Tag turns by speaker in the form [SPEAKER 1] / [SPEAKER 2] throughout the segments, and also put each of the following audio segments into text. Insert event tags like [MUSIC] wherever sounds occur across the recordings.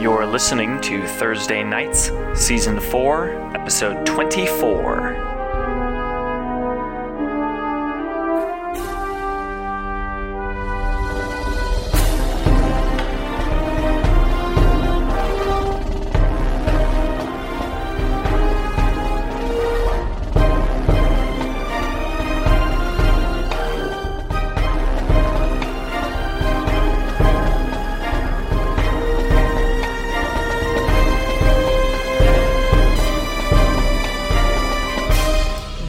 [SPEAKER 1] You're listening to Thursday Nights, Season 4, Episode 24.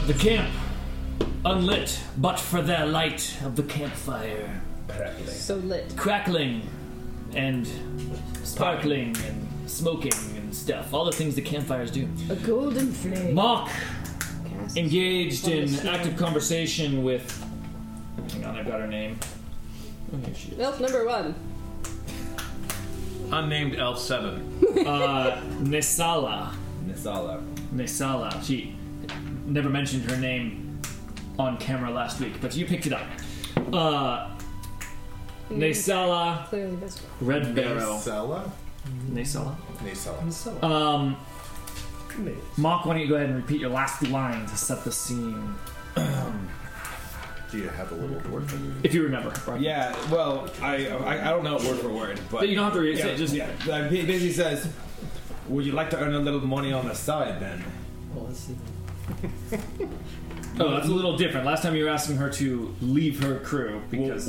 [SPEAKER 2] The camp, unlit, but for their light of the campfire,
[SPEAKER 3] So lit.
[SPEAKER 2] crackling and sparkling and smoking and stuff. All the things the campfires do.
[SPEAKER 3] A golden flame.
[SPEAKER 2] Mock
[SPEAKER 3] Cast.
[SPEAKER 2] engaged in
[SPEAKER 3] Understand.
[SPEAKER 2] active conversation with. Hang on, I've got her name. Oh, here she is.
[SPEAKER 3] Elf number one.
[SPEAKER 4] Unnamed Elf 7.
[SPEAKER 2] Uh, Nisala.
[SPEAKER 4] Nisala.
[SPEAKER 2] Nisala. She never mentioned her name on camera last week, but you picked it up. Uh, Nisala
[SPEAKER 3] Clearly this one.
[SPEAKER 2] Red Barrow.
[SPEAKER 5] Nisella?
[SPEAKER 2] Nisala.
[SPEAKER 5] Nisella.
[SPEAKER 2] Um, Mock, why don't you go ahead and repeat your last line to set the scene,
[SPEAKER 5] Do you have a little dwarf?
[SPEAKER 2] if you remember. Right?
[SPEAKER 4] Yeah, well, I, I I don't know it word for word, but.
[SPEAKER 2] But you don't have to read it.
[SPEAKER 4] yeah,
[SPEAKER 2] so Just
[SPEAKER 4] yeah. Like, he basically says, Would you like to earn a little money on the side then?
[SPEAKER 2] oh, that's a little different. Last time you were asking her to leave her crew because I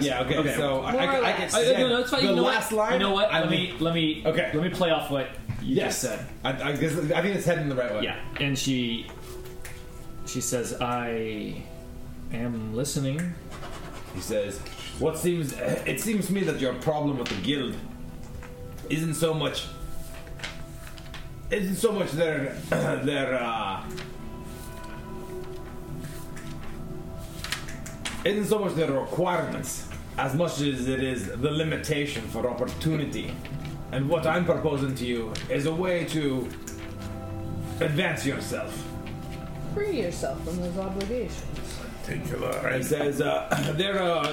[SPEAKER 2] see.
[SPEAKER 4] yeah, okay,
[SPEAKER 2] Okay.
[SPEAKER 4] so I,
[SPEAKER 3] More
[SPEAKER 4] I,
[SPEAKER 3] or
[SPEAKER 4] I, can
[SPEAKER 3] less.
[SPEAKER 2] I- I-
[SPEAKER 4] yeah,
[SPEAKER 2] no, no, it's fine.
[SPEAKER 4] The
[SPEAKER 2] you know
[SPEAKER 4] last
[SPEAKER 2] what?
[SPEAKER 4] line.
[SPEAKER 2] You know what?
[SPEAKER 4] I
[SPEAKER 2] let me let me
[SPEAKER 4] Okay.
[SPEAKER 2] let me play off what you just said.
[SPEAKER 4] I, I, guess, I think it's heading the right way.
[SPEAKER 2] Yeah, and she she says, "I am listening."
[SPEAKER 4] He says, "What seems? It seems to me that your problem with the guild isn't so much isn't so much their [CLEARS THROAT] their uh, isn't so much their requirements as much as it is the limitation for opportunity. And what I'm proposing to you is a way to advance yourself."
[SPEAKER 3] Free yourself from those obligations.
[SPEAKER 5] Take your
[SPEAKER 4] He
[SPEAKER 5] life.
[SPEAKER 4] says, uh, [CLEARS THROAT] "There are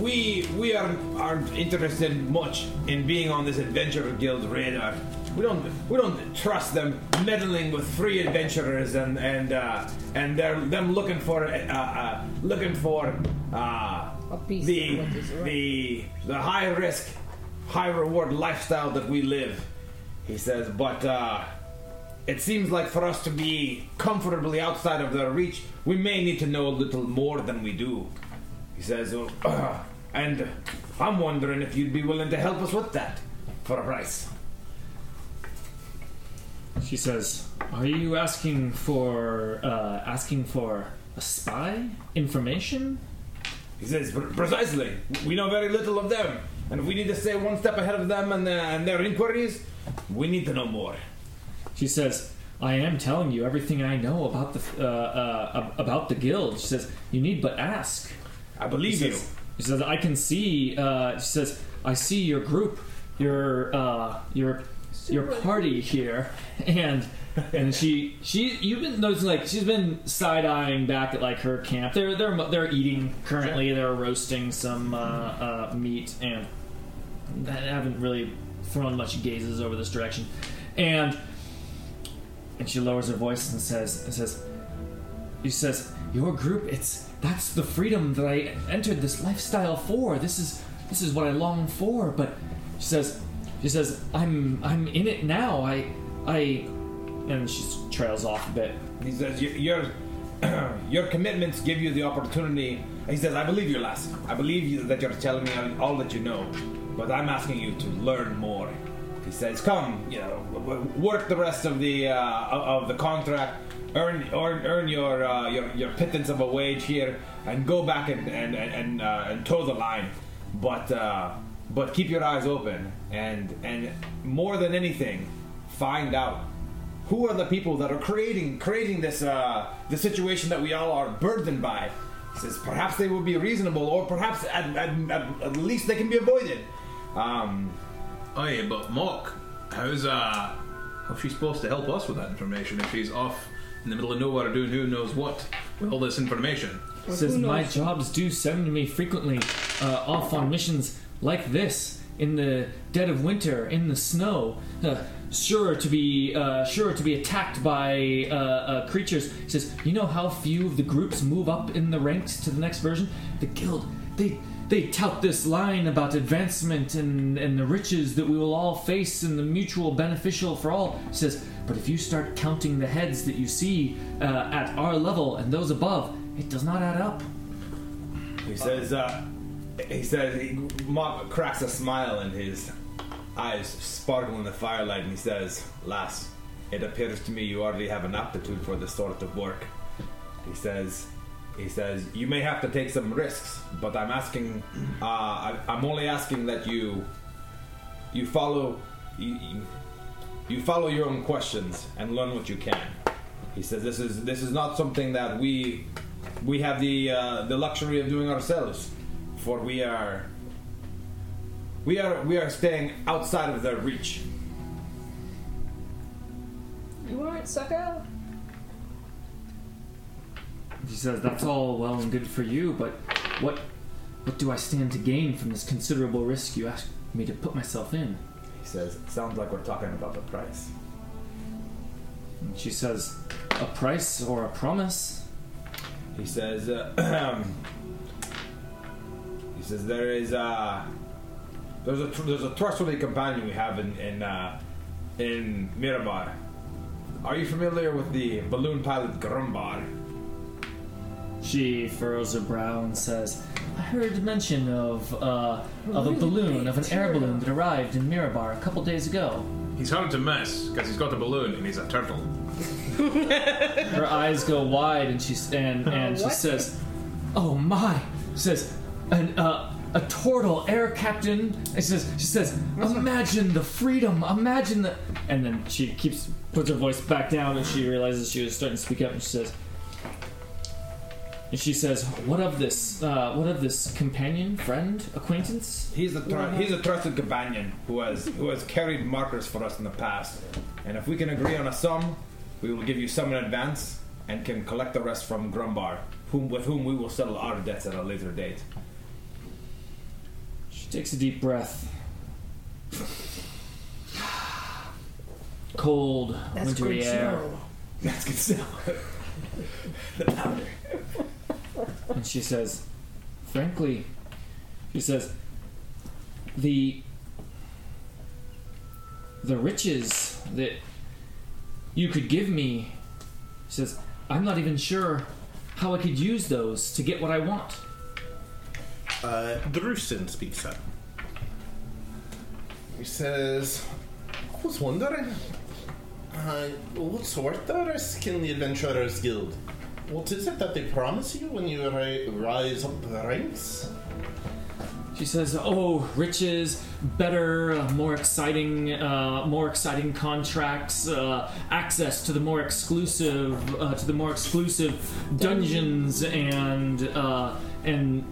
[SPEAKER 4] we we are aren't interested much in being on this adventurer guild radar. We don't we don't trust them meddling with free adventurers and and uh, and they're them looking for uh, uh, looking for uh,
[SPEAKER 3] A piece of
[SPEAKER 4] the
[SPEAKER 3] what is right.
[SPEAKER 4] the the high risk, high reward lifestyle that we live." He says, "But." Uh, it seems like for us to be comfortably outside of their reach, we may need to know a little more than we do. He says, "Uh, [CLEARS THROAT] and I'm wondering if you'd be willing to help us with that for a price.
[SPEAKER 2] She says, "Are you asking for uh, asking for a spy information?"
[SPEAKER 4] He says, "Pre- precisely. We know very little of them. And if we need to stay one step ahead of them and, uh, and their inquiries, we need to know more.
[SPEAKER 2] She says, "I am telling you everything I know about the uh, uh, about the guild." She says, "You need but ask."
[SPEAKER 4] I believe
[SPEAKER 2] She
[SPEAKER 4] you.
[SPEAKER 2] says, she says, "I can see." Uh, she says, "I see your group, your uh, your your party here," and and she she you've been noticing like she's been side eyeing back at like her camp. They're they're they're eating currently. They're roasting some uh, uh, meat and I haven't really thrown much gazes over this direction, and and she lowers her voice and says and says she says your group it's that's the freedom that i entered this lifestyle for this is this is what i long for but she says she says i'm i'm in it now i i and she trails off a bit
[SPEAKER 4] He says, "Your- your your [CLEARS THROAT] commitments give you the opportunity. He says, I believe you, lass. I believe you that you're telling me all- all that you know, but I'm asking you to learn more. He says, come, you know, w- w- work the rest of the uh, of of the contract, earn earn, earn your, uh, your your pittance of a wage here, and go back and and and, and, uh, and toe the line, but uh, but keep your eyes open and and more than anything, find out who are the people that are creating creating this uh, the situation that we all are burdened by? He says perhaps they will be reasonable, or perhaps at, at, at, at least they can be avoided. Um,
[SPEAKER 6] Aye, Oh, but Mock, how's uh, how's she supposed to help us with that information if she's off in the middle of nowhere doing who knows what with all this information?
[SPEAKER 2] says my jobs do send me frequently uh, off on missions like this in the dead of winter in the snow, uh, sure to be uh, sure to be attacked by uh, uh, creatures. He says, "You know how few of the groups move up in the ranks to the next version? The guild they." They tout this line about advancement and, and the riches that we will all face and the mutual beneficial for all. He says, but if you start counting the heads that you see uh, at our level and those above, it does not add up.
[SPEAKER 4] He says, uh, he says, he, Mock cracks a smile and his eyes sparkle in the firelight and he says, Lass, it appears to me you already have an aptitude for this sort of work. He says, he says, you may have to take some risks, but I'm asking, uh, I, I'm only asking that you, you follow, you, you- you follow your own questions and learn what you can. He says, this is, this is not something that we we have the uh, the luxury of doing ourselves, for we are we are we are staying outside of their reach.
[SPEAKER 3] You alright, sucker?
[SPEAKER 2] He says, That's all well and good for you, but what, what do I stand to gain from this considerable risk you ask me to put myself in?
[SPEAKER 4] He says, "Sounds like we're talking about the price."
[SPEAKER 2] And she says, A price or a promise?
[SPEAKER 4] He says, uh, [CLEARS THROAT] he says there is a there's a tr- there's a trustworthy companion we have in in uh, in Miramar. Are you familiar with the balloon pilot Grumbar?
[SPEAKER 2] She furrows her brow and says, I heard mention of, uh, of a
[SPEAKER 3] Really
[SPEAKER 2] balloon,
[SPEAKER 3] big
[SPEAKER 2] of an air
[SPEAKER 3] turtle.
[SPEAKER 2] balloon that arrived in Mirabar a couple days ago.
[SPEAKER 7] He's hard to miss because he's got a balloon and he's a turtle.
[SPEAKER 2] her eyes go wide and she's and and she
[SPEAKER 3] What?
[SPEAKER 2] says oh my she says an uh a turtle air captain and she says she says imagine the freedom imagine the and then she keeps puts her voice back down and she realizes she was starting to speak up and she says and she says what of this uh, what of this companion friend acquaintance
[SPEAKER 4] He's a tr- he's a trusted companion who has who has carried markers for us in the past, and if we can agree on a sum, we will give you some in advance and can collect the rest from Grumbar, whom with whom we will settle our debts at a later date.
[SPEAKER 2] She takes a deep breath. [SIGHS] Cold,
[SPEAKER 3] That's
[SPEAKER 2] wintry
[SPEAKER 3] good
[SPEAKER 2] air.
[SPEAKER 3] snow.
[SPEAKER 4] That's good stuff. The powder.
[SPEAKER 2] And she says, frankly, she says, the the riches that you could give me, she says, I'm not even sure how I could use those to get what I want.
[SPEAKER 5] Uh, Drusen speaks up. He says, I was wondering, uh, what sort of risk in the Adventurers Guild? What is it that they promise you when you ri- rise up the ranks?
[SPEAKER 2] She says, "Oh, riches, better, uh, more exciting, uh, more exciting contracts, uh, access to the more exclusive, uh, to the more exclusive dungeons, and uh, and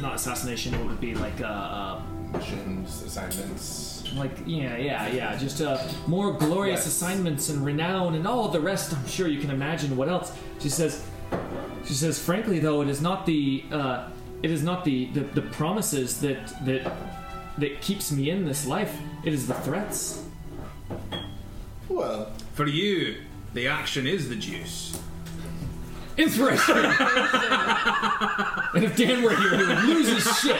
[SPEAKER 2] not assassination. It would be like uh, uh,
[SPEAKER 5] Missions, assignments.
[SPEAKER 2] like yeah, yeah, yeah. Just uh, more glorious
[SPEAKER 5] Yes.
[SPEAKER 2] assignments and renown and all the rest. I'm sure you can imagine what else." She says, "She says, frankly, though, it is not the uh, it is not the, the the promises that that that keeps me in this life. It is the threats."
[SPEAKER 5] Well,
[SPEAKER 7] For you, the action is the juice.
[SPEAKER 2] Inspiration. [LAUGHS] and if Dan were here, he would lose his shit.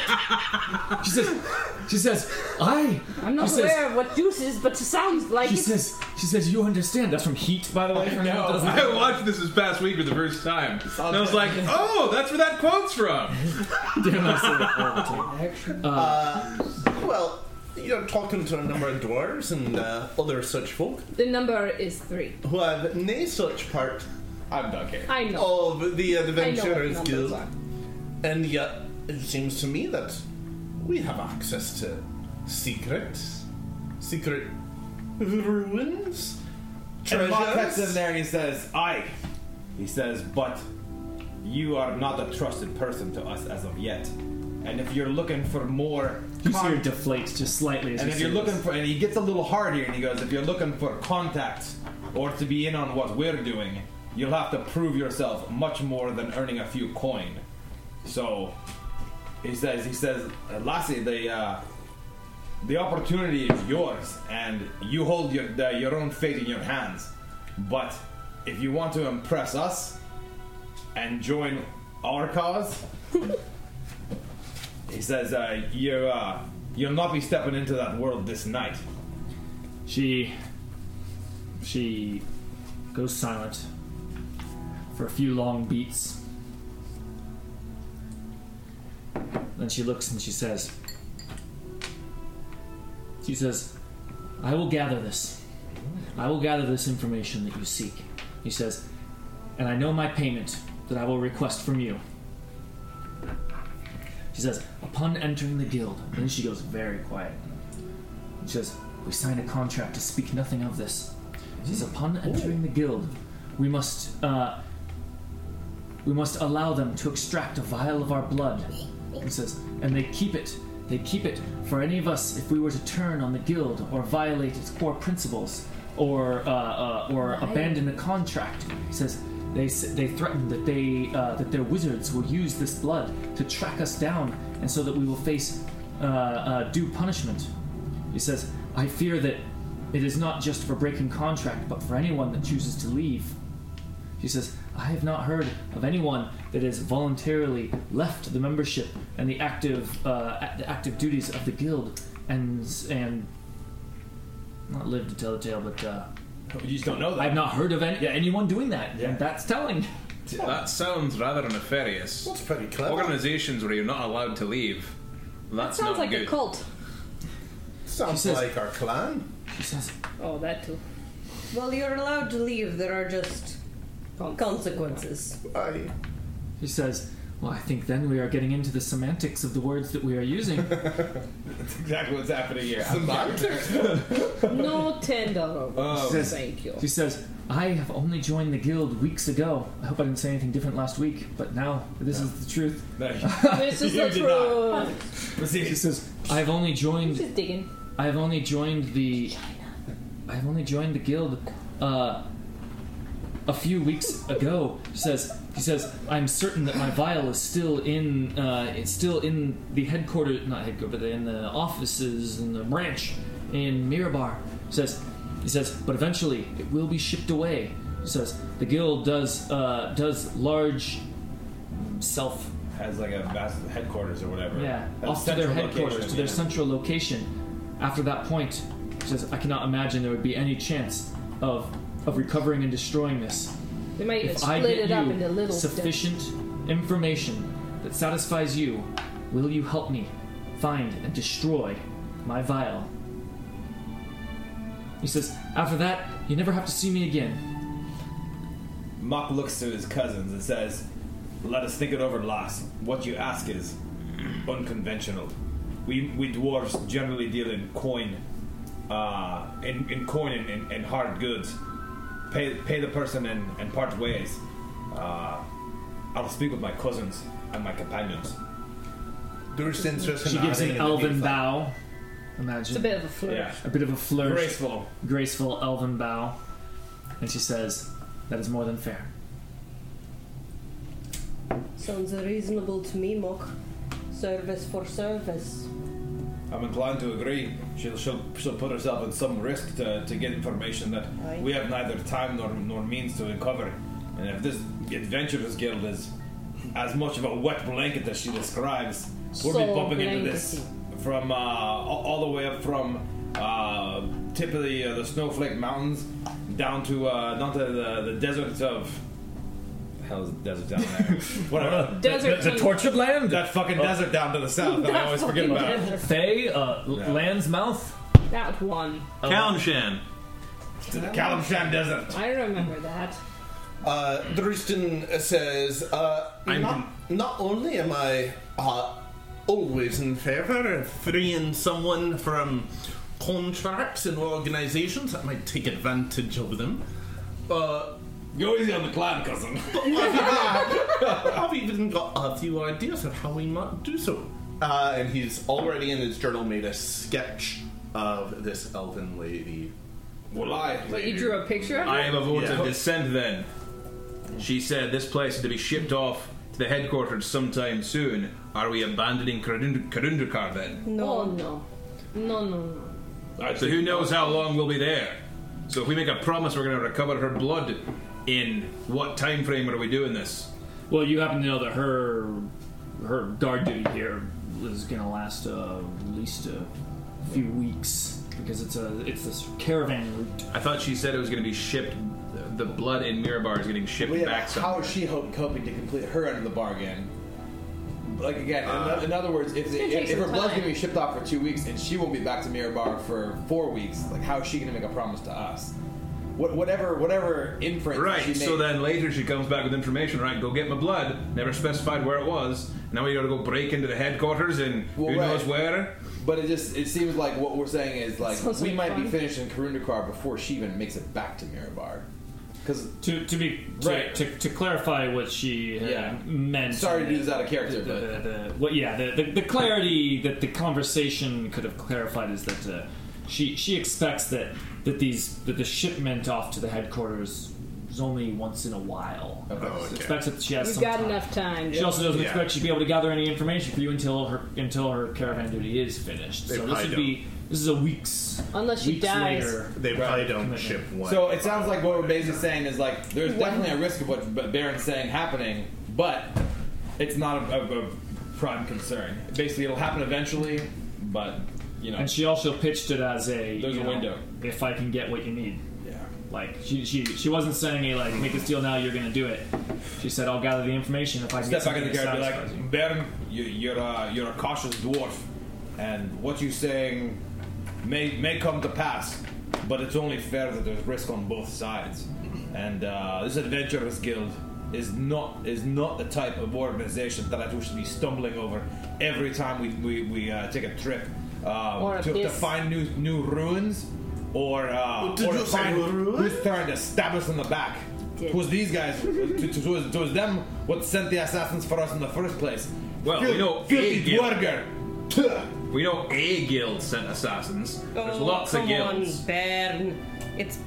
[SPEAKER 2] She says, she says, I.
[SPEAKER 3] I'm not
[SPEAKER 2] she says,
[SPEAKER 3] aware of what juice is, but it sounds like
[SPEAKER 2] She
[SPEAKER 3] it.
[SPEAKER 2] says, she says, you understand. That's from Heat, by the way. For now, it doesn't-
[SPEAKER 4] [LAUGHS]
[SPEAKER 7] I watched this this past week for the first time, and I was like, "Oh, that's where that quote's from."
[SPEAKER 2] Dan, I say that all the time.
[SPEAKER 5] well, you're talking to a number of dwarves and uh, other such folk
[SPEAKER 3] the number is three.
[SPEAKER 5] who have nay such part
[SPEAKER 4] I'm not kidding.
[SPEAKER 3] I
[SPEAKER 2] Oh,
[SPEAKER 3] know.
[SPEAKER 5] of the
[SPEAKER 3] I know what
[SPEAKER 5] Adventurers
[SPEAKER 3] numbers
[SPEAKER 5] Guild.
[SPEAKER 3] are.
[SPEAKER 5] And yet, it seems to me that we have access to secrets, secret ruins,
[SPEAKER 4] And Mark cuts in
[SPEAKER 5] treasures.
[SPEAKER 4] there and he says, "I." He says, "But you are not a trusted person to us as of yet, and if you're looking for more,
[SPEAKER 2] You see
[SPEAKER 4] con-
[SPEAKER 2] her deflate just slightly. As
[SPEAKER 4] And
[SPEAKER 2] you
[SPEAKER 4] if
[SPEAKER 2] say
[SPEAKER 4] you're looking
[SPEAKER 2] this.
[SPEAKER 4] for, and he gets a little hard here, and he goes, if you're looking for contacts or to be in on what we're doing, you'll have to prove yourself much more than earning a few coin. So he says, he says, Lassie, the uh, The opportunity is yours, and you hold your the, your own fate in your hands. But if you want to impress us and join our cause, he says, uh, you uh, you'll not be stepping into that world this night.
[SPEAKER 2] She she goes silent for a few long beats. Then she looks and she says She says, I will gather this. I will gather this information that you seek. He says, and I know my payment that I will request from you. She says, upon entering the guild, and then she goes very quiet. She says, We signed a contract to speak nothing of this. She says, Upon entering the guild, we must uh, we must allow them to extract a vial of our blood. He says, and they keep it. They keep it for any of us if we were to turn on the guild or violate its core principles or uh, uh, or abandon a contract. He says they s- they threaten that they uh, that their wizards will use this blood to track us down, and so that we will face uh, uh, due punishment. He says, I fear that it is not just for breaking contract, but for anyone that chooses to leave. She says, I have not heard of anyone that has voluntarily left the membership and the active, uh, a- the active duties of the guild and, and not lived to tell the tale, but uh,
[SPEAKER 4] You just don't know that.
[SPEAKER 2] I've not heard of any, anyone doing that.
[SPEAKER 4] Yeah.
[SPEAKER 2] And that's telling.
[SPEAKER 8] That sounds rather nefarious.
[SPEAKER 5] That's pretty clever.
[SPEAKER 8] Organizations where you're not allowed to leave.
[SPEAKER 9] That
[SPEAKER 8] That's
[SPEAKER 9] sounds
[SPEAKER 8] not
[SPEAKER 9] like
[SPEAKER 8] good.
[SPEAKER 9] a cult.
[SPEAKER 5] Sounds
[SPEAKER 2] She says-
[SPEAKER 5] like our clan.
[SPEAKER 2] She says,
[SPEAKER 3] Oh, that too.
[SPEAKER 9] Well, you're allowed to leave. There are just consequences.
[SPEAKER 5] I
[SPEAKER 2] He says, Well, I think then we are getting into the semantics of the words that we are using.
[SPEAKER 4] exactly what's happening here.
[SPEAKER 3] No ten dollar.
[SPEAKER 4] Oh.
[SPEAKER 2] Says- [LAUGHS]
[SPEAKER 3] Thank you.
[SPEAKER 2] She says, I have only joined the guild weeks ago. I hope I didn't say anything different last week, but now this is the truth.
[SPEAKER 4] No, you-
[SPEAKER 3] This is
[SPEAKER 4] You
[SPEAKER 3] the
[SPEAKER 4] did not.
[SPEAKER 3] truth.
[SPEAKER 4] but see,
[SPEAKER 2] She says, I've only joined
[SPEAKER 3] Just digging.
[SPEAKER 2] I've only joined the I've only joined the guild uh a few weeks ago. She says he says, I'm certain that my vial is still in uh it's still in the headquarters not headquarters, but in the offices in the branch in Mirabar. She says he says, but eventually it will be shipped away. She says the guild does uh does large self
[SPEAKER 4] has like a vast headquarters or whatever.
[SPEAKER 2] yeah,
[SPEAKER 4] That's
[SPEAKER 2] off to their
[SPEAKER 4] central
[SPEAKER 2] headquarters,
[SPEAKER 4] location,
[SPEAKER 2] to their
[SPEAKER 4] yeah.
[SPEAKER 2] central location. After that point, he says, I cannot imagine there would be any chance of of recovering and destroying this.
[SPEAKER 3] We might even
[SPEAKER 2] If I
[SPEAKER 3] split
[SPEAKER 2] get
[SPEAKER 3] it up
[SPEAKER 2] you
[SPEAKER 3] into little steps.
[SPEAKER 2] sufficient information that satisfies you, will you help me find and destroy my vial? He says, after that, you never have to see me again.
[SPEAKER 4] Mop looks to his cousins and says, Let us think it over, lass. What you ask is unconventional. We, we dwarves generally deal in coin, uh, in, in coin and, and, and hard goods. Pay, pay the person and, and part ways. Uh, I'll speak with my cousins and my companions.
[SPEAKER 5] Durstin's just
[SPEAKER 2] She gives an elven bow. Imagine.
[SPEAKER 3] It's a bit of a flirt.
[SPEAKER 4] Yeah.
[SPEAKER 2] a bit of a flourish.
[SPEAKER 4] Graceful.
[SPEAKER 2] graceful elven bow, and she says, That is more than fair.
[SPEAKER 9] Sounds reasonable to me, Mok. Service for service.
[SPEAKER 4] I'm inclined to agree. She'll, she'll, she'll put herself at some risk to, to get information that
[SPEAKER 9] Aye.
[SPEAKER 4] we have neither time nor, nor means to uncover. And if this Adventurers Guild is as much of a wet blanket as she describes, we'll be
[SPEAKER 3] So
[SPEAKER 4] bumping into this
[SPEAKER 3] blankety.
[SPEAKER 4] from uh, all, all the way up from uh, tip of the, uh, the Snowflake Mountains down to uh, down to the, the deserts of. The hell is the desert down there? Whatever.
[SPEAKER 3] Desert
[SPEAKER 2] the, the tortured land?
[SPEAKER 4] That
[SPEAKER 10] Oh.
[SPEAKER 4] fucking desert down to
[SPEAKER 3] [LAUGHS]
[SPEAKER 4] the south. that I always forget
[SPEAKER 3] fucking
[SPEAKER 4] about.
[SPEAKER 3] desert.
[SPEAKER 2] Fey, uh, l-
[SPEAKER 4] Yeah.
[SPEAKER 2] land's mouth?
[SPEAKER 3] That one.
[SPEAKER 8] Kalimshan.
[SPEAKER 4] To the Kalimshan Desert.
[SPEAKER 3] I remember that.
[SPEAKER 5] Uh, Durstin says, uh,
[SPEAKER 8] I'm-
[SPEAKER 5] not, not only am I uh, always in favor of freeing someone from contracts and organizations that might take advantage of them, uh,
[SPEAKER 4] Go easy on the clan, cousin.
[SPEAKER 5] I've even got a few ideas of how we might do so. Uh, and he's already in his journal made a sketch of this elven lady.
[SPEAKER 4] Well, I.
[SPEAKER 3] But you drew a picture of it?
[SPEAKER 8] I am a vote
[SPEAKER 5] Yeah.
[SPEAKER 8] of dissent then. She said this place is to be shipped off to the headquarters sometime soon. Are we abandoning Karund- Karundarkar then?
[SPEAKER 9] No,
[SPEAKER 3] Oh no. No, no, no.
[SPEAKER 11] Alright, so who knows how long we'll be there? So if we make a promise we're gonna recover her blood, in what time frame are we doing this?
[SPEAKER 2] Well, you happen to know that her her guard duty here is going to last uh, at least a few weeks because it's a it's this caravan route.
[SPEAKER 11] I thought she said it was gonna be shipped. The blood in Mirabar is getting shipped
[SPEAKER 10] Well, yeah,
[SPEAKER 11] back.
[SPEAKER 10] but how
[SPEAKER 11] somewhere.
[SPEAKER 10] is she hope, coping to complete her end of the bargain? Like again, in
[SPEAKER 4] Uh,
[SPEAKER 10] oth- in, other words, if,
[SPEAKER 3] gonna
[SPEAKER 10] if,
[SPEAKER 3] take
[SPEAKER 10] if her
[SPEAKER 3] some
[SPEAKER 10] blood's
[SPEAKER 3] time.
[SPEAKER 10] gonna be shipped off for two weeks and she won't be back to Mirabar for four weeks, like how is she gonna make a promise to us? What, whatever, whatever inference she
[SPEAKER 11] Right,
[SPEAKER 10] made.
[SPEAKER 11] so then later she comes back with information, right? Go get my blood. Never specified where it was. Now we gotta go break into the headquarters and
[SPEAKER 10] Well,
[SPEAKER 11] who
[SPEAKER 10] right.
[SPEAKER 11] knows where.
[SPEAKER 10] but it just it seems like what we're saying is like
[SPEAKER 3] Sounds
[SPEAKER 10] we
[SPEAKER 3] like
[SPEAKER 10] might be
[SPEAKER 3] fun.
[SPEAKER 10] finished in Karundakar before she even makes it back to Mirabar. Because
[SPEAKER 2] To to be to,
[SPEAKER 10] Right.
[SPEAKER 2] to, to clarify what she had
[SPEAKER 10] Yeah.
[SPEAKER 2] meant.
[SPEAKER 10] sorry to do this out of
[SPEAKER 2] The,
[SPEAKER 10] character,
[SPEAKER 2] the,
[SPEAKER 4] [LAUGHS]
[SPEAKER 10] but
[SPEAKER 2] the- what- yeah, the, the, the clarity that the conversation could have clarified is that uh, she she expects that that these that the shipment off to the headquarters is only once in a while.
[SPEAKER 10] Oh, Okay.
[SPEAKER 2] She expects that she has
[SPEAKER 3] You've
[SPEAKER 2] some
[SPEAKER 3] got
[SPEAKER 2] time.
[SPEAKER 3] enough time.
[SPEAKER 2] She also doesn't
[SPEAKER 12] Yeah.
[SPEAKER 2] expect she'd be able to gather any information for you until her until her caravan duty is finished.
[SPEAKER 12] They
[SPEAKER 2] so this
[SPEAKER 12] probably
[SPEAKER 2] would be this is a weeks
[SPEAKER 3] Unless she
[SPEAKER 2] weeks
[SPEAKER 3] dies.
[SPEAKER 2] later.
[SPEAKER 12] They probably don't
[SPEAKER 2] commitment.
[SPEAKER 12] ship one.
[SPEAKER 10] So it sounds like what we're basically saying is like there's definitely a risk of what B- Baron's saying happening, but it's not a, a, a prime concern. Basically, it'll happen eventually, but you know,
[SPEAKER 2] And she also pitched it as a
[SPEAKER 10] There's
[SPEAKER 2] you
[SPEAKER 10] a
[SPEAKER 2] know,
[SPEAKER 10] window.
[SPEAKER 2] If I can get what you need.
[SPEAKER 10] yeah.
[SPEAKER 2] Like she she she wasn't saying a like make this deal now you're gonna do it. She said I'll gather the information if I can
[SPEAKER 4] Step
[SPEAKER 2] get
[SPEAKER 4] back in the
[SPEAKER 2] something
[SPEAKER 4] car and be
[SPEAKER 2] that satisfies you."
[SPEAKER 4] like, Baron, you, you're, a, you're a cautious dwarf, and what you're saying may, may come to pass, but it's only fair that there's risk on both sides. And uh, this adventurers guild is not is not the type of organization that I wish to be stumbling over every time we, we, we uh, take a trip um,
[SPEAKER 3] Or a
[SPEAKER 4] to, to
[SPEAKER 3] piss.
[SPEAKER 4] find new new ruins or uh,
[SPEAKER 5] Did
[SPEAKER 4] or
[SPEAKER 5] you
[SPEAKER 4] to
[SPEAKER 5] say
[SPEAKER 4] find
[SPEAKER 5] ruins?
[SPEAKER 4] who's trying to stab us in the back.
[SPEAKER 3] did.
[SPEAKER 4] It was these
[SPEAKER 9] [LAUGHS]
[SPEAKER 4] guys. It was- it was, it was them what sent the assassins for us in the first place.
[SPEAKER 11] Well,
[SPEAKER 4] Fil-
[SPEAKER 11] we know
[SPEAKER 4] filthy
[SPEAKER 11] a guild.
[SPEAKER 4] dwarger.
[SPEAKER 11] We know a guild sent assassins. There's
[SPEAKER 9] Oh,
[SPEAKER 11] lots of
[SPEAKER 9] come
[SPEAKER 11] guilds.
[SPEAKER 9] on, Bern. It's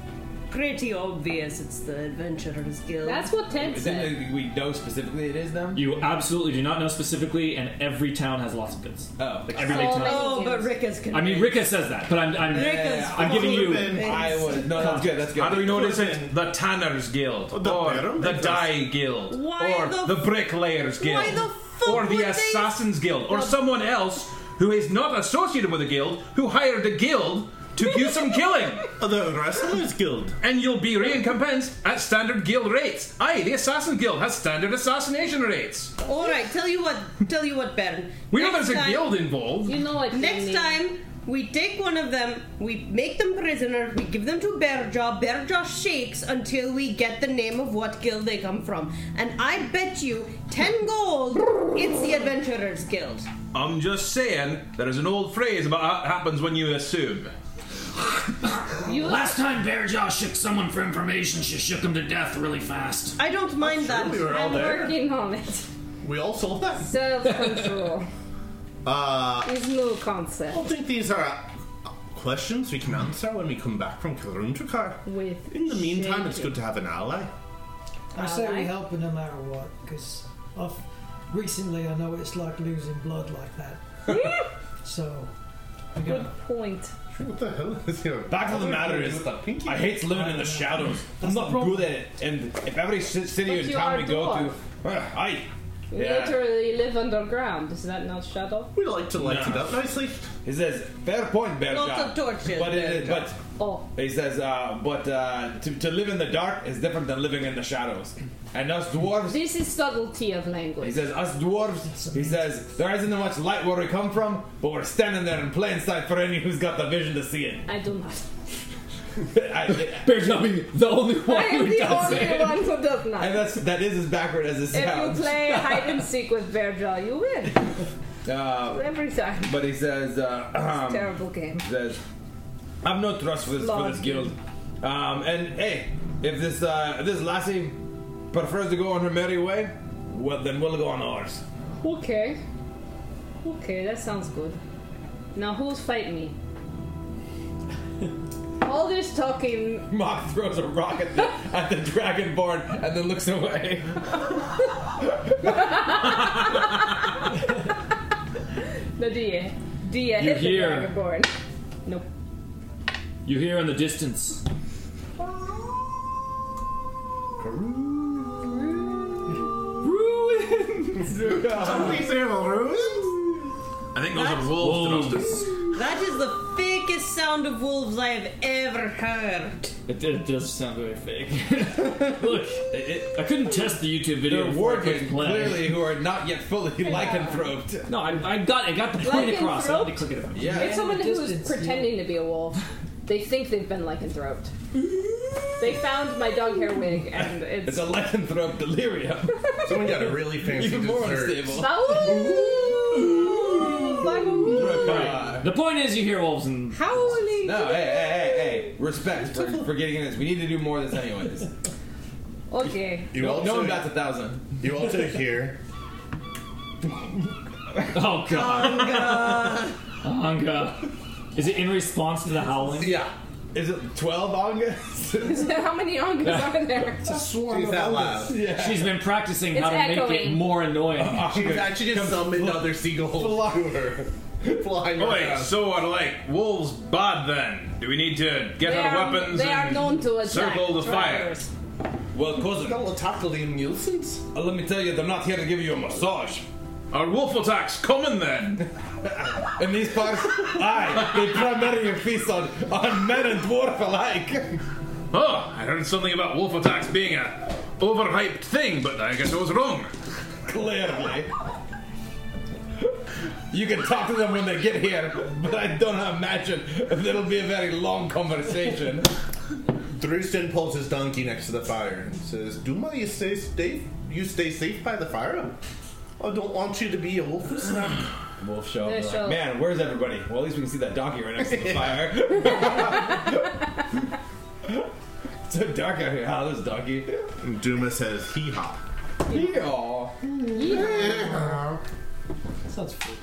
[SPEAKER 9] pretty obvious it's the Adventurers Guild.
[SPEAKER 3] That's what Ted
[SPEAKER 10] Is it
[SPEAKER 3] said.
[SPEAKER 10] that we know specifically it is them?
[SPEAKER 2] you absolutely do not know specifically, and every town has lots of goods.
[SPEAKER 10] Oh,
[SPEAKER 2] Every big
[SPEAKER 3] Oh,
[SPEAKER 2] town.
[SPEAKER 9] Oh, but Rick is
[SPEAKER 2] I
[SPEAKER 9] convinced.
[SPEAKER 2] mean, Rika says that, but I'm I'm,
[SPEAKER 9] Rika's
[SPEAKER 2] I'm giving you.
[SPEAKER 10] I was no. That's good. That's good.
[SPEAKER 11] How do we know it isn't the Tanner's Guild,
[SPEAKER 12] Oh, the
[SPEAKER 11] or
[SPEAKER 12] Baron
[SPEAKER 11] the
[SPEAKER 12] Nicholas.
[SPEAKER 11] Dye Guild,
[SPEAKER 9] Why
[SPEAKER 11] or
[SPEAKER 9] the
[SPEAKER 11] the, Bricklayers Guild,
[SPEAKER 9] why the fuck
[SPEAKER 11] or
[SPEAKER 9] would
[SPEAKER 11] the
[SPEAKER 9] they-
[SPEAKER 11] Assassins Guild, or someone else who is not associated with a guild who hired a guild to
[SPEAKER 9] [LAUGHS]
[SPEAKER 11] do some killing?
[SPEAKER 12] Oh, the Wrestlers Guild.
[SPEAKER 11] And you'll be recompensed at standard guild rates. Aye, the Assassin Guild has standard assassination rates.
[SPEAKER 9] All right, tell you what, tell you what, Bern.
[SPEAKER 11] We know
[SPEAKER 9] Next
[SPEAKER 11] there's a
[SPEAKER 9] time-
[SPEAKER 11] guild involved.
[SPEAKER 3] You know what?
[SPEAKER 9] Next time, we take one of them, we make them prisoner, we give them to Bearjaw. Bearjaw shakes until we get the name of what guild they come from. And I bet you 10 gold, it's the Adventurers Guild.
[SPEAKER 11] I'm just saying, there is an old phrase about what happens when you assume.
[SPEAKER 3] You,
[SPEAKER 2] Last time Bearjaw shook someone for information, she shook him to death really fast.
[SPEAKER 9] I don't mind that.
[SPEAKER 5] we were all
[SPEAKER 3] I'm
[SPEAKER 5] there.
[SPEAKER 3] working on it.
[SPEAKER 5] We all sold them.
[SPEAKER 3] Self control
[SPEAKER 5] Uh, I
[SPEAKER 3] is no concept
[SPEAKER 5] don't think these are uh, questions we can answer when we come back from Karuntukar.
[SPEAKER 3] with.
[SPEAKER 5] In the meantime, it's
[SPEAKER 3] shaking.
[SPEAKER 5] good to have an ally.
[SPEAKER 13] I say
[SPEAKER 3] Alright.
[SPEAKER 13] we help her no matter what, because I've recently I know what it's like losing blood
[SPEAKER 3] [LAUGHS]
[SPEAKER 13] like that. so we're
[SPEAKER 3] Good
[SPEAKER 13] gonna,
[SPEAKER 3] point.
[SPEAKER 5] What the hell is your
[SPEAKER 4] Back of the matter is, I hate living in the shadows. I'm not good at it. And if every ci-
[SPEAKER 3] But
[SPEAKER 4] city and
[SPEAKER 3] you are
[SPEAKER 4] town we go
[SPEAKER 3] dwarf.
[SPEAKER 4] to, uh, [SIGHS] I
[SPEAKER 3] We
[SPEAKER 4] Yeah.
[SPEAKER 3] literally live underground. Is that not shadow?
[SPEAKER 5] We like to light it
[SPEAKER 4] No.
[SPEAKER 5] up nicely.
[SPEAKER 4] he says fair point, Bear
[SPEAKER 9] Lots
[SPEAKER 4] Jaw.
[SPEAKER 9] of torches,
[SPEAKER 4] But it,
[SPEAKER 9] Bear
[SPEAKER 4] is-
[SPEAKER 9] Jaw.
[SPEAKER 4] but
[SPEAKER 3] Oh,
[SPEAKER 4] he says, uh, but uh, to, to live in the dark is different than living in the shadows. And us dwarves
[SPEAKER 3] this is subtlety of
[SPEAKER 4] He
[SPEAKER 3] language.
[SPEAKER 4] says, us dwarves, he says, there isn't much light where we come from, but we're standing there in plain sight for any who's got the vision to see it. [LAUGHS]
[SPEAKER 3] I do not.
[SPEAKER 2] [LAUGHS]
[SPEAKER 4] I-
[SPEAKER 2] Bearjaw being the only one
[SPEAKER 3] I
[SPEAKER 2] who
[SPEAKER 3] am the
[SPEAKER 2] does
[SPEAKER 3] only
[SPEAKER 2] it.
[SPEAKER 3] one who does not.
[SPEAKER 4] and that's, that is as backward as it
[SPEAKER 3] If
[SPEAKER 4] sounds. [LAUGHS]
[SPEAKER 3] you play hide and seek with Bearjaw, you win
[SPEAKER 4] Uh,
[SPEAKER 3] every time.
[SPEAKER 4] but he says, uh,
[SPEAKER 3] Terrible game.
[SPEAKER 4] um, says, I'm no trust for this, for this
[SPEAKER 3] Lord.
[SPEAKER 4] guild. Um, and hey, if this, uh, if this lassie prefers to go on her merry way, well, then we'll go on ours. [LAUGHS]
[SPEAKER 3] Okay. Okay, that sounds good. Now who's fight [LAUGHS] me? All this talking.
[SPEAKER 4] Mock throws a
[SPEAKER 3] [LAUGHS]
[SPEAKER 4] rock at the, at the dragonborn and then looks away.
[SPEAKER 3] Nadia. Do you
[SPEAKER 2] You
[SPEAKER 3] hit
[SPEAKER 2] hear-
[SPEAKER 3] the dragonborn? Nope.
[SPEAKER 2] You hear in the distance.
[SPEAKER 10] I think those are wolves.
[SPEAKER 2] Wolves.
[SPEAKER 10] thrusters.
[SPEAKER 9] That is the fakest sound of wolves I have ever heard.
[SPEAKER 2] It, it does sound very fake. [LAUGHS] Look, it, it- I couldn't test the YouTube video.
[SPEAKER 4] They're
[SPEAKER 2] before I clicked
[SPEAKER 4] working
[SPEAKER 2] play.
[SPEAKER 4] clearly who are not yet fully
[SPEAKER 3] [LAUGHS]
[SPEAKER 4] lycanthroped.
[SPEAKER 2] No, I, I got I got the point
[SPEAKER 3] Lycanthrope?
[SPEAKER 2] across. I had to click it out.
[SPEAKER 4] Yeah.
[SPEAKER 3] It's someone who's
[SPEAKER 13] distance, yeah.
[SPEAKER 3] pretending to be a wolf. They think they've been lycanthroped. they found my dog hair wig and
[SPEAKER 4] It's
[SPEAKER 3] it's.
[SPEAKER 4] a lycanthrope delirium.
[SPEAKER 5] Someone got a
[SPEAKER 4] [LAUGHS]
[SPEAKER 5] really fancy
[SPEAKER 4] Even more
[SPEAKER 5] dessert.
[SPEAKER 3] [LAUGHS]
[SPEAKER 4] unstable.
[SPEAKER 3] Ooh, like a wolf.
[SPEAKER 4] Uh,
[SPEAKER 2] The point is, you hear wolves and
[SPEAKER 3] Howling.
[SPEAKER 4] no, hey, hey, hey, hey. Respect for, for getting in this. We need to do more of this anyways.
[SPEAKER 3] Okay. [LAUGHS]
[SPEAKER 5] You
[SPEAKER 4] No, no
[SPEAKER 5] also,
[SPEAKER 4] one bats a thousand.
[SPEAKER 5] you
[SPEAKER 4] [LAUGHS]
[SPEAKER 5] also hear
[SPEAKER 2] oh god, Anga. Is it in response to the howling?
[SPEAKER 4] Yeah. Is it 12 [LAUGHS] August?
[SPEAKER 3] How many ongas are there?
[SPEAKER 5] She's that loud.
[SPEAKER 2] She's been practicing
[SPEAKER 3] It's
[SPEAKER 2] how to make it
[SPEAKER 3] echoing.
[SPEAKER 2] more annoying.
[SPEAKER 5] She's actually just summoned other seagulls to her. [LAUGHS] Flying
[SPEAKER 10] Oh,
[SPEAKER 4] Uh,
[SPEAKER 10] wait,
[SPEAKER 5] around.
[SPEAKER 10] so are like wolves bad then? Do we need to get
[SPEAKER 3] They
[SPEAKER 10] our
[SPEAKER 3] are,
[SPEAKER 10] weapons
[SPEAKER 3] they are
[SPEAKER 10] and
[SPEAKER 3] known to attack
[SPEAKER 10] circle the fire?
[SPEAKER 3] drivers.
[SPEAKER 4] well, cousin,
[SPEAKER 5] Don't attack Liam Nielsen's.
[SPEAKER 4] uh, let me tell you, they're not here to give you a massage.
[SPEAKER 10] Are wolf attacks coming then?
[SPEAKER 4] In these parts, aye, they primarily feast on, on men and dwarf alike.
[SPEAKER 10] Oh, I heard something about wolf attacks being a overhyped thing, but I guess I was wrong.
[SPEAKER 4] Clearly. You can talk to them when they get here, but I don't imagine it'll be a very long conversation.
[SPEAKER 5] Drusden pulls his donkey next to the fire and says, Duma, you stay safe. You stay safe by the fire. I don't want you to be a wolf snack.
[SPEAKER 4] Wolf show.
[SPEAKER 3] They
[SPEAKER 4] up,
[SPEAKER 3] show
[SPEAKER 4] like,
[SPEAKER 3] up.
[SPEAKER 4] Man, where's everybody? Well, at least we can see that donkey right next to the
[SPEAKER 3] [LAUGHS]
[SPEAKER 4] fire. [LAUGHS] it's so dark out here. How this donkey?
[SPEAKER 5] Duma says, hee [LAUGHS] haw.
[SPEAKER 4] Yeah.
[SPEAKER 13] Sounds fake.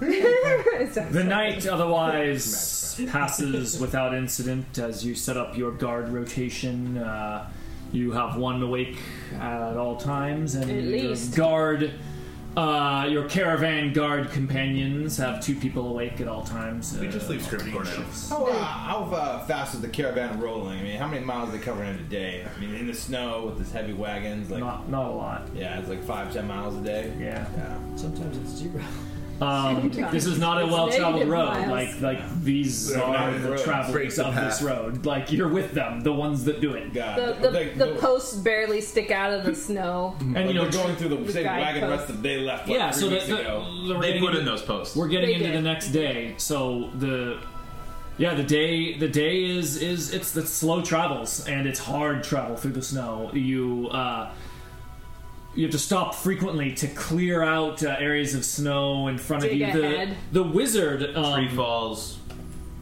[SPEAKER 2] The night otherwise passes without incident as you set up your guard rotation. Uh, you have one awake at all times, and
[SPEAKER 3] At
[SPEAKER 2] your
[SPEAKER 3] least.
[SPEAKER 2] guard, uh, your caravan guard companions have two people awake at all times. We
[SPEAKER 5] just leave Scrivener now.
[SPEAKER 4] How, uh, how uh, fast is the caravan rolling? I mean, how many miles are they covering in a day? I mean, in the snow with these heavy wagons, like
[SPEAKER 2] Not, not a lot.
[SPEAKER 4] yeah, it's like five, ten miles a day.
[SPEAKER 2] Yeah.
[SPEAKER 4] Yeah.
[SPEAKER 13] Sometimes it's zero.
[SPEAKER 2] Um, this is not a
[SPEAKER 3] It's
[SPEAKER 2] well-traveled
[SPEAKER 3] negative
[SPEAKER 2] road.
[SPEAKER 3] miles.
[SPEAKER 2] Like like these are the
[SPEAKER 4] road.
[SPEAKER 2] travelers
[SPEAKER 5] Breaks the
[SPEAKER 2] of this
[SPEAKER 5] path.
[SPEAKER 2] road. Like you're with them, the ones that do it.
[SPEAKER 4] God.
[SPEAKER 3] The, the,
[SPEAKER 4] Like,
[SPEAKER 3] the
[SPEAKER 4] no-
[SPEAKER 3] posts barely stick out of the snow.
[SPEAKER 5] Mm-hmm.
[SPEAKER 2] And you know,
[SPEAKER 4] they're going through the,
[SPEAKER 3] the
[SPEAKER 4] same wagon
[SPEAKER 3] guidepost.
[SPEAKER 4] rest that they left. Like,
[SPEAKER 2] yeah.
[SPEAKER 4] three
[SPEAKER 2] So the,
[SPEAKER 4] weeks ago.
[SPEAKER 2] the, the
[SPEAKER 10] They
[SPEAKER 2] rating-
[SPEAKER 10] put in those posts.
[SPEAKER 2] We're getting
[SPEAKER 3] They
[SPEAKER 2] into
[SPEAKER 3] did.
[SPEAKER 2] the next day, so the yeah the day the day is is it's the slow travels and it's hard travel through the snow. You uh, you have to stop frequently to clear out uh, areas of snow in front
[SPEAKER 3] Dig
[SPEAKER 2] of you.
[SPEAKER 3] ahead.
[SPEAKER 2] The the wizard,
[SPEAKER 10] Tree
[SPEAKER 2] um,
[SPEAKER 10] falls.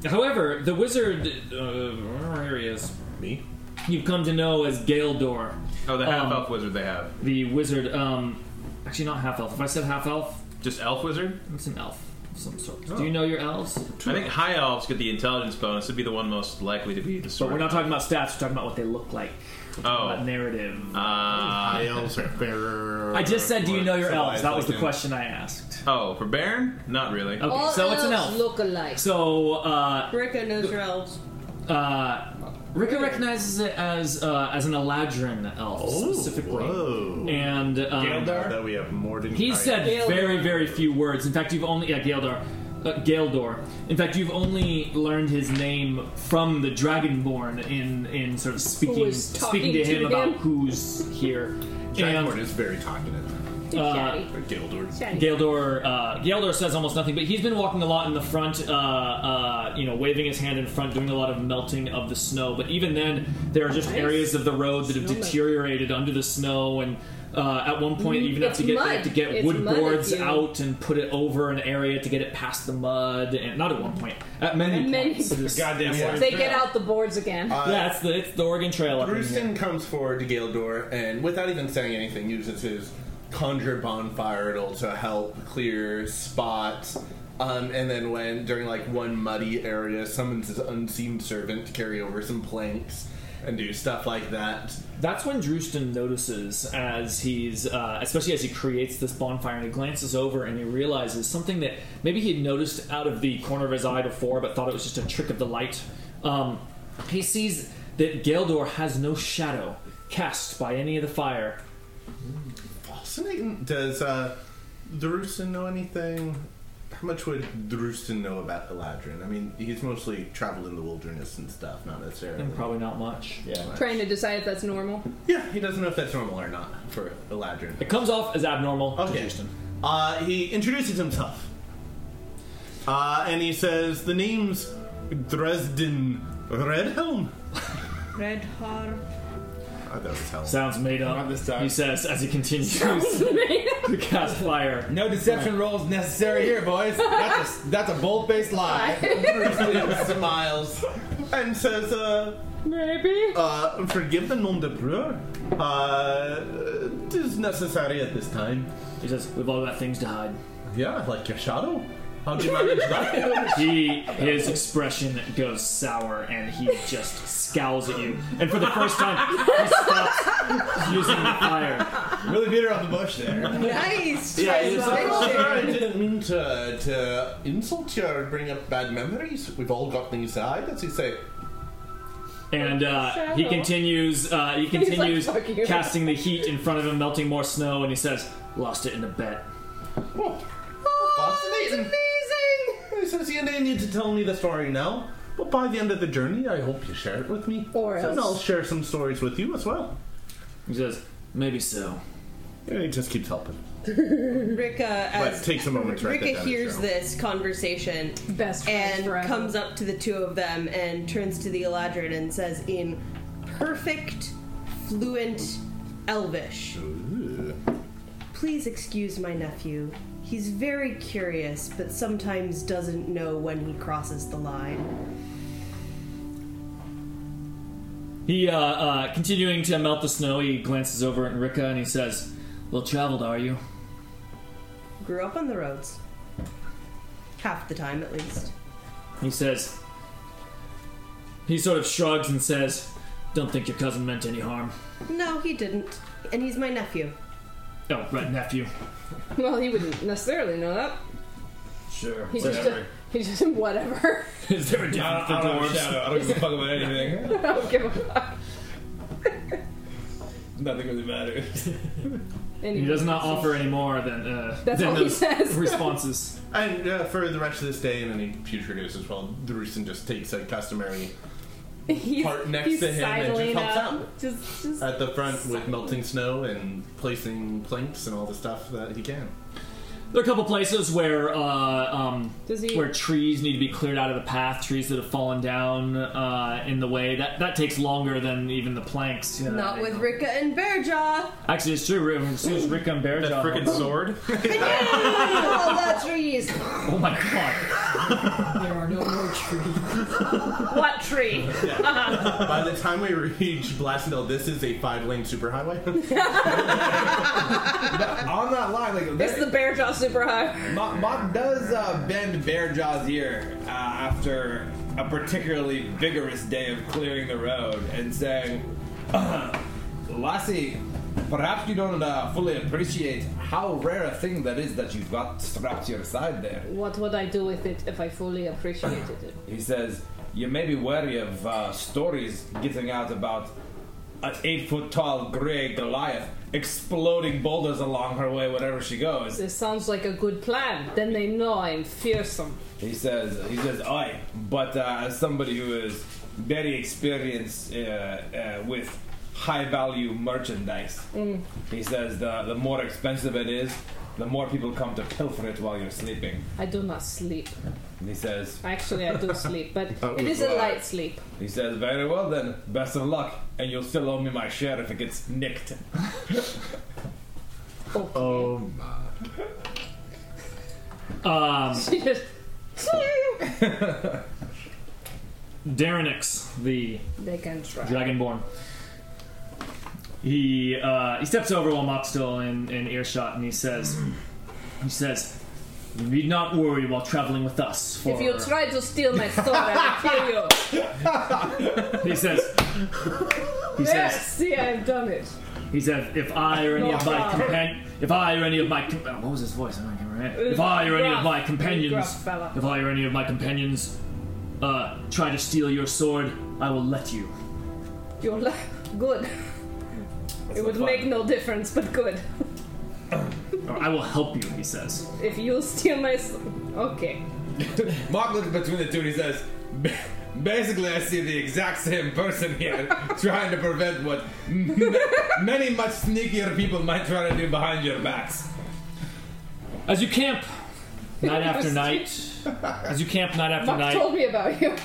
[SPEAKER 2] however, the wizard uh, here he is.
[SPEAKER 5] Me?
[SPEAKER 2] You've come to know as Galdor,
[SPEAKER 10] Oh, the
[SPEAKER 2] Um,
[SPEAKER 10] half elf wizard they have.
[SPEAKER 2] the wizard. Um, actually, not half elf. If I said half elf,
[SPEAKER 10] Just elf wizard?
[SPEAKER 2] it's an elf. of Some sort.
[SPEAKER 10] Oh.
[SPEAKER 2] Do you know your elves?
[SPEAKER 10] I think high elves get the intelligence bonus. It'd be the one most likely to be the
[SPEAKER 2] But
[SPEAKER 10] sword.
[SPEAKER 2] we're not talking about stats. We're talking about what they look like. We're talking
[SPEAKER 10] Oh.
[SPEAKER 2] about narrative.
[SPEAKER 10] Uh,
[SPEAKER 5] Elves are fairer.
[SPEAKER 2] I just said, do you know your
[SPEAKER 5] Somebody
[SPEAKER 2] elves? That was the
[SPEAKER 5] like him.
[SPEAKER 2] question I asked.
[SPEAKER 10] oh, for Baron? Not really.
[SPEAKER 2] Okay,
[SPEAKER 3] All
[SPEAKER 2] so it's an
[SPEAKER 3] elves
[SPEAKER 2] elf.
[SPEAKER 3] uh, look alike.
[SPEAKER 2] so uh,
[SPEAKER 9] Rika knows her elves.
[SPEAKER 2] uh, Rika recognizes it as uh, as an Eladrin elf specifically,
[SPEAKER 5] Oh, Whoa.
[SPEAKER 2] and um,
[SPEAKER 5] Now that we have Morden.
[SPEAKER 2] he
[SPEAKER 5] I-
[SPEAKER 2] said
[SPEAKER 3] Galdor.
[SPEAKER 2] very very few words. In fact, you've only yeah, Galdor. Uh, Galdor. In fact, you've only learned his name from the Dragonborn in in sort of speaking
[SPEAKER 3] was
[SPEAKER 2] speaking
[SPEAKER 3] talking
[SPEAKER 2] to
[SPEAKER 3] to
[SPEAKER 2] him, about
[SPEAKER 3] him.
[SPEAKER 2] who's here. And-
[SPEAKER 5] Dragonborn is very talkative.
[SPEAKER 3] Chatty.
[SPEAKER 5] Or Gildor.
[SPEAKER 3] Chatty.
[SPEAKER 2] Galdor, uh, Galdor says almost nothing, but he's been walking a lot in the front, uh, uh, you know, waving his hand in front, doing a lot of melting of the snow. But even then, there are just areas of the road that have
[SPEAKER 3] Snowman.
[SPEAKER 2] deteriorated under the snow, and uh, at one point,
[SPEAKER 3] Mm,
[SPEAKER 2] even have
[SPEAKER 3] it's
[SPEAKER 2] to get they
[SPEAKER 3] mud.
[SPEAKER 2] have to get
[SPEAKER 3] It's
[SPEAKER 2] wood
[SPEAKER 3] mud if
[SPEAKER 2] boards
[SPEAKER 3] you-
[SPEAKER 2] out and put it over an area to get it past the mud. And not at one point, at many
[SPEAKER 3] At many
[SPEAKER 2] points. This-
[SPEAKER 4] goddamn
[SPEAKER 5] Yeah.
[SPEAKER 4] Oregon
[SPEAKER 3] They
[SPEAKER 4] Trail.
[SPEAKER 3] get out the boards again.
[SPEAKER 5] Uh,
[SPEAKER 2] yeah, it's the it's the Oregon Trail up in here.
[SPEAKER 5] Drusden comes forward to Gildor and, without even saying anything, uses his conjure bonfire. It'll to help clear spots. Um, and then, when during like one muddy area, summons his unseen servant to carry over some planks. and do stuff like that.
[SPEAKER 2] That's when Drewston notices as he's, uh, especially as he creates this bonfire, and he glances over and he realizes something that maybe he had noticed out of the corner of his eye before, but thought it was just a trick of the light. Um, he sees that Galdor has no shadow cast by any of the fire.
[SPEAKER 5] Fascinating. Does uh, Drustin know anything? How much would Drustin know about Eladrin? I mean, he's mostly traveled in the wilderness and stuff, not necessarily.
[SPEAKER 2] And probably not much.
[SPEAKER 5] Yeah.
[SPEAKER 3] Trying to decide if that's normal.
[SPEAKER 5] Yeah, he doesn't know if that's normal or not for Eladrin.
[SPEAKER 2] It comes off as abnormal.
[SPEAKER 4] Oh.
[SPEAKER 2] to
[SPEAKER 5] Okay.
[SPEAKER 2] Drewston.
[SPEAKER 5] Uh, he introduces himself. Uh, and he says, the name's Dresden Redhelm.
[SPEAKER 9] Red heart.
[SPEAKER 5] Oh, that was hell.
[SPEAKER 2] Sounds made up.
[SPEAKER 4] Not this time.
[SPEAKER 2] He says as he continues [LAUGHS] to cast fire.
[SPEAKER 4] No deception rolls necessary here, boys. That's a, that's a bold-faced lie.
[SPEAKER 5] Dresden smiles and says, uh,
[SPEAKER 3] Maybe.
[SPEAKER 5] uh, forgive the nom de breur. Uh, it is necessary at this time.
[SPEAKER 2] He says, We've all got things to hide.
[SPEAKER 5] Yeah, like your shadow. How'd you manage that?
[SPEAKER 2] He, his expression goes sour, and he just scowls at you. And for the first time, he stops using the fire.
[SPEAKER 4] [LAUGHS] Really beat her on the bush there.
[SPEAKER 9] Nice.
[SPEAKER 5] Yeah,
[SPEAKER 9] Yes,
[SPEAKER 5] it's
[SPEAKER 9] I
[SPEAKER 5] like,
[SPEAKER 9] did.
[SPEAKER 5] "Sir, I didn't mean to, to insult you or bring up bad memories. We've all got things to hide, as you say.
[SPEAKER 2] And uh, he continues, uh, he
[SPEAKER 3] like,
[SPEAKER 2] continues
[SPEAKER 3] "Fuck you."
[SPEAKER 2] casting the heat in front of him, melting more snow, and he says, "Lost it in a bet."
[SPEAKER 5] Oh, fascinating. He says, you don't need to tell me the story now, but by the end of the journey, I hope you share it with me.
[SPEAKER 3] Or
[SPEAKER 5] And
[SPEAKER 3] else.
[SPEAKER 5] I'll share some stories with you as well.
[SPEAKER 2] He says, "Maybe so."
[SPEAKER 5] And he just keeps helping.
[SPEAKER 9] Rika,
[SPEAKER 5] But
[SPEAKER 9] as
[SPEAKER 5] takes a moment to write that
[SPEAKER 9] Rika
[SPEAKER 5] down in
[SPEAKER 9] hears
[SPEAKER 5] journal.
[SPEAKER 9] this conversation
[SPEAKER 3] Best friends
[SPEAKER 9] and
[SPEAKER 3] forever.
[SPEAKER 9] comes up to the two of them and turns to the Eladrin and says in perfect, fluent Elvish, "Please excuse my nephew. He's very curious, but sometimes doesn't know when he crosses the line."
[SPEAKER 2] He, uh, uh, continuing to melt the snow, he glances over at Rika and he says, "Well traveled, are you?"
[SPEAKER 9] Grew up on the roads, half the time at least.
[SPEAKER 2] He says, he sort of shrugs and says, "Don't think your cousin meant any harm."
[SPEAKER 9] No, he didn't, and he's my nephew.
[SPEAKER 2] Oh, right, nephew.
[SPEAKER 3] Well, he wouldn't necessarily know that.
[SPEAKER 2] Sure.
[SPEAKER 3] He just, he just [LAUGHS] whatever.
[SPEAKER 2] Is there a difference for
[SPEAKER 4] I don't have a
[SPEAKER 2] dwarves?
[SPEAKER 4] shadow. I don't give a fuck about anything. [LAUGHS]
[SPEAKER 3] I don't give a fuck.
[SPEAKER 4] Nothing really matters.
[SPEAKER 2] He does not offer any more than uh,
[SPEAKER 3] That's
[SPEAKER 2] than
[SPEAKER 3] all he
[SPEAKER 2] those
[SPEAKER 3] says.
[SPEAKER 2] responses.
[SPEAKER 5] And uh, for the rest of this day and any future days as well, Drusen just takes a customary
[SPEAKER 3] [LAUGHS] He's,
[SPEAKER 5] part next
[SPEAKER 3] he's
[SPEAKER 5] to him and just
[SPEAKER 3] sidling
[SPEAKER 5] helps
[SPEAKER 3] up.
[SPEAKER 5] out.
[SPEAKER 3] Just, just
[SPEAKER 5] at the front with melting snow and placing planks and all the stuff that he can.
[SPEAKER 2] There are a couple places where uh, um,
[SPEAKER 3] Does he-
[SPEAKER 2] where trees need to be cleared out of the path, trees that have fallen down uh, in the way. That that takes longer than even the planks. you know. Uh,
[SPEAKER 9] Not with Rika and Bearjaw.
[SPEAKER 2] Actually, it's true. As soon as Rick and Bearjaw,
[SPEAKER 14] That freaking
[SPEAKER 3] [LAUGHS]
[SPEAKER 14] sword.
[SPEAKER 9] All that trees.
[SPEAKER 2] oh my god,
[SPEAKER 15] There are no more trees.
[SPEAKER 3] what
[SPEAKER 5] [LAUGHS]
[SPEAKER 3] tree?
[SPEAKER 5] By the time we reach Blastendale, this is a five-lane superhighway. [LAUGHS]
[SPEAKER 4] I'm not lying. Like
[SPEAKER 3] It's the bear jaw super high.
[SPEAKER 4] Mop, Mop does uh, bend Bearjaw's ear uh, after a particularly vigorous day of clearing the road and saying, Lassie, perhaps you don't uh, fully appreciate how rare a thing that is that you've got strapped to your side there.
[SPEAKER 3] What would I do with it if I fully appreciated it?
[SPEAKER 4] He says, You may be wary of uh, stories getting out about an eight foot tall gray Goliath exploding boulders along her way wherever she goes.
[SPEAKER 3] This sounds like a good plan. Then they know I'm fearsome.
[SPEAKER 4] He says, he says, I. But uh, as somebody who is very experienced uh, uh, with high value merchandise, he says the, the more expensive it is, the more people come to pilfer it while you're sleeping.
[SPEAKER 3] I do not sleep.
[SPEAKER 4] And he says,
[SPEAKER 3] Actually, I do sleep, but
[SPEAKER 5] That
[SPEAKER 3] it
[SPEAKER 5] was
[SPEAKER 3] is a
[SPEAKER 5] loud.
[SPEAKER 3] light sleep. [LAUGHS]
[SPEAKER 4] he says, very well then, best of luck, and you'll still owe me my share if it gets nicked.
[SPEAKER 5] oh my!
[SPEAKER 2] um,
[SPEAKER 3] She just.
[SPEAKER 2] Darinix, the
[SPEAKER 3] they can try.
[SPEAKER 2] Dragonborn. He uh, he steps over while Mott's still in, in earshot, and he says, he says, "You need not worry while traveling with us." For
[SPEAKER 3] If you try to steal my sword, I will kill you.
[SPEAKER 2] he says, He
[SPEAKER 3] Yes,
[SPEAKER 2] says,
[SPEAKER 3] see, I've done it.
[SPEAKER 2] he said, if I or any of my
[SPEAKER 3] Rock.
[SPEAKER 2] compan- if I or any of my, com- oh, what was his voice? I don't remember. If I or any of my
[SPEAKER 3] Gruff.
[SPEAKER 2] companions,
[SPEAKER 3] Gruff fella.
[SPEAKER 2] if I or any of my companions, uh, try to steal your sword, I will let you.
[SPEAKER 3] You're la- good. it would make no difference, but good.
[SPEAKER 2] Or I will help you, he says.
[SPEAKER 3] If you steal my. s- Okay.
[SPEAKER 4] Mark looks between the two and he says, "Ba- basically, I see the exact same person here [LAUGHS] trying to prevent what m- [LAUGHS] ma- many much sneakier people might try to do behind your backs.
[SPEAKER 2] As you camp night after night, as you camp night after
[SPEAKER 3] Mark
[SPEAKER 2] night,
[SPEAKER 3] told me about you. [LAUGHS]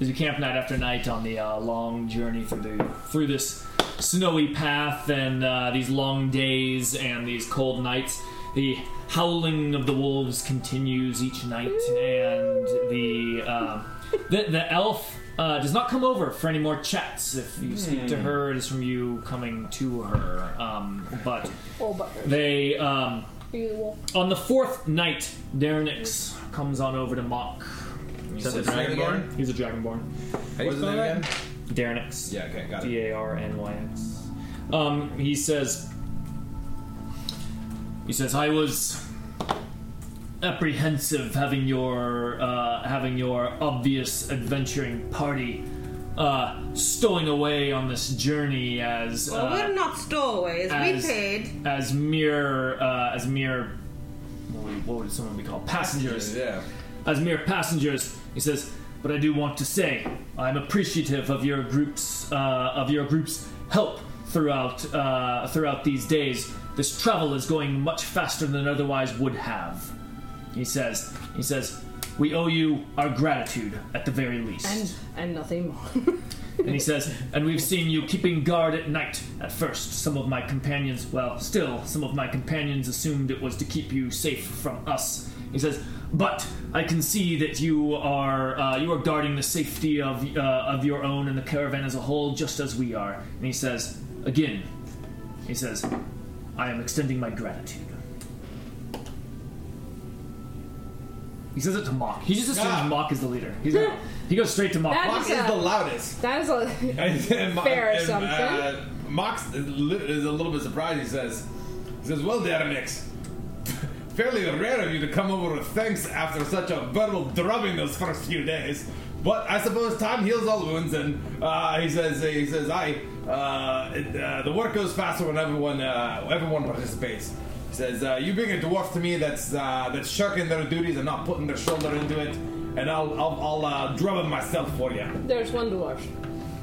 [SPEAKER 2] as you camp night after night on the uh, long journey through the through this snowy path and uh, these long days and these cold nights, the howling of the wolves continues each night, and the uh, the, the elf. Uh, does not come over for any more chats. If you speak to her, it is from you coming to her. Um, but
[SPEAKER 3] Oh, but
[SPEAKER 2] they um,
[SPEAKER 3] you walk.
[SPEAKER 2] On the fourth night, Darenix comes on over to Mock. He's a,
[SPEAKER 4] Dragonborn?
[SPEAKER 2] He's a dragonborn.
[SPEAKER 4] How do you spell that?
[SPEAKER 2] Darenix.
[SPEAKER 4] Yeah, okay, got it.
[SPEAKER 2] D A R N Y X. Um, he says. He says, "I was apprehensive having your uh, having your obvious adventuring party uh, stowing away on this journey as uh,
[SPEAKER 9] Well, we're not stowaways.
[SPEAKER 2] as-
[SPEAKER 9] we paid.
[SPEAKER 2] as mere uh, as mere what would- what would someone be called passengers
[SPEAKER 4] Yeah.
[SPEAKER 2] as mere passengers he says but i do want to say i'm appreciative of your group's uh, of your group's help throughout uh, throughout these days this travel is going much faster than otherwise would have he says he says we owe you our gratitude at the very least
[SPEAKER 3] And, and nothing more. [LAUGHS]
[SPEAKER 2] and he says, and we've seen you keeping guard at night at first. Some of my companions, well, still, some of my companions assumed it was to keep you safe from us. He says, but I can see that you are uh, you are guarding the safety of uh, of your own and the caravan as a whole, just as we are. And he says, again, he says, I am extending my gratitude. He says it to Mock. He just assumes
[SPEAKER 4] Ah.
[SPEAKER 2] Mock is the leader. He's not, he goes straight to Mock.
[SPEAKER 3] That
[SPEAKER 4] Mock
[SPEAKER 3] is
[SPEAKER 4] is
[SPEAKER 3] a-
[SPEAKER 4] the loudest.
[SPEAKER 3] That is a.
[SPEAKER 4] And
[SPEAKER 3] [LAUGHS]
[SPEAKER 4] Mo-
[SPEAKER 3] Fair
[SPEAKER 4] and,
[SPEAKER 3] assumption.
[SPEAKER 4] Uh, Mox is li- is a little bit surprised. He says, he says, well, Darinix, [LAUGHS] fairly rare of you to come over with thanks after such a verbal drubbing those first few days. But I suppose time heals all wounds, and uh, he says, he says, I, uh, it, uh, the work goes faster when everyone, uh, everyone participates. He says, uh, you being a dwarf to me that's uh, that's shirking their duties and not putting their shoulder into it, and I'll I'll, I'll uh, drub it myself for you.
[SPEAKER 3] There's one dwarf.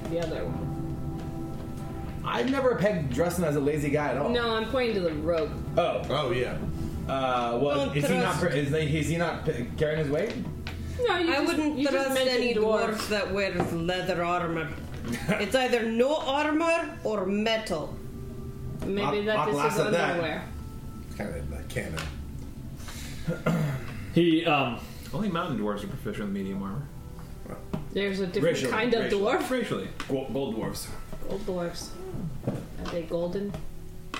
[SPEAKER 3] The other one.
[SPEAKER 4] I've never pegged Dresden as a lazy guy at all.
[SPEAKER 3] No, I'm pointing to the rogue.
[SPEAKER 4] Oh.
[SPEAKER 5] Oh, yeah.
[SPEAKER 4] Uh, well,
[SPEAKER 9] Don't
[SPEAKER 4] is he not
[SPEAKER 9] trust-
[SPEAKER 4] is he, is he not p- carrying his weight?
[SPEAKER 3] No, you
[SPEAKER 9] I
[SPEAKER 3] just,
[SPEAKER 9] wouldn't
[SPEAKER 3] you just
[SPEAKER 9] trust
[SPEAKER 3] mentioned
[SPEAKER 9] any
[SPEAKER 3] dwarf.
[SPEAKER 9] dwarf that wears leather
[SPEAKER 2] [LAUGHS]
[SPEAKER 9] armor. it's either no armor or metal.
[SPEAKER 3] Maybe
[SPEAKER 4] I'll-
[SPEAKER 3] that
[SPEAKER 4] I'll
[SPEAKER 3] is his
[SPEAKER 4] laugh at that.
[SPEAKER 3] underwear.
[SPEAKER 5] Kind
[SPEAKER 16] uh,
[SPEAKER 5] of like canon.
[SPEAKER 2] He um
[SPEAKER 17] Only mountain dwarves are proficient with medium armor.
[SPEAKER 3] There's a different
[SPEAKER 4] Racial,
[SPEAKER 3] kind of
[SPEAKER 4] racial.
[SPEAKER 3] dwarf.
[SPEAKER 17] Racially.
[SPEAKER 4] Gold, gold dwarfs.
[SPEAKER 3] Old dwarves. Are they golden?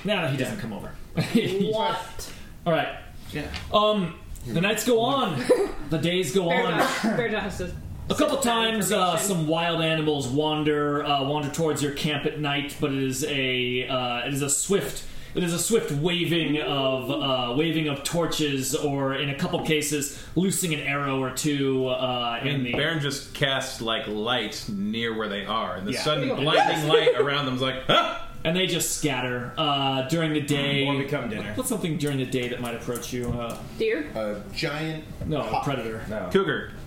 [SPEAKER 2] No, no, he doesn't come [LAUGHS] over.
[SPEAKER 3] What?
[SPEAKER 2] All right. Yeah. Um, the nights go on, the days go
[SPEAKER 3] Fair
[SPEAKER 2] on.
[SPEAKER 3] enough. Fair enough. So-
[SPEAKER 2] [LAUGHS] A couple times, uh,
[SPEAKER 3] Information.
[SPEAKER 2] some wild animals wander uh, wander towards your camp at night, but it is a uh, it is a swift it is a swift waving of uh, waving of torches, or in a couple cases, loosing an arrow or two uh, in
[SPEAKER 17] And
[SPEAKER 2] the
[SPEAKER 17] Baron just casts like light near where they are, and the
[SPEAKER 2] Yeah.
[SPEAKER 17] sudden blinding light around them is like, huh?
[SPEAKER 2] and they just scatter uh, during the day.
[SPEAKER 4] Or become dinner.
[SPEAKER 2] What's something during the day that might approach you? Uh,
[SPEAKER 3] Deer?
[SPEAKER 5] A giant.
[SPEAKER 2] no, a
[SPEAKER 5] hawk.
[SPEAKER 2] predator.
[SPEAKER 17] Cougar. Oh,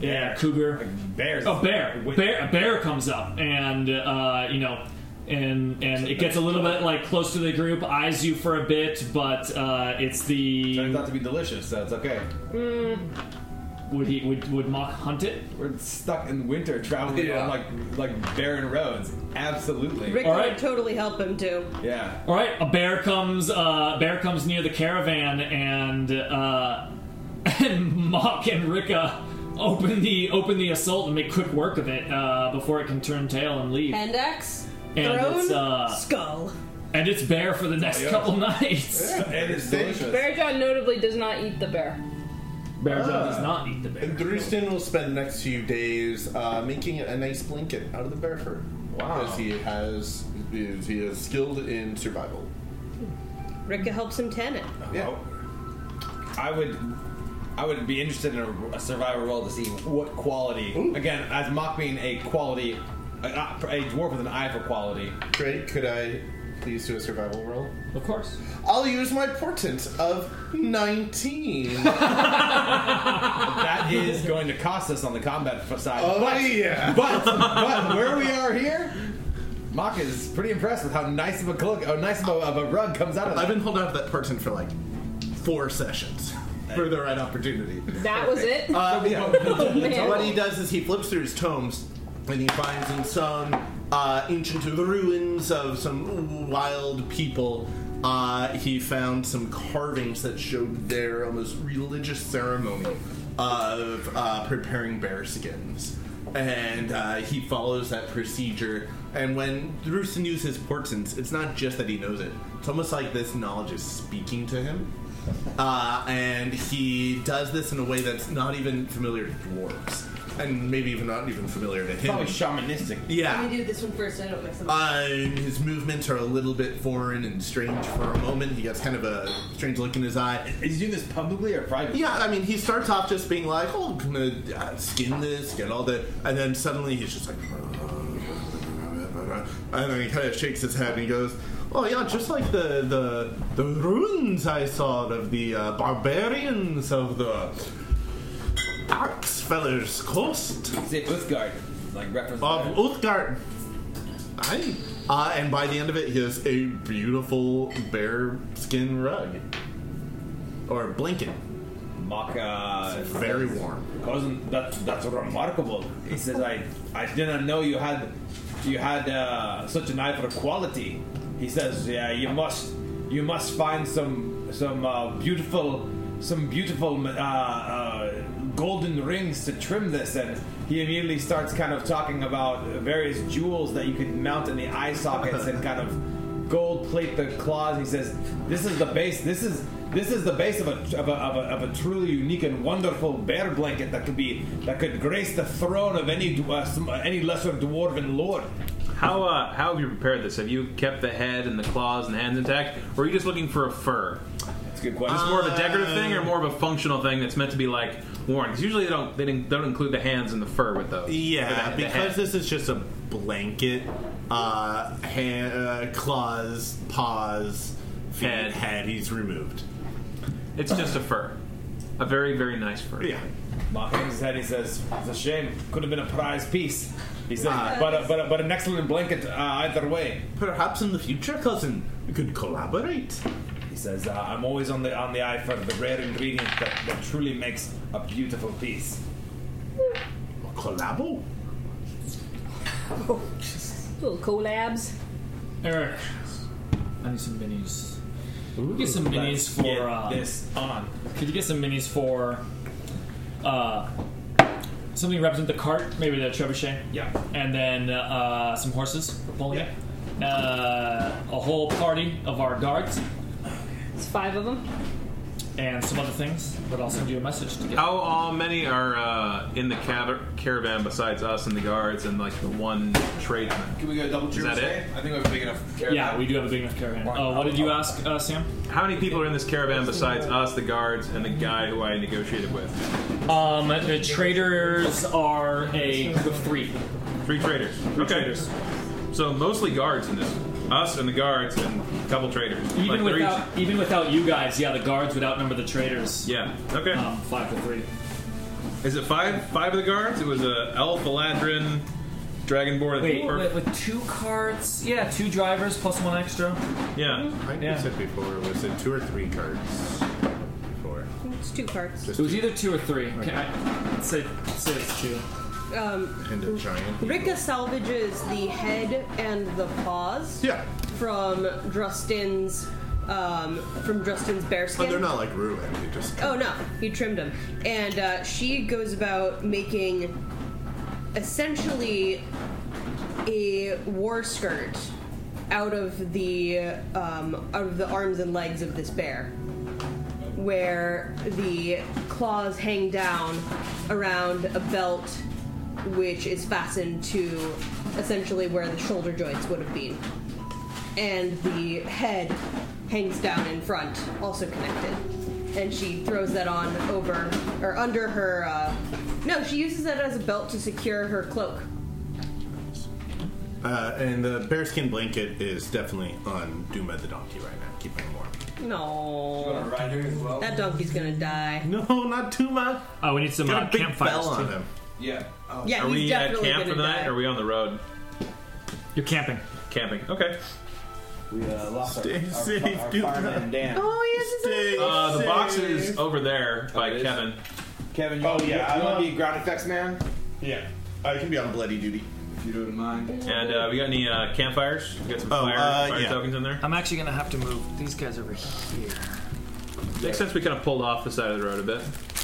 [SPEAKER 2] Yeah, cougar.
[SPEAKER 4] Bears.
[SPEAKER 2] A bear, bear, a bear comes up, and uh, you know, and and it gets a little bit like close to the group, eyes you for a bit, but uh, it's
[SPEAKER 4] Turns
[SPEAKER 2] the
[SPEAKER 4] out to be delicious, so it's okay.
[SPEAKER 2] would he would would mock hunt it?
[SPEAKER 4] We're stuck in winter traveling
[SPEAKER 5] Yeah.
[SPEAKER 4] on like like barren roads. Absolutely.
[SPEAKER 9] Rick
[SPEAKER 2] All right.
[SPEAKER 9] would totally help him too.
[SPEAKER 4] yeah.
[SPEAKER 2] All right, a bear comes, uh, bear comes near the caravan, and uh, [LAUGHS] and mock and Rika open the open the assault and make quick work of it uh, before it can turn tail and leave,
[SPEAKER 9] Hand axe,
[SPEAKER 2] And
[SPEAKER 9] throne,
[SPEAKER 2] it's, uh,
[SPEAKER 9] skull.
[SPEAKER 2] and it's bear for the next couple [LAUGHS] nights.
[SPEAKER 4] And it's delicious.
[SPEAKER 3] Bearjaw notably does not eat the bear.
[SPEAKER 2] Bear Jaw does not eat the bear.
[SPEAKER 16] And Drewston will spend the next few days uh, making a nice blanket out of the bear fur.
[SPEAKER 18] Wow.
[SPEAKER 16] Because he has is, he is skilled in survival.
[SPEAKER 9] Ricka helps him tan it.
[SPEAKER 5] Uh-huh.
[SPEAKER 16] Yeah.
[SPEAKER 4] I would, I would be interested in a, a survivor roll to see what quality. Again, as mock being a quality, a, a dwarf with an eye for quality.
[SPEAKER 16] Great. Could I please do a survival roll?
[SPEAKER 2] Of course.
[SPEAKER 16] I'll use my portent of
[SPEAKER 5] [LAUGHS]
[SPEAKER 16] 19.
[SPEAKER 4] That is going to cost us on the combat f- side.
[SPEAKER 16] Oh,
[SPEAKER 4] but,
[SPEAKER 16] yeah.
[SPEAKER 4] But but where we are here, Mock is pretty impressed with how nice of a cloak, oh, nice of a, of a rug comes out of
[SPEAKER 5] I've
[SPEAKER 4] that.
[SPEAKER 5] been holding out that portent for like four sessions for the right opportunity.
[SPEAKER 3] That was it.
[SPEAKER 5] Uh,
[SPEAKER 3] [LAUGHS]
[SPEAKER 5] yeah.
[SPEAKER 3] man.
[SPEAKER 5] What he does is he flips through his tomes and he finds in some uh, ancient ruins of some wild people. Uh, he found some carvings that showed their almost religious ceremony of uh, preparing bear skins. And uh, he follows that procedure. And when Drustin uses portents, it's not just that he knows it, it's almost like this knowledge is speaking to him. Uh, and he does this in a way that's not even familiar to dwarves, and maybe even not even familiar to him.
[SPEAKER 4] Probably shamanistic.
[SPEAKER 2] Ah.
[SPEAKER 5] yeah.
[SPEAKER 9] do this one first. I don't mix them
[SPEAKER 5] Uh, his movements are a little bit foreign and strange for a moment. He gets kind of a strange look in his eye.
[SPEAKER 4] Is he doing this publicly or privately?
[SPEAKER 5] Yeah, I mean, he starts off just being like, "Oh, I'm gonna uh, skin this, get all that," and then suddenly he's just like, [LAUGHS] and then he kind of shakes his head and he goes, "Oh yeah, just like the the the ruins I saw of the uh, barbarians of the Axe Fellers Coast
[SPEAKER 4] Say Uthgard, like reference.
[SPEAKER 5] of
[SPEAKER 4] there.
[SPEAKER 5] Uthgard." I, uh, and by the end of it, he has a beautiful bear skin rug or blanket,
[SPEAKER 4] Mock uh,
[SPEAKER 5] very warm.
[SPEAKER 4] Cousin, that that's remarkable. He says, "I I did not know you had you had uh, such an eye for quality." He says, "Yeah, you must you must find some some uh, beautiful some beautiful uh, uh, golden rings to trim this." And he immediately starts kind of talking about various jewels that you can mount in the eye sockets and kind of gold plate the claws. He says, "This is the base. This is." This is the base of a, of, a, of, a, of a truly unique and wonderful bear blanket that could be that could grace the throne of any d- uh, some, any lesser dwarven lord.
[SPEAKER 19] How uh, how have you prepared this? Have you kept the head and the claws and the hands intact, or are you just looking for a fur?
[SPEAKER 4] That's a good question.
[SPEAKER 19] Is this more of a decorative thing or more of a functional thing that's meant to be like worn? 'Cause usually they don't they didn't, they don't include the hands and the fur with those.
[SPEAKER 5] Yeah,
[SPEAKER 19] Or the- the head.
[SPEAKER 5] because this is just a blanket. Uh, hand, uh, claws, paws, feet,
[SPEAKER 19] Head.
[SPEAKER 5] head. He's removed.
[SPEAKER 19] it's just a fur, a very very nice fur.
[SPEAKER 5] Yeah,
[SPEAKER 4] Mark hangs his head. He says, "It's a shame. Could have been a prize piece." He says,
[SPEAKER 5] Ah.
[SPEAKER 4] "But a, but a, but an excellent blanket uh, either way."
[SPEAKER 5] perhaps in the future, cousin, we could collaborate.
[SPEAKER 4] He says, uh, "I'm always on the on the eye for the rare ingredient that, that truly makes a beautiful piece."
[SPEAKER 5] Collabo.
[SPEAKER 3] Little collabs.
[SPEAKER 2] Eric, I need some minis. get some minis
[SPEAKER 4] Let's
[SPEAKER 2] for.
[SPEAKER 4] get
[SPEAKER 2] Uh,
[SPEAKER 4] this on.
[SPEAKER 2] Could you get some minis for. Uh, something to represent the cart, maybe the trebuchet?
[SPEAKER 4] Yeah.
[SPEAKER 2] And then uh, some horses for pulling it. Uh, a whole party of our guards
[SPEAKER 3] It's five of them.
[SPEAKER 2] and some other things, but I'll send you a message to get.
[SPEAKER 19] How uh, many are uh, in the cav- caravan besides us and the guards and like the one tradesman?
[SPEAKER 4] Can we go double
[SPEAKER 19] that it?
[SPEAKER 4] I think we have a big enough. caravan.
[SPEAKER 2] Yeah, we do have a big enough caravan. Uh, what did you ask, uh, Sam?
[SPEAKER 19] How many people are in this caravan besides us, the guards, and the guy who I negotiated with?
[SPEAKER 2] Um, the traders are a group of three.
[SPEAKER 19] Three traders. Okay.
[SPEAKER 2] traders.
[SPEAKER 19] So mostly guards in this. Us and the guards and a couple traders.
[SPEAKER 2] Even
[SPEAKER 19] they're each-
[SPEAKER 2] without even without you guys, yeah, the guards would outnumber the traders.
[SPEAKER 19] Yeah. Okay.
[SPEAKER 2] Um, five to three.
[SPEAKER 19] Is it five? Five of the guards? It was a elf, Eladrin, dragonborn, and
[SPEAKER 2] Wait,
[SPEAKER 19] dwarf.
[SPEAKER 2] with, with two carts, yeah, two drivers plus one extra.
[SPEAKER 19] Yeah.
[SPEAKER 5] Like
[SPEAKER 2] Yeah.
[SPEAKER 5] you said before, was it two or three cards? Before.
[SPEAKER 9] It's two parts.
[SPEAKER 2] It was either two or three. Okay, I say say it's two.
[SPEAKER 9] Um,
[SPEAKER 5] And a giant.
[SPEAKER 9] Ricka salvages the head and the paws
[SPEAKER 5] Yeah.
[SPEAKER 9] from Drustin's um, from Drustin's bearskin.
[SPEAKER 5] But Oh, they're not like ruined. They just.
[SPEAKER 9] Oh no, he trimmed them, and uh, she goes about making essentially a war skirt out of the um, out of the arms and legs of this bear, where the claws hang down around a belt which is fastened to essentially where the shoulder joints would have been. And the head hangs down in front, also connected. And she throws that on over or under her. Uh, no, she uses that as a belt to secure her cloak.
[SPEAKER 5] Uh, and the bearskin blanket is definitely on Duma the donkey right now, keeping him warm. [LAUGHS]
[SPEAKER 9] No,
[SPEAKER 20] Rider as well.
[SPEAKER 9] that donkey's gonna die.
[SPEAKER 5] No, not Duma.
[SPEAKER 2] Oh, we need some
[SPEAKER 5] Got
[SPEAKER 2] uh,
[SPEAKER 5] a big
[SPEAKER 2] campfires
[SPEAKER 5] bell on
[SPEAKER 2] too.
[SPEAKER 5] him.
[SPEAKER 20] Yeah. Oh.
[SPEAKER 9] Yeah,
[SPEAKER 4] Are
[SPEAKER 9] he's
[SPEAKER 4] we at
[SPEAKER 9] definitely
[SPEAKER 4] camp for
[SPEAKER 9] gonna
[SPEAKER 4] the night?
[SPEAKER 9] die.
[SPEAKER 4] Or are we on the road
[SPEAKER 2] You're camping.
[SPEAKER 4] camping? Okay.
[SPEAKER 20] We uh, lost
[SPEAKER 5] Stay
[SPEAKER 20] our,
[SPEAKER 5] safe,
[SPEAKER 20] our, our,
[SPEAKER 5] do
[SPEAKER 20] fireman Dan.
[SPEAKER 9] oh yes, it's
[SPEAKER 5] Stay
[SPEAKER 4] Uh, the box
[SPEAKER 5] safe.
[SPEAKER 4] is over there by
[SPEAKER 20] it is?
[SPEAKER 4] Kevin.
[SPEAKER 20] Kevin, you oh,
[SPEAKER 21] yeah,
[SPEAKER 20] you
[SPEAKER 21] I'm
[SPEAKER 20] want
[SPEAKER 21] on-
[SPEAKER 20] to be ground effects man?
[SPEAKER 21] Yeah.
[SPEAKER 5] Uh,
[SPEAKER 21] I can be on bloody duty.
[SPEAKER 20] If you don't mind.
[SPEAKER 4] And uh, we got any uh, campfires? We got some
[SPEAKER 5] Oh,
[SPEAKER 4] fire,
[SPEAKER 5] uh,
[SPEAKER 4] fire
[SPEAKER 5] yeah.
[SPEAKER 4] tokens in there.
[SPEAKER 2] I'm actually gonna have to move these guys over here.
[SPEAKER 4] Makes sense. We kind of pulled off the side of the road a bit.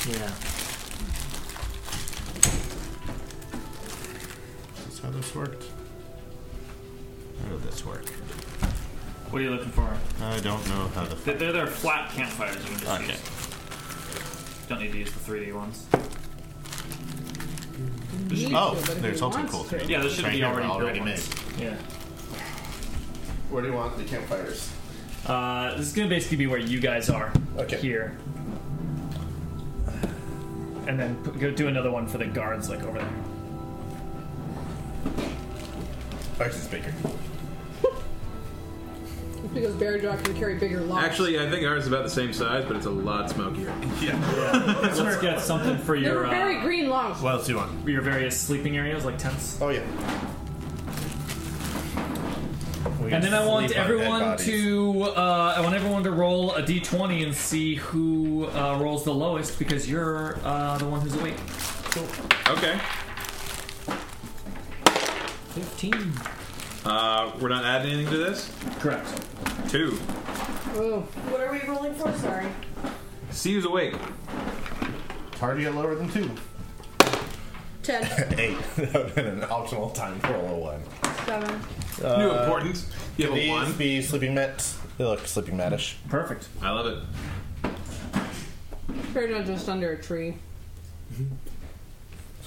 [SPEAKER 2] Yeah.
[SPEAKER 5] That's how this worked. How did this work?
[SPEAKER 2] What are you looking for?
[SPEAKER 5] I don't know how the.
[SPEAKER 2] They're, they're, they're flat campfires. You can just
[SPEAKER 5] Okay.
[SPEAKER 2] use. Don't need to use the 3D ones.
[SPEAKER 5] Oh, there's also cool thing.
[SPEAKER 2] Yeah, there should
[SPEAKER 5] Right
[SPEAKER 2] be
[SPEAKER 5] here,
[SPEAKER 2] already,
[SPEAKER 5] already
[SPEAKER 2] built ones. Yeah.
[SPEAKER 21] Where do you want the campfires?
[SPEAKER 2] Uh, this is gonna basically be where you guys are.
[SPEAKER 21] Okay.
[SPEAKER 2] Here. And then p- go do another one for the guards, like over there.
[SPEAKER 21] Ours is bigger.
[SPEAKER 3] Because Bear Dog can carry bigger logs.
[SPEAKER 4] Actually, I think ours is about the same size, but it's a lot smokier.
[SPEAKER 2] Let's get something for
[SPEAKER 3] they
[SPEAKER 2] your
[SPEAKER 3] were very
[SPEAKER 2] uh,
[SPEAKER 3] green logs.
[SPEAKER 5] What else do you want?
[SPEAKER 2] for your various sleeping areas, like tents.
[SPEAKER 21] Oh yeah.
[SPEAKER 2] And then I want
[SPEAKER 21] sleep on dead
[SPEAKER 2] everyone
[SPEAKER 21] bodies.
[SPEAKER 2] to uh, I want everyone to roll a d20 and see who uh, rolls the lowest because you're uh, the one who's awake.
[SPEAKER 4] Okay.
[SPEAKER 2] 15.
[SPEAKER 4] Uh, we're not adding anything to this.
[SPEAKER 2] Correct.
[SPEAKER 4] Two.
[SPEAKER 3] Oh,
[SPEAKER 9] What are we rolling for? Sorry.
[SPEAKER 4] See who's awake.
[SPEAKER 21] It's hard to get lower than two.
[SPEAKER 9] Ten,
[SPEAKER 21] [LAUGHS] Eight. that would have been an optimal time for a low one.
[SPEAKER 9] seven.
[SPEAKER 4] New importance. You have a
[SPEAKER 21] These
[SPEAKER 4] one.
[SPEAKER 21] be sleeping mats. They look sleeping mattish.
[SPEAKER 2] Perfect.
[SPEAKER 4] I love it.
[SPEAKER 3] Bear Dog just under a tree.
[SPEAKER 21] [LAUGHS]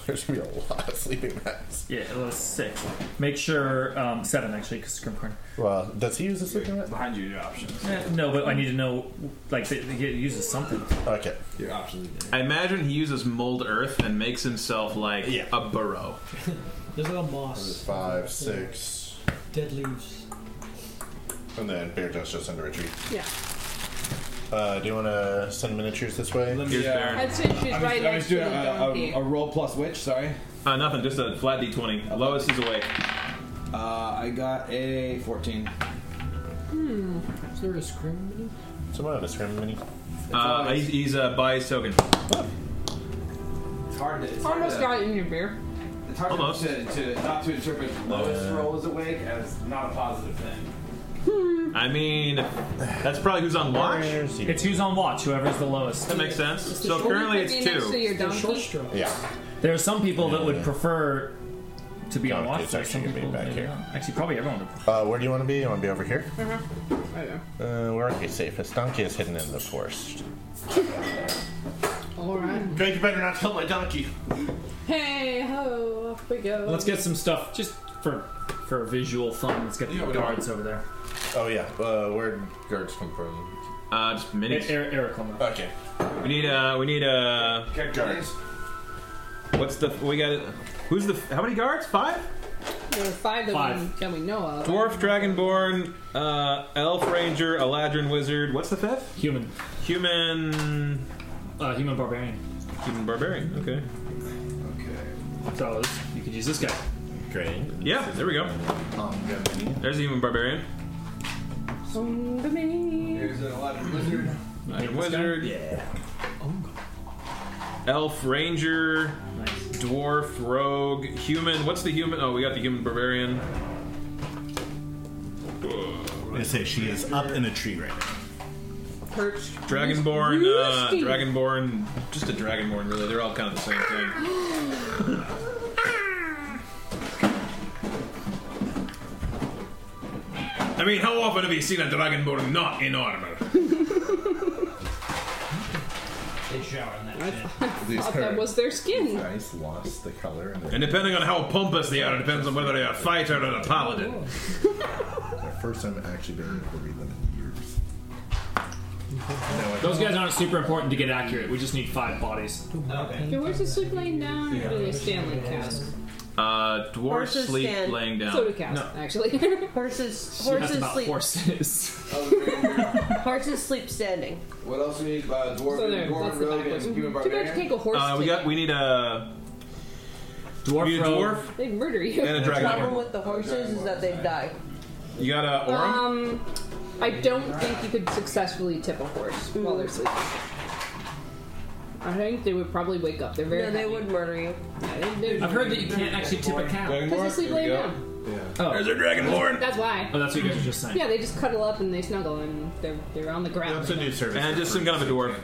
[SPEAKER 21] There's gonna be a lot of sleeping mats.
[SPEAKER 2] Yeah, it was six. Make sure um, seven actually, because Scrim Corn.
[SPEAKER 21] Well, does he use a sleeping mat?
[SPEAKER 20] Behind you, your options.
[SPEAKER 2] Eh, no, but I need to know like that he uses something.
[SPEAKER 21] Okay.
[SPEAKER 20] Your options. are
[SPEAKER 4] I imagine he uses mold earth and makes himself like
[SPEAKER 21] Yeah.
[SPEAKER 4] a burrow.
[SPEAKER 13] There's a lot of moss,
[SPEAKER 21] Five, six,
[SPEAKER 13] dead leaves.
[SPEAKER 21] and then bear dust just under a tree.
[SPEAKER 3] Yeah.
[SPEAKER 21] Uh, do you want to send miniatures this way?
[SPEAKER 20] Let
[SPEAKER 4] Here's
[SPEAKER 20] me. Uh,
[SPEAKER 4] Baron.
[SPEAKER 3] I'd say she's
[SPEAKER 20] I'm just,
[SPEAKER 3] right
[SPEAKER 20] I'm
[SPEAKER 3] next
[SPEAKER 20] just
[SPEAKER 3] to the
[SPEAKER 20] doing a,
[SPEAKER 3] donkey.
[SPEAKER 20] a, a roll plus which, sorry.
[SPEAKER 4] Uh, nothing. Just a flat d20. Lois is awake.
[SPEAKER 20] Uh, I got a 14.
[SPEAKER 13] Is there a scrim?
[SPEAKER 21] Someone have a scrim mini.
[SPEAKER 4] Uh, he's he's uh, by his token.
[SPEAKER 20] It's hard to. It's
[SPEAKER 3] Almost
[SPEAKER 20] hard
[SPEAKER 3] got it in your beer.
[SPEAKER 20] to, It's hard
[SPEAKER 4] Almost.
[SPEAKER 20] To, to, not to interpret Lois' role as awake as not a positive thing.
[SPEAKER 4] I mean, that's probably who's on watch.
[SPEAKER 21] Where's he?
[SPEAKER 2] It's who's on watch, whoever's the lowest.
[SPEAKER 4] That makes sense. So
[SPEAKER 3] Or you
[SPEAKER 4] currently
[SPEAKER 3] could
[SPEAKER 4] it's
[SPEAKER 3] be next to
[SPEAKER 4] two.
[SPEAKER 3] your
[SPEAKER 13] They're short
[SPEAKER 3] donkey.
[SPEAKER 13] straw.
[SPEAKER 21] Yeah.
[SPEAKER 2] There are some people that would prefer to be on
[SPEAKER 21] Okay,
[SPEAKER 2] watch.
[SPEAKER 21] it's
[SPEAKER 2] There's some
[SPEAKER 21] actually gonna
[SPEAKER 2] people
[SPEAKER 21] be back
[SPEAKER 2] that
[SPEAKER 21] here.
[SPEAKER 2] don't. Actually, probably everyone would prefer.
[SPEAKER 21] Uh, where do you want to be? You want to be over here?
[SPEAKER 3] Uh-huh. I know.
[SPEAKER 21] Uh, where are you safest? Donkey is hidden in the forest.
[SPEAKER 3] All right.
[SPEAKER 5] Greg, you better not kill my donkey.
[SPEAKER 3] Hey ho, off we go.
[SPEAKER 2] Let's get some stuff just for for visual fun. Let's get the guards over there.
[SPEAKER 21] Oh yeah. Uh, where guards come from?
[SPEAKER 4] Uh, just
[SPEAKER 2] E-, Eric,
[SPEAKER 4] minis.
[SPEAKER 2] Eric, will know.
[SPEAKER 21] Okay.
[SPEAKER 4] We need uh, we need uh,
[SPEAKER 21] Guards.
[SPEAKER 4] what's the we got? Who's the how many guards? Five.
[SPEAKER 3] There are five that,
[SPEAKER 2] Five.
[SPEAKER 3] We, that we know of.
[SPEAKER 4] Dwarf, Dragonborn, uh, Elf, Ranger, Eladrin, Wizard. What's the fifth?
[SPEAKER 2] Human,
[SPEAKER 4] Human,
[SPEAKER 2] uh, human barbarian.
[SPEAKER 4] human barbarian. Okay.
[SPEAKER 2] So this- you could use this guy.
[SPEAKER 21] Great.
[SPEAKER 4] Yeah, there we go. There's a human barbarian.
[SPEAKER 3] Come to me.
[SPEAKER 20] Here's a lot of wizard.
[SPEAKER 4] Eladrin, Wizard. Yeah. Elf, Ranger, Dwarf, Rogue, Human. What's the human? Oh, we got the human barbarian.
[SPEAKER 5] I say she is up in a tree right now.
[SPEAKER 3] Perched.
[SPEAKER 4] Dragonborn, uh,
[SPEAKER 3] Roosty.
[SPEAKER 4] Dragonborn, just a Dragonborn, really. They're all kind of the same thing. I mean, how often have you seen a Dragonborn not in armor?
[SPEAKER 10] They shower in that shit.
[SPEAKER 5] These
[SPEAKER 3] Thought that
[SPEAKER 5] are-
[SPEAKER 3] was their skin.
[SPEAKER 5] Guys lost the color and their,
[SPEAKER 4] And depending on how pompous they are, depends on whether they are a fighter or a paladin.
[SPEAKER 5] their first time actually being able to read them in years. No, I-
[SPEAKER 2] Those guys aren't super important to get accurate. We just need five bodies.
[SPEAKER 10] Okay.
[SPEAKER 3] Okay, where's the sleep laying down, or do they stand like cows?
[SPEAKER 4] Uh, dwarves
[SPEAKER 9] Horses
[SPEAKER 4] sleep
[SPEAKER 9] stand.
[SPEAKER 4] laying down.
[SPEAKER 3] So do cows, actually. [LAUGHS]
[SPEAKER 9] Horses,
[SPEAKER 2] She asked
[SPEAKER 9] horses
[SPEAKER 2] about
[SPEAKER 9] sleep.
[SPEAKER 2] horses.
[SPEAKER 9] Horses sleep standing.
[SPEAKER 22] What else we need? Uh, dwarf,
[SPEAKER 3] so there,
[SPEAKER 22] dwarf
[SPEAKER 3] that's the
[SPEAKER 22] rogue,
[SPEAKER 3] back
[SPEAKER 22] and
[SPEAKER 3] one.
[SPEAKER 22] human
[SPEAKER 3] Too bad you
[SPEAKER 22] barbarian.
[SPEAKER 20] [LAUGHS]
[SPEAKER 3] take a horse.
[SPEAKER 4] Uh, we got. We need a.
[SPEAKER 2] [LAUGHS] dwarf,
[SPEAKER 4] We need a
[SPEAKER 2] rogue.
[SPEAKER 4] dwarf
[SPEAKER 3] They'd murder you.
[SPEAKER 4] and a
[SPEAKER 9] The problem
[SPEAKER 4] dragon.
[SPEAKER 9] with the horses is that they die.
[SPEAKER 4] You got a Orum.
[SPEAKER 3] Um, I don't think you could successfully tip a horse while they're sleeping. I think they would probably wake up. They're very.
[SPEAKER 9] No, they
[SPEAKER 3] happy.
[SPEAKER 9] would murder you.
[SPEAKER 3] Yeah, they,
[SPEAKER 2] I've heard that you can't actually tip a cow.
[SPEAKER 3] Because they sleep laying down.
[SPEAKER 4] There's a dragonborn.
[SPEAKER 3] That's why.
[SPEAKER 2] Oh, that's what you guys were just saying.
[SPEAKER 3] Yeah, they just cuddle up and they snuggle and they're they're on the ground.
[SPEAKER 5] That's a new service.
[SPEAKER 4] And just some kind of a dwarf. I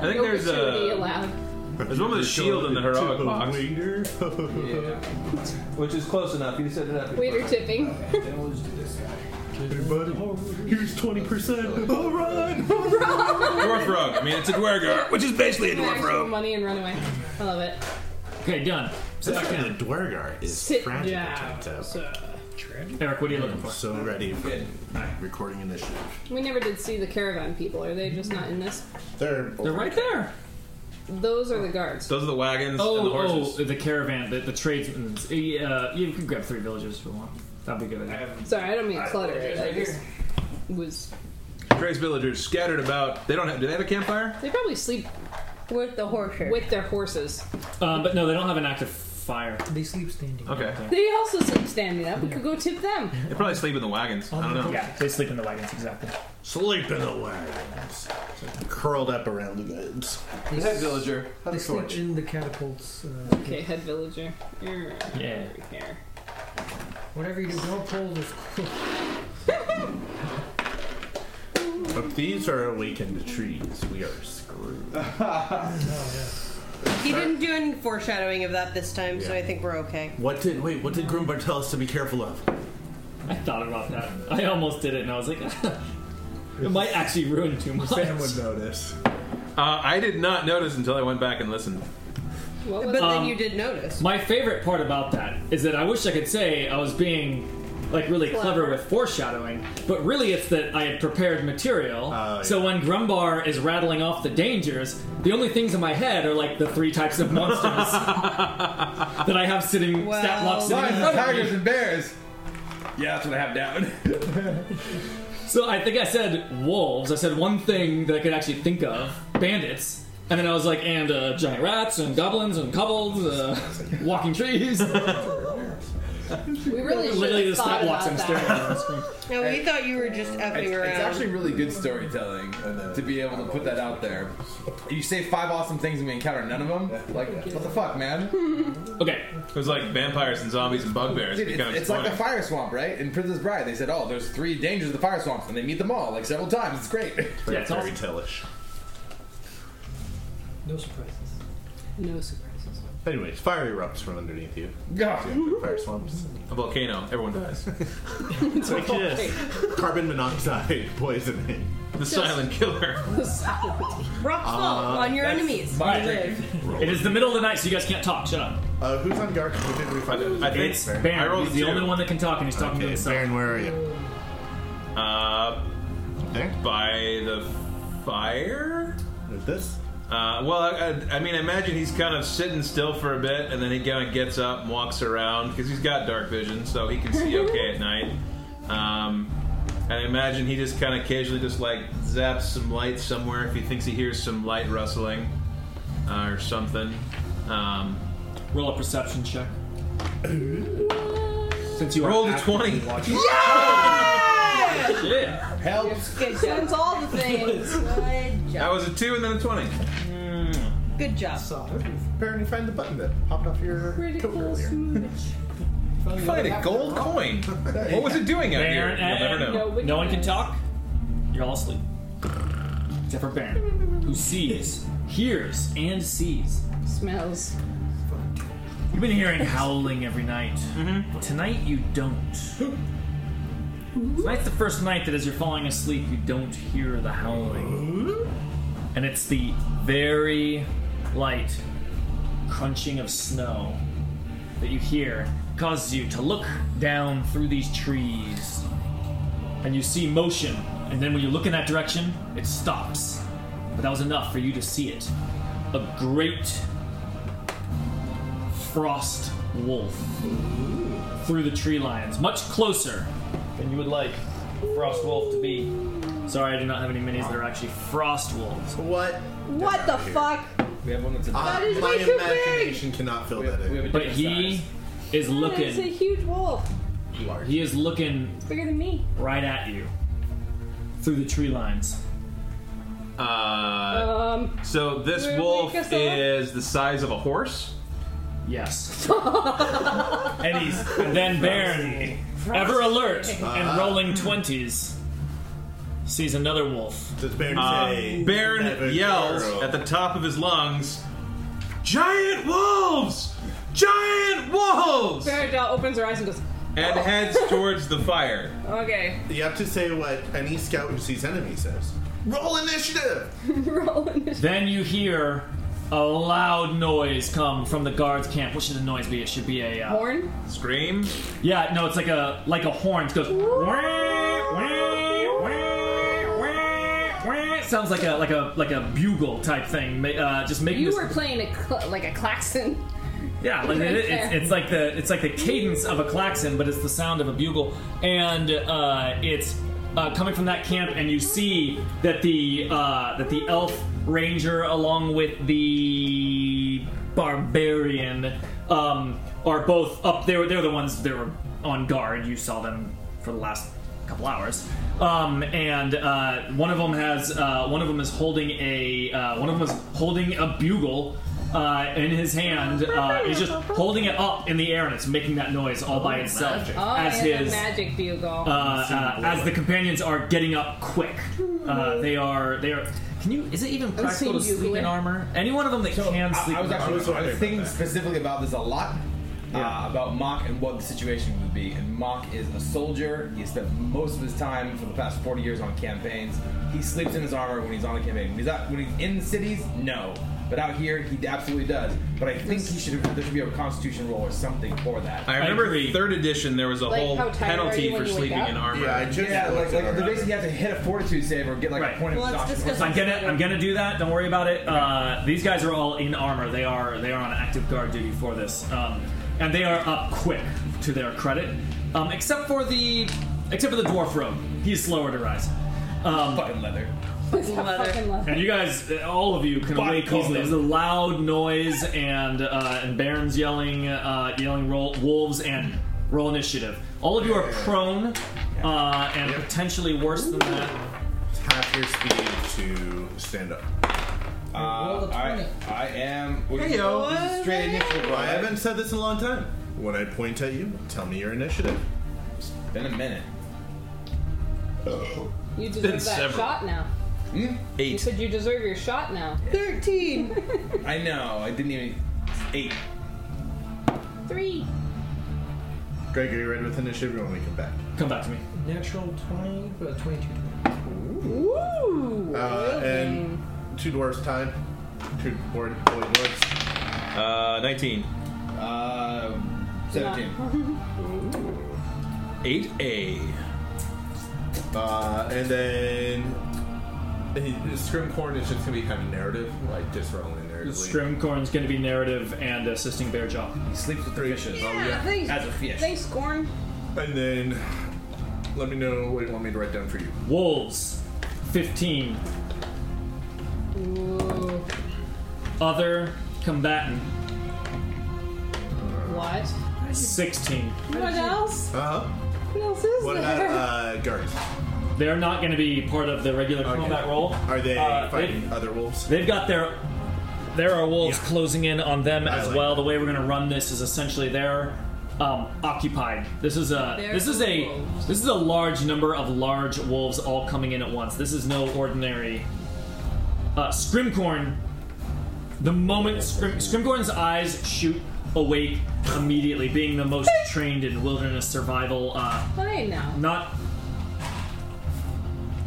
[SPEAKER 4] think
[SPEAKER 3] no
[SPEAKER 4] there's
[SPEAKER 3] gratuity
[SPEAKER 4] a.
[SPEAKER 3] allowed.
[SPEAKER 4] There's one with a shield in the heroic box.
[SPEAKER 5] Waiter.
[SPEAKER 20] Which is close enough. You said it up.
[SPEAKER 3] Waiter tipping.
[SPEAKER 10] Then we'll just do this guy.
[SPEAKER 5] Everybody, here's [LAUGHS] 20%. All right.
[SPEAKER 4] Dwarf rug. I mean, it's a dwergar, which is basically a dwarf
[SPEAKER 3] Actual
[SPEAKER 4] rug.
[SPEAKER 3] money and run away. I love it.
[SPEAKER 2] Okay, done. Sit back
[SPEAKER 5] The
[SPEAKER 2] down.
[SPEAKER 5] Dwargar is
[SPEAKER 3] Sit
[SPEAKER 5] frantic
[SPEAKER 3] down.
[SPEAKER 5] attempt at-
[SPEAKER 3] sir.
[SPEAKER 2] Eric, what are you looking for?
[SPEAKER 5] I'm so ready for recording initiative.
[SPEAKER 3] We never did see the caravan people. Are they just not in this?
[SPEAKER 5] They're,
[SPEAKER 2] They're right there.
[SPEAKER 3] Those are the guards.
[SPEAKER 4] Those are the wagons and the
[SPEAKER 2] Oh,
[SPEAKER 4] horses.
[SPEAKER 2] oh, the caravan, the, the tradesmen. Uh, you can grab three villagers if you want. That'd be a good. Idea.
[SPEAKER 3] Sorry, I don't mean to clutter it. I just was.
[SPEAKER 4] Trace villagers scattered about. They don't have. Do they have a campfire?
[SPEAKER 3] They probably sleep
[SPEAKER 9] With the horses.
[SPEAKER 3] with their horses.
[SPEAKER 2] Um, but no, they don't have an active fire.
[SPEAKER 13] They sleep standing.
[SPEAKER 4] Okay.
[SPEAKER 3] They also sleep standing up. We could go tip them.
[SPEAKER 4] They probably sleep in the wagons. I don't know.
[SPEAKER 2] Yeah, they sleep in the wagons exactly.
[SPEAKER 5] sleeping away. Curled up around the goods.
[SPEAKER 13] They,
[SPEAKER 10] Head villager.
[SPEAKER 13] they
[SPEAKER 10] Have a
[SPEAKER 13] sleep
[SPEAKER 10] torch.
[SPEAKER 13] in the catapults. Uh,
[SPEAKER 3] Okay, head villager. Err,
[SPEAKER 2] Yeah.
[SPEAKER 3] here.
[SPEAKER 13] Whatever you do, don't pull this.
[SPEAKER 5] If these are awakened trees, we are screwed.
[SPEAKER 9] He didn't do any foreshadowing of that this time, so
[SPEAKER 5] Yeah.
[SPEAKER 9] I think we're okay.
[SPEAKER 5] What did wait? What did Grimbar tell us to be careful of?
[SPEAKER 2] I thought about that. I almost did it, and I was like, [LAUGHS] it might actually ruin too much.
[SPEAKER 5] notice.
[SPEAKER 4] Uh, I did not notice until I went back and listened.
[SPEAKER 3] What was
[SPEAKER 9] But
[SPEAKER 2] Um,
[SPEAKER 9] then you did notice.
[SPEAKER 2] My favorite part about that is that I wish I could say I was being like really clever, with foreshadowing, but really it's that I had prepared material.
[SPEAKER 5] Oh,
[SPEAKER 2] So
[SPEAKER 5] yeah.
[SPEAKER 2] when Grumbar is rattling off the dangers, the only things in my head are like the three types of monsters
[SPEAKER 5] [LAUGHS]
[SPEAKER 2] that I have sitting stat block
[SPEAKER 9] Well,
[SPEAKER 2] sitting in front of me.
[SPEAKER 23] Tigers and bears. Yeah, that's what I have down. [LAUGHS]
[SPEAKER 2] So I think I said wolves. I said one thing that I could actually think of: bandits. And then I was like, and uh, giant rats and goblins and kobolds, uh,
[SPEAKER 4] [LAUGHS]
[SPEAKER 2] walking trees.
[SPEAKER 3] We really should
[SPEAKER 2] Literally, the
[SPEAKER 3] have thought
[SPEAKER 2] stat blocks I'm
[SPEAKER 3] about
[SPEAKER 2] staring
[SPEAKER 3] that.
[SPEAKER 2] at on the screen.
[SPEAKER 9] No, we Oh, thought you were just effing
[SPEAKER 23] It's,
[SPEAKER 9] around.
[SPEAKER 23] it's actually really good storytelling uh, to be able to put that out there. You say five awesome things and we encounter none of them. Like, what the fuck, man?
[SPEAKER 2] Okay,
[SPEAKER 4] It was like vampires and zombies and bugbears.
[SPEAKER 23] Dude,
[SPEAKER 4] It
[SPEAKER 23] it's,
[SPEAKER 4] becomes
[SPEAKER 23] it's like
[SPEAKER 4] funny.
[SPEAKER 23] the fire swamp, right? In Princess Bride, they said, "Oh, there's three dangers of the fire swamp," and they meet them all like several times. It's great.
[SPEAKER 2] yeah, it's
[SPEAKER 5] Fairy
[SPEAKER 2] awesome.
[SPEAKER 5] tale-ish.
[SPEAKER 13] No surprises.
[SPEAKER 3] No surprises.
[SPEAKER 5] Anyways, fire erupts from underneath you.
[SPEAKER 23] God.
[SPEAKER 5] Fire swamps.
[SPEAKER 4] a volcano.
[SPEAKER 23] [LAUGHS]
[SPEAKER 4] Everyone dies.
[SPEAKER 5] Carbon monoxide [LAUGHS] poisoning.
[SPEAKER 4] The silent killer.
[SPEAKER 9] Rock fall on
[SPEAKER 2] Uh,
[SPEAKER 9] your enemies. You
[SPEAKER 2] Alright.
[SPEAKER 9] live.
[SPEAKER 2] It is the middle of the night, so you guys can't talk. Shut up.
[SPEAKER 5] Uh, who's on guard? Who did we find out?
[SPEAKER 4] I think
[SPEAKER 2] It's
[SPEAKER 4] I
[SPEAKER 2] Baron.
[SPEAKER 4] rolled
[SPEAKER 2] He's the
[SPEAKER 4] two.
[SPEAKER 2] only one that can talk, and he's talking to
[SPEAKER 5] Okay,
[SPEAKER 2] himself.
[SPEAKER 5] Baron, where are you?
[SPEAKER 4] Uh,
[SPEAKER 5] There?
[SPEAKER 4] by the fire.
[SPEAKER 5] With this?
[SPEAKER 4] Uh, well, I, I, I mean, I imagine he's kind of sitting still for a bit, and then he kind of gets up and walks around because he's got dark vision, so he can see okay
[SPEAKER 23] [LAUGHS]
[SPEAKER 4] at night. Um, and I imagine he just kind of occasionally just like zaps some light somewhere if he thinks he hears some light rustling uh, or something. Um,
[SPEAKER 2] Roll a perception check. Since you are
[SPEAKER 4] rolled a
[SPEAKER 2] actively
[SPEAKER 4] twenty. [LAUGHS]
[SPEAKER 2] watching-
[SPEAKER 9] Ah!
[SPEAKER 2] Shit.
[SPEAKER 9] Good job.
[SPEAKER 3] That's all the things.
[SPEAKER 9] Good
[SPEAKER 4] That
[SPEAKER 9] job.
[SPEAKER 4] was a two and then a twenty.
[SPEAKER 9] Good job.
[SPEAKER 5] Baron, you find the button that popped off your coat earlier.
[SPEAKER 4] You find a gold coin. What was it doing out here?
[SPEAKER 2] Baron,
[SPEAKER 4] You'll never know.
[SPEAKER 3] No, we
[SPEAKER 2] no one can
[SPEAKER 3] can't.
[SPEAKER 2] talk. You're all asleep. Except for Baron, who sees, hears, and sees.
[SPEAKER 3] Smells.
[SPEAKER 2] You've been hearing howling every night. But tonight you don't. Tonight's the first night that as you're falling asleep, you don't hear the howling. and it's the very light crunching of snow that you hear causes you to look down through these trees and you see motion and then when you look in that direction it stops but that was enough for you to see it a great frost wolf through the tree lines much closer than you would like a frost wolf to be sorry i do not have any minis that are actually frost wolves
[SPEAKER 5] What?
[SPEAKER 9] What the fuck?
[SPEAKER 20] We have one that's a
[SPEAKER 5] I-
[SPEAKER 9] is
[SPEAKER 5] my
[SPEAKER 9] way too big.
[SPEAKER 5] imagination cannot fill that in.
[SPEAKER 20] we have a
[SPEAKER 2] but
[SPEAKER 20] different
[SPEAKER 2] he
[SPEAKER 20] size.
[SPEAKER 2] is
[SPEAKER 3] That is a
[SPEAKER 2] looking
[SPEAKER 3] huge wolf.
[SPEAKER 2] he is looking
[SPEAKER 3] It's bigger than me.
[SPEAKER 2] right at you through the tree lines.
[SPEAKER 4] Uh,
[SPEAKER 3] Um,
[SPEAKER 4] so this
[SPEAKER 3] we'll
[SPEAKER 4] wolf
[SPEAKER 3] make us all-
[SPEAKER 4] is the size of a horse.
[SPEAKER 2] Yes. and
[SPEAKER 4] [LAUGHS]
[SPEAKER 2] he's then Baron, ever alert and rolling twenties, sees another wolf.
[SPEAKER 5] Does Baron say?
[SPEAKER 4] Uh,
[SPEAKER 5] never
[SPEAKER 4] Baron yells
[SPEAKER 5] grow?
[SPEAKER 4] at the top of his lungs, "Giant wolves! Giant wolves!"
[SPEAKER 3] Fairdale opens her eyes and goes,
[SPEAKER 4] and heads towards the fire.
[SPEAKER 3] okay.
[SPEAKER 5] You have to say what any scout who sees enemy says. Roll initiative.
[SPEAKER 3] Roll initiative.
[SPEAKER 2] Then you hear a loud noise come from the guards' camp. What should the noise be? It should be a uh,
[SPEAKER 3] [LAUGHS] Horn?
[SPEAKER 4] Scream.
[SPEAKER 2] Yeah, no, it's like a like a horn. It goes. "Wah, wah, wah, wah, wah." It Sounds like a like a like a bugle type thing. ma- Uh, just making
[SPEAKER 3] You
[SPEAKER 2] this
[SPEAKER 3] were playing a cl- like a klaxon.
[SPEAKER 2] Yeah, like
[SPEAKER 3] Right
[SPEAKER 2] it, it's,
[SPEAKER 3] there.
[SPEAKER 2] it's like the it's like the cadence of a klaxon, but it's the sound of a bugle, and uh, it's uh, coming from that camp. And you see that the uh, that the elf ranger, along with the barbarian, um, are both up there. They're the ones that were on guard. You saw them for the last couple hours. Um, and uh, one of them has uh, one of them is holding a uh, one of them is holding a bugle uh, in his hand. Uh, he's just holding it up in the air and it's making that noise all by itself
[SPEAKER 3] Oh,
[SPEAKER 2] as
[SPEAKER 3] and
[SPEAKER 2] his
[SPEAKER 3] a magic bugle.
[SPEAKER 2] uh, uh, as the companions are getting up quick. Uh, they are they are. Can you? Is it even practical to
[SPEAKER 3] seen
[SPEAKER 2] sleep in
[SPEAKER 3] bugler.
[SPEAKER 2] armor? Any one of them that
[SPEAKER 20] So,
[SPEAKER 2] can
[SPEAKER 20] I,
[SPEAKER 2] sleep
[SPEAKER 20] I was
[SPEAKER 2] in armor.
[SPEAKER 20] actually I was thinking
[SPEAKER 5] that.
[SPEAKER 20] specifically about this a lot. Uh, about Mock and what the situation would be. And Mock is a soldier. He spent most of his time for the past 40 years on campaigns. He sleeps in his armor when he's on a campaign. When he's, out, when he's in the cities, no. But out here, he absolutely does. But I think he should. There should be a constitution roll or something for that.
[SPEAKER 4] I remember
[SPEAKER 2] agree.
[SPEAKER 4] third edition there was a
[SPEAKER 3] Like,
[SPEAKER 4] whole
[SPEAKER 3] how tired are
[SPEAKER 4] penalty
[SPEAKER 3] you when
[SPEAKER 4] for
[SPEAKER 3] you wake
[SPEAKER 4] sleeping
[SPEAKER 3] up?
[SPEAKER 4] in armor.
[SPEAKER 5] Yeah, I just
[SPEAKER 20] yeah, like, like they
[SPEAKER 5] the
[SPEAKER 20] basically have to hit a fortitude save or get like
[SPEAKER 2] Right.
[SPEAKER 20] a point of
[SPEAKER 9] Well, let's
[SPEAKER 20] exhaustion.
[SPEAKER 9] discuss-
[SPEAKER 2] I'm gonna I'm gonna do that. Don't worry about it. Uh, these guys are all in armor. They are they are on active guard duty for this, um, and they are up quick to their credit. Um, except for the except for the dwarf rogue, he's slower to rise. Um,
[SPEAKER 20] Fucking leather.
[SPEAKER 3] Fucking love.
[SPEAKER 2] and you guys, uh, all of you, can awake easily. There's a loud noise and uh, and Baron's yelling uh, yelling roll, wolves and roll initiative. All of you are prone uh, and potentially worse than that.
[SPEAKER 5] half your speed to stand up.
[SPEAKER 20] Uh, I, I am. Hey
[SPEAKER 9] yo.
[SPEAKER 20] Straight initiative.
[SPEAKER 5] I
[SPEAKER 20] right?
[SPEAKER 5] haven't said this in a long time. When I point at you, tell me your initiative.
[SPEAKER 20] Been a minute.
[SPEAKER 3] You deserve that
[SPEAKER 4] several.
[SPEAKER 3] shot now. You
[SPEAKER 4] Eight.
[SPEAKER 3] said you deserve your shot now.
[SPEAKER 9] [LAUGHS] 13.
[SPEAKER 20] I know. I didn't even. Eight.
[SPEAKER 3] Three.
[SPEAKER 5] Greg, are you ready with initiative? Or when we come back.
[SPEAKER 2] Come back to me.
[SPEAKER 13] Natural uh, 20, well, 22.
[SPEAKER 3] Ooh.
[SPEAKER 5] Uh, and two dwarves tied. Two board boy dwarves.
[SPEAKER 4] Uh, 19.
[SPEAKER 20] Uh, seventeen.
[SPEAKER 5] [LAUGHS] Ooh.
[SPEAKER 4] 8A.
[SPEAKER 5] Uh, and then eh, Scrimcorn is just gonna be kind of narrative, like just rolling narratively.
[SPEAKER 2] Scrimcorn's going to be narrative and assisting Bear Jaw.
[SPEAKER 20] He sleeps with the fishes.
[SPEAKER 5] Oh,
[SPEAKER 3] yeah, thanks.
[SPEAKER 20] As a fish.
[SPEAKER 3] Thanks, Gorn.
[SPEAKER 5] And then let me know what you want me to write down for you.
[SPEAKER 2] Wolves, 15.
[SPEAKER 3] Ooh.
[SPEAKER 2] Other combatant,
[SPEAKER 3] What?
[SPEAKER 2] 16.
[SPEAKER 3] What else?
[SPEAKER 5] Uh huh.
[SPEAKER 3] What else is [LAUGHS]
[SPEAKER 5] What about
[SPEAKER 3] there?
[SPEAKER 5] uh, guards?
[SPEAKER 2] They're not going to be part of the regular
[SPEAKER 5] Okay.
[SPEAKER 2] combat roll.
[SPEAKER 5] Are they
[SPEAKER 2] Uh,
[SPEAKER 5] fighting other wolves?
[SPEAKER 2] They've got their. There are wolves
[SPEAKER 5] Yeah.
[SPEAKER 2] closing in on them
[SPEAKER 5] I
[SPEAKER 2] as
[SPEAKER 5] like
[SPEAKER 2] well. The way we're going to run this is essentially they're um, occupied. This is a
[SPEAKER 9] They're
[SPEAKER 2] this is a
[SPEAKER 9] wolves.
[SPEAKER 2] this is a large number of large wolves all coming in at once. This is no ordinary. Uh, Scrimcorn. The moment Scrim, Scrimcorn's eyes shoot awake immediately, being the
[SPEAKER 9] [LAUGHS]
[SPEAKER 2] most trained in wilderness survival. Uh,
[SPEAKER 3] Fine now.
[SPEAKER 2] not.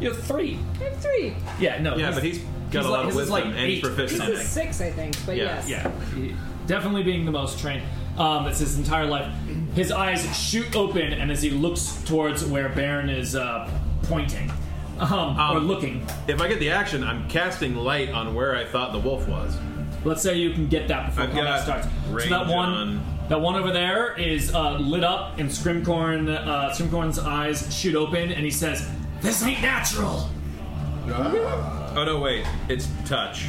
[SPEAKER 2] You have three.
[SPEAKER 3] I have three.
[SPEAKER 2] Yeah, no.
[SPEAKER 4] Yeah, but he's got
[SPEAKER 2] He's
[SPEAKER 4] a lot
[SPEAKER 2] like- this
[SPEAKER 4] of
[SPEAKER 2] is
[SPEAKER 4] wisdom,
[SPEAKER 2] like
[SPEAKER 4] and he's
[SPEAKER 2] eight.
[SPEAKER 3] This
[SPEAKER 4] proficient.
[SPEAKER 3] is six, I think, but
[SPEAKER 4] Yeah,
[SPEAKER 3] yes.
[SPEAKER 2] Yeah, he- definitely being the most trained. Um, it's his entire life. His eyes shoot open, and as he looks towards where Baron is uh, pointing um, or
[SPEAKER 4] Um,
[SPEAKER 2] looking,
[SPEAKER 4] If I get the action, I'm casting light on where I thought the wolf was.
[SPEAKER 2] let's say you can get that before
[SPEAKER 4] I've
[SPEAKER 2] combat
[SPEAKER 4] got
[SPEAKER 2] starts. So
[SPEAKER 4] range
[SPEAKER 2] that one,
[SPEAKER 4] on-
[SPEAKER 2] that one over there is uh, lit up, and Scrimcorn, uh, Scrimcorn's eyes shoot open, and he says, "This ain't natural."
[SPEAKER 4] Oh no, wait, it's touch.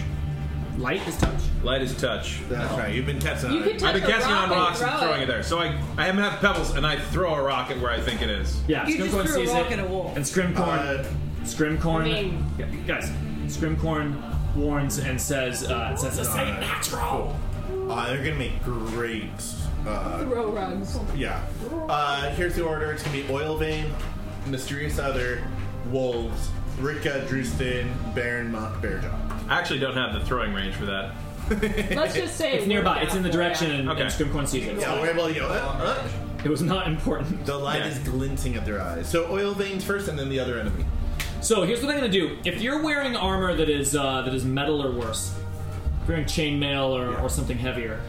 [SPEAKER 2] Light is touch.
[SPEAKER 4] Light is touch.
[SPEAKER 5] That's right. You've been testing.
[SPEAKER 3] You
[SPEAKER 5] on
[SPEAKER 3] could
[SPEAKER 5] it.
[SPEAKER 3] touch
[SPEAKER 4] I've been
[SPEAKER 3] a
[SPEAKER 4] casting
[SPEAKER 3] rock
[SPEAKER 4] on rocks and
[SPEAKER 3] throw
[SPEAKER 4] throwing it there, so I I have enough pebbles, and I throw a rock at where I think it is.
[SPEAKER 2] Yeah,
[SPEAKER 9] You just
[SPEAKER 2] Scrimcorn
[SPEAKER 9] threw a
[SPEAKER 2] sees
[SPEAKER 9] rock
[SPEAKER 2] it,
[SPEAKER 9] at a wolf.
[SPEAKER 2] and Scrimcorn,
[SPEAKER 5] Uh,
[SPEAKER 2] Scrimcorn,
[SPEAKER 3] I mean-
[SPEAKER 2] Yeah, guys, Scrimcorn warns and says, uh, it says, "This ain't natural."
[SPEAKER 5] uh, they're gonna make great. Uh,
[SPEAKER 3] Throw rugs.
[SPEAKER 5] yeah. Uh, here's the order. It's gonna be Oil Vein, Mysterious Other, Wolves, Rika, Drewston, Baron, Mock, Bearjaw.
[SPEAKER 4] I actually don't have the throwing range for that.
[SPEAKER 3] Let's just say
[SPEAKER 2] It's nearby. It's in the direction, and,
[SPEAKER 4] Okay.
[SPEAKER 2] and Scrimcorn sees it.
[SPEAKER 5] Yeah, we're able to go. Uh, uh.
[SPEAKER 2] It was not important.
[SPEAKER 5] The light
[SPEAKER 4] Yeah.
[SPEAKER 5] is glinting at their eyes. So Oil Veins first, and then the other enemy.
[SPEAKER 2] So here's what I'm gonna do. If you're wearing armor that is uh, that is metal or worse, if you're wearing chainmail or, or something heavier,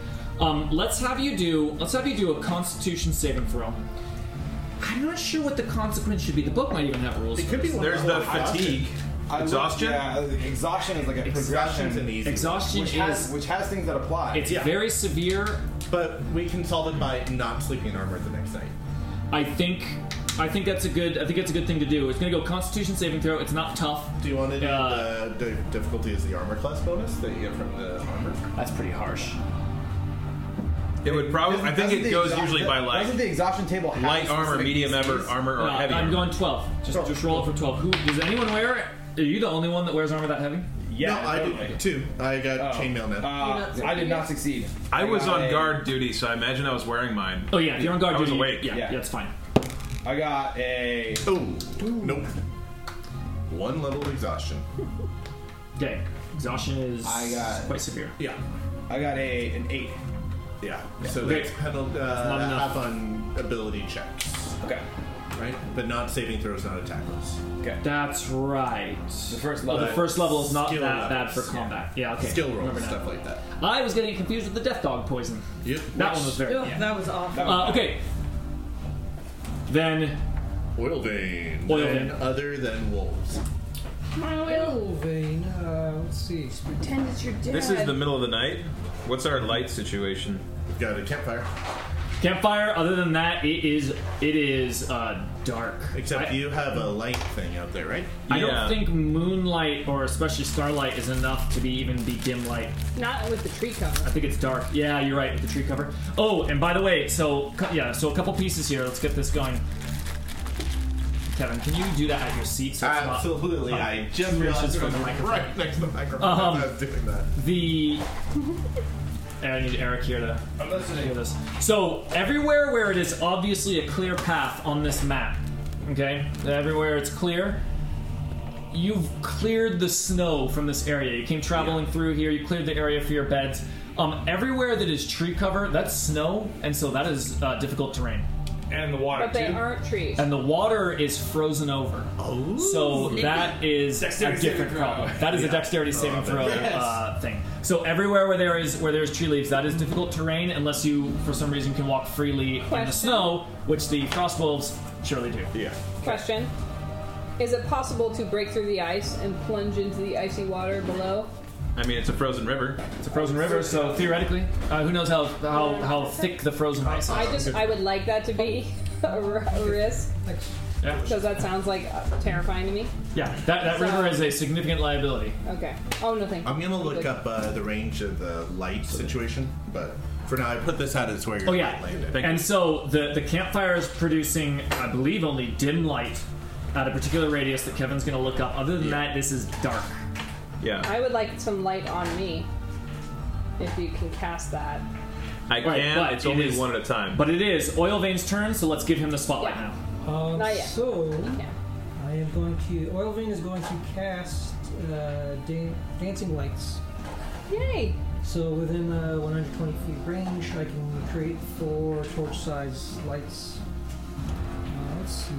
[SPEAKER 2] um, let's have you do let's have you do a Constitution saving throw. I'm not sure what the consequence should be. The book might even have rules.
[SPEAKER 5] It could be one
[SPEAKER 4] There's
[SPEAKER 5] of
[SPEAKER 4] the
[SPEAKER 5] options.
[SPEAKER 4] fatigue,
[SPEAKER 20] I looked-
[SPEAKER 4] exhaustion.
[SPEAKER 20] yeah, exhaustion is like a
[SPEAKER 5] Exhaustion's an
[SPEAKER 20] progression,
[SPEAKER 5] easy.
[SPEAKER 2] Exhaustion
[SPEAKER 20] which
[SPEAKER 2] is
[SPEAKER 20] has which has things that apply.
[SPEAKER 2] it's
[SPEAKER 5] yeah.
[SPEAKER 2] very severe.
[SPEAKER 5] But we can solve it by not sleeping in armor the next night.
[SPEAKER 2] I think I think that's a good I think that's a good thing to do. It's gonna go Constitution saving throw. It's not tough.
[SPEAKER 5] Do you want to do
[SPEAKER 2] Uh,
[SPEAKER 5] the, the difficulty is the armor class bonus that you get from the armor?
[SPEAKER 2] That's pretty harsh.
[SPEAKER 4] It would probably. I think
[SPEAKER 20] Doesn't
[SPEAKER 4] it
[SPEAKER 20] the
[SPEAKER 4] goes
[SPEAKER 20] exha-
[SPEAKER 4] usually by
[SPEAKER 20] Doesn't
[SPEAKER 4] like
[SPEAKER 20] the exhaustion table have
[SPEAKER 4] light
[SPEAKER 20] specific
[SPEAKER 4] armor, medium
[SPEAKER 20] instances?
[SPEAKER 4] armor, armor, or
[SPEAKER 2] No,
[SPEAKER 4] heavy
[SPEAKER 2] I'm
[SPEAKER 4] armor.
[SPEAKER 2] going 12. Just, just roll it for 12. Who does anyone wear? Are you the only one that wears armor that heavy?
[SPEAKER 20] Yeah,
[SPEAKER 5] no, I
[SPEAKER 20] totally.
[SPEAKER 5] did too. I got
[SPEAKER 20] Oh.
[SPEAKER 5] chainmail now.
[SPEAKER 20] Uh,
[SPEAKER 3] You're not
[SPEAKER 20] I did not
[SPEAKER 3] succeeding?
[SPEAKER 20] succeed.
[SPEAKER 4] I was on
[SPEAKER 20] I-
[SPEAKER 4] guard duty, so I imagine I was wearing mine.
[SPEAKER 2] Oh yeah, if you're on guard
[SPEAKER 4] I was
[SPEAKER 2] duty.
[SPEAKER 4] awake.
[SPEAKER 2] Yeah,
[SPEAKER 20] Yeah.
[SPEAKER 2] yeah, it's fine.
[SPEAKER 20] I got a
[SPEAKER 5] oh, nope. One level of exhaustion.
[SPEAKER 2] Okay, exhaustion is
[SPEAKER 20] I got-
[SPEAKER 2] quite severe.
[SPEAKER 5] Yeah,
[SPEAKER 20] I got a an eight.
[SPEAKER 5] yeah. So
[SPEAKER 2] Okay.
[SPEAKER 5] that's penalty. Uh,
[SPEAKER 2] not enough.
[SPEAKER 5] half on ability checks,
[SPEAKER 20] Okay.
[SPEAKER 5] right? But not saving throws, not attack rolls.
[SPEAKER 2] That's right.
[SPEAKER 20] The first level.
[SPEAKER 2] The first level is not that
[SPEAKER 5] Skill
[SPEAKER 2] bad for
[SPEAKER 5] levels, yeah.
[SPEAKER 2] combat. Yeah, okay.
[SPEAKER 5] Skill rolls,
[SPEAKER 2] remember now.
[SPEAKER 5] stuff like that.
[SPEAKER 2] I was getting confused with the death dog poison.
[SPEAKER 5] Yep.
[SPEAKER 2] That one was very.
[SPEAKER 9] Ugh,
[SPEAKER 2] yeah.
[SPEAKER 9] That was awful.
[SPEAKER 2] Uh, okay. Then
[SPEAKER 5] Oil vein.
[SPEAKER 2] Oil
[SPEAKER 5] And
[SPEAKER 2] vein.
[SPEAKER 5] Other than wolves.
[SPEAKER 13] Vein, uh, let's see.
[SPEAKER 3] Pretend it's your dad.
[SPEAKER 4] This is the middle of the night. What's our light situation?
[SPEAKER 5] We've got a campfire.
[SPEAKER 2] campfire. Other than that, it is it is uh, dark.
[SPEAKER 5] Except
[SPEAKER 2] I-
[SPEAKER 5] you have a light thing out there, right?
[SPEAKER 2] I
[SPEAKER 4] Yeah.
[SPEAKER 2] don't think moonlight or especially starlight is enough to be even be dim light.
[SPEAKER 3] Not with the tree
[SPEAKER 2] I
[SPEAKER 3] cover.
[SPEAKER 2] think it's dark. Yeah, you're right with the tree cover. Oh, and by the way, so cu- yeah, so a couple pieces here. Let's get this going. Kevin, can you do that at your seat? So it's not-
[SPEAKER 5] Ah, Absolutely. I just
[SPEAKER 2] Reaches
[SPEAKER 5] realized
[SPEAKER 2] for
[SPEAKER 5] it was
[SPEAKER 2] the microphone.
[SPEAKER 5] right next to the microphone.
[SPEAKER 2] Um,
[SPEAKER 5] as I was doing that.
[SPEAKER 2] the. And I need Eric here to hear this. So everywhere where it is obviously a clear path on this map, okay, everywhere it's clear, you've cleared the snow from this area. You came traveling through here. You cleared the area for your beds. Um, everywhere that is tree cover, that's snow, and so that is uh, difficult terrain.
[SPEAKER 20] and the water
[SPEAKER 3] But they
[SPEAKER 20] too.
[SPEAKER 3] aren't trees.
[SPEAKER 2] And the water is frozen over.
[SPEAKER 5] Oh.
[SPEAKER 2] So that is a
[SPEAKER 20] Dexterity
[SPEAKER 2] different
[SPEAKER 20] saving throw.
[SPEAKER 2] problem. That is a dexterity saving throw uh, thing. So everywhere where there is where there's tree leaves, that is difficult terrain unless you, for some reason, can walk freely in the
[SPEAKER 3] Question.
[SPEAKER 2] snow, which the frost wolves surely do.
[SPEAKER 5] Yeah.
[SPEAKER 3] Question. Is it possible to break through the ice and plunge into the icy water below?
[SPEAKER 4] I mean, it's a frozen river.
[SPEAKER 2] It's a frozen river, so theoretically, uh, who knows how, how how thick the frozen ice
[SPEAKER 3] I
[SPEAKER 2] is?
[SPEAKER 3] just, I would like that to be [LAUGHS] a, r- a risk
[SPEAKER 13] Thanks.
[SPEAKER 2] Yeah,
[SPEAKER 3] because that sounds like uh, terrifying to me.
[SPEAKER 2] yeah. That that river is a significant liability.
[SPEAKER 3] Okay. Oh no, thank you.
[SPEAKER 5] I'm gonna look up uh, the range of the light situation, but for now I put this out as where you're
[SPEAKER 2] Oh yeah,
[SPEAKER 5] landed.
[SPEAKER 4] Thank
[SPEAKER 2] and
[SPEAKER 4] you.
[SPEAKER 2] so the the campfire is producing, I believe, only dim light at a particular radius that Kevin's going to look up. Other than that, this is dark.
[SPEAKER 4] Yeah,
[SPEAKER 3] I would like some light on me, if you can cast that.
[SPEAKER 4] I
[SPEAKER 2] Right,
[SPEAKER 4] can.
[SPEAKER 2] but
[SPEAKER 4] It's
[SPEAKER 2] it
[SPEAKER 4] only
[SPEAKER 2] is-
[SPEAKER 4] one at a time.
[SPEAKER 2] But it is Oil Vein's turn, so let's give him the spotlight
[SPEAKER 3] Yeah.
[SPEAKER 2] now.
[SPEAKER 13] Um,
[SPEAKER 3] Not yet.
[SPEAKER 13] So,
[SPEAKER 3] Yeah.
[SPEAKER 13] I am going to. Oil Vein is going to cast uh, dan- Dancing Lights.
[SPEAKER 3] Yay!
[SPEAKER 13] So within uh, 120 feet range, I can create four torch-sized lights. Uh, let's see.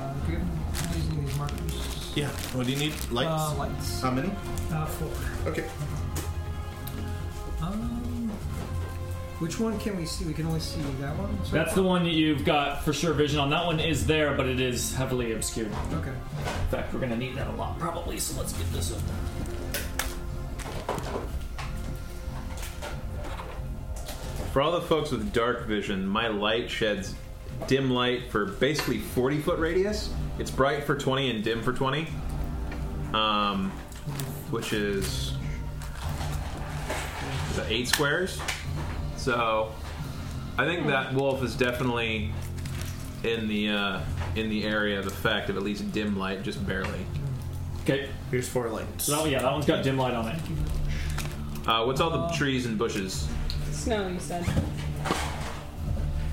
[SPEAKER 13] Uh, Uh, do you have- I'm using these markers.
[SPEAKER 5] Yeah. What do you need? Lights?
[SPEAKER 13] Uh, lights.
[SPEAKER 5] How many?
[SPEAKER 13] Uh, four.
[SPEAKER 5] Okay.
[SPEAKER 13] Um, which one can we see? We can only see that one. so-
[SPEAKER 2] That's the one that you've got for sure vision on. That one is there, but it is heavily obscured.
[SPEAKER 13] Okay.
[SPEAKER 2] In fact, we're gonna need that a lot probably, so let's get this up.
[SPEAKER 4] For all the folks with dark vision, my light sheds dim light for basically 40 foot radius. It's bright for 20 and dim for 20. Um, which is the eight squares. So I think that wolf is definitely in the uh, in the area of effect of at least dim light, just barely.
[SPEAKER 2] Okay,
[SPEAKER 5] Here's four lights.
[SPEAKER 2] so that one, yeah, that one's got dim light on it.
[SPEAKER 4] Uh, what's all the trees and bushes?
[SPEAKER 3] Snow, you said.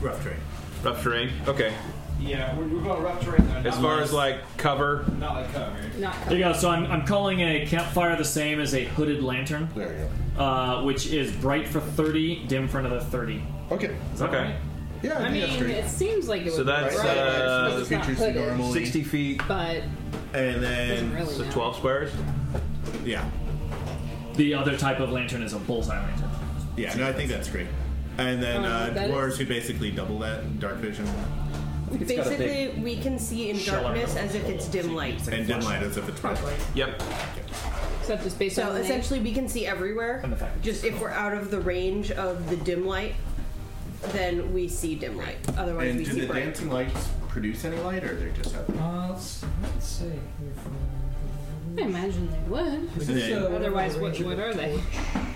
[SPEAKER 5] Rough terrain.
[SPEAKER 4] Rough terrain. Okay.
[SPEAKER 20] Yeah, we're, we're going rough terrain. though,
[SPEAKER 4] As
[SPEAKER 20] not
[SPEAKER 4] far
[SPEAKER 20] like-
[SPEAKER 4] as like cover,
[SPEAKER 20] not like cover.
[SPEAKER 3] Not
[SPEAKER 2] There you go. So I'm, I'm calling a campfire the same as a hooded lantern,
[SPEAKER 21] There you
[SPEAKER 2] uh, which is bright for 30, dim for another 30.
[SPEAKER 21] go. Okay.
[SPEAKER 2] Is that
[SPEAKER 4] Okay.
[SPEAKER 2] right?
[SPEAKER 21] Yeah,
[SPEAKER 3] I
[SPEAKER 21] think that's
[SPEAKER 3] mean,
[SPEAKER 21] great.
[SPEAKER 3] it seems like it would
[SPEAKER 4] So
[SPEAKER 3] be
[SPEAKER 4] that's,
[SPEAKER 3] bright,
[SPEAKER 4] uh,
[SPEAKER 3] but it's not
[SPEAKER 5] features
[SPEAKER 3] hooded,
[SPEAKER 5] normally-
[SPEAKER 4] 60 feet
[SPEAKER 3] But
[SPEAKER 5] And
[SPEAKER 3] doesn't
[SPEAKER 5] then,
[SPEAKER 3] really
[SPEAKER 4] So
[SPEAKER 3] matter.
[SPEAKER 4] 12 squares?
[SPEAKER 5] yeah.
[SPEAKER 2] The other type of lantern is a bullseye lantern.
[SPEAKER 5] Yeah, no, I think that's great. And
[SPEAKER 3] Um,
[SPEAKER 5] then uh,
[SPEAKER 3] that
[SPEAKER 5] dwarves who basically double that in dark vision
[SPEAKER 9] Basically, we can see in
[SPEAKER 2] Shell
[SPEAKER 9] darkness
[SPEAKER 2] armor.
[SPEAKER 9] as if it's dim light.
[SPEAKER 5] and dim light as if it's bright.
[SPEAKER 4] Yep.
[SPEAKER 3] Except it's based
[SPEAKER 9] So
[SPEAKER 3] on the name.
[SPEAKER 9] essentially, we can see everywhere.
[SPEAKER 2] And the fact that
[SPEAKER 9] Just if we're out of the range of the dim light, then we see dim light. Otherwise,
[SPEAKER 5] And
[SPEAKER 9] we
[SPEAKER 5] do
[SPEAKER 9] see
[SPEAKER 5] the
[SPEAKER 9] bright.
[SPEAKER 5] dancing lights produce any light, or they're just out?
[SPEAKER 13] Uh, let's, let's see.
[SPEAKER 3] I imagine they would. Otherwise, what, what are they?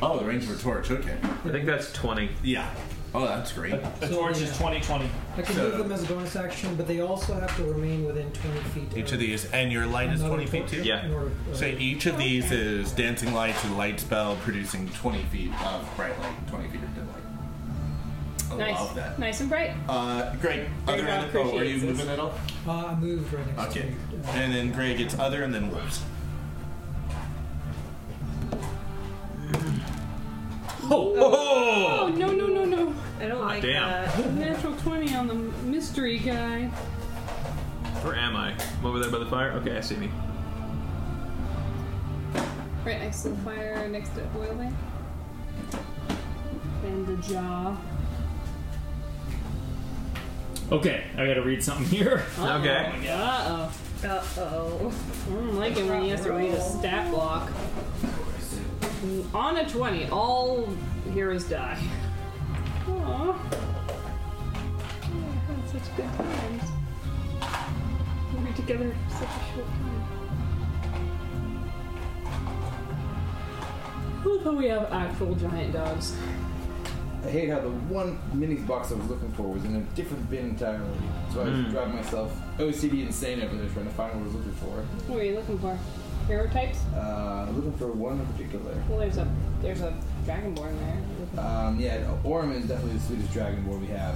[SPEAKER 5] Oh, the range of a torch. Okay.
[SPEAKER 4] I think that's 20.
[SPEAKER 5] Yeah. Oh, that's great.
[SPEAKER 2] The torch is 20 20.
[SPEAKER 13] I can move them as a bonus action, but they also have to remain within 20 feet.
[SPEAKER 5] Each of these, and your light is
[SPEAKER 13] Another
[SPEAKER 5] 20 feet
[SPEAKER 13] torch.
[SPEAKER 5] too?
[SPEAKER 4] Yeah.
[SPEAKER 13] in order- uh,
[SPEAKER 5] So each of these is dancing lights and light spell producing 20 feet of bright light, and 20 feet of dim light. I love
[SPEAKER 3] Nice,
[SPEAKER 5] that.
[SPEAKER 3] nice and bright.
[SPEAKER 5] Uh, Greg, other
[SPEAKER 3] Greg
[SPEAKER 5] end. Oh, are you
[SPEAKER 3] appreciates this.
[SPEAKER 5] moving at all?
[SPEAKER 13] Uh, I moved right next
[SPEAKER 5] Okay.
[SPEAKER 13] to you.
[SPEAKER 5] And then Greg, it's other and then wolves.
[SPEAKER 3] Oh no no no no!
[SPEAKER 9] I don't like
[SPEAKER 4] Ah, damn.
[SPEAKER 9] that.
[SPEAKER 3] Natural twenty on the mystery guy.
[SPEAKER 4] Where am I? I'm over there by the fire? Okay, I see me.
[SPEAKER 3] Right next to the fire, next to oil lamp. And the jaw.
[SPEAKER 2] Okay, I gotta read something [LAUGHS] here.
[SPEAKER 4] Okay.
[SPEAKER 3] Uh oh.
[SPEAKER 9] Uh oh.
[SPEAKER 3] I don't like it when he has to read a stat block. On a 20, all heroes die. Aww. Oh, I had such good times. We were together for such a short time. Look how we have actual giant dogs.
[SPEAKER 20] I hate how the one minis box I was looking for was in a different bin entirely. So I was driving myself OCD insane over there trying to find what I was looking for.
[SPEAKER 3] What are you looking for? Hero types?
[SPEAKER 20] Uh, looking for one in particular.
[SPEAKER 3] Well, there's a there's a dragonborn there.
[SPEAKER 20] Um, yeah, Orm is definitely the sweetest dragonborn we have.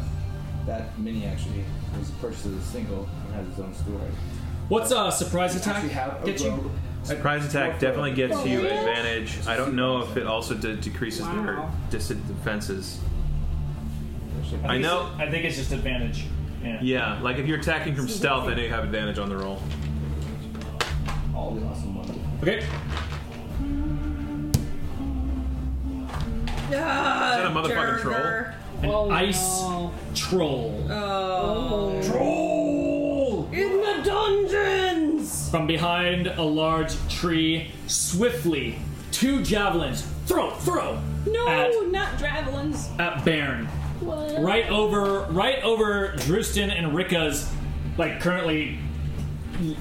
[SPEAKER 20] That mini actually was purchased as a single and has its own story.
[SPEAKER 2] What's a surprise attack?
[SPEAKER 20] Actually have-
[SPEAKER 2] Get you.
[SPEAKER 4] Surprise attack definitely gets
[SPEAKER 3] Oh,
[SPEAKER 4] you
[SPEAKER 3] yeah?
[SPEAKER 4] advantage. I don't know if it also de- decreases
[SPEAKER 3] Wow.
[SPEAKER 4] their distant defenses.
[SPEAKER 2] think
[SPEAKER 4] I know-
[SPEAKER 2] it's- I think it's just advantage. Yeah.
[SPEAKER 4] Yeah, like if you're attacking from stealth, I know you have advantage on the roll.
[SPEAKER 20] All the awesome ones.
[SPEAKER 2] Okay.
[SPEAKER 9] Ah,
[SPEAKER 4] that a motherfucking troll?
[SPEAKER 9] Durgar.
[SPEAKER 2] An
[SPEAKER 3] Oh,
[SPEAKER 2] ice
[SPEAKER 3] no.
[SPEAKER 2] troll.
[SPEAKER 9] Oh.
[SPEAKER 2] troll!
[SPEAKER 9] In the dungeons!
[SPEAKER 2] From behind a large tree, swiftly, two javelins. Throw, throw!
[SPEAKER 3] No,
[SPEAKER 2] At,
[SPEAKER 3] not javelins.
[SPEAKER 2] at Bairn.
[SPEAKER 3] What?
[SPEAKER 2] Right over, right over Drustin and Rika's, like currently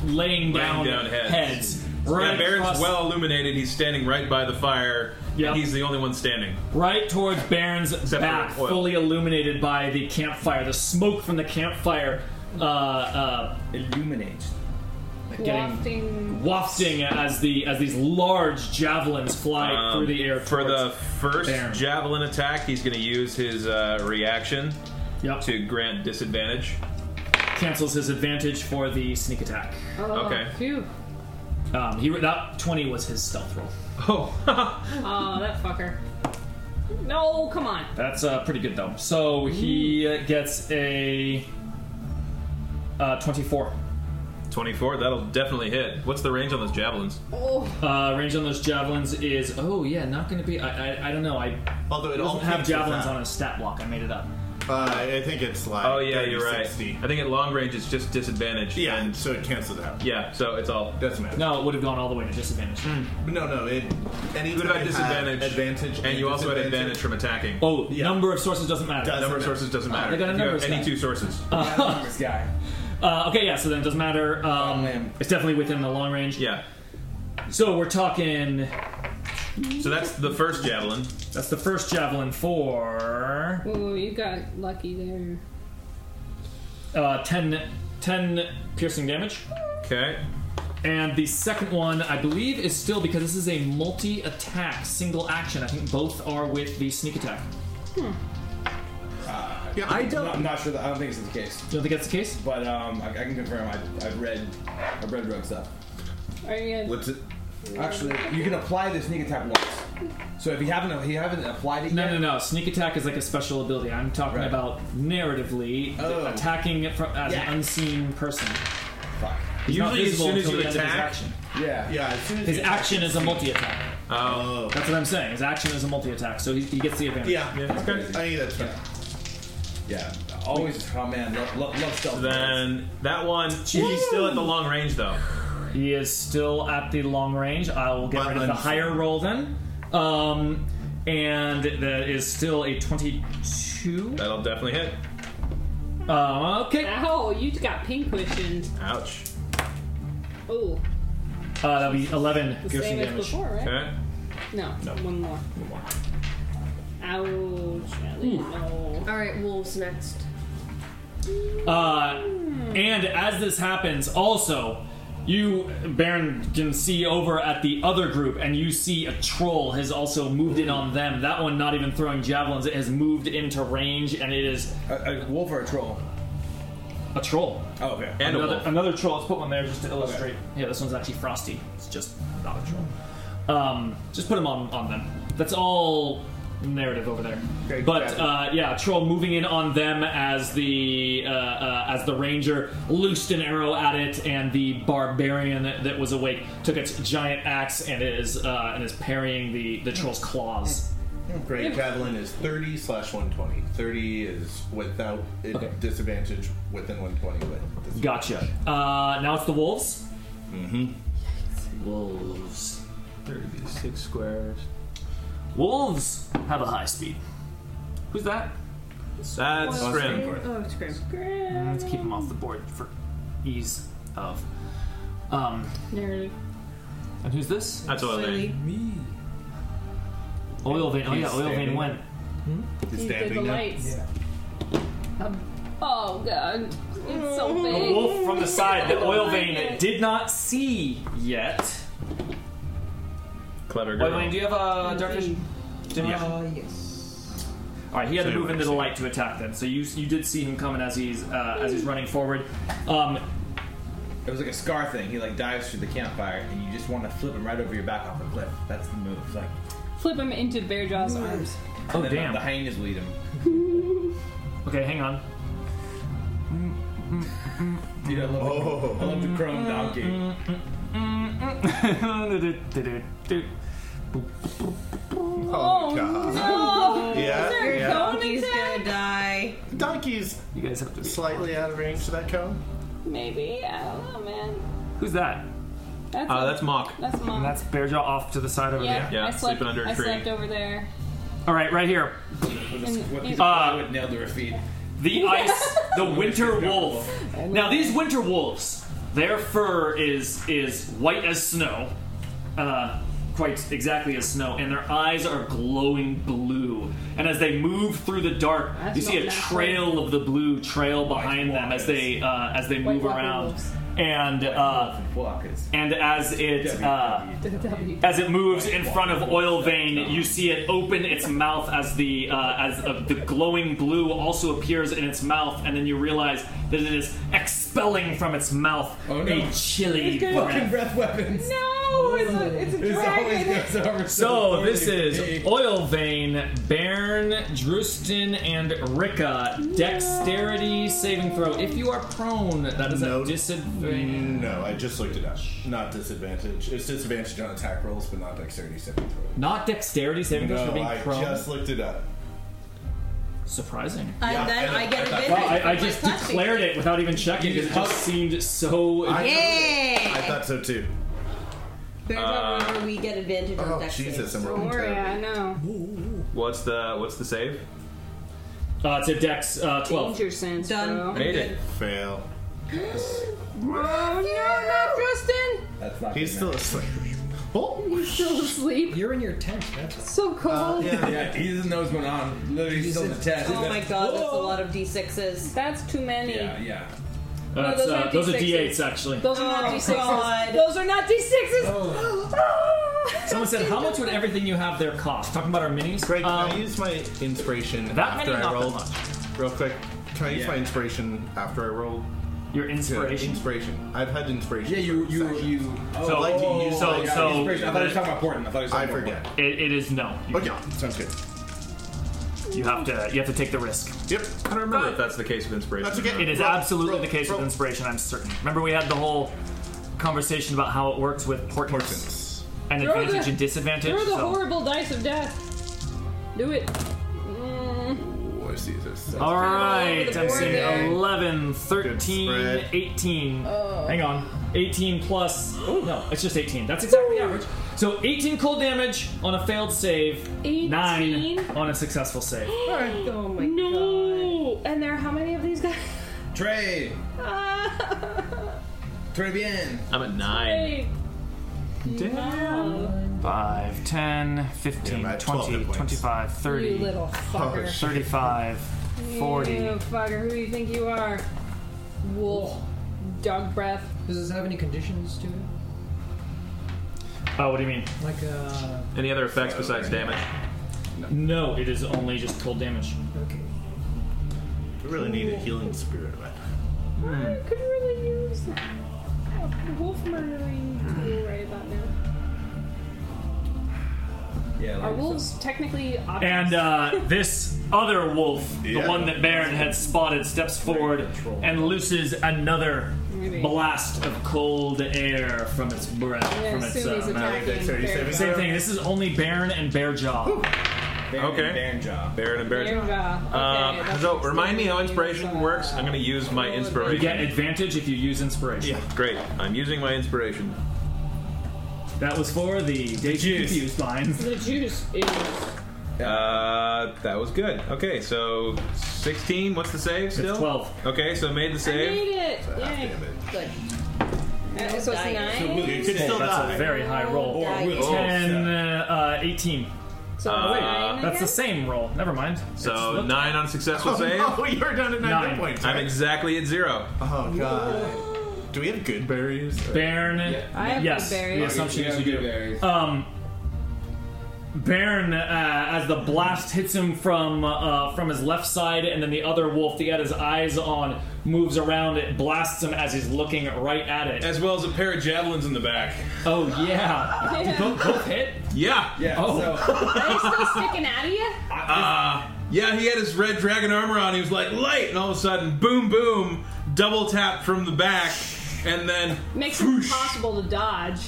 [SPEAKER 2] laying down,
[SPEAKER 4] down heads.
[SPEAKER 2] Right,
[SPEAKER 4] yeah, Baron's
[SPEAKER 2] across-
[SPEAKER 4] well illuminated. He's standing right by the fire.
[SPEAKER 2] Yeah.
[SPEAKER 4] And he's the only one standing.
[SPEAKER 2] right towards Baron's
[SPEAKER 4] for
[SPEAKER 2] back,
[SPEAKER 4] oil.
[SPEAKER 2] fully illuminated by the campfire. The smoke from the campfire uh, uh,
[SPEAKER 20] Illuminate.
[SPEAKER 2] getting
[SPEAKER 3] Wafting.
[SPEAKER 2] wafting as the as these large javelins fly
[SPEAKER 4] Um,
[SPEAKER 2] through the air.
[SPEAKER 4] for the
[SPEAKER 2] towards-
[SPEAKER 4] first
[SPEAKER 2] Baron.
[SPEAKER 4] javelin attack, he's going to use his uh, reaction
[SPEAKER 2] yep,
[SPEAKER 4] to grant disadvantage.
[SPEAKER 2] cancels his advantage for the sneak attack.
[SPEAKER 3] Oh,
[SPEAKER 4] Okay.
[SPEAKER 3] Phew.
[SPEAKER 2] Um, he that twenty was his stealth roll.
[SPEAKER 4] [LAUGHS] Oh,
[SPEAKER 3] Oh, that fucker. No, come on.
[SPEAKER 2] That's uh, pretty good though. So he uh, gets a uh, twenty-four.
[SPEAKER 4] 24, that'll definitely hit. What's the range on those javelins?
[SPEAKER 2] Uh, range on those javelins is oh yeah, not going to be. I, I I don't know. I
[SPEAKER 5] Although it
[SPEAKER 2] doesn't
[SPEAKER 5] all
[SPEAKER 2] have
[SPEAKER 5] comes with
[SPEAKER 2] javelins
[SPEAKER 5] that.
[SPEAKER 2] on a stat block. I made it up.
[SPEAKER 5] Uh, I think it's like.
[SPEAKER 4] Oh yeah,
[SPEAKER 5] 30,
[SPEAKER 4] you're right.
[SPEAKER 5] 60.
[SPEAKER 4] I think at long range it's just disadvantage.
[SPEAKER 5] Yeah,
[SPEAKER 4] and-
[SPEAKER 5] and so it cancels out.
[SPEAKER 4] yeah. So it's all.
[SPEAKER 5] Doesn't matter.
[SPEAKER 2] No, it would have gone all the way to disadvantage.
[SPEAKER 5] But no, no. It. Any
[SPEAKER 4] What about disadvantage?
[SPEAKER 5] Advantage.
[SPEAKER 4] and you also had advantage from attacking.
[SPEAKER 2] Oh,
[SPEAKER 5] Yeah.
[SPEAKER 2] number of sources doesn't matter.
[SPEAKER 5] Does-
[SPEAKER 4] number of sources doesn't matter.
[SPEAKER 2] they got a
[SPEAKER 4] If you
[SPEAKER 2] number
[SPEAKER 4] have any
[SPEAKER 2] set.
[SPEAKER 4] two sources.
[SPEAKER 23] Numbers guy.
[SPEAKER 2] Uh, okay, yeah. So then it doesn't matter. Um,
[SPEAKER 23] man.
[SPEAKER 2] it's definitely within the long range.
[SPEAKER 4] yeah.
[SPEAKER 2] So we're talking.
[SPEAKER 4] So that's the first javelin.
[SPEAKER 2] That's the first javelin for
[SPEAKER 3] Ooh, you got lucky there.
[SPEAKER 2] uh, 10, 10 piercing damage,
[SPEAKER 4] Okay.
[SPEAKER 2] and the second one I believe is still because this is a multi-attack single action. I think both are with the sneak attack.
[SPEAKER 5] Yeah, I
[SPEAKER 23] No,
[SPEAKER 5] don't.
[SPEAKER 23] I'm not sure. That, I don't think this is the case.
[SPEAKER 2] Do you think that's the case?
[SPEAKER 23] But um, I, I can confirm. I, I've read, I've read rogue stuff.
[SPEAKER 3] Are you gonna
[SPEAKER 5] What's it?
[SPEAKER 23] Actually, you can apply the sneak attack once. So if you haven't, if you haven't applied it
[SPEAKER 2] No,
[SPEAKER 23] yet,
[SPEAKER 2] no, no. Sneak attack is like a special ability. I'm talking
[SPEAKER 23] Right.
[SPEAKER 2] about narratively
[SPEAKER 23] Oh.
[SPEAKER 2] attacking it from, as
[SPEAKER 23] Yeah.
[SPEAKER 2] an unseen person.
[SPEAKER 23] Fuck.
[SPEAKER 2] He's not
[SPEAKER 4] Usually as
[SPEAKER 2] visible
[SPEAKER 4] soon as
[SPEAKER 2] until
[SPEAKER 4] you
[SPEAKER 2] the end of his
[SPEAKER 4] attack-
[SPEAKER 2] action.
[SPEAKER 23] Yeah.
[SPEAKER 5] Yeah, as soon as
[SPEAKER 2] His
[SPEAKER 5] you-
[SPEAKER 2] action is a multi-attack.
[SPEAKER 4] Oh.
[SPEAKER 2] That's what I'm saying. His action is a multi-attack, so he, he gets the advantage.
[SPEAKER 5] Yeah.
[SPEAKER 4] Yeah, that's good.
[SPEAKER 5] I think that's fair.
[SPEAKER 23] Yeah. Always. Oh man, love, love, love stealth.
[SPEAKER 4] Then that one. He's still at the long range though.
[SPEAKER 2] He is still at the long range. I will get
[SPEAKER 5] But
[SPEAKER 2] rid of the
[SPEAKER 5] unseen.
[SPEAKER 2] higher roll then. Um, and that is still a 22.
[SPEAKER 4] That'll definitely hit.
[SPEAKER 2] Uh, okay.
[SPEAKER 3] Ow, oh, you got pincushions.
[SPEAKER 4] Ouch.
[SPEAKER 3] Oh,
[SPEAKER 2] Uh, that'll be 11
[SPEAKER 3] the
[SPEAKER 2] piercing
[SPEAKER 3] same as
[SPEAKER 2] damage.
[SPEAKER 3] before, right?
[SPEAKER 4] Okay.
[SPEAKER 3] No, one more. One more. Ouch, Ellie,
[SPEAKER 2] Hmm.
[SPEAKER 3] no.
[SPEAKER 9] All right, wolves next.
[SPEAKER 2] Uh, and as this happens, also, you, Baron, can see over at the other group, and you see a troll has also moved in on them. That one, not even throwing javelins, it has moved into range, and it is
[SPEAKER 23] A, a wolf or a troll?
[SPEAKER 2] a troll.
[SPEAKER 23] Oh, okay.
[SPEAKER 4] And a
[SPEAKER 2] another,
[SPEAKER 4] wolf.
[SPEAKER 2] another troll. Let's put one there just to illustrate. Yeah, this one's actually frosty. It's just not a troll. Um, just put them on on them. That's all narrative over there.
[SPEAKER 23] Okay,
[SPEAKER 2] but
[SPEAKER 23] gotcha.
[SPEAKER 2] uh, yeah, troll moving in on them as the uh, uh, as the ranger loosed an arrow at it, and the barbarian that, that was awake took its giant axe and is uh, and is parrying the the troll's claws.
[SPEAKER 5] Great javelin is thirty slash one twenty. Thirty is without it,
[SPEAKER 2] Okay.
[SPEAKER 5] disadvantage within one twenty. But dis-
[SPEAKER 2] Gotcha. Uh, now it's the wolves. Mm-hmm. Wolves.
[SPEAKER 4] 36 squares.
[SPEAKER 2] Wolves have a high speed. Who's that?
[SPEAKER 4] That's Scrim.
[SPEAKER 9] Oh, scream.
[SPEAKER 2] Let's keep him off the board for ease of. Um,
[SPEAKER 3] Narrative.
[SPEAKER 2] and who's this?
[SPEAKER 4] That's all I think.
[SPEAKER 13] Me.
[SPEAKER 2] Oil vein. Oh yeah, oil vein
[SPEAKER 5] standing.
[SPEAKER 2] went.
[SPEAKER 3] You did
[SPEAKER 5] it's
[SPEAKER 3] the
[SPEAKER 5] standing now.
[SPEAKER 3] lights.
[SPEAKER 13] Yeah.
[SPEAKER 3] Oh god, it's so
[SPEAKER 2] The
[SPEAKER 3] big.
[SPEAKER 2] wolf from the side that oil vein
[SPEAKER 3] it.
[SPEAKER 2] did not see yet.
[SPEAKER 4] Clever
[SPEAKER 2] Oil vein,
[SPEAKER 4] girl.
[SPEAKER 2] do you have a dark
[SPEAKER 3] Thirteen.
[SPEAKER 2] vision? Didn't you?
[SPEAKER 13] Ah, yes.
[SPEAKER 2] All right, he had
[SPEAKER 5] So
[SPEAKER 2] to
[SPEAKER 5] you
[SPEAKER 2] move
[SPEAKER 5] wouldn't
[SPEAKER 2] into the
[SPEAKER 5] see
[SPEAKER 2] light to attack them. So you you did see him coming as he's uh, as he's running forward. Um,
[SPEAKER 23] It was like a scar thing. He like dives through the campfire, and you just want to flip him right over your back off a cliff. That's the move. It's like,
[SPEAKER 3] Flip him into Bear
[SPEAKER 2] [LAUGHS]
[SPEAKER 3] Jaw's arms.
[SPEAKER 2] oh
[SPEAKER 23] and then
[SPEAKER 2] damn.
[SPEAKER 23] The hyenas lead him.
[SPEAKER 2] Okay, hang on. [LAUGHS]
[SPEAKER 23] Dude, I love,
[SPEAKER 5] Oh.
[SPEAKER 23] the, I love the chrome donkey.
[SPEAKER 5] Oh, God.
[SPEAKER 3] No!
[SPEAKER 5] Yeah.
[SPEAKER 3] Your
[SPEAKER 5] yeah.
[SPEAKER 3] cone
[SPEAKER 9] He's
[SPEAKER 3] attack?
[SPEAKER 9] Oh, gonna die.
[SPEAKER 5] Donkey's
[SPEAKER 2] You guys have to be.
[SPEAKER 5] slightly out of range to that cone.
[SPEAKER 3] Maybe, I don't know, man.
[SPEAKER 2] Who's that?
[SPEAKER 3] That's,
[SPEAKER 4] Uh,
[SPEAKER 3] a-
[SPEAKER 4] that's Mock.
[SPEAKER 3] that's mom.
[SPEAKER 2] And that's Bearjaw off to the side over
[SPEAKER 3] yeah,
[SPEAKER 2] there.
[SPEAKER 4] Yeah,
[SPEAKER 3] I slept,
[SPEAKER 4] sleeping under a
[SPEAKER 3] I
[SPEAKER 4] tree.
[SPEAKER 3] slept over there.
[SPEAKER 2] All right, right here.
[SPEAKER 3] And-
[SPEAKER 23] What
[SPEAKER 3] and-
[SPEAKER 23] piece
[SPEAKER 2] Uh,
[SPEAKER 23] of wood nailed to her feet?
[SPEAKER 3] [LAUGHS]
[SPEAKER 2] The ice, the winter wolf. Now these winter wolves, their fur is is white as snow, uh, quite exactly as snow, and their eyes are glowing blue. And as they move through the dark,
[SPEAKER 3] That's
[SPEAKER 2] you see
[SPEAKER 3] not
[SPEAKER 2] a
[SPEAKER 3] that
[SPEAKER 2] trail of the blue trail behind them as they uh, as they move
[SPEAKER 3] Walker
[SPEAKER 2] around,
[SPEAKER 3] wolves.
[SPEAKER 2] and uh,
[SPEAKER 23] Block is.
[SPEAKER 2] and as it. Uh,
[SPEAKER 3] W.
[SPEAKER 2] as it moves in front of oil vein you see it open its mouth as the uh, as uh, the glowing blue also appears in its mouth and then you realize that it is expelling from its mouth
[SPEAKER 23] Oh, no.
[SPEAKER 2] a chilly
[SPEAKER 3] It's gonna-
[SPEAKER 2] breath.
[SPEAKER 23] breath weapons.
[SPEAKER 3] No! No, it's a, it's a dragon.
[SPEAKER 23] goes over to
[SPEAKER 2] So
[SPEAKER 23] the
[SPEAKER 2] this
[SPEAKER 23] party.
[SPEAKER 2] is Oil Vein, Bairn, Drustin, and Rika. Dexterity saving throw. If you are prone, that is
[SPEAKER 5] No.
[SPEAKER 2] a disadvantage.
[SPEAKER 5] No, I just looked it up. Not disadvantage. It's disadvantage on attack rolls, but not dexterity saving throw.
[SPEAKER 2] Not dexterity saving throws for
[SPEAKER 5] No,
[SPEAKER 2] being
[SPEAKER 5] I
[SPEAKER 2] prone.
[SPEAKER 5] just looked it up.
[SPEAKER 2] Surprising.
[SPEAKER 9] And then
[SPEAKER 5] and
[SPEAKER 9] I get
[SPEAKER 5] I- I-
[SPEAKER 9] advantage.
[SPEAKER 2] Wow, I, I
[SPEAKER 9] from my
[SPEAKER 2] just
[SPEAKER 9] classmate.
[SPEAKER 2] declared it without even checking. It just seemed so.
[SPEAKER 5] I-
[SPEAKER 9] Yay!
[SPEAKER 5] I thought so too.
[SPEAKER 9] Bear Dog
[SPEAKER 4] Uh,
[SPEAKER 9] River, we get advantage on
[SPEAKER 5] oh,
[SPEAKER 9] dex saves.
[SPEAKER 5] Jesus, I'm rolling
[SPEAKER 3] Don't worry,
[SPEAKER 5] terrible.
[SPEAKER 3] I know.
[SPEAKER 4] What's the what's the save?
[SPEAKER 2] Uh, it's a dex uh, 12.
[SPEAKER 3] Danger sense,
[SPEAKER 9] Done.
[SPEAKER 3] bro. [LAUGHS]
[SPEAKER 4] [LAUGHS] Made it.
[SPEAKER 5] Fail.
[SPEAKER 3] Oh no, not Justin!
[SPEAKER 23] That's not
[SPEAKER 5] He's
[SPEAKER 23] good,
[SPEAKER 5] still asleep.
[SPEAKER 3] [LAUGHS] He's still asleep.
[SPEAKER 13] You're in your tent, that's
[SPEAKER 3] So cold.
[SPEAKER 5] Oh,
[SPEAKER 23] man. Yeah, he doesn't know what's going on. Literally, [LAUGHS] he's still in the test.
[SPEAKER 9] Oh my god, that's a lot of d6s.
[SPEAKER 3] That's too many.
[SPEAKER 23] Yeah, yeah.
[SPEAKER 2] Uh, it's,
[SPEAKER 3] those
[SPEAKER 2] uh,
[SPEAKER 3] aren't
[SPEAKER 2] those are
[SPEAKER 3] D6s.
[SPEAKER 2] D8s, actually.
[SPEAKER 3] Those are not
[SPEAKER 9] Oh,
[SPEAKER 3] D6s.
[SPEAKER 9] God.
[SPEAKER 3] Those are not D6s! [GASPS] Ah!
[SPEAKER 2] Someone said, how much would everything you have there cost? Talking about our minis?
[SPEAKER 5] Greg,
[SPEAKER 2] Um,
[SPEAKER 5] can I use my inspiration
[SPEAKER 2] that many,
[SPEAKER 5] after
[SPEAKER 2] not
[SPEAKER 5] I
[SPEAKER 2] that
[SPEAKER 5] roll?
[SPEAKER 2] much.
[SPEAKER 5] Real quick. Can I use
[SPEAKER 23] Yeah.
[SPEAKER 5] my inspiration after I roll?
[SPEAKER 2] Your
[SPEAKER 5] to-
[SPEAKER 2] inspiration.
[SPEAKER 5] Inspiration. I've had inspiration.
[SPEAKER 23] Yeah, you,
[SPEAKER 5] for
[SPEAKER 23] you,
[SPEAKER 5] sessions.
[SPEAKER 23] you. Oh,
[SPEAKER 2] So-
[SPEAKER 23] like to
[SPEAKER 2] so-
[SPEAKER 23] my God,
[SPEAKER 2] so-
[SPEAKER 23] inspiration. I thought he was talking about Portland. I thought he was
[SPEAKER 5] I
[SPEAKER 23] talking about
[SPEAKER 5] forget.
[SPEAKER 23] Portland.
[SPEAKER 2] It, it is no. You,
[SPEAKER 5] Okay, sounds good.
[SPEAKER 2] you have to you have to take the risk.
[SPEAKER 5] Yep.
[SPEAKER 4] I don't remember if that's the case with inspiration.
[SPEAKER 5] That's okay.
[SPEAKER 4] or
[SPEAKER 2] It is
[SPEAKER 5] Roll,
[SPEAKER 2] absolutely
[SPEAKER 5] roll,
[SPEAKER 2] the case
[SPEAKER 5] roll.
[SPEAKER 2] with inspiration. I'm certain. Remember, we had the whole conversation about how it works with portents,
[SPEAKER 5] Portents.
[SPEAKER 2] and
[SPEAKER 3] Throw
[SPEAKER 2] advantage
[SPEAKER 3] the-
[SPEAKER 2] and disadvantage.
[SPEAKER 3] [LAUGHS] You're the
[SPEAKER 2] so-
[SPEAKER 3] horrible dice of death. Do it. Mm,
[SPEAKER 5] Oh, I see this.
[SPEAKER 2] All right,
[SPEAKER 3] over the
[SPEAKER 2] I'm
[SPEAKER 3] board there.
[SPEAKER 2] seeing 11, 13,
[SPEAKER 5] spread.
[SPEAKER 2] 18.
[SPEAKER 3] Oh.
[SPEAKER 2] Hang on. 18 plus. Oh, no, it's just 18. That's exactly average. So 18 cold damage on a failed save, 9
[SPEAKER 3] 18?
[SPEAKER 2] on a successful save.
[SPEAKER 9] Oh my god.
[SPEAKER 3] No! And there are how many of these guys? [LAUGHS]
[SPEAKER 23] Trey,
[SPEAKER 3] Ah.
[SPEAKER 23] Trey bien.
[SPEAKER 4] something. I'm at nine.
[SPEAKER 3] Hey. Wow.
[SPEAKER 2] 5, 10, 15,
[SPEAKER 5] Yeah, I have 12
[SPEAKER 2] 20,
[SPEAKER 5] hit points.
[SPEAKER 2] 25,
[SPEAKER 3] You
[SPEAKER 2] 30,
[SPEAKER 3] little
[SPEAKER 5] Oh,
[SPEAKER 3] fucker.
[SPEAKER 2] 35, 40.
[SPEAKER 3] You fucker, who do you think you are? Wolf. Dog breath.
[SPEAKER 13] Does this have any conditions to it?
[SPEAKER 2] Oh, what do you mean?
[SPEAKER 13] Like, uh,
[SPEAKER 4] Any other effects besides damage?
[SPEAKER 2] No, it is only just cold damage.
[SPEAKER 13] okay.
[SPEAKER 5] We really need a healing spirit weapon.
[SPEAKER 23] Hmm.
[SPEAKER 3] I could really use a wolf murdering tool right about now.
[SPEAKER 23] Yeah,
[SPEAKER 3] Are
[SPEAKER 23] like
[SPEAKER 3] wolves technically objects?
[SPEAKER 2] And uh, this other wolf, the
[SPEAKER 5] Yeah.
[SPEAKER 2] one that Baron had spotted, steps forward and looses another
[SPEAKER 3] Maybe.
[SPEAKER 2] blast of cold air from its breath.
[SPEAKER 3] I
[SPEAKER 2] From its uh,
[SPEAKER 3] assume he's
[SPEAKER 2] mouth.
[SPEAKER 3] attacking.
[SPEAKER 5] Dexterity
[SPEAKER 3] Fair
[SPEAKER 5] saving
[SPEAKER 3] enough.
[SPEAKER 2] Same thing. This is only Baron and Bearjaw.
[SPEAKER 23] Baron
[SPEAKER 4] Okay.
[SPEAKER 23] and Baron job.
[SPEAKER 4] Baron and
[SPEAKER 3] There you
[SPEAKER 4] Baron.
[SPEAKER 3] go. Okay,
[SPEAKER 4] Uh,
[SPEAKER 3] that's
[SPEAKER 4] so
[SPEAKER 3] what
[SPEAKER 4] remind me how
[SPEAKER 3] it's gonna be.
[SPEAKER 4] inspiration works. I'm gonna use my
[SPEAKER 2] You
[SPEAKER 4] inspiration.
[SPEAKER 2] get advantage if you use inspiration.
[SPEAKER 4] Great. I'm using my inspiration.
[SPEAKER 2] That was for the Deja
[SPEAKER 23] Juice.
[SPEAKER 2] Confused lines.
[SPEAKER 3] The juice is
[SPEAKER 4] Uh, that was good. Okay, so 16. What's the save still?
[SPEAKER 2] It's 12.
[SPEAKER 4] Okay, so made
[SPEAKER 3] I
[SPEAKER 4] the
[SPEAKER 3] made
[SPEAKER 4] save.
[SPEAKER 3] it. Yay.
[SPEAKER 9] Good.
[SPEAKER 3] Uh, so it's
[SPEAKER 9] Dice.
[SPEAKER 3] nine.
[SPEAKER 5] You could
[SPEAKER 2] Oh,
[SPEAKER 5] still
[SPEAKER 2] that's a
[SPEAKER 5] die.
[SPEAKER 2] very high roll.
[SPEAKER 9] Dice.
[SPEAKER 23] will. Oh,
[SPEAKER 2] 10, uh, 18.
[SPEAKER 3] So
[SPEAKER 4] Uh,
[SPEAKER 3] it's nine
[SPEAKER 2] That's the
[SPEAKER 3] again?
[SPEAKER 2] same roll. Never mind.
[SPEAKER 4] So nine on successful save.
[SPEAKER 5] [LAUGHS] [LAUGHS] Oh, you're down to nine,
[SPEAKER 2] Nine.
[SPEAKER 5] hit points.
[SPEAKER 4] I'm
[SPEAKER 5] right?
[SPEAKER 4] exactly at zero.
[SPEAKER 5] oh god. Do we have good berries?
[SPEAKER 2] Baron.
[SPEAKER 3] I have
[SPEAKER 2] Yes.
[SPEAKER 3] the berries.
[SPEAKER 2] The assumption
[SPEAKER 23] Yeah,
[SPEAKER 2] is
[SPEAKER 23] we
[SPEAKER 2] you
[SPEAKER 23] do
[SPEAKER 2] do.
[SPEAKER 23] berries.
[SPEAKER 2] Um, Baron, uh, as the blast hits him from uh, from his left side, and then the other wolf that he had his eyes on moves around. It blasts him as he's looking right at it.
[SPEAKER 4] As well as a pair of javelins in the back.
[SPEAKER 2] Oh yeah,
[SPEAKER 3] Yeah.
[SPEAKER 2] both, both hit.
[SPEAKER 4] Yeah.
[SPEAKER 23] Yeah.
[SPEAKER 2] Oh.
[SPEAKER 23] [LAUGHS] So,
[SPEAKER 3] [LAUGHS] Are they still sticking out of you?
[SPEAKER 4] Uh, yeah, he had his red dragon armor on. He was like, light! And all of a sudden, boom, boom, double tap from the back. And then,
[SPEAKER 3] Makes it impossible to dodge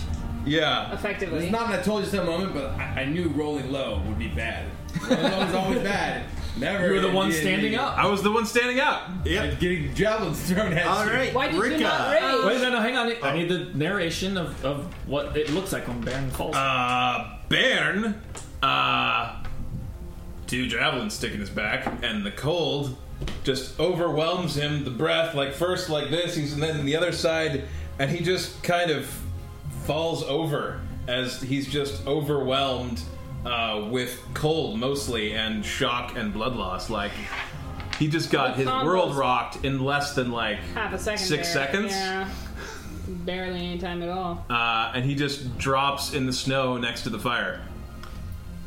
[SPEAKER 4] yeah.
[SPEAKER 3] effectively.
[SPEAKER 23] it's not that I told you so moment, but I, I knew rolling low would be bad. Rolling low is always bad. Never.
[SPEAKER 2] [LAUGHS] You were the one
[SPEAKER 23] Yeah,
[SPEAKER 2] standing
[SPEAKER 23] yeah.
[SPEAKER 2] up.
[SPEAKER 4] I was the one standing up.
[SPEAKER 5] Yep.
[SPEAKER 23] Getting javelins thrown at
[SPEAKER 5] All
[SPEAKER 23] you.
[SPEAKER 5] right.
[SPEAKER 3] Why did
[SPEAKER 5] Rika.
[SPEAKER 3] you not rage?
[SPEAKER 2] Wait, no, no, hang on. I need the narration of, of what it looks like when Baron falls.
[SPEAKER 4] Uh, Bairn, uh, two javelins sticking his back, and the cold just overwhelms him. The breath, like first like this, he's and then the other side, and he just kind of falls over as he's just overwhelmed uh, with cold mostly and shock and blood loss. Like he just got his
[SPEAKER 3] combos.
[SPEAKER 4] world rocked in less than like
[SPEAKER 3] Half a second.
[SPEAKER 4] Six
[SPEAKER 3] there.
[SPEAKER 4] seconds?
[SPEAKER 3] Yeah. Barely any time at all.
[SPEAKER 4] uh, and he just drops in the snow next to the fire.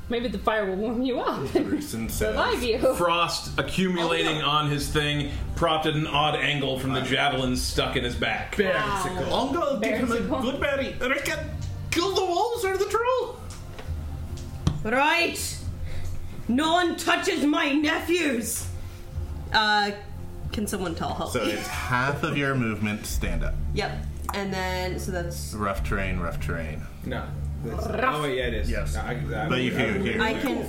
[SPEAKER 3] Maybe the fire will warm you up.
[SPEAKER 5] Reason says-
[SPEAKER 3] Revive you.
[SPEAKER 4] frost accumulating on his thing, propped at an odd angle from the javelin stuck in his back.
[SPEAKER 3] Wow.
[SPEAKER 5] I'll go give him a
[SPEAKER 3] Berries.
[SPEAKER 5] good berry. Rika. kill the wolves or the troll.
[SPEAKER 9] Right! No one touches my nephews! Uh, can someone tell help?
[SPEAKER 5] So [LAUGHS]
[SPEAKER 9] me?
[SPEAKER 5] it's half of your movement stand up.
[SPEAKER 9] Yep. And then, so that's.
[SPEAKER 5] Rough terrain, rough terrain.
[SPEAKER 23] No. That's, oh, wait, yeah, it is.
[SPEAKER 5] Yes.
[SPEAKER 23] No, I, I,
[SPEAKER 5] But you can go here.
[SPEAKER 9] I can.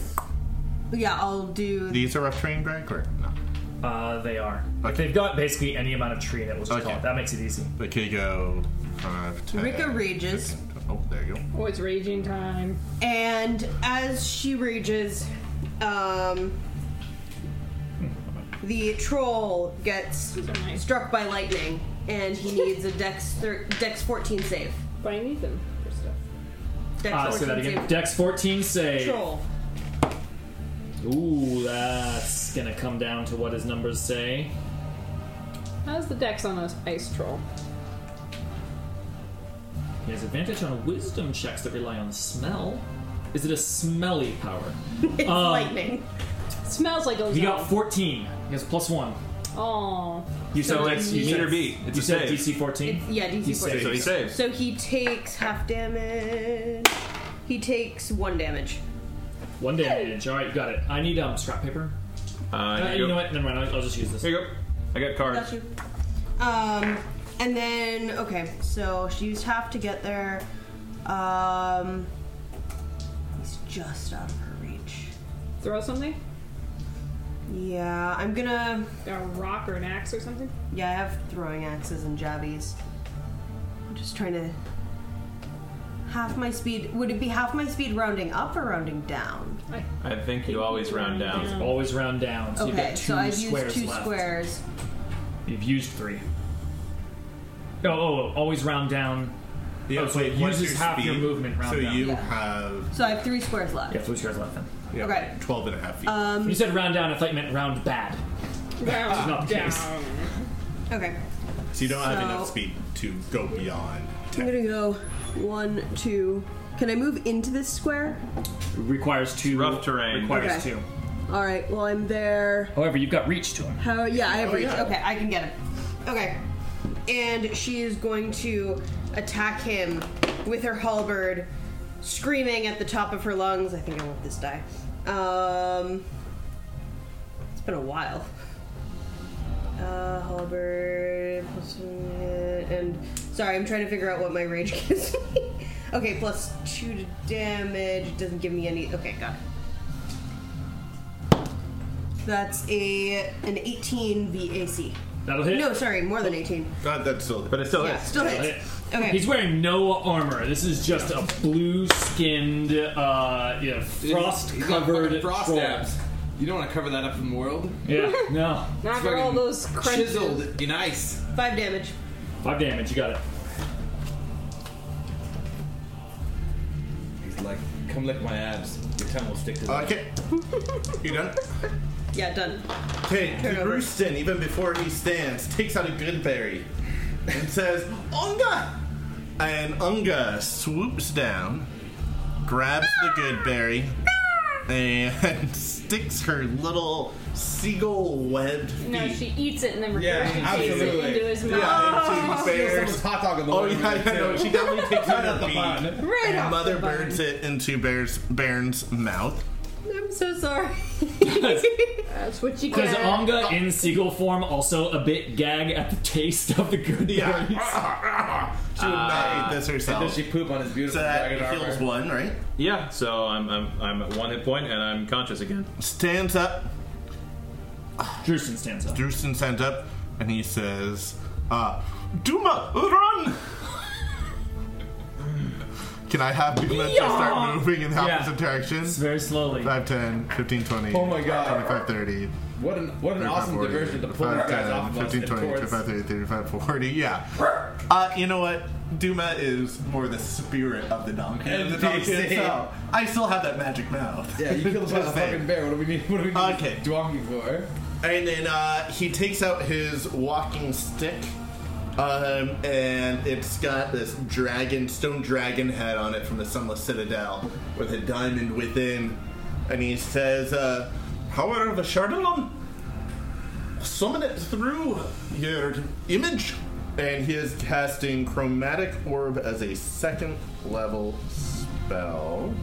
[SPEAKER 9] Yeah, I'll do.
[SPEAKER 5] These are rough terrain, Greg? Or no?
[SPEAKER 2] Uh, they are. If
[SPEAKER 5] Okay.
[SPEAKER 2] they've got basically any amount of tree in it, we'll just call
[SPEAKER 5] Okay.
[SPEAKER 2] it. That makes it easy.
[SPEAKER 5] They could go five, ten.
[SPEAKER 9] Rika rages.
[SPEAKER 5] Oh, there you go.
[SPEAKER 3] Oh, it's raging time.
[SPEAKER 9] And as she rages, um, the troll gets
[SPEAKER 3] These are nice.
[SPEAKER 9] struck by lightning, and he needs a dex thir- dex 14 save.
[SPEAKER 3] But I need them for stuff.
[SPEAKER 9] Dex
[SPEAKER 2] Ah, say that again. Dex 14 save.
[SPEAKER 9] Troll.
[SPEAKER 2] Ooh, that's gonna come down to what his numbers say.
[SPEAKER 3] How's the dex on us, ice troll?
[SPEAKER 2] He has advantage on wisdom checks that rely on smell. Is it a smelly power?
[SPEAKER 9] It's
[SPEAKER 2] Um,
[SPEAKER 9] lightning.
[SPEAKER 3] Smells like ozone.
[SPEAKER 2] He got 14. He has plus one.
[SPEAKER 3] Oh,
[SPEAKER 2] You
[SPEAKER 4] So
[SPEAKER 2] said
[SPEAKER 4] it's
[SPEAKER 2] you
[SPEAKER 4] meet
[SPEAKER 2] said-
[SPEAKER 4] or beat. It's
[SPEAKER 2] you
[SPEAKER 4] a
[SPEAKER 2] said
[SPEAKER 4] save.
[SPEAKER 2] DC 14.
[SPEAKER 9] It's- yeah, DC
[SPEAKER 2] He
[SPEAKER 9] 14.
[SPEAKER 4] So he saves.
[SPEAKER 9] So he takes half damage. He takes one damage.
[SPEAKER 2] One damage. All right, got it. I need um scrap paper.
[SPEAKER 4] Uh,
[SPEAKER 2] Uh,
[SPEAKER 4] here
[SPEAKER 2] you
[SPEAKER 4] go.
[SPEAKER 2] know what? Never mind. I'll, I'll just use this.
[SPEAKER 4] Here you go. I got cards.
[SPEAKER 9] Got you. Um, and then okay, so she used half to get there. Um, he's just out of her reach.
[SPEAKER 3] throw something?
[SPEAKER 9] Yeah, I'm gonna.
[SPEAKER 3] Got a rock or an axe or something?
[SPEAKER 9] Yeah, I have throwing axes and jabbies. I'm just trying to. Half my speed. Would it be half my speed rounding up or rounding down?
[SPEAKER 4] I think you always round down.
[SPEAKER 2] Always round down. So you've
[SPEAKER 9] okay,
[SPEAKER 2] got two
[SPEAKER 9] so I've used
[SPEAKER 2] squares
[SPEAKER 9] two
[SPEAKER 2] left.
[SPEAKER 9] squares.
[SPEAKER 2] You've used three. Oh, oh, oh, always round down.
[SPEAKER 5] Yeah,
[SPEAKER 2] Oh, so it
[SPEAKER 5] what's
[SPEAKER 2] uses half your
[SPEAKER 5] speed?
[SPEAKER 2] movement round
[SPEAKER 5] So
[SPEAKER 2] down.
[SPEAKER 5] you
[SPEAKER 9] Yeah.
[SPEAKER 5] have
[SPEAKER 9] So I have three squares left.
[SPEAKER 2] Yeah, three squares left then.
[SPEAKER 5] yeah,
[SPEAKER 9] Okay.
[SPEAKER 5] 12 and a half feet.
[SPEAKER 9] Um,
[SPEAKER 2] You said round down. I thought you meant round bad.
[SPEAKER 3] Round
[SPEAKER 2] not the
[SPEAKER 3] down.
[SPEAKER 2] case.
[SPEAKER 9] Okay.
[SPEAKER 5] so you don't have
[SPEAKER 9] so-
[SPEAKER 5] enough speed to go beyond
[SPEAKER 9] I'm
[SPEAKER 5] 10.
[SPEAKER 9] gonna go one, two. Can I move into this square?
[SPEAKER 2] Requires two.
[SPEAKER 4] Rough terrain.
[SPEAKER 2] Requires
[SPEAKER 9] Okay.
[SPEAKER 2] two.
[SPEAKER 9] All right. Well, I'm there.
[SPEAKER 2] However, you've got reach to him.
[SPEAKER 9] How? Yeah, I have
[SPEAKER 5] Oh,
[SPEAKER 9] reach.
[SPEAKER 5] yeah.
[SPEAKER 9] Okay, I can get him. Okay, and she is going to attack him with her halberd, screaming at the top of her lungs. I think I want this die. Um, it's been a while. Uh, halberd plus and sorry, I'm trying to figure out what my rage [LAUGHS] gives me. okay, plus two to damage. It doesn't give me any. Okay, got it. That's a an 18 VAC.
[SPEAKER 2] That'll hit.
[SPEAKER 9] No, sorry, more than 18.
[SPEAKER 5] God, that's still.
[SPEAKER 4] But it Oh, still
[SPEAKER 9] Yeah,
[SPEAKER 4] is.
[SPEAKER 9] still
[SPEAKER 2] That'll hit.
[SPEAKER 9] hits. Okay.
[SPEAKER 2] He's wearing no armor. This is just a blue-skinned, uh, yeah, frost-covered
[SPEAKER 10] He's got fucking frost
[SPEAKER 2] troll.
[SPEAKER 10] abs. You don't want to cover that up in the world. [LAUGHS]
[SPEAKER 2] Yeah, no,
[SPEAKER 3] Not for all
[SPEAKER 10] Fucking
[SPEAKER 3] those crunches.
[SPEAKER 10] Chiseled in ice.
[SPEAKER 9] Five damage.
[SPEAKER 2] five damage. You got it.
[SPEAKER 23] He's like, come lick my abs. Your tongue will stick to the
[SPEAKER 5] Okay. you done?
[SPEAKER 9] Yeah, done.
[SPEAKER 5] Okay,
[SPEAKER 9] over.
[SPEAKER 5] Rooston, even before he stands, takes out a good berry and says, Unga! And Unga swoops down, grabs the good berry, and [LAUGHS] sticks her little seagull webbed feet.
[SPEAKER 3] No, she eats it and then
[SPEAKER 23] Yeah,
[SPEAKER 3] regurgitates it
[SPEAKER 23] absolutely.
[SPEAKER 3] into his mouth.
[SPEAKER 5] yeah, into
[SPEAKER 23] Someone's
[SPEAKER 5] bears.
[SPEAKER 23] hot dog in the
[SPEAKER 5] Oh
[SPEAKER 23] morning,
[SPEAKER 5] yeah, I
[SPEAKER 23] too.
[SPEAKER 5] know. [LAUGHS] She definitely takes
[SPEAKER 23] Right
[SPEAKER 5] out
[SPEAKER 23] out
[SPEAKER 5] her
[SPEAKER 23] the
[SPEAKER 5] feet.
[SPEAKER 23] bun.
[SPEAKER 9] Right off
[SPEAKER 5] Mother
[SPEAKER 9] the bone.
[SPEAKER 5] birds it into Bear's Baron's mouth.
[SPEAKER 9] I'm so sorry. [LAUGHS]
[SPEAKER 3] That's what you
[SPEAKER 2] Does
[SPEAKER 3] get.
[SPEAKER 2] Onga in seagull form also a bit gag at the taste of the good
[SPEAKER 5] Yeah.
[SPEAKER 2] berries?
[SPEAKER 5] she would not eat this herself.
[SPEAKER 23] Does she poop on his
[SPEAKER 5] so
[SPEAKER 23] beautiful
[SPEAKER 5] that
[SPEAKER 23] dragon armor?
[SPEAKER 5] heals one, right?
[SPEAKER 4] Yeah, so I'm, I'm, I'm at one hit point and I'm conscious again.
[SPEAKER 5] Stands up,
[SPEAKER 2] Drewson stands up.
[SPEAKER 5] Drewston stands up and he says, uh, Duma, run! [LAUGHS] Can I have Duma to start moving in the
[SPEAKER 2] Yeah.
[SPEAKER 5] opposite direction?
[SPEAKER 2] It's very slowly.
[SPEAKER 5] 5, 10, 15, 20,
[SPEAKER 23] Oh my God.
[SPEAKER 5] 25, 30.
[SPEAKER 23] What an what an awesome
[SPEAKER 5] 40,
[SPEAKER 23] diversion to pull these
[SPEAKER 5] 5,
[SPEAKER 23] guys
[SPEAKER 5] 10,
[SPEAKER 23] off of us
[SPEAKER 5] 15,
[SPEAKER 23] and
[SPEAKER 5] 20,
[SPEAKER 23] towards.
[SPEAKER 5] 25, 30, 35, 40. Yeah. Uh, you know what? Duma is more the spirit of the donkey.
[SPEAKER 23] And
[SPEAKER 5] than
[SPEAKER 23] the donkey.
[SPEAKER 5] itself. I still have that magic mouth. [LAUGHS]
[SPEAKER 23] Yeah, you killed a
[SPEAKER 5] Just saying.
[SPEAKER 23] fucking bear. What do we need? What do we need?
[SPEAKER 5] Okay.
[SPEAKER 23] Dwongi for.
[SPEAKER 5] And then uh, he takes out his walking stick, um, and it's got this dragon, stone dragon head on it from the Sunless Citadel with a diamond within. And he says, uh, Power of the Shardalon, summon it through your image And he is casting Chromatic Orb as a second level spell.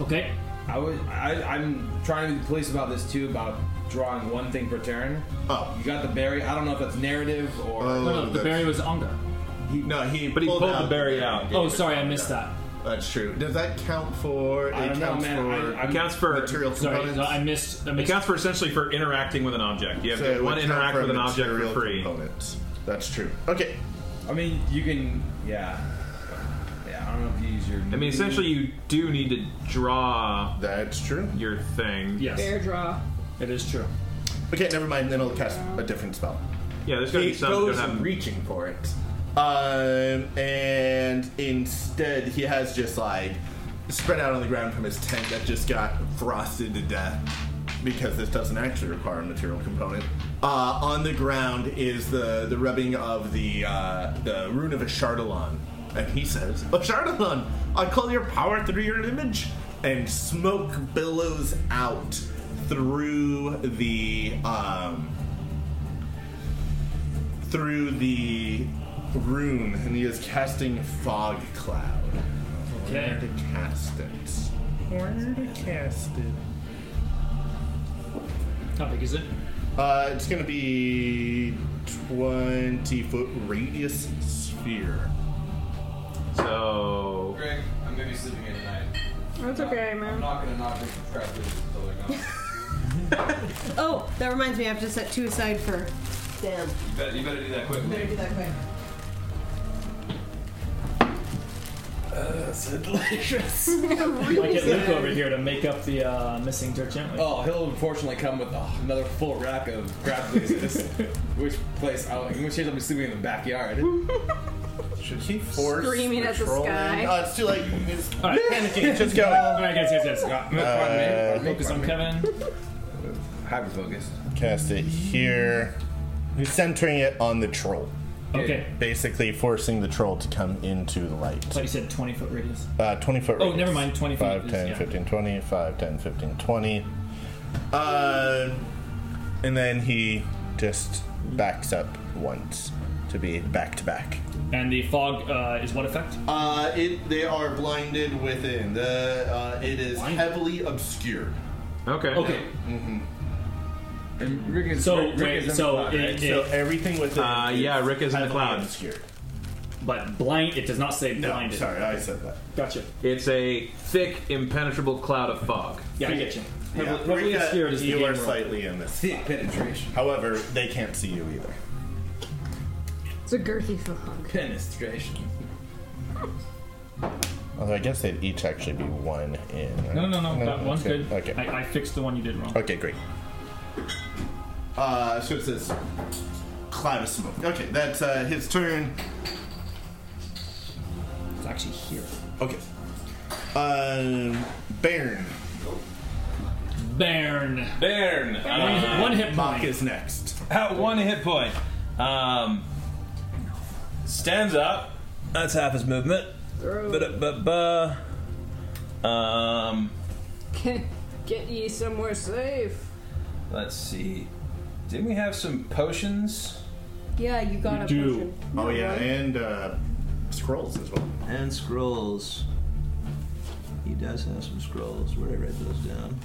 [SPEAKER 2] Okay.
[SPEAKER 23] I was I, I'm trying to be police about this too about drawing one thing per turn.
[SPEAKER 5] Oh.
[SPEAKER 23] You got the berry. I don't know if that's narrative or
[SPEAKER 2] No,
[SPEAKER 5] Oh,
[SPEAKER 2] no, the
[SPEAKER 5] that's-
[SPEAKER 2] berry was Unga.
[SPEAKER 5] No, he
[SPEAKER 4] But he pulled
[SPEAKER 5] out
[SPEAKER 4] the berry out.
[SPEAKER 2] Oh, sorry, I missed that.
[SPEAKER 5] That's true. Does that count for?
[SPEAKER 23] I
[SPEAKER 5] it
[SPEAKER 23] don't know,
[SPEAKER 5] counts
[SPEAKER 23] man. I-
[SPEAKER 5] for
[SPEAKER 23] I'm-
[SPEAKER 4] It counts for
[SPEAKER 5] material
[SPEAKER 2] Sorry,
[SPEAKER 5] components.
[SPEAKER 2] no, I missed. I
[SPEAKER 4] it
[SPEAKER 2] missed.
[SPEAKER 4] counts for essentially for interacting with an object. You have
[SPEAKER 5] So
[SPEAKER 4] to
[SPEAKER 5] it would
[SPEAKER 4] one
[SPEAKER 5] count
[SPEAKER 4] interact
[SPEAKER 5] for
[SPEAKER 4] with an object for
[SPEAKER 5] material
[SPEAKER 4] free.
[SPEAKER 5] components. That's true. Okay.
[SPEAKER 23] I mean you can yeah. Yeah, I don't know if you use your
[SPEAKER 4] I mean, essentially, you do need to draw
[SPEAKER 5] That's true.
[SPEAKER 4] your thing.
[SPEAKER 2] Yes,
[SPEAKER 3] Bear draw.
[SPEAKER 2] it is true.
[SPEAKER 5] Okay, never mind. Then I'll cast a different spell.
[SPEAKER 4] Yeah, there's going to be some that don't have.
[SPEAKER 5] reaching for it. Um, and instead, he has just like spread out on the ground from his tent that just got frosted to death because this doesn't actually require a material component. Uh, on the ground is the, the rubbing of the uh, the rune of Ashardalon. And he says, Ashardalon, I call your power through your image. And smoke billows out through the um, through the rune, and he is casting fog cloud. Where
[SPEAKER 2] Okay.
[SPEAKER 5] to cast it? Where to cast it?
[SPEAKER 2] How big is it?
[SPEAKER 5] Uh, it's gonna be twenty foot radius sphere.
[SPEAKER 4] So.
[SPEAKER 10] Greg, I'm gonna be sleeping in tonight.
[SPEAKER 3] That's okay,
[SPEAKER 10] I'm
[SPEAKER 3] man.
[SPEAKER 10] not gonna knock this crap loose until they're gone.
[SPEAKER 9] Oh, that reminds me, I have to set two aside for. Damn.
[SPEAKER 4] You better, you better do that
[SPEAKER 9] Better
[SPEAKER 4] quickly.
[SPEAKER 9] do that quick.
[SPEAKER 2] I get Luke over here to make up the uh, missing dirt gently.
[SPEAKER 10] [LAUGHS] Oh, he'll unfortunately come with uh, another full rack of crab places. which place? I'll, in which case I'll be sleeping in the backyard.
[SPEAKER 5] Should he force
[SPEAKER 3] Screaming at the
[SPEAKER 5] patrolling?
[SPEAKER 3] sky.
[SPEAKER 5] Oh, it's too late. He's
[SPEAKER 2] All right. [LAUGHS]
[SPEAKER 5] panicking. Just go.
[SPEAKER 2] All right, guys, guys, guys.
[SPEAKER 10] Pardon me, pardon me,
[SPEAKER 2] Focus on
[SPEAKER 10] pardon
[SPEAKER 2] Kevin.
[SPEAKER 10] me. Hyper-focused.
[SPEAKER 5] [LAUGHS] Cast it here. He's centering it on the troll,
[SPEAKER 2] Okay.
[SPEAKER 5] basically forcing the troll to come into the light.
[SPEAKER 2] So you said 20 foot radius.
[SPEAKER 5] Uh, 20 foot.
[SPEAKER 2] Oh,
[SPEAKER 5] radius.
[SPEAKER 2] never mind, 20 feet
[SPEAKER 5] 5,
[SPEAKER 2] is-
[SPEAKER 5] 10,
[SPEAKER 2] yeah.
[SPEAKER 5] 15, 20, 5, 10, 15, 20. Uh, and then he just backs up once to be back to back.
[SPEAKER 2] And the fog uh, is what effect?
[SPEAKER 5] Uh, it, they are blinded within. The, uh, it is heavily obscured.
[SPEAKER 4] Okay.
[SPEAKER 2] Okay. Mm-hmm.
[SPEAKER 10] And Rick is,
[SPEAKER 2] So
[SPEAKER 10] Rick, Rick
[SPEAKER 2] wait,
[SPEAKER 10] is
[SPEAKER 2] so
[SPEAKER 10] in the
[SPEAKER 2] Oh, it,
[SPEAKER 5] So
[SPEAKER 2] it
[SPEAKER 5] everything within.
[SPEAKER 4] Uh,
[SPEAKER 5] is
[SPEAKER 4] yeah, Rick is in the
[SPEAKER 5] heavily
[SPEAKER 4] cloud.
[SPEAKER 5] Obscured.
[SPEAKER 2] but blind. It does not say
[SPEAKER 5] No,
[SPEAKER 2] blinded.
[SPEAKER 5] sorry, I said that.
[SPEAKER 2] Gotcha.
[SPEAKER 4] It's a thick, impenetrable cloud of fog.
[SPEAKER 2] Yeah, I get you.
[SPEAKER 5] Yeah,
[SPEAKER 2] Heavily, heavily
[SPEAKER 5] Rika,
[SPEAKER 2] obscured is the
[SPEAKER 5] you
[SPEAKER 2] game
[SPEAKER 5] are
[SPEAKER 2] rule.
[SPEAKER 5] slightly in this.
[SPEAKER 10] thick penetration.
[SPEAKER 5] However, they can't see you either.
[SPEAKER 3] It's a girthy fog.
[SPEAKER 10] Penetration.
[SPEAKER 5] Although I guess they'd each actually be one in. right?
[SPEAKER 2] No, no, no. that one's
[SPEAKER 5] okay,
[SPEAKER 2] good.
[SPEAKER 5] Okay.
[SPEAKER 2] I, I fixed the one you did wrong.
[SPEAKER 5] Okay, great. Uh, so it says cloud of smoke. Okay, that's uh, his turn.
[SPEAKER 2] It's actually here.
[SPEAKER 5] Okay. Um, Baron.
[SPEAKER 2] Bairn.
[SPEAKER 4] Uh, Bairn!
[SPEAKER 2] One, one hit
[SPEAKER 5] Mock
[SPEAKER 2] point.
[SPEAKER 5] is next.
[SPEAKER 4] At one hit point. Um, stands up. That's half his movement. But but but. Um,
[SPEAKER 3] [LAUGHS] Get ye somewhere safe.
[SPEAKER 4] let's see. Didn't we have some potions
[SPEAKER 9] Yeah, you got a
[SPEAKER 2] do.
[SPEAKER 9] potion.
[SPEAKER 5] Oh yeah, and uh, scrolls as well.
[SPEAKER 22] And scrolls. He does have some scrolls. Where did I write those down?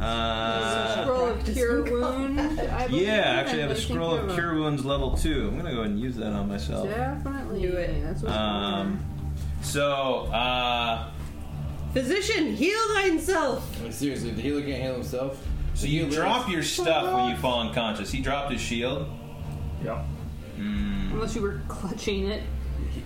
[SPEAKER 22] Uh,
[SPEAKER 3] scroll of cure wound. I believe
[SPEAKER 22] yeah, actually, I have a
[SPEAKER 3] think
[SPEAKER 22] scroll
[SPEAKER 3] you
[SPEAKER 22] of
[SPEAKER 3] have
[SPEAKER 22] Cure Wounds level 2. I'm going to go ahead and use that on myself.
[SPEAKER 3] Definitely.
[SPEAKER 9] Do it.
[SPEAKER 3] That's what's
[SPEAKER 22] Um, so, uh,
[SPEAKER 9] [LAUGHS] Physician, heal thyself.
[SPEAKER 10] I mean, seriously, the healer can't heal himself.
[SPEAKER 22] so you drop your stuff when you fall unconscious. He dropped his shield.
[SPEAKER 2] Yeah.
[SPEAKER 3] Unless you were clutching it.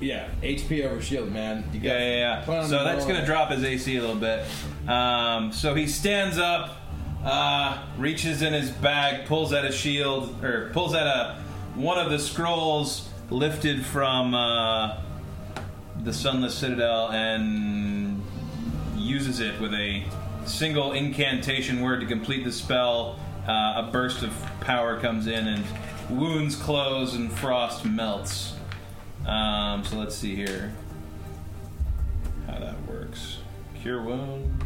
[SPEAKER 10] Yeah, HP over shield, man. You got
[SPEAKER 22] Yeah, yeah,
[SPEAKER 10] plan
[SPEAKER 22] yeah.
[SPEAKER 10] on
[SPEAKER 22] So
[SPEAKER 10] the
[SPEAKER 22] that's
[SPEAKER 10] ball.
[SPEAKER 22] going to drop his AC a little bit. Um, so he stands up, uh, reaches in his bag, pulls out a shield, or pulls out a one of the scrolls lifted from uh, the Sunless Citadel, and uses it with a single incantation word to complete the spell. Uh, a burst of power comes in, and wounds close, and frost melts. Um, so let's see here how that works. Cure wound.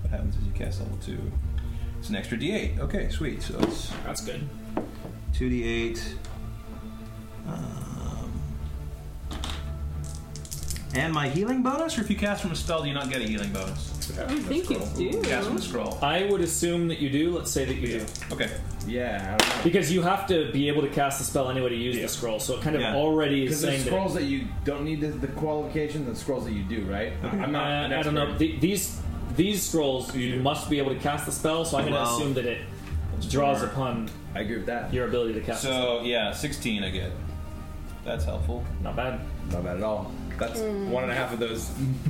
[SPEAKER 22] What happens is you cast level two. It's an extra D8. Okay, sweet. So it's
[SPEAKER 2] That's good.
[SPEAKER 22] 2d8. Um, and my healing bonus, or if you cast from a spell, do you not get a healing bonus?
[SPEAKER 3] I think you do.
[SPEAKER 22] Cast from a scroll.
[SPEAKER 2] I would assume that you do. Let's say that you do.
[SPEAKER 22] Okay.
[SPEAKER 10] Yeah.
[SPEAKER 2] Because you have to be able to cast the spell anyway to use the scroll, so it kind of
[SPEAKER 22] Yeah.
[SPEAKER 2] already is
[SPEAKER 10] Because there's
[SPEAKER 2] saying that.
[SPEAKER 10] scrolls that you don't need the, the qualifications and scrolls that you do, right?
[SPEAKER 2] Uh,
[SPEAKER 10] I'm not. an
[SPEAKER 2] I don't
[SPEAKER 10] expert.
[SPEAKER 2] know. The- These these scrolls, you must be able to cast the spell, so I'm going to
[SPEAKER 22] Well,
[SPEAKER 2] assume that it draws
[SPEAKER 22] more.
[SPEAKER 2] upon
[SPEAKER 10] I agree with that.
[SPEAKER 2] your ability to cast. the spell.
[SPEAKER 22] So, yeah, 16 I get. That's helpful.
[SPEAKER 2] Not bad.
[SPEAKER 10] Not bad at all.
[SPEAKER 20] That's one and a half of
[SPEAKER 10] [LAUGHS]
[SPEAKER 20] those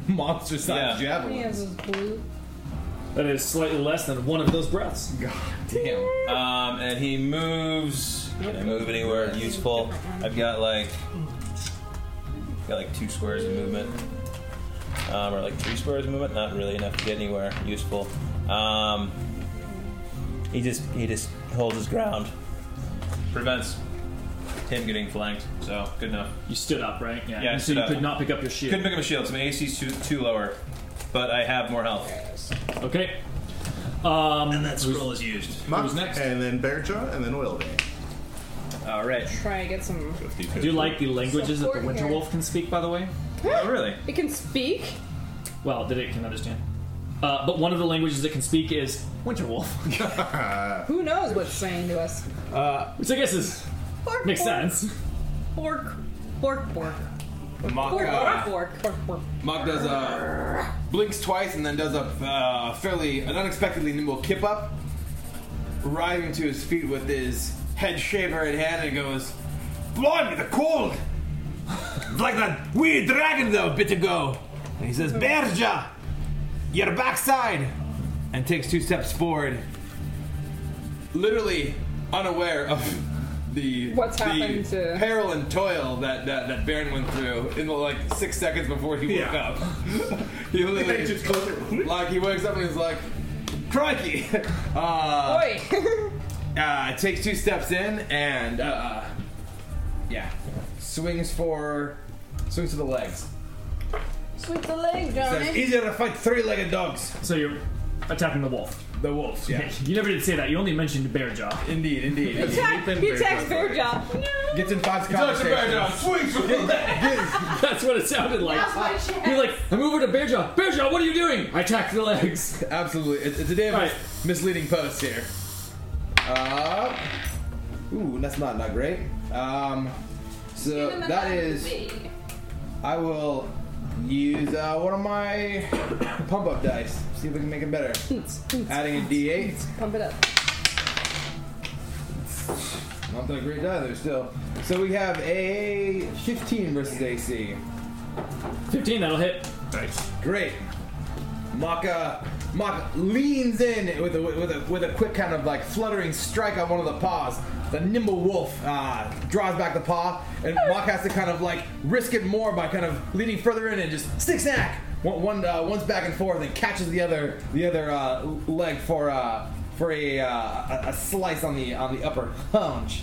[SPEAKER 20] monster sized
[SPEAKER 22] Yeah.
[SPEAKER 3] He
[SPEAKER 20] javelins.
[SPEAKER 3] has his blue.
[SPEAKER 2] That is slightly less than one of those breaths.
[SPEAKER 10] Damn.
[SPEAKER 22] Um, and he moves. Can I move anywhere useful? I've got like got like two squares of movement, um, or like three squares of movement. Not really enough to get anywhere useful. Um, he just he just holds his ground, prevents him getting flanked. So good enough.
[SPEAKER 2] You stood up, right?
[SPEAKER 22] Yeah, I
[SPEAKER 2] and so
[SPEAKER 22] stood
[SPEAKER 2] you
[SPEAKER 22] up.
[SPEAKER 2] could not pick up
[SPEAKER 22] Couldn't
[SPEAKER 2] your shield.
[SPEAKER 22] pick up a shield, so my AC's too too lower, but I have more health.
[SPEAKER 2] Okay. Um,
[SPEAKER 22] That scroll is used.
[SPEAKER 5] Muck,
[SPEAKER 2] Who's next?
[SPEAKER 5] And then Bearjaw, and then Oilbane.
[SPEAKER 22] All right.
[SPEAKER 3] Try and get some.
[SPEAKER 2] do you like the languages that the
[SPEAKER 3] Support
[SPEAKER 2] Winter
[SPEAKER 3] here.
[SPEAKER 2] Wolf can speak, by the way?
[SPEAKER 22] Oh, really?
[SPEAKER 3] It can speak.
[SPEAKER 2] Well, that it can understand. Uh, but one of the languages it can speak is Winter Wolf,
[SPEAKER 3] Who knows what's saying to us?
[SPEAKER 2] [LAUGHS] which I guess is
[SPEAKER 9] Bork,
[SPEAKER 2] makes
[SPEAKER 9] bork,
[SPEAKER 2] sense.
[SPEAKER 9] Bork, bork, bork,
[SPEAKER 10] Mock,
[SPEAKER 3] Bork, bork,
[SPEAKER 10] uh,
[SPEAKER 3] bork, bork, bork.
[SPEAKER 10] Mock does a blinks twice and then does a uh, fairly an unexpectedly nimble kip up, rising to his feet with his head shaver in hand and goes, "Blimey, the cold! It's like that weird dragon though a bit ago." And he says, "Berja, your backside," and takes two steps forward, literally unaware of. The,
[SPEAKER 3] What's
[SPEAKER 10] the
[SPEAKER 3] happened to-
[SPEAKER 10] peril and toil that, that, that Baron went through in the, like six seconds before he woke
[SPEAKER 5] Yeah.
[SPEAKER 10] up. [LAUGHS] he literally
[SPEAKER 5] Just close it.
[SPEAKER 10] like he wakes up and he's like, "Crikey!" [LAUGHS] Uh,
[SPEAKER 3] Oi!
[SPEAKER 10] uh, takes two steps in and uh, yeah, swings for swings to the legs.
[SPEAKER 3] Sweep the leg,
[SPEAKER 10] Says,
[SPEAKER 3] Johnny.
[SPEAKER 10] Easier to fight three-legged dogs.
[SPEAKER 2] So you're attacking the wolf.
[SPEAKER 10] The wolves. Yeah,
[SPEAKER 2] [LAUGHS] You never did say that. You only mentioned bear jaw.
[SPEAKER 10] indeed, indeed.
[SPEAKER 3] Attack! He attacks Bear Jaw. No!
[SPEAKER 10] Gets in five
[SPEAKER 20] Touch the bear
[SPEAKER 10] conversations.
[SPEAKER 20] down, swings for the
[SPEAKER 10] [LAUGHS]
[SPEAKER 20] leg.
[SPEAKER 2] That's what it sounded like. You're like, I'm over to bear jaw. Bear jaw, what are you doing? I attacked the legs. [LAUGHS]
[SPEAKER 10] Absolutely, it's, it's a day of
[SPEAKER 2] All right.
[SPEAKER 10] misleading posts here. Uh, ooh, that's not not great. Um, so that is. I will use uh, one of my [COUGHS] pump up dice. See if we can make it better. Adding a d8.
[SPEAKER 3] Pump it up.
[SPEAKER 10] Not that great either, still. So we have a 15 versus AC.
[SPEAKER 2] 15, that'll hit.
[SPEAKER 10] Great. Maka Maka leans in with a with a with a quick kind of like fluttering strike on one of the paws. The nimble wolf uh, draws back the paw, and Maka has to kind of like risk it more by kind of leaning further in and just stick snack. One, one uh, one's back and forth and catches the other the other uh, leg for uh, for a, uh, a a slice on the on the upper haunch.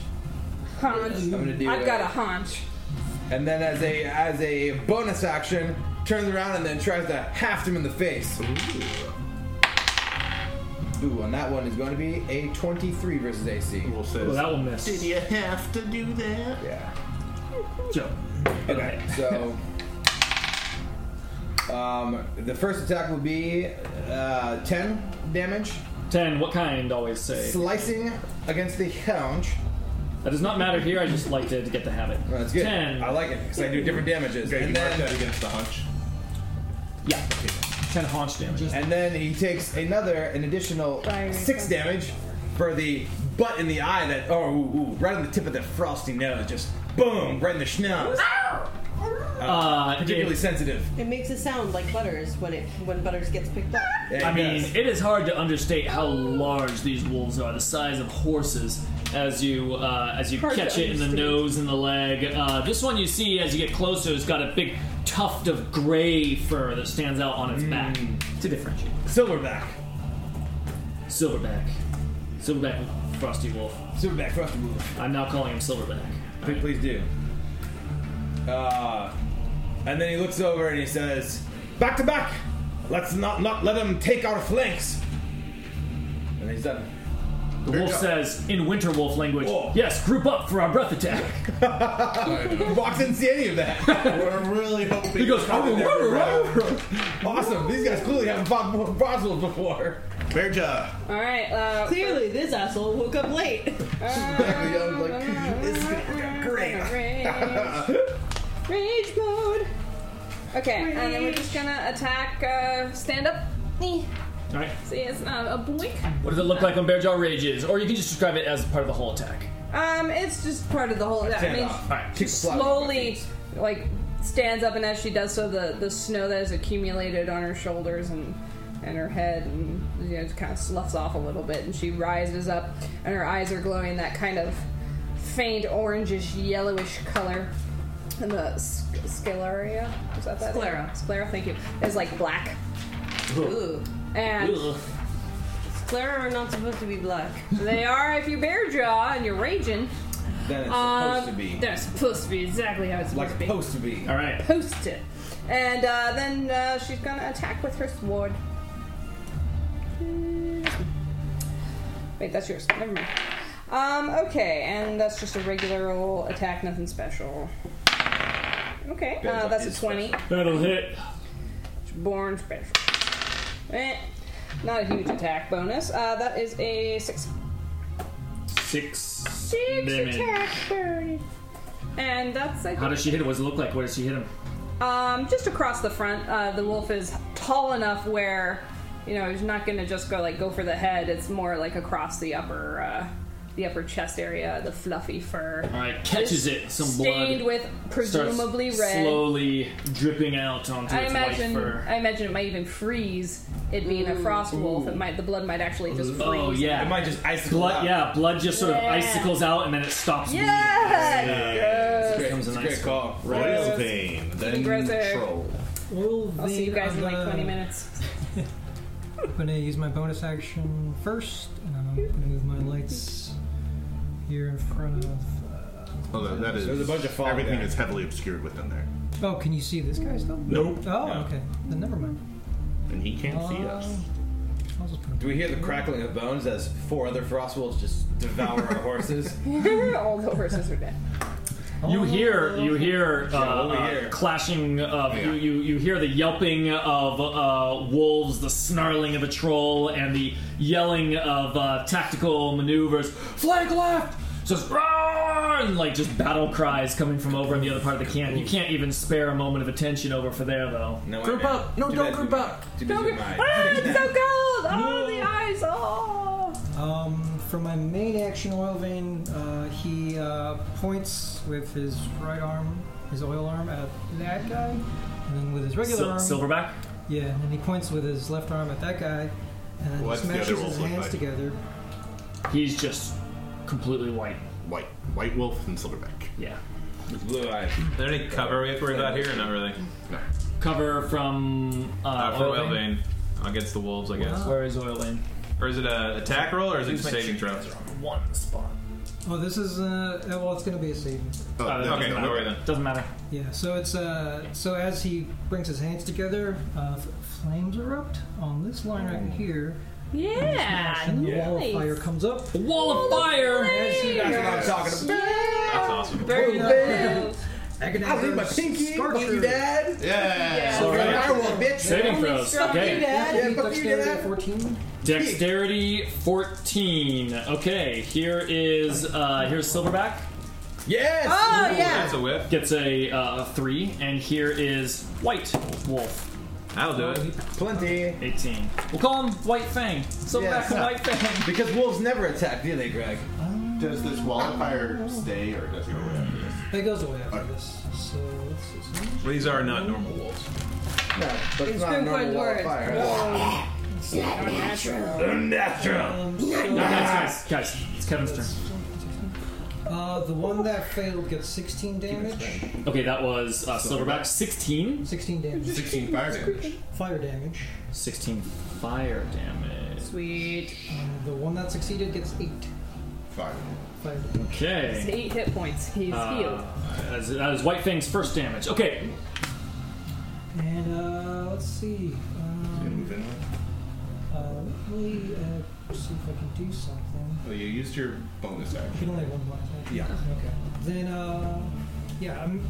[SPEAKER 3] Haunch.
[SPEAKER 10] gonna do
[SPEAKER 3] I've
[SPEAKER 10] it.
[SPEAKER 3] got a haunch.
[SPEAKER 10] And then as a as a bonus action, turns around and then tries to haft him in the face. Ooh, and that one is going to be a 23 versus AC.
[SPEAKER 5] We'll
[SPEAKER 2] Well,
[SPEAKER 5] say.
[SPEAKER 2] that will miss.
[SPEAKER 5] Did you have to do that?
[SPEAKER 10] Yeah.
[SPEAKER 2] Jump.
[SPEAKER 10] Okay. [LAUGHS] So um, the first attack will be uh, 10 damage,
[SPEAKER 2] 10, what kind always say?
[SPEAKER 10] slicing against the hound.
[SPEAKER 2] That does not matter here, I just like to, to get the habit.
[SPEAKER 10] That's good.
[SPEAKER 2] 10.
[SPEAKER 10] I like it because I do different damages.
[SPEAKER 5] Okay, you
[SPEAKER 10] and
[SPEAKER 5] mark
[SPEAKER 10] then
[SPEAKER 5] that against the hunch.
[SPEAKER 2] Yeah. 10 haunch damage.
[SPEAKER 10] And then he takes another, an additional
[SPEAKER 3] Fire.
[SPEAKER 10] six damage for the butt in the eye that, oh, ooh, ooh, right on the tip of the frosty nose, just boom, right in the schnoz.
[SPEAKER 2] Uh,
[SPEAKER 10] Particularly sensitive.
[SPEAKER 9] It makes a sound like butters when it when butters gets picked up.
[SPEAKER 10] It
[SPEAKER 2] I mean,
[SPEAKER 10] does.
[SPEAKER 2] it is hard to understate how large these wolves are, the size of horses. As you uh, as you
[SPEAKER 3] Hard to
[SPEAKER 2] catch it in the
[SPEAKER 3] understate.
[SPEAKER 2] nose and the leg, uh, this one you see as you get closer has got a big tuft of gray fur that stands out on its back to differentiate.
[SPEAKER 10] silverback.
[SPEAKER 2] Silverback, silverback, frosty wolf.
[SPEAKER 10] Silverback frosty wolf.
[SPEAKER 2] I'm now calling him silverback.
[SPEAKER 10] Please, please do. Uh, and then he looks over and he says, back to back. Let's not, not let him take our flanks. And he's done.
[SPEAKER 2] The wolf says, in winter wolf language,
[SPEAKER 20] Whoa.
[SPEAKER 2] yes, group up for our breath attack. [LAUGHS]
[SPEAKER 20] Box didn't see any of that.
[SPEAKER 5] [LAUGHS] We're really hoping.
[SPEAKER 2] He goes,
[SPEAKER 5] Coming there for round.
[SPEAKER 20] [LAUGHS] awesome. These guys clearly haven't fought bo- Boswell before.
[SPEAKER 5] Berja.
[SPEAKER 3] Alright, uh.
[SPEAKER 9] [LAUGHS] Clearly, this asshole woke up late.
[SPEAKER 5] Exactly. I [LAUGHS] was like, this is gonna work out great.
[SPEAKER 3] uh, Rage.
[SPEAKER 5] [LAUGHS]
[SPEAKER 3] Rage mode. Okay, and then we're just gonna attack. Uh, stand up. See,
[SPEAKER 2] Alright.
[SPEAKER 3] it's uh, a boink.
[SPEAKER 2] What does it look like when Bearjaw rages? Or you can just describe it as part of the whole attack.
[SPEAKER 3] Um, it's just part of the whole. I mean,
[SPEAKER 2] Alright.
[SPEAKER 3] she slowly, like, stands up, and as she does so, the the snow that has accumulated on her shoulders and and her head, and you know, just kind of sloughs off a little bit, and she rises up, and her eyes are glowing that kind of faint orangish yellowish color, and the s- scleria is that that
[SPEAKER 9] Sclera.
[SPEAKER 3] Sclera, thank you. Is like black,
[SPEAKER 9] Ooh.
[SPEAKER 3] and
[SPEAKER 2] Ugh.
[SPEAKER 9] Clara are not supposed to be black.
[SPEAKER 3] they are if you bear jaw and you're raging.
[SPEAKER 20] Then it's
[SPEAKER 3] Um,
[SPEAKER 20] supposed to be.
[SPEAKER 3] They're supposed to be exactly how it's supposed to
[SPEAKER 20] Like
[SPEAKER 3] be.
[SPEAKER 20] supposed to be.
[SPEAKER 2] Alright.
[SPEAKER 3] post it. And uh, then uh, she's gonna attack with her sword. Wait, that's yours. Never mind. Um, okay, and that's just a regular old attack, nothing special. Okay, uh, that's a 20.
[SPEAKER 2] That'll hit.
[SPEAKER 3] It's born special. Eh, not a huge attack bonus. Uh, that is a 6.
[SPEAKER 2] Six.
[SPEAKER 3] 6
[SPEAKER 2] damage.
[SPEAKER 3] attack, 30. And that's, I
[SPEAKER 2] How
[SPEAKER 3] think,
[SPEAKER 2] does she hit him? What does it look like? Where does she hit him?
[SPEAKER 3] Um, just across the front, uh, the wolf is tall enough where, you know, he's not going to just go like go for the head. It's more like across the upper, uh, the upper chest area, the fluffy fur,
[SPEAKER 2] Alright, catches it. Some
[SPEAKER 3] stained
[SPEAKER 2] blood.
[SPEAKER 3] with presumably
[SPEAKER 2] starts
[SPEAKER 3] red.
[SPEAKER 2] Slowly dripping out onto
[SPEAKER 3] I
[SPEAKER 2] its
[SPEAKER 3] imagine,
[SPEAKER 2] white fur.
[SPEAKER 3] I imagine it might even freeze. It being a frost wolf, it might the blood might actually just freeze.
[SPEAKER 2] Oh yeah.
[SPEAKER 20] It might just icicle
[SPEAKER 2] blood
[SPEAKER 20] out.
[SPEAKER 2] yeah, blood just sort
[SPEAKER 3] Yeah.
[SPEAKER 2] of icicles out and then it stops bleeding.
[SPEAKER 3] Yeah.
[SPEAKER 2] It
[SPEAKER 3] Yes!
[SPEAKER 2] becomes a
[SPEAKER 20] Great
[SPEAKER 2] nice
[SPEAKER 20] call.
[SPEAKER 5] Royal vein. Then
[SPEAKER 3] Aggressive.
[SPEAKER 5] troll.
[SPEAKER 13] Well,
[SPEAKER 3] I'll see you
[SPEAKER 13] then
[SPEAKER 3] guys in
[SPEAKER 13] I'm
[SPEAKER 3] like
[SPEAKER 13] gonna-
[SPEAKER 3] 20 minutes.
[SPEAKER 13] I'm uh, gonna use my bonus action first, and I'm gonna move my lights here in front of. uh,
[SPEAKER 5] Although that is.
[SPEAKER 20] There's a bunch of fog
[SPEAKER 5] Everything
[SPEAKER 20] there.
[SPEAKER 5] is heavily obscured within there.
[SPEAKER 13] Oh, can you see this guy still?
[SPEAKER 5] Nope.
[SPEAKER 13] Oh, okay. Then never mind.
[SPEAKER 5] And he can't see
[SPEAKER 13] Uh,
[SPEAKER 5] us.
[SPEAKER 13] I'll just put
[SPEAKER 20] Do we hear the crackling of bones as four other frostwolves just devour our horses?
[SPEAKER 3] All the horses are dead.
[SPEAKER 2] You hear, you hear, uh,
[SPEAKER 20] over
[SPEAKER 2] uh,
[SPEAKER 20] here.
[SPEAKER 2] clashing of you, you. You hear the yelping of uh, wolves, the snarling of a troll, and the yelling of uh, tactical maneuvers. Flank left, just roar, and like just battle cries coming from over in the other part of the camp. You can't even spare a moment of attention over for there though.
[SPEAKER 20] No, I
[SPEAKER 2] group
[SPEAKER 20] don't.
[SPEAKER 2] up, no,
[SPEAKER 20] Too
[SPEAKER 2] don't
[SPEAKER 20] bad,
[SPEAKER 2] group
[SPEAKER 20] too
[SPEAKER 2] up.
[SPEAKER 20] bad. Too bad, too bad.
[SPEAKER 3] Ah, it's so cold! Oh, the eyes! Oh!
[SPEAKER 13] Um, for my main action, oil vein, uh, he uh, points with his right arm, his oil arm, at that guy, and then with his regular
[SPEAKER 2] Sil-
[SPEAKER 13] arm,
[SPEAKER 2] silverback.
[SPEAKER 13] yeah, and then he points with his left arm at that guy, and then
[SPEAKER 5] What's
[SPEAKER 13] he
[SPEAKER 5] the other
[SPEAKER 13] smashes
[SPEAKER 5] wolf
[SPEAKER 13] his
[SPEAKER 5] look
[SPEAKER 13] hands
[SPEAKER 5] like?
[SPEAKER 13] together.
[SPEAKER 2] He's just completely white.
[SPEAKER 5] White, white wolf, and silverback.
[SPEAKER 2] Yeah.
[SPEAKER 20] It's blue eyes.
[SPEAKER 22] Is there any cover we have to worry about here? Or not really.
[SPEAKER 2] Cover from uh,
[SPEAKER 22] Uh, for
[SPEAKER 2] oil
[SPEAKER 22] oil
[SPEAKER 2] vein?
[SPEAKER 22] vein against the wolves, I guess.
[SPEAKER 2] Where is oil vein?
[SPEAKER 22] Or is it a attack roll or is it just saving throw?
[SPEAKER 1] One spot.
[SPEAKER 13] Oh, this is uh, oh, well, it's gonna be a saving.
[SPEAKER 5] Oh,
[SPEAKER 2] Uh,
[SPEAKER 5] no,
[SPEAKER 22] Okay,
[SPEAKER 5] no,
[SPEAKER 22] don't
[SPEAKER 5] no.
[SPEAKER 22] worry then.
[SPEAKER 2] Doesn't matter.
[SPEAKER 13] Yeah, so it's uh, so as he brings his hands together, uh, f- flames erupt on this line right here,
[SPEAKER 3] Yeah!
[SPEAKER 13] and the wall of
[SPEAKER 3] nice.
[SPEAKER 13] fire comes up.
[SPEAKER 2] A wall of fire.
[SPEAKER 20] That's what I'm talking about.
[SPEAKER 22] That's awesome.
[SPEAKER 3] Very good.
[SPEAKER 13] I'll leave my pinky. Scorcher. You
[SPEAKER 5] Yeah.
[SPEAKER 2] All right.
[SPEAKER 3] bitch.
[SPEAKER 2] Saving throws.
[SPEAKER 9] [LAUGHS]
[SPEAKER 2] Okay.
[SPEAKER 13] Yeah, dexterity at 14.
[SPEAKER 2] Dexterity 14. Okay, here is uh here's Silverback.
[SPEAKER 20] Yes!
[SPEAKER 9] Ah.
[SPEAKER 3] Oh,
[SPEAKER 22] That's
[SPEAKER 3] yeah.
[SPEAKER 22] a whip.
[SPEAKER 2] Gets a uh, 3 and here is White Wolf.
[SPEAKER 22] That'll do it.
[SPEAKER 20] Plenty.
[SPEAKER 2] 18. We'll call him White Fang. Silverback
[SPEAKER 20] Yeah.
[SPEAKER 2] and White Fang.
[SPEAKER 20] Because wolves never attack, do they, Greg?
[SPEAKER 5] Does this wildfire stay or does it go away?
[SPEAKER 13] It goes away after this. So let's see.
[SPEAKER 22] These are not normal wolves.
[SPEAKER 20] No, but it's not a
[SPEAKER 9] been
[SPEAKER 20] normal
[SPEAKER 9] quite
[SPEAKER 20] wall of
[SPEAKER 9] words.
[SPEAKER 20] fire.
[SPEAKER 13] Um, so,
[SPEAKER 2] Guys, guys, guys, it's Kevin's turn.
[SPEAKER 13] uh, the one that failed gets 16 damage.
[SPEAKER 2] Okay, that was uh, Silverback. 16.
[SPEAKER 13] 16 damage.
[SPEAKER 5] 16 fire damage.
[SPEAKER 13] Fire damage.
[SPEAKER 2] 16 fire damage.
[SPEAKER 3] Sweet.
[SPEAKER 13] And the one that succeeded gets 8
[SPEAKER 5] Fire.
[SPEAKER 13] fire damage.
[SPEAKER 2] Okay.
[SPEAKER 3] Eight hit points. He's
[SPEAKER 2] Uh,
[SPEAKER 3] healed.
[SPEAKER 2] That is- that is White Fang's first damage. Okay,
[SPEAKER 13] And uh, let's see. Um,
[SPEAKER 5] Move in.
[SPEAKER 13] uh, let me, uh, see if I can do something.
[SPEAKER 5] Well, Oh, you used your bonus
[SPEAKER 13] You
[SPEAKER 5] action.
[SPEAKER 13] can only have one last action.
[SPEAKER 5] Yeah.
[SPEAKER 13] Okay. Then, uh, yeah, I'm,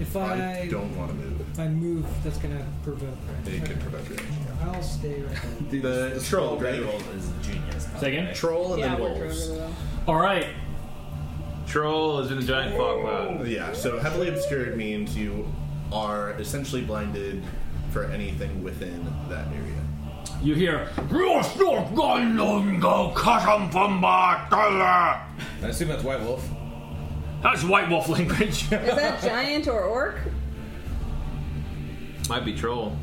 [SPEAKER 13] if I,
[SPEAKER 5] I don't want to move.
[SPEAKER 13] if I move, that's gonna provoke. Right?
[SPEAKER 5] They
[SPEAKER 13] Okay.
[SPEAKER 5] can provoke your action.
[SPEAKER 13] I'll stay right there.
[SPEAKER 5] [LAUGHS] The troll, right?
[SPEAKER 20] is genius.
[SPEAKER 2] Say again?
[SPEAKER 5] Troll and
[SPEAKER 3] Yeah,
[SPEAKER 5] then
[SPEAKER 3] we're
[SPEAKER 5] wolves.
[SPEAKER 3] over though.
[SPEAKER 2] All right.
[SPEAKER 4] Troll is in a giant fog cloud.
[SPEAKER 5] Uh, Yeah, so heavily obscured means you are essentially blinded for anything within that area.
[SPEAKER 2] You hear
[SPEAKER 5] Oh,
[SPEAKER 20] I assume that's White Wolf.
[SPEAKER 2] that's White Wolf language.
[SPEAKER 3] Is that giant or orc?
[SPEAKER 4] Might be troll.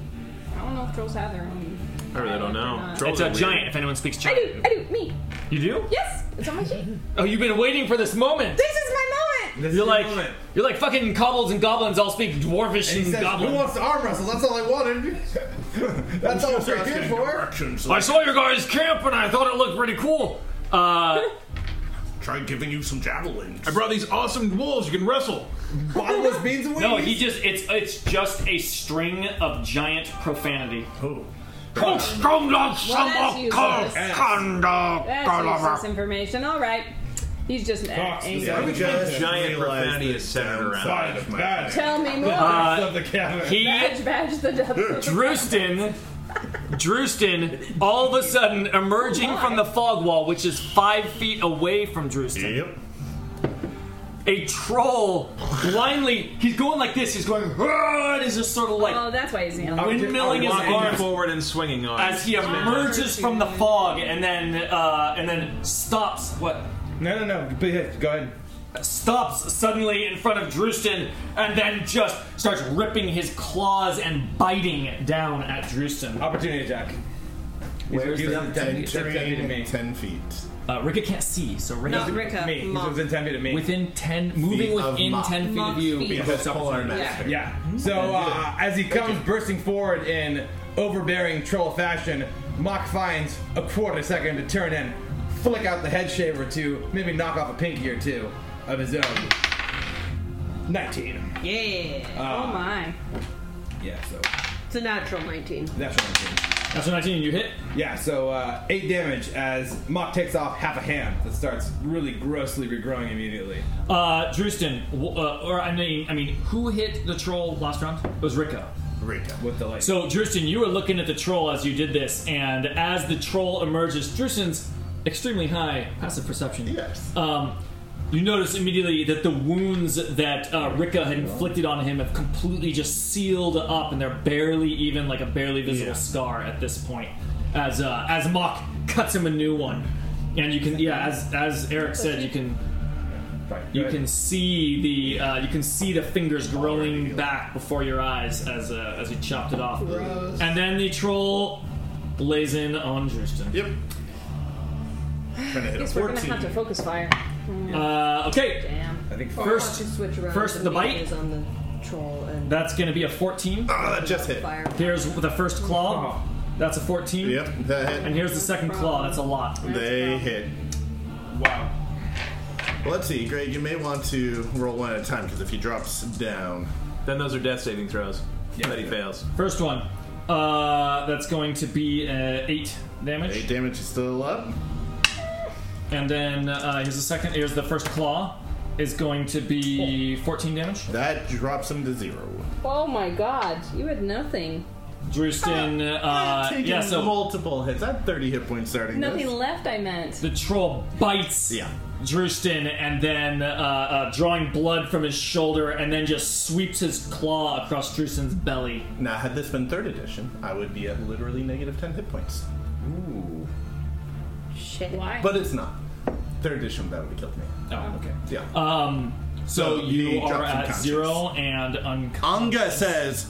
[SPEAKER 3] I don't know if trolls have their own.
[SPEAKER 4] I really don't
[SPEAKER 3] dialect or
[SPEAKER 4] know.
[SPEAKER 3] not.
[SPEAKER 4] Troll-
[SPEAKER 2] it's a giant. If anyone speaks
[SPEAKER 3] I
[SPEAKER 2] giant,
[SPEAKER 3] do. I do. Me.
[SPEAKER 2] you do.
[SPEAKER 3] Yes. It's on my [LAUGHS] sheet.
[SPEAKER 2] Oh, you've been waiting for this moment.
[SPEAKER 3] This is my moment.
[SPEAKER 2] You're like you're like fucking kobolds and goblins all speak dwarfish and, goblin.
[SPEAKER 10] to arm wrestle? That's all I wanted. That's all we're here for.
[SPEAKER 2] I saw your guys' camp and I thought it looked pretty cool. Uh,
[SPEAKER 5] Try giving you some javelins.
[SPEAKER 4] I brought these awesome wolves you can wrestle.
[SPEAKER 10] Bottomless beans and
[SPEAKER 2] no, he just it's it's just a string of giant profanity.
[SPEAKER 5] Oh.
[SPEAKER 3] that's useless. That's useless information. All right. He's just an
[SPEAKER 20] Fox is
[SPEAKER 3] angry.
[SPEAKER 5] I'm just
[SPEAKER 4] Giant
[SPEAKER 5] realized
[SPEAKER 4] profanity
[SPEAKER 5] the
[SPEAKER 4] is centered around
[SPEAKER 5] downside
[SPEAKER 4] it.
[SPEAKER 5] of my
[SPEAKER 20] Bad.
[SPEAKER 3] Tell
[SPEAKER 5] plan.
[SPEAKER 3] me more.
[SPEAKER 2] Uh,
[SPEAKER 20] of the cavern.
[SPEAKER 2] He
[SPEAKER 3] badge, badge the devil.
[SPEAKER 2] Drewston, Drewston, all of a sudden emerging from the fog wall, which is five feet away from Drewston.
[SPEAKER 5] Yep.
[SPEAKER 2] A troll blindly, he's going like this. He's going, "Rah!" and is just sort of like
[SPEAKER 3] Oh, that's why he's yelling.
[SPEAKER 2] windmilling his
[SPEAKER 4] Walking
[SPEAKER 2] arms
[SPEAKER 4] forward and swinging on.
[SPEAKER 2] as he emerges from the fog, and then uh, and then stops. What?
[SPEAKER 20] No, no, no. But yeah, Go ahead.
[SPEAKER 2] stops suddenly in front of Drewston and then just starts ripping his claws and biting down at Drewston.
[SPEAKER 20] Opportunity attack.
[SPEAKER 2] Where's
[SPEAKER 20] He's
[SPEAKER 2] the
[SPEAKER 20] within 10 he's within 10 feet of
[SPEAKER 5] Entering
[SPEAKER 20] me.
[SPEAKER 5] ten feet.
[SPEAKER 2] Uh, Rika can't see, so Rika
[SPEAKER 3] Not Ricka.
[SPEAKER 20] Me. He's
[SPEAKER 3] Mom.
[SPEAKER 20] within 10 feet of me.
[SPEAKER 2] within ten, moving
[SPEAKER 5] of
[SPEAKER 2] within
[SPEAKER 5] Mach.
[SPEAKER 2] ten feet
[SPEAKER 3] Mach
[SPEAKER 2] of you.
[SPEAKER 3] feet.
[SPEAKER 2] because of opportunity.
[SPEAKER 3] Yeah.
[SPEAKER 20] Yeah. So uh, as he comes bursting forward in overbearing troll fashion, Mock finds a quarter second to turn and flick out the head shave or two, maybe knock off a pinky or two of his own. 19.
[SPEAKER 9] Yeah.
[SPEAKER 3] Oh my.
[SPEAKER 20] Yeah, so
[SPEAKER 9] It's a natural 19.
[SPEAKER 20] that's what I'm doing.
[SPEAKER 2] That's a nineteen. You hit.
[SPEAKER 20] Yeah, so uh, 8 damage as Mock takes off half a hand that starts really grossly regrowing immediately.
[SPEAKER 2] Uh, Drewston, w- uh, or I mean, I mean, who hit the troll last round? It was Rika.
[SPEAKER 5] Rika.
[SPEAKER 20] With the light.
[SPEAKER 2] So, Drustin, you were looking at the troll as you did this, and as the troll emerges, Drustin's extremely high passive perception.
[SPEAKER 5] Yes.
[SPEAKER 2] Um, you notice immediately that the wounds that uh, Rika had inflicted on him have completely just sealed up, and they're barely even like a barely visible
[SPEAKER 5] Yeah.
[SPEAKER 2] scar at this point. As uh, as Mock cuts him a new one, and you can yeah, as as Eric said, you can
[SPEAKER 20] Right, go
[SPEAKER 2] you
[SPEAKER 20] ahead.
[SPEAKER 2] can see the uh, you can see the fingers growing back before your eyes as uh, as he chopped it off. And then the troll lays in on Drustin.
[SPEAKER 5] Yep. Trying to hit a
[SPEAKER 3] Guess we're gonna
[SPEAKER 5] fourteen.
[SPEAKER 3] have to focus fire.
[SPEAKER 2] Uh, okay,
[SPEAKER 9] Damn.
[SPEAKER 20] I think
[SPEAKER 4] oh,
[SPEAKER 2] first
[SPEAKER 9] Should switch around.
[SPEAKER 2] first
[SPEAKER 9] so
[SPEAKER 2] the
[SPEAKER 9] Mia
[SPEAKER 2] bite.
[SPEAKER 9] is on the troll and
[SPEAKER 2] that's going to be a 14.
[SPEAKER 5] Ah, that just hit.
[SPEAKER 9] fire.
[SPEAKER 2] Here's the first claw. That's a 14.
[SPEAKER 5] Yep, that
[SPEAKER 2] And
[SPEAKER 5] hit.
[SPEAKER 2] here's the second claw. That's a lot.
[SPEAKER 5] They hit.
[SPEAKER 20] Wow.
[SPEAKER 5] Well, let's see, Greg. You may want to roll one at a time because if he drops down,
[SPEAKER 4] then those are death saving throws. Yeah, that he fails.
[SPEAKER 2] First one. Uh, that's going to be uh, eight damage.
[SPEAKER 5] eight damage is still up.
[SPEAKER 2] And then uh, here's the second. Here's the first claw. Is going to be 14 damage.
[SPEAKER 5] That drops him to zero.
[SPEAKER 3] Oh my god. You had nothing.
[SPEAKER 2] Drustin, uh,
[SPEAKER 5] Taking
[SPEAKER 2] yeah, so
[SPEAKER 5] multiple hits. I have thirty hit points starting.
[SPEAKER 3] Nothing
[SPEAKER 5] this.
[SPEAKER 3] left, I meant.
[SPEAKER 2] The troll bites
[SPEAKER 5] Yeah.
[SPEAKER 2] Drustin and then uh, uh, drawing blood from his shoulder and then just sweeps his claw across Drustin's belly.
[SPEAKER 5] Now, had this been third edition, I would be at literally negative ten hit points.
[SPEAKER 9] Shit.
[SPEAKER 3] Why?
[SPEAKER 5] But it's not. Third edition that would have killed me.
[SPEAKER 2] Oh, okay.
[SPEAKER 5] Yeah.
[SPEAKER 2] Um, so,
[SPEAKER 5] So he
[SPEAKER 2] you are
[SPEAKER 5] drops
[SPEAKER 2] at
[SPEAKER 5] unconscious.
[SPEAKER 2] zero and unconscious.
[SPEAKER 5] Anga says,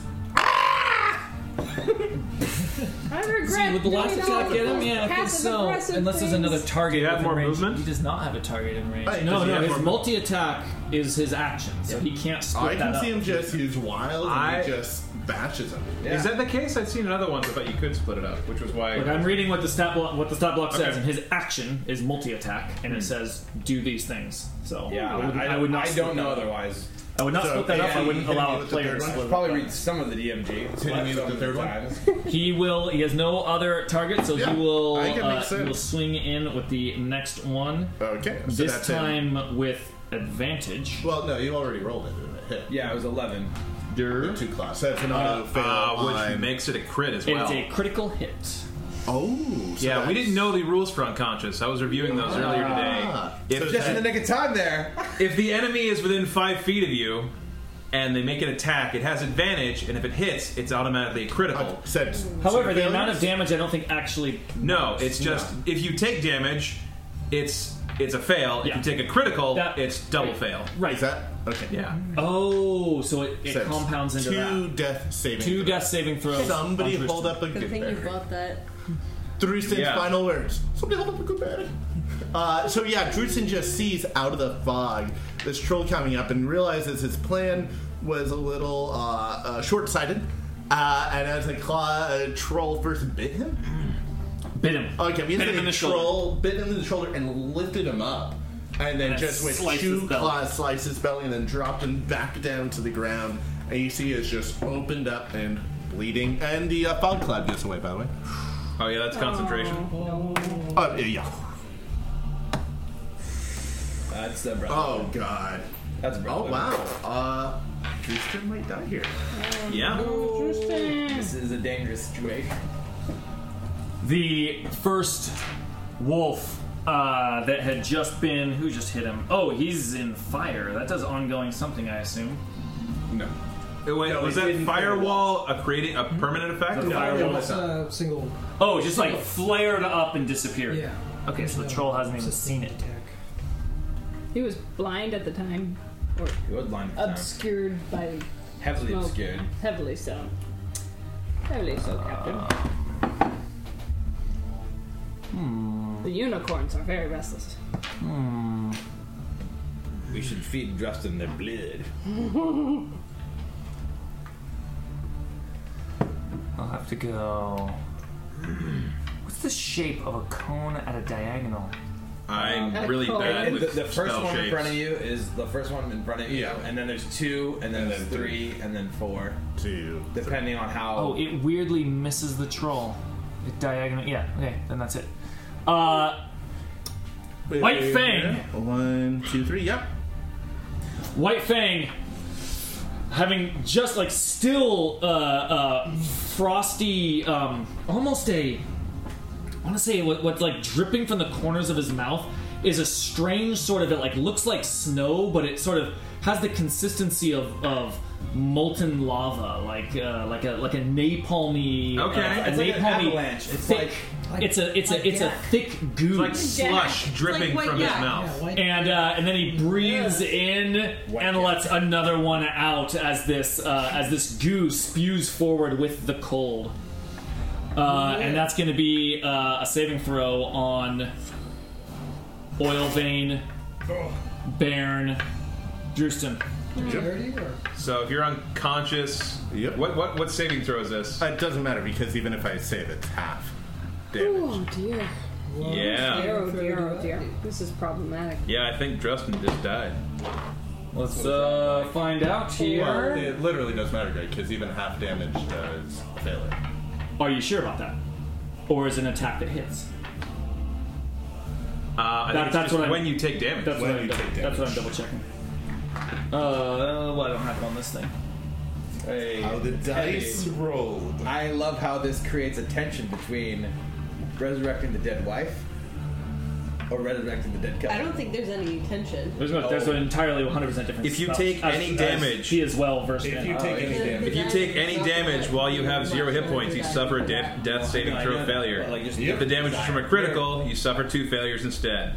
[SPEAKER 3] I regret
[SPEAKER 2] Would the last
[SPEAKER 3] doing
[SPEAKER 2] attack
[SPEAKER 3] all
[SPEAKER 2] get him?
[SPEAKER 3] those
[SPEAKER 2] Yeah, I think
[SPEAKER 3] passive
[SPEAKER 2] so. Unless
[SPEAKER 3] aggressive
[SPEAKER 2] there's
[SPEAKER 3] things.
[SPEAKER 2] another target.
[SPEAKER 4] Do you have
[SPEAKER 2] within
[SPEAKER 4] more
[SPEAKER 2] range.
[SPEAKER 4] movement?
[SPEAKER 2] He does not have a target in range.
[SPEAKER 5] Right,
[SPEAKER 2] no,
[SPEAKER 5] does he
[SPEAKER 2] no,
[SPEAKER 5] have
[SPEAKER 2] his
[SPEAKER 5] more-
[SPEAKER 2] multi attack is his action, so he can't split
[SPEAKER 5] I
[SPEAKER 2] that
[SPEAKER 5] can see
[SPEAKER 2] up.
[SPEAKER 5] him just use wild and
[SPEAKER 4] I-
[SPEAKER 5] he just bashes him.
[SPEAKER 4] Is that the case? I'd seen another one, but you could split it up, which was why.
[SPEAKER 2] Like I'm reading what the stat block, what the stat block says,
[SPEAKER 4] Okay.
[SPEAKER 2] and his action is
[SPEAKER 5] Hmm.
[SPEAKER 2] multi attack, and it says do these things. So
[SPEAKER 20] Yeah,
[SPEAKER 2] I, would,
[SPEAKER 20] I,
[SPEAKER 2] I would not.
[SPEAKER 20] I don't
[SPEAKER 2] split
[SPEAKER 20] know
[SPEAKER 2] that up.
[SPEAKER 20] otherwise.
[SPEAKER 2] I would not
[SPEAKER 5] So,
[SPEAKER 2] split that up.
[SPEAKER 5] yeah,
[SPEAKER 2] I wouldn't
[SPEAKER 5] you hit me
[SPEAKER 2] allow a
[SPEAKER 5] with the
[SPEAKER 2] player to
[SPEAKER 5] third one.
[SPEAKER 2] split it
[SPEAKER 10] Probably
[SPEAKER 2] up.
[SPEAKER 10] read some of the DMG.
[SPEAKER 5] Hitting me with the third one.
[SPEAKER 4] [LAUGHS]
[SPEAKER 2] He will. He has no other target, so
[SPEAKER 5] Yeah,
[SPEAKER 2] he will.
[SPEAKER 5] I think it
[SPEAKER 2] Uh,
[SPEAKER 5] makes
[SPEAKER 2] he will
[SPEAKER 5] sense.
[SPEAKER 2] swing in with the next one.
[SPEAKER 5] Okay, so
[SPEAKER 2] this
[SPEAKER 5] that's him.
[SPEAKER 2] time with advantage.
[SPEAKER 5] Well, no, you already rolled it. didn't it? Hit.
[SPEAKER 10] Yeah, it was 11.
[SPEAKER 2] Der.
[SPEAKER 5] Two class. That's an auto fail.
[SPEAKER 4] Uh, which
[SPEAKER 5] on-
[SPEAKER 4] makes it a crit as well.
[SPEAKER 2] It's a critical hit.
[SPEAKER 5] oh, so
[SPEAKER 4] yeah, we
[SPEAKER 5] that's-
[SPEAKER 4] didn't know the rules for unconscious. I was reviewing those earlier today.
[SPEAKER 5] Ah.
[SPEAKER 4] If,
[SPEAKER 5] So
[SPEAKER 4] just
[SPEAKER 5] that-
[SPEAKER 10] In the nick of time there.
[SPEAKER 4] if the enemy is within five feet of you and they make an attack, it has advantage, and if it hits, it's automatically a critical.
[SPEAKER 5] Said,
[SPEAKER 2] However, the amount of damage I don't think actually.
[SPEAKER 4] No, it's just if you take damage, it's it's a fail.
[SPEAKER 2] Yeah.
[SPEAKER 4] If you take a critical,
[SPEAKER 2] That-
[SPEAKER 4] it's double fail.
[SPEAKER 2] Right.
[SPEAKER 5] Is that okay?
[SPEAKER 4] Yeah.
[SPEAKER 2] Oh, so it, it
[SPEAKER 5] Said
[SPEAKER 2] compounds into
[SPEAKER 5] two
[SPEAKER 2] that.
[SPEAKER 5] death saving.
[SPEAKER 2] Two
[SPEAKER 5] throws.
[SPEAKER 2] death saving throws.
[SPEAKER 5] Somebody
[SPEAKER 2] on
[SPEAKER 5] hold up a
[SPEAKER 3] Good
[SPEAKER 5] good
[SPEAKER 3] thing you
[SPEAKER 5] berry.
[SPEAKER 3] bought that.
[SPEAKER 5] Drewson's
[SPEAKER 4] Yeah.
[SPEAKER 5] final words. Somebody hold up a good berry. Uh, so yeah, Drusen just sees out of the fog this troll coming up and realizes his plan was a little uh, uh, short-sighted. Uh, and as a claw, a troll first bit him.
[SPEAKER 2] Brewster. Bit him.
[SPEAKER 5] Okay, Oh, we
[SPEAKER 2] Bit
[SPEAKER 5] hit
[SPEAKER 2] him in the shoulder.
[SPEAKER 5] troll, bit him in the shoulder, and lifted him up, and then
[SPEAKER 2] And
[SPEAKER 5] just with
[SPEAKER 2] sliced
[SPEAKER 5] two
[SPEAKER 2] his belly.
[SPEAKER 5] claws sliced his belly, and then dropped him back down to the ground. And you see, it's just opened up and bleeding, and the uh, fog cloud gets away. By the way,
[SPEAKER 4] Oh yeah, that's concentration.
[SPEAKER 5] oh yeah, yeah.
[SPEAKER 10] That's the brother.
[SPEAKER 5] Oh god.
[SPEAKER 10] That's brother.
[SPEAKER 5] Oh wow. Uh, Drewster might die here.
[SPEAKER 4] Yeah.
[SPEAKER 10] This is a dangerous situation.
[SPEAKER 2] the first wolf uh, that had just been who just hit him oh he's in fire that does ongoing something i assume
[SPEAKER 4] Wait, was that firewall a creating a permanent effect?
[SPEAKER 2] The fire wolf.
[SPEAKER 13] It's a single.
[SPEAKER 2] oh just like flared up and disappeared
[SPEAKER 13] Yeah.
[SPEAKER 2] okay so the troll hasn't even seen it
[SPEAKER 13] Attack.
[SPEAKER 3] He was blind at the time, or
[SPEAKER 2] uh,
[SPEAKER 10] It was blind.
[SPEAKER 3] obscured by
[SPEAKER 10] Heavily
[SPEAKER 3] smoke.
[SPEAKER 10] obscured.
[SPEAKER 3] Heavily so. Heavily so, Captain. The unicorns are very restless.
[SPEAKER 10] We should feed Justin their blood.
[SPEAKER 2] i'll have to go what's the shape of a cone at a diagonal
[SPEAKER 3] [LAUGHS]
[SPEAKER 4] I'm really
[SPEAKER 3] Cool.
[SPEAKER 4] bad
[SPEAKER 10] And
[SPEAKER 4] with
[SPEAKER 10] the, the first
[SPEAKER 4] spell
[SPEAKER 10] one
[SPEAKER 4] shapes.
[SPEAKER 10] in front of you is the first one in front of you,
[SPEAKER 5] Yeah.
[SPEAKER 10] and then there's two, and then there's three, and then four,
[SPEAKER 5] Two.
[SPEAKER 10] depending on how.
[SPEAKER 2] oh it weirdly misses the troll it diagonal yeah okay then that's it uh White Fang.
[SPEAKER 5] One, two, three. Yep.
[SPEAKER 2] White Fang, having just like still uh, uh, frosty, um, almost a, I want to say what, what's like dripping from the corners of his mouth is a strange sort of it like looks like snow, but it sort of has the consistency of of molten lava, like uh, like a like a napalmy, uh,
[SPEAKER 4] Okay.
[SPEAKER 2] a
[SPEAKER 4] It's
[SPEAKER 10] like an
[SPEAKER 2] napalmy
[SPEAKER 10] avalanche. It's
[SPEAKER 2] thick-
[SPEAKER 13] like-
[SPEAKER 2] it's a it's
[SPEAKER 13] like
[SPEAKER 2] a it's a
[SPEAKER 13] yak.
[SPEAKER 2] thick goo.
[SPEAKER 4] like slush dripping
[SPEAKER 9] white
[SPEAKER 4] from
[SPEAKER 9] yak.
[SPEAKER 4] his mouth.
[SPEAKER 13] Yeah, white.
[SPEAKER 2] And uh, and then he breathes in and lets another one out as this uh, as this goo spews forward with the cold. Uh, and that's going to be uh, a saving throw on Oil Vein, Bairn, Drewston.
[SPEAKER 13] Dirty or
[SPEAKER 4] So if you're unconscious,
[SPEAKER 5] Yep.
[SPEAKER 4] what what what saving throw is this?
[SPEAKER 5] Uh, It doesn't matter because even if I save, it's half damage.
[SPEAKER 3] Oh dear.
[SPEAKER 4] yeah,
[SPEAKER 3] Dear, oh dear, oh dear. This is problematic.
[SPEAKER 4] yeah. I think Justin just died.
[SPEAKER 2] Let's uh, find out
[SPEAKER 5] Well,
[SPEAKER 2] here.
[SPEAKER 5] it literally doesn't matter, Greg, because even half damage does fail it.
[SPEAKER 2] Are you sure about that? Or is it an attack that hits?
[SPEAKER 4] Uh, I
[SPEAKER 2] That-
[SPEAKER 4] think it's
[SPEAKER 2] that's
[SPEAKER 4] just
[SPEAKER 2] what I'm-
[SPEAKER 4] when you take damage.
[SPEAKER 2] That's what,
[SPEAKER 5] When
[SPEAKER 2] I'm
[SPEAKER 5] you
[SPEAKER 2] double,
[SPEAKER 5] take
[SPEAKER 2] that's what I'm double checking. Uh, well, I don't have it on this thing.
[SPEAKER 10] Hey.
[SPEAKER 5] How the dice
[SPEAKER 10] Hey.
[SPEAKER 5] rolled.
[SPEAKER 10] I love how this creates a tension between resurrecting the dead wife or resurrecting the dead couple.
[SPEAKER 9] I don't think there's any tension.
[SPEAKER 2] There's, no, there's an entirely 100% difference.
[SPEAKER 4] Oh. If you take any damage-
[SPEAKER 2] he is well versed
[SPEAKER 24] If
[SPEAKER 2] in.
[SPEAKER 5] Oh,
[SPEAKER 2] uh,
[SPEAKER 24] you take any damage,
[SPEAKER 4] If you take any damage while you have zero hit points, you suffer a da- death saving
[SPEAKER 10] I
[SPEAKER 4] throw
[SPEAKER 10] know,
[SPEAKER 4] failure.
[SPEAKER 10] but, like, just-
[SPEAKER 4] If the damage is from a critical, you suffer two failures instead.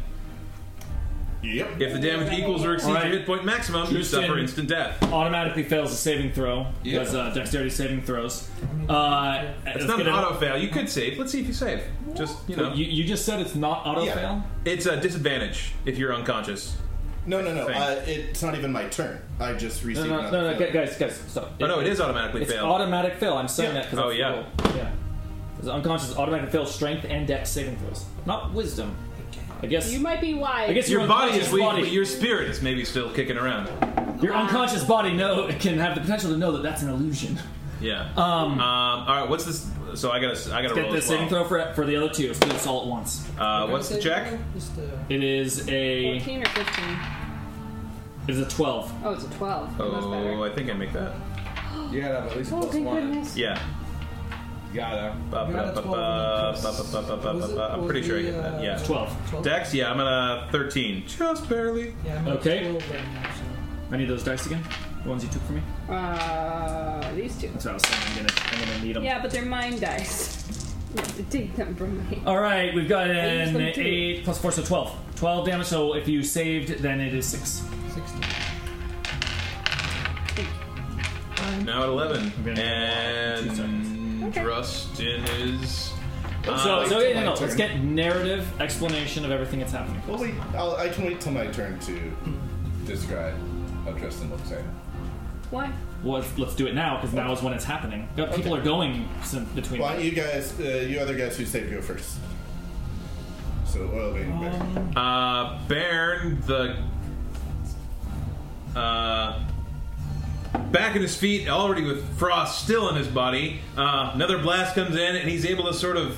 [SPEAKER 5] Yep.
[SPEAKER 4] If the damage equals or exceeds
[SPEAKER 2] Alright.
[SPEAKER 4] your hit point maximum, you
[SPEAKER 2] Houston.
[SPEAKER 4] suffer instant death.
[SPEAKER 2] automatically fails a saving throw.
[SPEAKER 10] Yeah.
[SPEAKER 2] Does uh, dexterity saving throws. Uh,
[SPEAKER 4] It's not an auto fail. You could save. Let's see if you save. Just you know,
[SPEAKER 2] You, you just said it's not auto
[SPEAKER 5] Yeah.
[SPEAKER 2] fail.
[SPEAKER 4] it's a disadvantage if you're unconscious.
[SPEAKER 5] No, no, no.
[SPEAKER 4] Thing.
[SPEAKER 5] Uh, it's not even my turn. I just
[SPEAKER 2] No,
[SPEAKER 5] received
[SPEAKER 2] no, no,
[SPEAKER 5] another
[SPEAKER 2] no,
[SPEAKER 5] failure.
[SPEAKER 2] guys, guys, stop.
[SPEAKER 4] Oh no, it is automatically
[SPEAKER 2] It's
[SPEAKER 4] fail.
[SPEAKER 2] automatic fail. I'm saying
[SPEAKER 5] Yeah.
[SPEAKER 2] that because
[SPEAKER 4] Oh, yeah.
[SPEAKER 2] yeah. It's unconscious, automatic fail, strength and dex saving throws, not wisdom. I guess.
[SPEAKER 3] You might be wise.
[SPEAKER 2] I guess
[SPEAKER 4] your
[SPEAKER 2] your
[SPEAKER 4] body is
[SPEAKER 2] unconscious
[SPEAKER 4] weak,
[SPEAKER 2] body-
[SPEAKER 4] but your spirit is maybe still kicking around.
[SPEAKER 2] Your unconscious body know can have the potential to know that that's an illusion.
[SPEAKER 4] Yeah.
[SPEAKER 2] Um,
[SPEAKER 4] Um, all right. What's this? So I gotta. I gotta
[SPEAKER 2] Let's get
[SPEAKER 4] roll
[SPEAKER 2] the
[SPEAKER 4] as well.
[SPEAKER 2] saving throw for, for the other two. Let's do this all at once.
[SPEAKER 4] Uh, what's the check?
[SPEAKER 13] Just uh,
[SPEAKER 2] It is a it
[SPEAKER 3] 14 or 15.
[SPEAKER 2] is a twelve.
[SPEAKER 3] Oh, it's a 12. Oh, that's
[SPEAKER 4] Oh,
[SPEAKER 3] better.
[SPEAKER 4] I think I make that.
[SPEAKER 10] You gotta have at least a
[SPEAKER 3] Oh,
[SPEAKER 10] plus
[SPEAKER 3] thank
[SPEAKER 10] one.
[SPEAKER 3] goodness.
[SPEAKER 4] Yeah.
[SPEAKER 10] Gotta.
[SPEAKER 4] Ba-
[SPEAKER 13] You got
[SPEAKER 4] ba-
[SPEAKER 13] a
[SPEAKER 4] ba-
[SPEAKER 13] 12
[SPEAKER 4] ba-
[SPEAKER 13] and
[SPEAKER 4] ba-
[SPEAKER 13] a
[SPEAKER 4] ba-
[SPEAKER 13] plus.
[SPEAKER 4] ba- ba-
[SPEAKER 13] Was
[SPEAKER 4] ba-
[SPEAKER 13] it-
[SPEAKER 4] ba- I'm
[SPEAKER 13] was
[SPEAKER 4] pretty sure I
[SPEAKER 13] the,
[SPEAKER 4] get that. Yeah.
[SPEAKER 13] uh,
[SPEAKER 2] Twelve.
[SPEAKER 13] 12?
[SPEAKER 4] Dex. Yeah, I'm at a 13. Just barely.
[SPEAKER 13] Yeah, I'm at
[SPEAKER 2] Okay.
[SPEAKER 13] 12 right now, so.
[SPEAKER 2] I need those dice again. The ones you took from me.
[SPEAKER 3] Uh, these two.
[SPEAKER 2] That's what I was saying. I'm gonna I'm gonna need them.
[SPEAKER 3] Yeah, but they're mine dice. [LAUGHS] You have to take them from me.
[SPEAKER 2] All right, we've got
[SPEAKER 3] I
[SPEAKER 2] an
[SPEAKER 3] used them too.
[SPEAKER 2] eight plus four, so twelve. Twelve damage. So if you saved, then it is six.
[SPEAKER 13] 16.
[SPEAKER 4] Now at 11.
[SPEAKER 2] gonna- Two
[SPEAKER 4] And
[SPEAKER 10] Um,
[SPEAKER 3] Okay.
[SPEAKER 4] Rustin is.
[SPEAKER 2] so
[SPEAKER 4] Uh,
[SPEAKER 2] so yeah, no, no,
[SPEAKER 5] turn.
[SPEAKER 2] let's get narrative explanation of everything that's happening.
[SPEAKER 5] Well, wait, I'll, I can wait till my turn to describe how Tristan looks like.
[SPEAKER 3] Why?
[SPEAKER 2] Well, let's, let's do it now because now is when it's happening. Yeah, People are going some- between.
[SPEAKER 5] Why don't you guys, uh, you other guys who saved, go first? So, oil being
[SPEAKER 2] Um,
[SPEAKER 5] better.
[SPEAKER 4] Uh, Bairn, the. Uh, back in his feet, already with frost still in his body. Uh, another blast comes in, and he's able to sort of,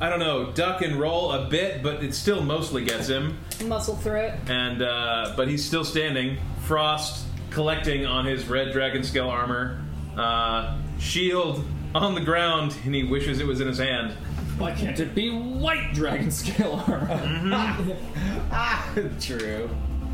[SPEAKER 4] I don't know, duck and roll a bit, but it still mostly gets him.
[SPEAKER 3] Muscle through it.
[SPEAKER 4] And uh, but he's still standing. Frost collecting on his red dragon scale armor. Uh, shield on the ground, and he wishes it was in his hand.
[SPEAKER 2] Why can't it be white dragon scale
[SPEAKER 4] Mm-hmm.
[SPEAKER 2] armor?
[SPEAKER 10] True.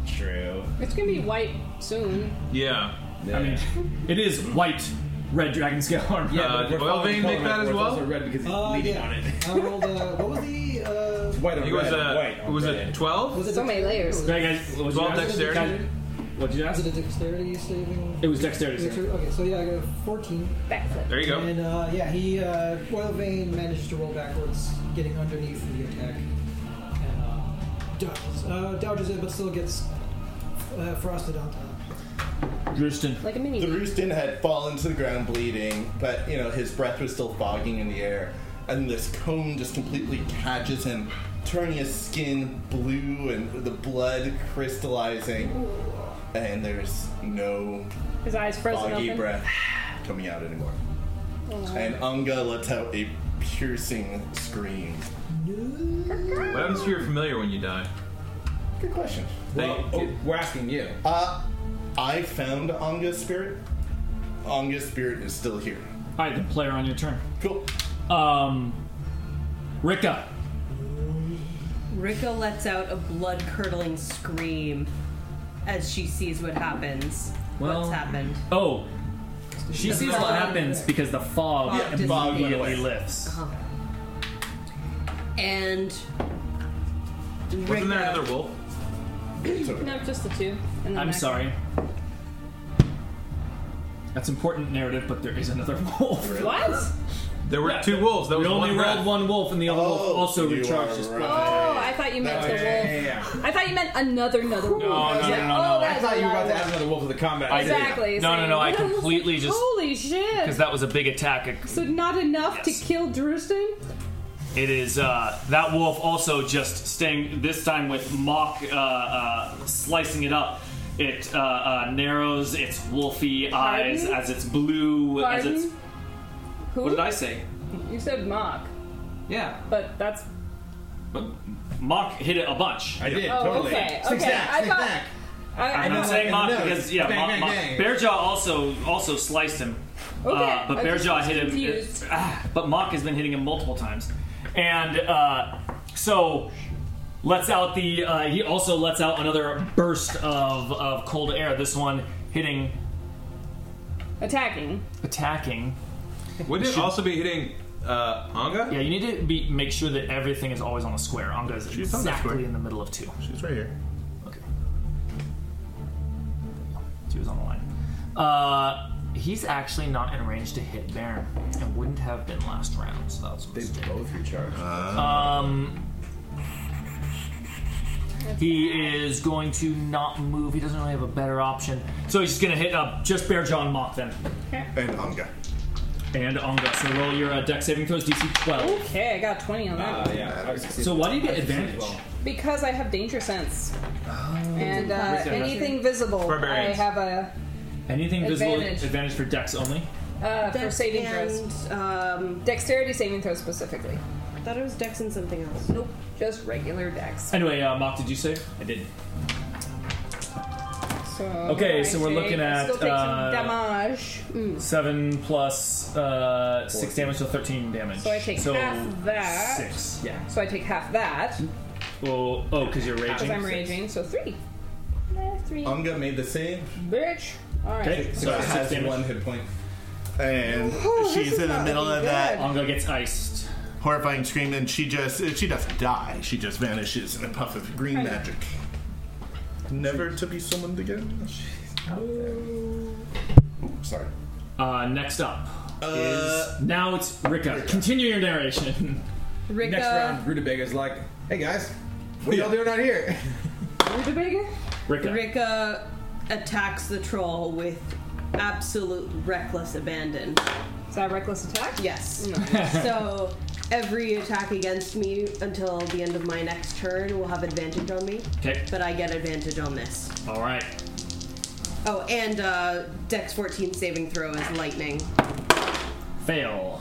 [SPEAKER 10] True.
[SPEAKER 3] It's gonna be white soon.
[SPEAKER 4] Yeah.
[SPEAKER 2] I mean, it is white red dragon scale armor.
[SPEAKER 10] Yeah,
[SPEAKER 4] Uh,
[SPEAKER 10] but if we're
[SPEAKER 4] Oil
[SPEAKER 10] following
[SPEAKER 4] Vein
[SPEAKER 10] the
[SPEAKER 4] make
[SPEAKER 10] color
[SPEAKER 4] that
[SPEAKER 10] map,
[SPEAKER 4] as
[SPEAKER 10] where
[SPEAKER 4] well?
[SPEAKER 10] It's also red because he's
[SPEAKER 13] Uh,
[SPEAKER 10] bleeding
[SPEAKER 13] yeah.
[SPEAKER 10] on it. [LAUGHS]
[SPEAKER 13] I rolled, uh, what was the, uh,
[SPEAKER 10] White on
[SPEAKER 4] He
[SPEAKER 10] red.
[SPEAKER 4] was
[SPEAKER 10] on white
[SPEAKER 4] a
[SPEAKER 10] on
[SPEAKER 4] was
[SPEAKER 10] red.
[SPEAKER 4] a twelve.
[SPEAKER 13] was it
[SPEAKER 3] So many layers.
[SPEAKER 2] Right, guys, what
[SPEAKER 4] Well, dexterity?
[SPEAKER 2] What did you
[SPEAKER 13] Was
[SPEAKER 2] ask?
[SPEAKER 13] it a dexterity saving?
[SPEAKER 2] It was dexterity. sir.
[SPEAKER 13] Okay, so yeah, I got a 14.
[SPEAKER 3] Backflip.
[SPEAKER 4] There you go.
[SPEAKER 13] And uh, yeah, he uh, oil vein managed to roll backwards, getting underneath the attack, and uh, dodges, uh, dodges it, but still gets uh, frosted on top.
[SPEAKER 2] Driston.
[SPEAKER 3] Like a
[SPEAKER 5] The
[SPEAKER 3] mini.
[SPEAKER 5] Roostin had fallen to the ground bleeding, but, you know, his breath was still fogging in the air. And this cone just completely catches him, turning his skin blue and the blood crystallizing. And there's no
[SPEAKER 3] His eyes frozen
[SPEAKER 5] foggy
[SPEAKER 3] open.
[SPEAKER 5] breath coming out anymore.
[SPEAKER 3] Aw.
[SPEAKER 5] And Unga lets out a piercing scream.
[SPEAKER 4] What happens to your familiar when you die?
[SPEAKER 5] Good question.
[SPEAKER 4] They-
[SPEAKER 10] Well, oh, we're asking you.
[SPEAKER 5] Uh, I found Anga's spirit. Anga's spirit is still here.
[SPEAKER 2] All right, the player on your turn.
[SPEAKER 5] Cool.
[SPEAKER 2] Um, Rika.
[SPEAKER 9] Rika lets out a blood curdling scream as she sees what happens.
[SPEAKER 2] Well-
[SPEAKER 9] What's happened?
[SPEAKER 2] Oh, she sees what
[SPEAKER 9] fog.
[SPEAKER 2] happens because the fog
[SPEAKER 9] Fog Yeah, fog went Uh-huh.
[SPEAKER 2] immediately
[SPEAKER 5] away.
[SPEAKER 2] lifts.
[SPEAKER 9] And
[SPEAKER 4] Wasn't there another wolf?
[SPEAKER 3] No, just the two. And the
[SPEAKER 2] I'm
[SPEAKER 3] next-
[SPEAKER 2] sorry. That's important narrative, but there is another [LAUGHS] wolf.
[SPEAKER 3] What?
[SPEAKER 4] There were two wolves. That
[SPEAKER 2] We
[SPEAKER 4] was
[SPEAKER 2] only
[SPEAKER 4] one
[SPEAKER 2] rolled
[SPEAKER 4] rat.
[SPEAKER 2] one wolf, and the other wolf
[SPEAKER 5] Oh,
[SPEAKER 2] also
[SPEAKER 5] you
[SPEAKER 2] recharged his
[SPEAKER 5] are
[SPEAKER 2] breath.
[SPEAKER 3] Oh, I thought you meant the wolf. I thought you meant another another wolf. I was
[SPEAKER 4] no,
[SPEAKER 3] like,
[SPEAKER 4] no, no,
[SPEAKER 3] oh,
[SPEAKER 4] no.
[SPEAKER 3] that's
[SPEAKER 10] I thought you were about
[SPEAKER 3] another
[SPEAKER 10] to add another wolf to the combat.
[SPEAKER 2] I
[SPEAKER 3] wolf.
[SPEAKER 2] did.
[SPEAKER 3] Exactly.
[SPEAKER 2] No, no, no, I
[SPEAKER 3] same. was
[SPEAKER 2] completely
[SPEAKER 3] like,
[SPEAKER 2] just-
[SPEAKER 3] Holy shit!
[SPEAKER 2] Because that was a big attack.
[SPEAKER 3] So not enough
[SPEAKER 2] Yes.
[SPEAKER 3] to kill Drustin?
[SPEAKER 2] It is uh, that wolf also just staying this time with mock uh, uh, slicing it up. It uh, uh, narrows its wolfy eyes
[SPEAKER 3] Pardon?
[SPEAKER 2] as its blue
[SPEAKER 3] Pardon?
[SPEAKER 2] as its.
[SPEAKER 3] Who?
[SPEAKER 2] What did I say?
[SPEAKER 3] You said mock,
[SPEAKER 2] Yeah,
[SPEAKER 3] but that's.
[SPEAKER 2] but mock hit it a bunch.
[SPEAKER 10] I did,
[SPEAKER 3] Oh,
[SPEAKER 10] totally.
[SPEAKER 3] okay.
[SPEAKER 10] Sneak
[SPEAKER 3] okay.
[SPEAKER 10] back,
[SPEAKER 3] I
[SPEAKER 10] sneak
[SPEAKER 3] thought.
[SPEAKER 10] back.
[SPEAKER 3] I, I
[SPEAKER 2] I'm
[SPEAKER 3] know.
[SPEAKER 2] not saying mock
[SPEAKER 10] no,
[SPEAKER 2] because yeah,
[SPEAKER 10] bang,
[SPEAKER 2] mock,
[SPEAKER 10] bang,
[SPEAKER 2] mock.
[SPEAKER 10] bang.
[SPEAKER 2] Bearjaw also also sliced him.
[SPEAKER 3] Okay,
[SPEAKER 2] Uh, but
[SPEAKER 3] I just
[SPEAKER 2] Bearjaw
[SPEAKER 3] was
[SPEAKER 2] hit him.
[SPEAKER 3] confused.
[SPEAKER 2] ah, but Mock has been hitting him multiple times. And uh, so lets out the. Uh, he also lets out another burst of, of cold air. This one hitting,
[SPEAKER 3] attacking.
[SPEAKER 2] attacking.
[SPEAKER 4] Wouldn't it also be hitting uh, Anga?
[SPEAKER 2] Yeah, you need to be, make sure that everything is always on the square. Anga is
[SPEAKER 4] on the
[SPEAKER 2] exactly
[SPEAKER 4] square.
[SPEAKER 2] in the middle of two.
[SPEAKER 25] She's right here.
[SPEAKER 2] Okay. She was on the line. Uh, he's actually not in range to hit Baron and wouldn't have been last round, so that was a mistake.
[SPEAKER 10] Both recharged.
[SPEAKER 2] Um, he is going to not move. He doesn't really have a better option. So he's just going to hit up just Bear John Mock then.
[SPEAKER 5] And Anga.
[SPEAKER 2] and Onga. So roll your uh, deck saving throws, DC 12.
[SPEAKER 3] Okay, I got 20 on that.
[SPEAKER 2] Ah,
[SPEAKER 26] Uh, yeah. I succeeded.
[SPEAKER 2] So why do you get advantage?
[SPEAKER 3] Because I have danger sense.
[SPEAKER 9] Oh.
[SPEAKER 3] and uh, anything visible, I
[SPEAKER 27] Barbarians.
[SPEAKER 3] have a
[SPEAKER 2] Anything visible
[SPEAKER 3] Advantage.
[SPEAKER 2] advantage for dex only.
[SPEAKER 3] uh, for saving throws.
[SPEAKER 9] and, um,
[SPEAKER 3] Dexterity saving throws specifically.
[SPEAKER 9] I thought it was Dex and something else.
[SPEAKER 3] Nope, just regular dex.
[SPEAKER 2] Anyway, uh, Mock, did you save? I did.
[SPEAKER 3] So
[SPEAKER 2] Okay,
[SPEAKER 3] I
[SPEAKER 2] so we're
[SPEAKER 3] take-
[SPEAKER 2] looking
[SPEAKER 3] I
[SPEAKER 2] at,
[SPEAKER 3] still take
[SPEAKER 2] uh,
[SPEAKER 3] some damage. Mm.
[SPEAKER 2] Seven plus uh, six damage, so thirteen damage.
[SPEAKER 3] So I take half that.
[SPEAKER 2] Six. Yeah.
[SPEAKER 3] So I take half that
[SPEAKER 2] Well, oh, because you're raging.
[SPEAKER 3] because I'm raging. So three. Eh, Three.
[SPEAKER 5] Unga made the save,
[SPEAKER 3] Bitch. All right.
[SPEAKER 2] Okay, so
[SPEAKER 5] so it
[SPEAKER 2] six
[SPEAKER 5] has
[SPEAKER 2] damage.
[SPEAKER 5] one hit point. And
[SPEAKER 3] Whew, this
[SPEAKER 5] she's
[SPEAKER 3] is
[SPEAKER 5] in the
[SPEAKER 3] not
[SPEAKER 5] middle
[SPEAKER 3] looking
[SPEAKER 5] of that
[SPEAKER 2] Ongo gets iced.
[SPEAKER 5] horrifying scream, and she just she doesn't die. She just vanishes in a puff of green magic. Never to be summoned again. She's out there. Ooh, sorry.
[SPEAKER 2] Uh, next up
[SPEAKER 5] Uh,
[SPEAKER 2] is now it's Rika. Continue your narration. [LAUGHS]
[SPEAKER 3] Rika.
[SPEAKER 10] Next round, Rutabaga's like, hey guys, what y'all doing out here?
[SPEAKER 3] Rutabaga?
[SPEAKER 2] Rika.
[SPEAKER 9] Rika attacks the troll with absolute reckless abandon.
[SPEAKER 3] Is that reckless attack?
[SPEAKER 9] Yes.
[SPEAKER 3] No.
[SPEAKER 9] so every attack against me until the end of my next turn will have advantage on me,
[SPEAKER 2] Okay.
[SPEAKER 9] but I get advantage on this.
[SPEAKER 2] All right.
[SPEAKER 9] Oh, and uh, Dex 14 saving throw is lightning.
[SPEAKER 2] Fail.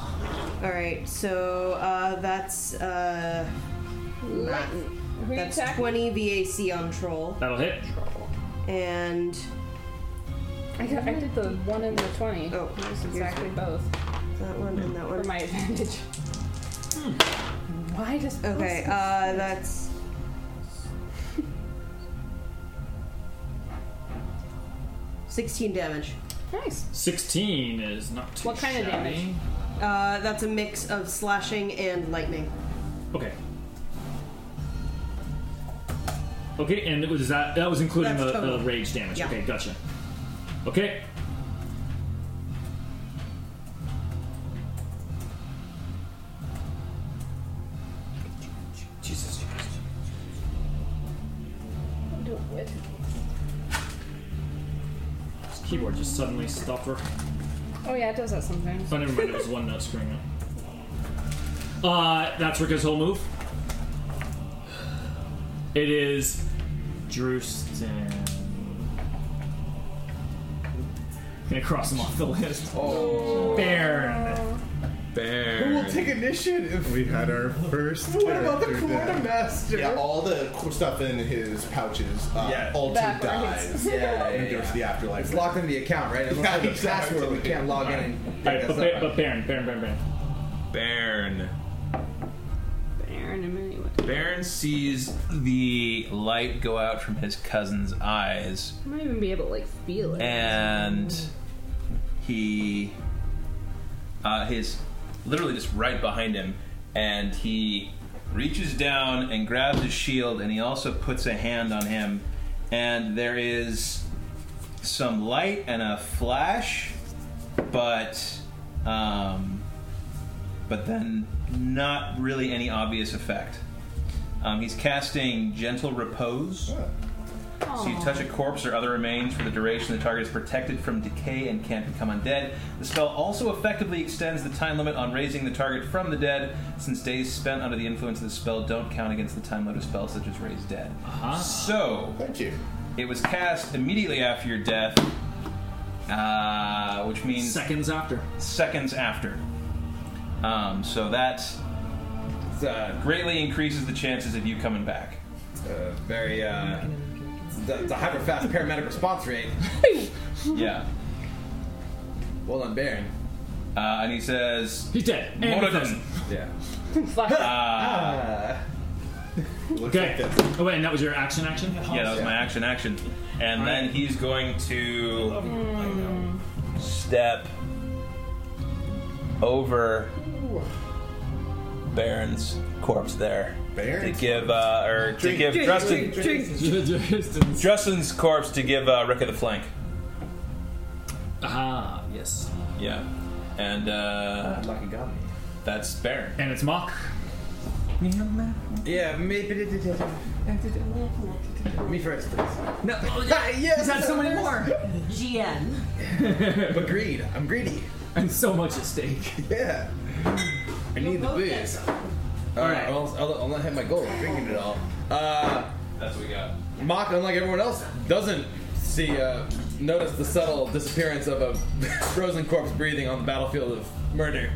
[SPEAKER 9] All right, so uh, that's uh,
[SPEAKER 3] Latin. Who you
[SPEAKER 9] that's
[SPEAKER 3] attack?
[SPEAKER 9] 20 VAC on troll,
[SPEAKER 2] That'll hit.
[SPEAKER 9] and
[SPEAKER 3] I, got, I did the one and the twenty.
[SPEAKER 9] Oh,
[SPEAKER 3] It was
[SPEAKER 9] here's
[SPEAKER 3] exactly both
[SPEAKER 9] that one and that
[SPEAKER 3] for
[SPEAKER 9] one.
[SPEAKER 3] my advantage. Why does
[SPEAKER 9] Hmm. Okay, uh, that's. Sixteen damage.
[SPEAKER 3] nice.
[SPEAKER 2] Sixteen is not too
[SPEAKER 3] What kind of
[SPEAKER 2] shabby.
[SPEAKER 3] damage?
[SPEAKER 9] Uh, that's a mix of slashing and lightning.
[SPEAKER 2] Okay. Okay, and it was uh, that that was including
[SPEAKER 9] That's
[SPEAKER 2] the, the
[SPEAKER 9] total.
[SPEAKER 2] rage damage.
[SPEAKER 9] Yeah.
[SPEAKER 2] Okay, gotcha. Okay. Jesus Christ.
[SPEAKER 3] Do it.
[SPEAKER 2] This keyboard just suddenly stopped working.
[SPEAKER 3] Oh yeah, it does that sometimes.
[SPEAKER 2] Oh, never mind. It was one note screwing up. Uh, that's Rika's whole move. It is Drewston. Gonna cross him off the list. Oh. Baron.
[SPEAKER 27] Bear.
[SPEAKER 10] We'll take initiative.
[SPEAKER 5] We had our first.
[SPEAKER 10] What about the
[SPEAKER 5] character
[SPEAKER 10] quartermaster?
[SPEAKER 5] die.
[SPEAKER 10] master?
[SPEAKER 5] Yeah, all the cool stuff in his pouches. Uh,
[SPEAKER 10] Yeah.
[SPEAKER 5] All two
[SPEAKER 3] Backwards.
[SPEAKER 5] dies.
[SPEAKER 10] Yeah,
[SPEAKER 5] And
[SPEAKER 10] yeah,
[SPEAKER 5] goes to the afterlife.
[SPEAKER 10] It's [LAUGHS] locked in the account, right?
[SPEAKER 5] Yeah,
[SPEAKER 10] Unless yeah, there's a
[SPEAKER 5] exactly.
[SPEAKER 10] password, we can't log in and
[SPEAKER 2] All
[SPEAKER 10] pick
[SPEAKER 2] right,
[SPEAKER 10] us
[SPEAKER 2] but, ba-
[SPEAKER 10] up.
[SPEAKER 2] but Baron, Baron, Baron, Baron.
[SPEAKER 27] Baron.
[SPEAKER 3] Baron and anyway.
[SPEAKER 4] Baron sees the light go out from his cousin's eyes,
[SPEAKER 3] I might even be able to like feel
[SPEAKER 9] Eh.
[SPEAKER 3] it.
[SPEAKER 4] and he, uh, his, literally just right behind him, and he reaches down and grabs his shield, and he also puts a hand on him, and there is some light and a flash, but, um, but then not really any
[SPEAKER 13] Uh,
[SPEAKER 4] obvious effect. Um, he's casting Gentle Repose.
[SPEAKER 5] Oh,
[SPEAKER 4] So you touch a corpse or other remains for the duration the target is protected from decay and can't become undead. The spell also effectively extends the time limit on raising the target from the dead, since days spent under the influence of the spell don't count against the time limit of spells such as raise dead. So
[SPEAKER 5] Thank you.
[SPEAKER 4] it was cast immediately after your death, uh, which means
[SPEAKER 2] Seconds after.
[SPEAKER 4] seconds after. Um, so that uh, greatly increases the chances of you coming back.
[SPEAKER 13] Uh, very, uh, the, the hyper fast paramedic response rate.
[SPEAKER 4] Yeah.
[SPEAKER 13] Well done, Baron.
[SPEAKER 4] Uh, and he says,
[SPEAKER 2] He's dead. And
[SPEAKER 4] More
[SPEAKER 2] the
[SPEAKER 4] than-
[SPEAKER 2] first-
[SPEAKER 13] Yeah.
[SPEAKER 9] [LAUGHS]
[SPEAKER 2] Okay. Oh wait, and that was your action action.
[SPEAKER 4] Yeah, that was my action action. And then he's going to step over Baron's corpse there.
[SPEAKER 5] Baron's
[SPEAKER 4] to give uh, or to give Justin [LAUGHS] Justin's corpse to give uh, Rick of the flank.
[SPEAKER 2] Aha. Yes.
[SPEAKER 4] Yeah. And uh,
[SPEAKER 13] Lucky got me.
[SPEAKER 4] that's Baron.
[SPEAKER 2] And it's mock.
[SPEAKER 13] Yeah, maybe. Me first, please.
[SPEAKER 10] [LAUGHS]
[SPEAKER 2] No. yes. He's had so many more.
[SPEAKER 9] GN.
[SPEAKER 13] But greed. I'm greedy.
[SPEAKER 2] and [LAUGHS] so much at stake.
[SPEAKER 10] Yeah. I need the booze. Alright, I'll, I'll, I'll not hit my goal. I'm drinking it all. Uh,
[SPEAKER 4] That's what we got.
[SPEAKER 10] Mock, unlike everyone else, doesn't see, uh, notice the subtle disappearance of a [LAUGHS] frozen corpse breathing on the battlefield of murder,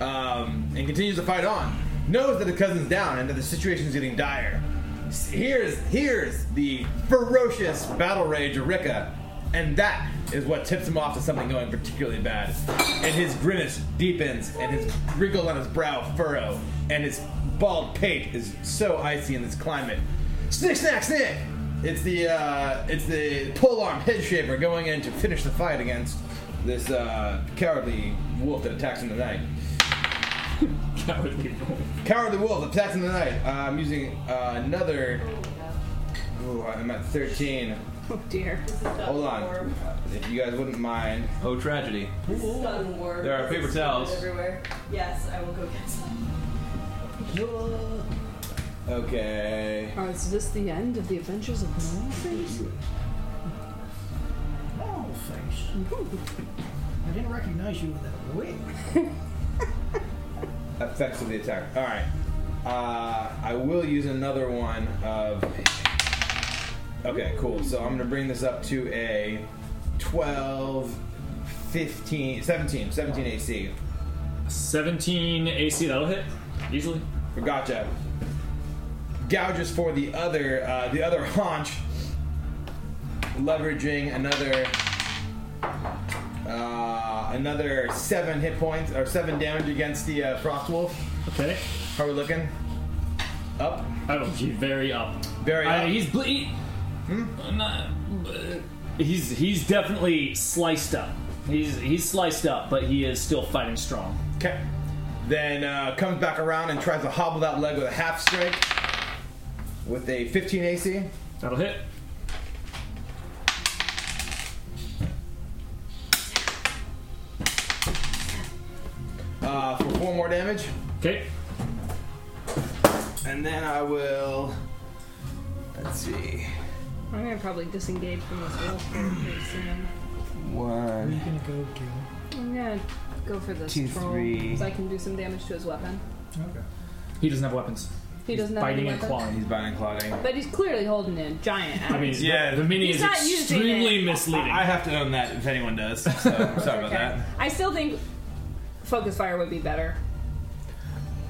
[SPEAKER 10] um, and continues to fight on. Knows that the cousin's down and that the situation is getting dire. S- Here's here's the ferocious battle rage of Rika, and that is what tips him off to something going particularly bad. And his grimace deepens, and his wrinkles on his brow furrow, and his bald pate is so icy in this climate. Snick, snack, snick! It's the uh, it's the polearm head shaver going in to finish the fight against this uh, cowardly wolf that attacks in the night. [LAUGHS] Cowardly wolf attacks in the night. Uh, I'm using uh, another. Ooh, I'm at 13.
[SPEAKER 3] Oh dear.
[SPEAKER 10] Hold on, if you guys wouldn't mind.
[SPEAKER 4] Oh, tragedy.
[SPEAKER 28] Stun ward.
[SPEAKER 4] There are paper towels.
[SPEAKER 28] everywhere. Yes, I will go get some.
[SPEAKER 10] Okay.
[SPEAKER 3] Oh, is this the end of the adventures of Moleface?
[SPEAKER 13] Oh, face. I didn't recognize you with that wig.
[SPEAKER 10] Effects of the attack. All right. Uh, I will use another one of. Okay, cool. So I'm going to bring this up to a 12, 15, 17, 17 AC.
[SPEAKER 2] 17 AC, that'll hit easily.
[SPEAKER 10] Gotcha. Gouges for the other, uh, the other haunch, leveraging another, uh, another seven hit points or seven damage against the uh, frost wolf.
[SPEAKER 2] Okay,
[SPEAKER 10] How are we looking? Up,
[SPEAKER 2] I don't. He's very up.
[SPEAKER 10] very
[SPEAKER 2] I-
[SPEAKER 10] up.
[SPEAKER 2] he's ble- he-
[SPEAKER 22] Hmm?
[SPEAKER 2] I'm not- he's he's definitely sliced up. He's he's sliced up, but he is still fighting strong.
[SPEAKER 10] Okay. Then uh, comes back around and tries to hobble that leg with a half strike with a 15 AC.
[SPEAKER 2] That'll hit.
[SPEAKER 10] uh, for four more damage.
[SPEAKER 2] Okay,
[SPEAKER 10] And then I will. Let's see.
[SPEAKER 3] I'm gonna probably disengage from this wolf pretty soon.
[SPEAKER 10] One.
[SPEAKER 13] You're gonna go do.
[SPEAKER 3] I'm gonna go for this
[SPEAKER 10] Two,
[SPEAKER 3] troll,
[SPEAKER 10] three.
[SPEAKER 3] so I can do some damage to his weapon.
[SPEAKER 13] Okay.
[SPEAKER 2] he doesn't have weapons.
[SPEAKER 3] He doesn't have
[SPEAKER 2] Biting
[SPEAKER 3] any
[SPEAKER 2] and
[SPEAKER 3] weapon,
[SPEAKER 2] clawing.
[SPEAKER 10] He's biting clouding.
[SPEAKER 3] but he's clearly holding a giant. Axe.
[SPEAKER 2] I mean,
[SPEAKER 22] Yeah,
[SPEAKER 2] yeah, the mini
[SPEAKER 3] he's
[SPEAKER 2] is
[SPEAKER 3] not using
[SPEAKER 2] extremely
[SPEAKER 3] it.
[SPEAKER 2] misleading.
[SPEAKER 22] I have to own that if anyone does. So
[SPEAKER 2] [LAUGHS]
[SPEAKER 22] I'm sorry about that.
[SPEAKER 3] I still think focus fire would be better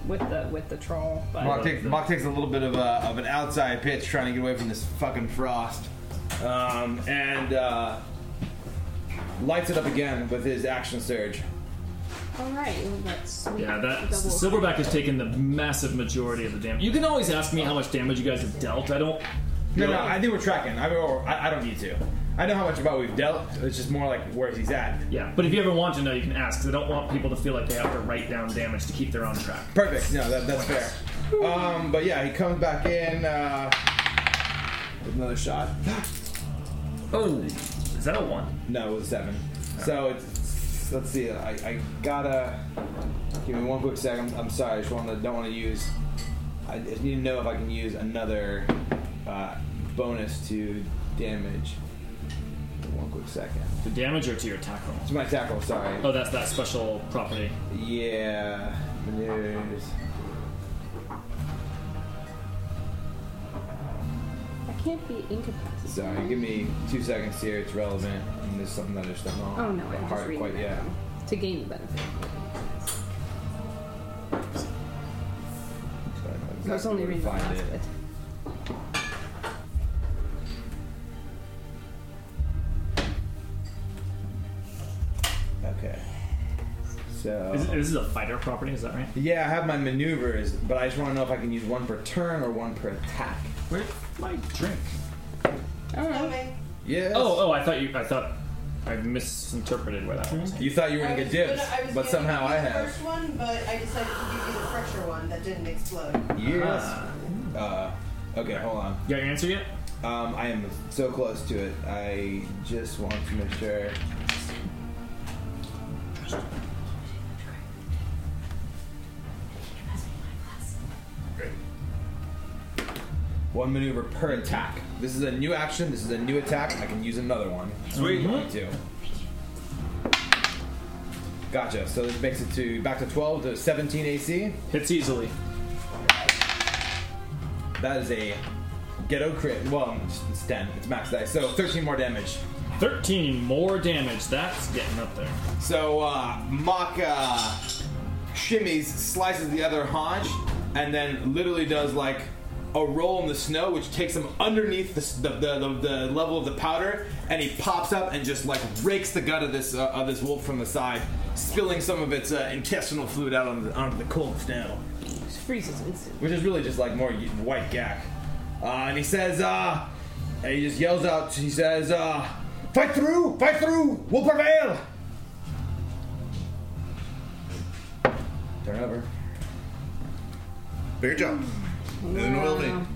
[SPEAKER 3] with the with the troll, but
[SPEAKER 10] Mock, take, Mock takes a little bit of, a, of an outside pitch trying to get away from this fucking frost. Um, and uh, lights it up again with his action surge.
[SPEAKER 3] all right, well, that's we
[SPEAKER 2] yeah, that
[SPEAKER 3] double-
[SPEAKER 2] Silverback has taken the massive majority of the damage. You can always ask me how much damage you guys have dealt. I don't.
[SPEAKER 10] No, no, I think we're tracking. I, mean, or- I, I don't need to. I know how much about we've dealt. It's just more like where he's at.
[SPEAKER 2] Yeah, but if you ever want to know, you can ask. 'cause I don't want people to feel like they have to write down damage to keep their own track.
[SPEAKER 10] Perfect. No, that, that's fair. Um, but yeah, he comes back in uh, with another shot. [GASPS]
[SPEAKER 2] Oh, is that a one?
[SPEAKER 10] No, it was seven. So it's, let's see. I, I gotta give me one quick second. I'm sorry. I just want to don't want to use. I just need to know if I can use another uh, bonus to damage. One quick second.
[SPEAKER 2] The damage or to your attack roll?
[SPEAKER 10] It's my tackle. Sorry.
[SPEAKER 2] Oh, that's that special property.
[SPEAKER 10] Yeah, maneuvers.
[SPEAKER 3] I can't be incapacitated.
[SPEAKER 10] Sorry, give me two seconds here. It's relevant. And there's something that I just don't know.
[SPEAKER 3] Oh no,
[SPEAKER 10] Not
[SPEAKER 3] I'm just
[SPEAKER 10] hard
[SPEAKER 3] reading
[SPEAKER 10] quite
[SPEAKER 3] that
[SPEAKER 10] yet.
[SPEAKER 3] now. to gain the benefit.
[SPEAKER 10] So I
[SPEAKER 3] I
[SPEAKER 10] know
[SPEAKER 3] was
[SPEAKER 10] exactly
[SPEAKER 3] only
[SPEAKER 10] where to
[SPEAKER 3] reading the
[SPEAKER 10] find
[SPEAKER 3] last
[SPEAKER 10] it.
[SPEAKER 3] bit.
[SPEAKER 10] Okay. So.
[SPEAKER 2] Is, this is a fighter property, is that right?
[SPEAKER 10] yeah, I have my maneuvers, but I just want to know if I can use one per turn or one per attack.
[SPEAKER 2] Where's my drink?
[SPEAKER 28] Coming.
[SPEAKER 10] Yes.
[SPEAKER 2] Oh, oh, I thought you. I thought I misinterpreted where that was.
[SPEAKER 10] You thought you were gonna
[SPEAKER 28] I
[SPEAKER 10] get
[SPEAKER 28] was gonna-
[SPEAKER 10] dips,
[SPEAKER 28] I was
[SPEAKER 10] but
[SPEAKER 28] gonna
[SPEAKER 10] somehow
[SPEAKER 28] give
[SPEAKER 10] I
[SPEAKER 28] you the
[SPEAKER 10] have.
[SPEAKER 28] First one, but I decided to give you the fresher one that didn't explode.
[SPEAKER 10] Yes.
[SPEAKER 2] Ah.
[SPEAKER 10] Uh, okay, hold on.
[SPEAKER 2] You got your answer yet?
[SPEAKER 10] Um, I am so close to it. I just want to make sure. One maneuver per attack. This is a new action. This is a new attack. I can use another one.
[SPEAKER 4] Sweet.
[SPEAKER 10] Two. Gotcha. So this makes it to back to 12 to 17 AC.
[SPEAKER 2] Hits easily.
[SPEAKER 10] That is a ghetto crit. Well, it's- it's 10. It's max dice. So 13 more damage.
[SPEAKER 2] 13 more damage. That's getting up there.
[SPEAKER 10] So uh, Maka shimmies, slices the other haunch, and then literally does like a roll in the snow, which takes him underneath the, s- the, the, the, the level of the powder, and he pops up and just like rakes the gut of this uh, of this wolf from the side, spilling some of its uh, intestinal fluid out onto the, onto the cold snow
[SPEAKER 3] Just freezes instantly.
[SPEAKER 10] which is really just like more y- white gack. Uh, and he says, uh, and he just yells out, he says, uh, fight through, fight through, we'll prevail. Turn over.
[SPEAKER 5] Bear jump. Moon welding.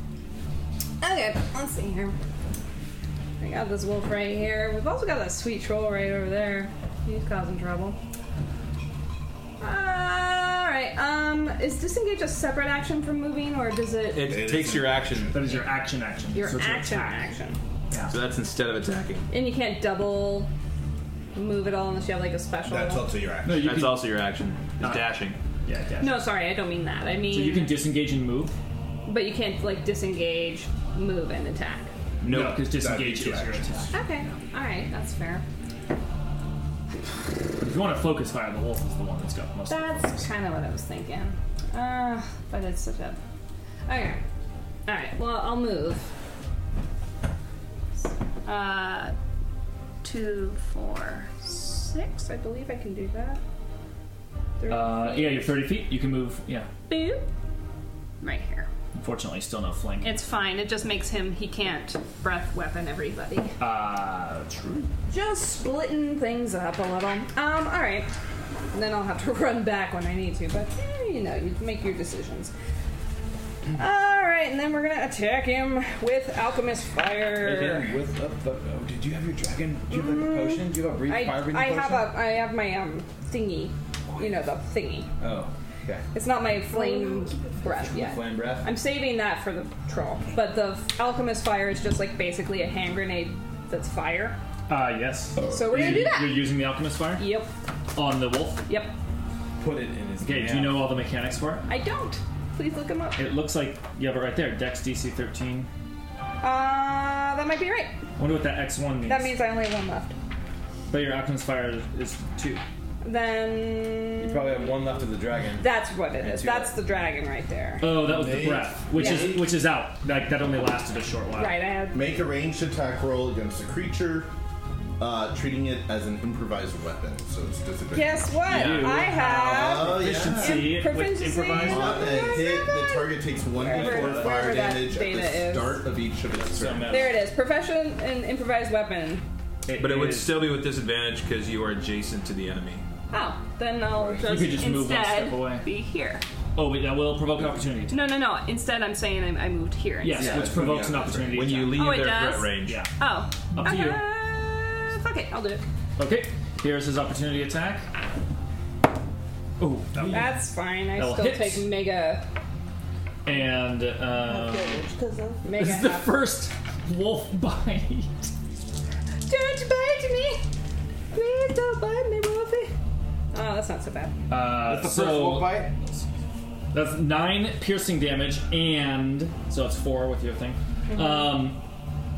[SPEAKER 3] Okay, let's see here. I got this wolf right here. We've also got that sweet troll right over there. He's causing trouble. Alright, um, is disengage a separate action from moving, or does it.
[SPEAKER 4] It, takes your action,
[SPEAKER 2] That is your action action.
[SPEAKER 3] your
[SPEAKER 2] So it's your
[SPEAKER 3] action action?
[SPEAKER 4] so that's instead of attacking.
[SPEAKER 3] And you can't double move at all unless you have like a special.
[SPEAKER 5] That's also your action.
[SPEAKER 2] No, you
[SPEAKER 4] That's
[SPEAKER 2] can,
[SPEAKER 4] also your action. Is dashing.
[SPEAKER 2] yeah, yeah.
[SPEAKER 3] No, sorry, I don't mean that. I mean,
[SPEAKER 2] So you can disengage and move.
[SPEAKER 3] but you can't like disengage, move, and attack.
[SPEAKER 2] No, because disengage is your attack.
[SPEAKER 3] Okay, alright, that's fair.
[SPEAKER 2] If you want to focus fire, the wolf is the one that's got most. of the focus.
[SPEAKER 3] That's kind of what I was thinking. Uh, but it's such a. Okay. Alright, well, I'll move. Uh, two, four, six. I believe I can do that. Three.
[SPEAKER 2] Uh, yeah, you're 30 feet. You can move. Yeah.
[SPEAKER 3] Boop. Right here.
[SPEAKER 2] Unfortunately, still no flank.
[SPEAKER 3] It's fine. It just makes him, he can't breath weapon everybody.
[SPEAKER 2] Uh, true.
[SPEAKER 3] Just splitting things up a little. Um, alright. Then I'll have to [LAUGHS] run back when I need to, but eh, you know, you make your decisions. Alright, and then we're gonna attack him with Alchemist Fire.
[SPEAKER 10] With a th- oh, did you have your dragon? Do you have like a potion? Do you have a breathe,
[SPEAKER 3] I,
[SPEAKER 10] fire breathing
[SPEAKER 3] I
[SPEAKER 10] potion?
[SPEAKER 3] have a I have my um thingy. You know, the thingy.
[SPEAKER 10] a. Oh, okay.
[SPEAKER 3] It's not my flame breath yet.
[SPEAKER 10] Flame breath.
[SPEAKER 3] I'm saving that for the troll. But the Alchemist Fire is just like basically a hand grenade that's fire.
[SPEAKER 2] Uh, yes.
[SPEAKER 3] So we're gonna do
[SPEAKER 2] You're
[SPEAKER 3] that.
[SPEAKER 2] using the alchemist fire
[SPEAKER 3] Yep.
[SPEAKER 2] on the wolf.
[SPEAKER 3] Yep.
[SPEAKER 10] Put it in his.
[SPEAKER 2] Okay. Do you know all the mechanics for
[SPEAKER 3] I don't. Please look him up.
[SPEAKER 2] it? It looks like you have it right there. Dex DC 13.
[SPEAKER 3] Uh, that might be right.
[SPEAKER 2] I wonder what that X1 means.
[SPEAKER 3] That means I only have one left.
[SPEAKER 2] But your alchemist fire is, is two.
[SPEAKER 3] Then
[SPEAKER 10] Probably have one left of the dragon.
[SPEAKER 3] that's what it is.
[SPEAKER 10] two
[SPEAKER 3] That's the dragon right there.
[SPEAKER 2] Oh, that was the breath, which
[SPEAKER 3] Yeah.
[SPEAKER 2] is which is out. Like that only lasted a short while.
[SPEAKER 3] Right, I had.
[SPEAKER 5] Make a ranged attack roll against a creature, uh, treating it as an improvised weapon. So it's disadvantage.
[SPEAKER 3] Guess what?
[SPEAKER 2] You
[SPEAKER 3] I have.
[SPEAKER 5] Oh, yeah.
[SPEAKER 2] See, with
[SPEAKER 3] Proficiency.
[SPEAKER 2] improvised-
[SPEAKER 5] On a hit, the target takes one
[SPEAKER 3] Wherever-
[SPEAKER 5] d4
[SPEAKER 3] wherever
[SPEAKER 5] fire
[SPEAKER 3] that
[SPEAKER 5] damage at
[SPEAKER 3] data
[SPEAKER 5] the
[SPEAKER 3] is.
[SPEAKER 5] start of each of its turns.
[SPEAKER 3] There it is. Profession and improvised weapon.
[SPEAKER 4] But it would
[SPEAKER 2] is-
[SPEAKER 4] still be with disadvantage because you are adjacent to the enemy.
[SPEAKER 3] Oh, then I'll just,
[SPEAKER 2] could just
[SPEAKER 3] instead
[SPEAKER 2] move one step away.
[SPEAKER 3] be here.
[SPEAKER 2] Oh, wait, that will provoke an opportunity. attack.
[SPEAKER 3] No, no, no. Instead, I'm saying I, I moved here.
[SPEAKER 2] Yes,
[SPEAKER 3] instead.
[SPEAKER 2] which provokes an opportunity.
[SPEAKER 4] When you
[SPEAKER 2] attack.
[SPEAKER 4] leave
[SPEAKER 3] Oh, it
[SPEAKER 4] their
[SPEAKER 3] does?
[SPEAKER 4] threat range.
[SPEAKER 2] Yeah.
[SPEAKER 3] Oh.
[SPEAKER 2] Up to you.
[SPEAKER 3] okay. Fuck it. I'll do it.
[SPEAKER 2] Okay. Here's his opportunity attack. Oh, that one.
[SPEAKER 3] That's fine. I
[SPEAKER 2] That'll
[SPEAKER 3] still
[SPEAKER 2] hit.
[SPEAKER 3] take mega.
[SPEAKER 2] and uh,
[SPEAKER 3] Mega.
[SPEAKER 2] this is the
[SPEAKER 3] half-
[SPEAKER 2] first wolf [LAUGHS] bite.
[SPEAKER 3] Don't bite me! Please don't bite me, Wolfie! Oh, that's not so bad.
[SPEAKER 2] Uh,
[SPEAKER 10] That's the
[SPEAKER 2] so
[SPEAKER 10] first wolf bite.
[SPEAKER 2] That's nine piercing damage, and so it's four with your thing.
[SPEAKER 3] Mm-hmm.
[SPEAKER 2] Um,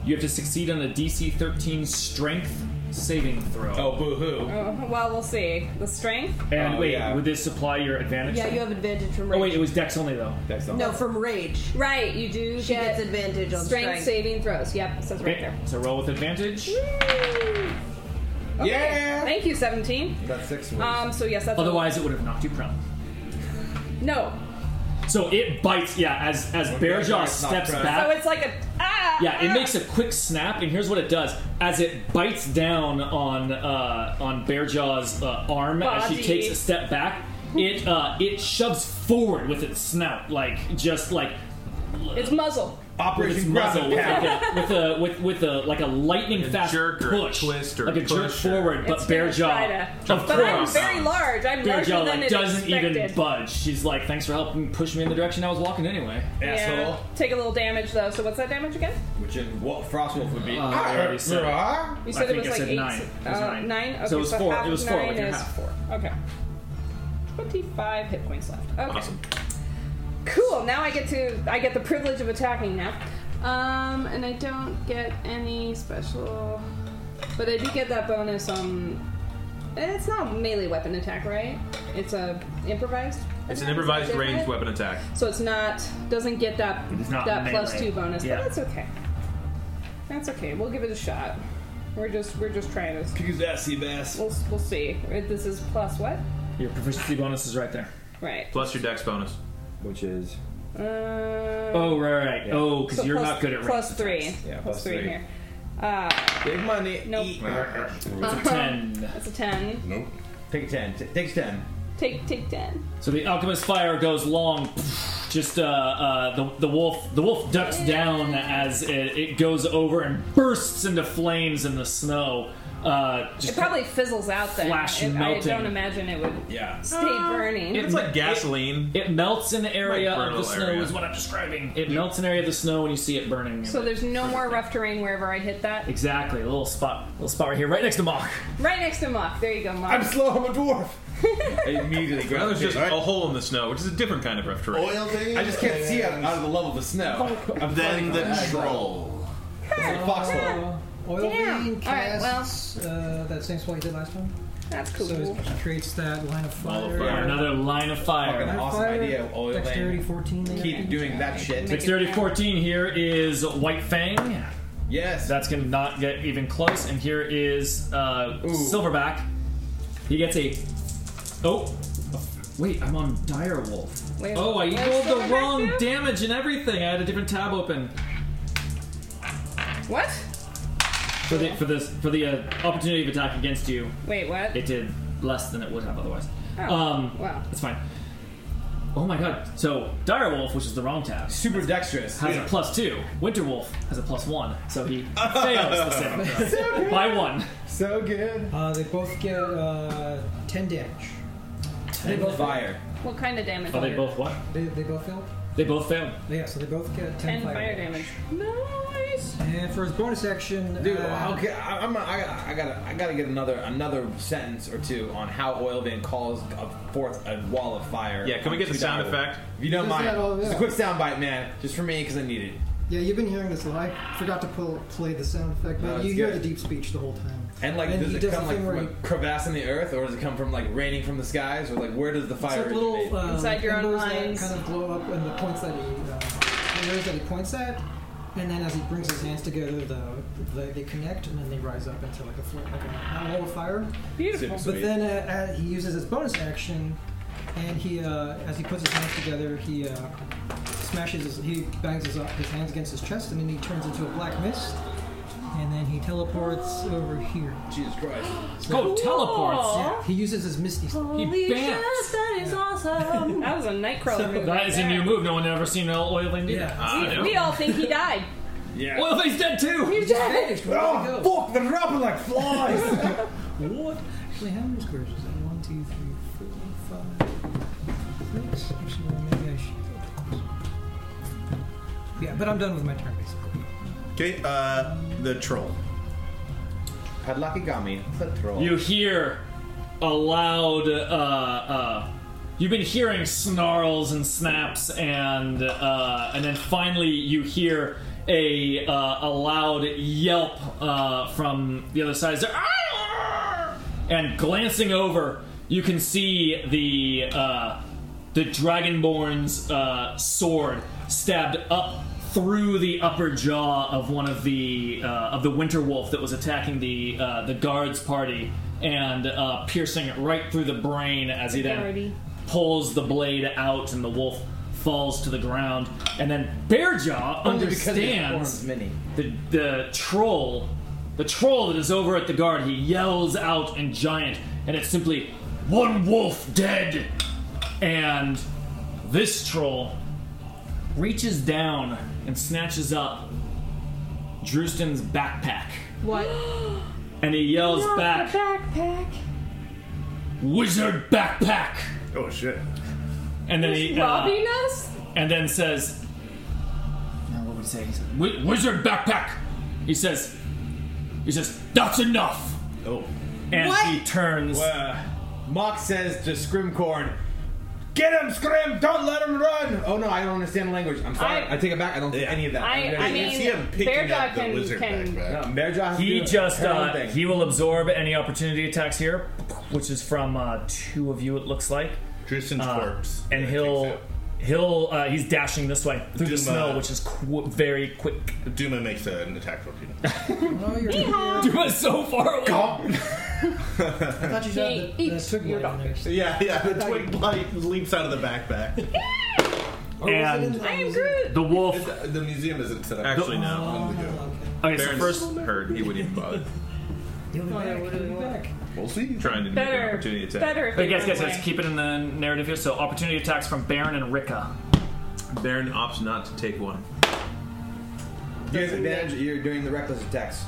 [SPEAKER 2] you have to succeed on a DC 13 Strength saving throw.
[SPEAKER 10] Oh, boo hoo.
[SPEAKER 3] Oh, well, we'll see. The strength?
[SPEAKER 2] and
[SPEAKER 10] Oh,
[SPEAKER 2] wait,
[SPEAKER 10] yeah.
[SPEAKER 2] would this supply your advantage?
[SPEAKER 9] Yeah, you have advantage from
[SPEAKER 2] oh
[SPEAKER 9] rage.
[SPEAKER 2] wait, it was Dex only though.
[SPEAKER 10] That's not
[SPEAKER 9] no, from rage.
[SPEAKER 3] Right, you do
[SPEAKER 9] She
[SPEAKER 3] get
[SPEAKER 9] gets advantage on
[SPEAKER 3] strength,
[SPEAKER 9] strength.
[SPEAKER 3] saving throws. Yep, it says right
[SPEAKER 2] Okay,
[SPEAKER 3] there.
[SPEAKER 2] so roll with advantage.
[SPEAKER 3] Okay.
[SPEAKER 10] Yeah!
[SPEAKER 3] Thank you, 17.
[SPEAKER 10] That's six wounds.
[SPEAKER 3] Um, so yes, that's
[SPEAKER 2] Otherwise, it would have knocked you prone.
[SPEAKER 3] No.
[SPEAKER 2] So it bites, yeah, as as Bearjaw steps back.
[SPEAKER 3] So Oh, it's like a. Ah!
[SPEAKER 2] Yeah, it
[SPEAKER 3] ah.
[SPEAKER 2] makes a quick snap, and here's what it does: as it bites down on uh, on Bearjaw's uh, arm as she
[SPEAKER 3] Body.
[SPEAKER 2] takes a step back, it uh, it shoves forward with its snout, like just like
[SPEAKER 3] It's muzzle.
[SPEAKER 2] with its muzzle, with like a, with a with with a like a lightning fast
[SPEAKER 4] jerk or a
[SPEAKER 2] push,
[SPEAKER 4] twist or
[SPEAKER 2] like a jerk
[SPEAKER 4] push or-
[SPEAKER 2] forward, but
[SPEAKER 3] It's gonna try
[SPEAKER 2] Bearjaw,
[SPEAKER 3] to-
[SPEAKER 2] of
[SPEAKER 3] But I'm
[SPEAKER 2] course,
[SPEAKER 3] very large. I'm larger
[SPEAKER 2] Bearjaw
[SPEAKER 3] than
[SPEAKER 2] like
[SPEAKER 3] it
[SPEAKER 2] doesn't even
[SPEAKER 3] expected.
[SPEAKER 2] budge. She's like, "Thanks for helping push me in the direction I was walking anyway."
[SPEAKER 3] yeah. Take a little damage though. So what's that damage again?
[SPEAKER 10] Which in Wolf, Frost Wolf would be.
[SPEAKER 2] Uh,
[SPEAKER 20] Ah,
[SPEAKER 2] I already said it.
[SPEAKER 3] You
[SPEAKER 2] I
[SPEAKER 3] said it
[SPEAKER 2] think
[SPEAKER 3] was
[SPEAKER 2] I
[SPEAKER 3] like
[SPEAKER 2] said
[SPEAKER 3] eight.
[SPEAKER 2] nine. It was
[SPEAKER 3] uh,
[SPEAKER 2] nine.
[SPEAKER 3] nine.
[SPEAKER 2] So
[SPEAKER 3] Okay,
[SPEAKER 2] it was four.
[SPEAKER 3] half
[SPEAKER 2] It was
[SPEAKER 3] of
[SPEAKER 2] four
[SPEAKER 3] nine
[SPEAKER 2] with your
[SPEAKER 3] is
[SPEAKER 2] half.
[SPEAKER 3] four. Okay. 25 hit points left. Okay. Cool. Now I get to I get the privilege of attacking now. Um, and I don't get any special but I do get that bonus on it's not melee weapon attack, right? It's a improvised.
[SPEAKER 4] It's an
[SPEAKER 3] attack, is that
[SPEAKER 4] improvised ranged
[SPEAKER 3] different?
[SPEAKER 4] weapon attack.
[SPEAKER 3] So it's not doesn't get that
[SPEAKER 1] It's not
[SPEAKER 3] that plus
[SPEAKER 1] melee.
[SPEAKER 3] two bonus,
[SPEAKER 1] Yeah.
[SPEAKER 3] but that's okay. That's okay. We'll give it a shot. We're just we're just trying to.
[SPEAKER 20] Use that, Seabass.
[SPEAKER 3] We'll we'll see. This is plus what?
[SPEAKER 2] Your proficiency bonus is right there.
[SPEAKER 3] Right.
[SPEAKER 4] Plus your dex bonus.
[SPEAKER 20] Which is.
[SPEAKER 3] Uh,
[SPEAKER 2] Oh, right, right. Oh, because
[SPEAKER 3] so
[SPEAKER 2] you're
[SPEAKER 3] plus-
[SPEAKER 2] not good at
[SPEAKER 3] plus three.
[SPEAKER 2] [LAUGHS]
[SPEAKER 20] Yeah,
[SPEAKER 3] plus
[SPEAKER 20] plus
[SPEAKER 3] three
[SPEAKER 20] three.
[SPEAKER 3] here. Uh,
[SPEAKER 20] Big money.
[SPEAKER 3] nope.
[SPEAKER 5] E-
[SPEAKER 2] range. Ten.
[SPEAKER 3] That's a ten.
[SPEAKER 20] Take a 10. T- takes 10.
[SPEAKER 3] Take take ten.
[SPEAKER 2] So the alchemist fire goes long. [SIGHS] Just uh, uh, the the wolf the wolf ducks down as it, it goes over and bursts into flames in the snow. Uh,
[SPEAKER 3] It
[SPEAKER 2] just
[SPEAKER 3] probably fizzles out then.
[SPEAKER 2] Flash
[SPEAKER 3] It- I
[SPEAKER 2] melting.
[SPEAKER 3] don't imagine it would
[SPEAKER 20] Yeah.
[SPEAKER 3] stay burning.
[SPEAKER 2] it-
[SPEAKER 4] It's like gasoline.
[SPEAKER 2] It melts an area of
[SPEAKER 4] Like
[SPEAKER 2] the
[SPEAKER 4] brittle
[SPEAKER 2] snow
[SPEAKER 4] area.
[SPEAKER 2] is what I'm describing. It melts an area of the snow and you see it burning.
[SPEAKER 3] so there's no more rough terrain wherever I hit that.
[SPEAKER 2] exactly a little spot, little spot right here, right next to Mach.
[SPEAKER 3] Right next to Mock. There you go, Mock.
[SPEAKER 20] I'm slow, I'm a dwarf. I immediately
[SPEAKER 4] Now
[SPEAKER 20] grab
[SPEAKER 4] there's just
[SPEAKER 20] it.
[SPEAKER 4] a hole in the snow, which is a different kind of rough
[SPEAKER 20] Oh,
[SPEAKER 4] terrain.
[SPEAKER 21] Oil vein.
[SPEAKER 20] I just can't see out, out of the level of the snow. I'm
[SPEAKER 5] Then
[SPEAKER 20] flooding
[SPEAKER 5] the
[SPEAKER 20] my eyes.
[SPEAKER 5] troll.
[SPEAKER 20] It's a foxhole.
[SPEAKER 13] Uh, oil
[SPEAKER 3] Damn.
[SPEAKER 13] vein
[SPEAKER 3] All right, well.
[SPEAKER 13] casts uh, that same spell you did last time.
[SPEAKER 3] That's
[SPEAKER 13] So
[SPEAKER 3] cool.
[SPEAKER 13] it creates that line of fire.
[SPEAKER 2] Or another line of
[SPEAKER 20] Fucking
[SPEAKER 2] fire.
[SPEAKER 20] awesome
[SPEAKER 13] Fire,
[SPEAKER 20] idea, oil vein.
[SPEAKER 13] Dexterity 14. they got.
[SPEAKER 20] Keep doing that shit.
[SPEAKER 2] Dexterity 14 here is White Fang.
[SPEAKER 20] Yes.
[SPEAKER 2] That's going to not get even close. And here is uh, Silverback. He gets a. Oh! Wait, I'm on Direwolf.
[SPEAKER 3] Wait,
[SPEAKER 2] Oh, I
[SPEAKER 3] what's
[SPEAKER 2] rolled the
[SPEAKER 3] Silverback
[SPEAKER 2] wrong
[SPEAKER 3] do?
[SPEAKER 2] damage and everything. I had a different tab open
[SPEAKER 3] What?
[SPEAKER 2] for the for this for the uh, opportunity of attack against you.
[SPEAKER 3] Wait, what?
[SPEAKER 2] It did less than it would have otherwise.
[SPEAKER 3] Oh,
[SPEAKER 2] um,
[SPEAKER 3] wow.
[SPEAKER 2] It's fine. Oh my god. So, Direwolf, which is the wrong tab,
[SPEAKER 20] Super dexterous.
[SPEAKER 2] has a plus two. Winterwolf has a plus one. So he fails the saving throw. By one.
[SPEAKER 20] So good.
[SPEAKER 13] Uh, they both get uh, 10 damage. They both
[SPEAKER 20] Fire.
[SPEAKER 3] What kind of damage?
[SPEAKER 2] Oh, they both what?
[SPEAKER 13] They, they both fail?
[SPEAKER 2] They both failed.
[SPEAKER 13] Yeah, so they both get 10,
[SPEAKER 3] Ten fire damage. Nice.
[SPEAKER 13] And for his bonus action,
[SPEAKER 20] Dude,
[SPEAKER 13] uh,
[SPEAKER 20] okay, I, I'm, I, I gotta, I gotta get another, another sentence or two on how oil vein calls a forth a wall of fire.
[SPEAKER 4] Yeah, can we
[SPEAKER 20] on
[SPEAKER 4] get the
[SPEAKER 20] two
[SPEAKER 4] sound
[SPEAKER 20] dice.
[SPEAKER 4] effect?
[SPEAKER 20] If you don't
[SPEAKER 13] Just
[SPEAKER 20] mind,
[SPEAKER 13] that all-
[SPEAKER 20] just a
[SPEAKER 13] yeah.
[SPEAKER 20] quick sound bite, man, just for me because I need it.
[SPEAKER 13] yeah, you've been hearing this a lot. I forgot to pull, play the sound effect, but
[SPEAKER 20] No,
[SPEAKER 13] you
[SPEAKER 20] it's
[SPEAKER 13] hear
[SPEAKER 20] good.
[SPEAKER 13] the deep speech the whole time.
[SPEAKER 20] And like, does
[SPEAKER 13] he
[SPEAKER 20] it
[SPEAKER 13] does
[SPEAKER 20] come
[SPEAKER 13] the
[SPEAKER 20] like
[SPEAKER 13] thing
[SPEAKER 20] from
[SPEAKER 13] where
[SPEAKER 20] a
[SPEAKER 13] he-
[SPEAKER 20] crevasse in the earth, or does it come from like raining from the skies, or like where does the
[SPEAKER 13] It's
[SPEAKER 20] fire?
[SPEAKER 13] like little
[SPEAKER 20] originate?
[SPEAKER 13] uh,
[SPEAKER 3] Inside your own
[SPEAKER 13] embers that
[SPEAKER 3] lines.
[SPEAKER 13] kind of glow up, and the points that he, uh, the arrows that he points at, and then as he brings his hands together, the, the they connect, and then they rise up into like a fl- like a not a wall of fire.
[SPEAKER 3] Beautiful.
[SPEAKER 13] But then uh, uh, he uses his bonus action, and he uh, as he puts his hands together, he uh, smashes his he bangs his, uh, his hands against his chest, and then he turns into a black mist. And then he teleports over here.
[SPEAKER 20] Jesus Christ!
[SPEAKER 2] Oh, teleports.
[SPEAKER 3] Aw.
[SPEAKER 13] He uses his misty. Step.
[SPEAKER 2] He bants.
[SPEAKER 9] that
[SPEAKER 2] [LAUGHS]
[SPEAKER 9] is awesome.
[SPEAKER 3] That was a nightcrawler move.
[SPEAKER 2] That
[SPEAKER 3] right
[SPEAKER 2] is a new
[SPEAKER 3] there.
[SPEAKER 2] move. No one had ever seen an oil vein do that.
[SPEAKER 4] Ah,
[SPEAKER 3] We,
[SPEAKER 4] no.
[SPEAKER 3] we all think he died.
[SPEAKER 20] Yeah.
[SPEAKER 2] Oil vein's dead too.
[SPEAKER 13] He's vanished. Where did he go?
[SPEAKER 20] Oh, fuck! They're dropping like flies.
[SPEAKER 13] [LAUGHS] What? Actually, how many squares is that? One, two, three, four, five, six. Actually, well, maybe I should. Yeah, but I'm done with my turn basically.
[SPEAKER 5] Okay, uh, the troll.
[SPEAKER 20] Hadlakigami, the troll.
[SPEAKER 2] You hear a loud. Uh, uh, you've been hearing snarls and snaps, and uh, and then finally you hear a uh, a loud yelp uh, from the other side. It's like, "Ah!" And glancing over, you can see the uh, the dragonborn's uh, sword stabbed up through the upper jaw of one of the uh, of the winter wolf that was attacking the uh, the guards party and uh, piercing it right through the brain as he then
[SPEAKER 3] Party.
[SPEAKER 2] pulls the blade out and the wolf falls to the ground and then Bearjaw understands
[SPEAKER 20] mini.
[SPEAKER 2] the the troll, the troll that is over at the guard, he yells out in giant, and it's simply one wolf dead. And this troll reaches down and snatches up Drewston's backpack,
[SPEAKER 3] What?
[SPEAKER 2] [GASPS] and he yells back,
[SPEAKER 3] backpack.
[SPEAKER 2] "Wizard backpack!"
[SPEAKER 5] Oh shit.
[SPEAKER 2] And then he uh,
[SPEAKER 3] Robbing us?
[SPEAKER 2] and then says, "Now what would he say?" He says, "Wi- "Wizard backpack." He says, "He says that's enough."
[SPEAKER 5] Oh.
[SPEAKER 2] And
[SPEAKER 9] What?
[SPEAKER 2] he turns
[SPEAKER 13] uh,
[SPEAKER 10] Mock says to Scrimcorn, "Get him, Scrim! Don't let him run!" Oh no, I don't understand the language. I'm sorry.
[SPEAKER 3] I-
[SPEAKER 10] I, take it back. I don't think any of that.
[SPEAKER 3] I, I mean, Bearjaw can, can
[SPEAKER 10] no, Bearjaw has to
[SPEAKER 2] He
[SPEAKER 10] do
[SPEAKER 2] just
[SPEAKER 10] her own
[SPEAKER 2] uh,
[SPEAKER 10] thing.
[SPEAKER 2] he will absorb any opportunity attacks here, which is from uh, two of you. It looks like,
[SPEAKER 5] Tristan's
[SPEAKER 2] Uh,
[SPEAKER 5] corpse.
[SPEAKER 2] and
[SPEAKER 5] Yeah,
[SPEAKER 2] he'll
[SPEAKER 5] takes
[SPEAKER 2] he'll uh, he's dashing this way through the
[SPEAKER 5] Doom,
[SPEAKER 2] snow,
[SPEAKER 5] uh,
[SPEAKER 2] which is qu- very quick.
[SPEAKER 5] it. Duma makes a, an attack for [LAUGHS] Peanut.
[SPEAKER 13] Oh, you're
[SPEAKER 2] Duma is so far
[SPEAKER 5] Oh.
[SPEAKER 2] away.
[SPEAKER 13] I thought you said
[SPEAKER 3] He
[SPEAKER 13] the, the
[SPEAKER 3] eats
[SPEAKER 13] twig
[SPEAKER 3] your
[SPEAKER 13] light in there.
[SPEAKER 5] yeah, yeah. [LAUGHS] The twig blight leaps out of the backpack.
[SPEAKER 2] And
[SPEAKER 3] I am Groot.
[SPEAKER 2] the wolf.
[SPEAKER 5] It's- the museum isn't set up.
[SPEAKER 4] Actually, no.
[SPEAKER 13] Oh, okay.
[SPEAKER 2] Okay, so
[SPEAKER 4] Baron's
[SPEAKER 2] first
[SPEAKER 4] heard he wouldn't even bother
[SPEAKER 13] You'll be
[SPEAKER 3] Oh, that
[SPEAKER 13] back.
[SPEAKER 3] would've
[SPEAKER 13] You'll be
[SPEAKER 3] worked.
[SPEAKER 13] back.
[SPEAKER 5] We'll see.
[SPEAKER 4] trying to make an
[SPEAKER 3] Better,
[SPEAKER 4] opportunity attack.
[SPEAKER 3] better if
[SPEAKER 2] But
[SPEAKER 3] they
[SPEAKER 2] guys,
[SPEAKER 3] run
[SPEAKER 2] guys, guys,
[SPEAKER 3] away.
[SPEAKER 2] keep it in the narrative here. So, opportunity attacks from Baron and Rika.
[SPEAKER 4] Baron opts not to take one.
[SPEAKER 10] You have advantage. You're doing the reckless attacks.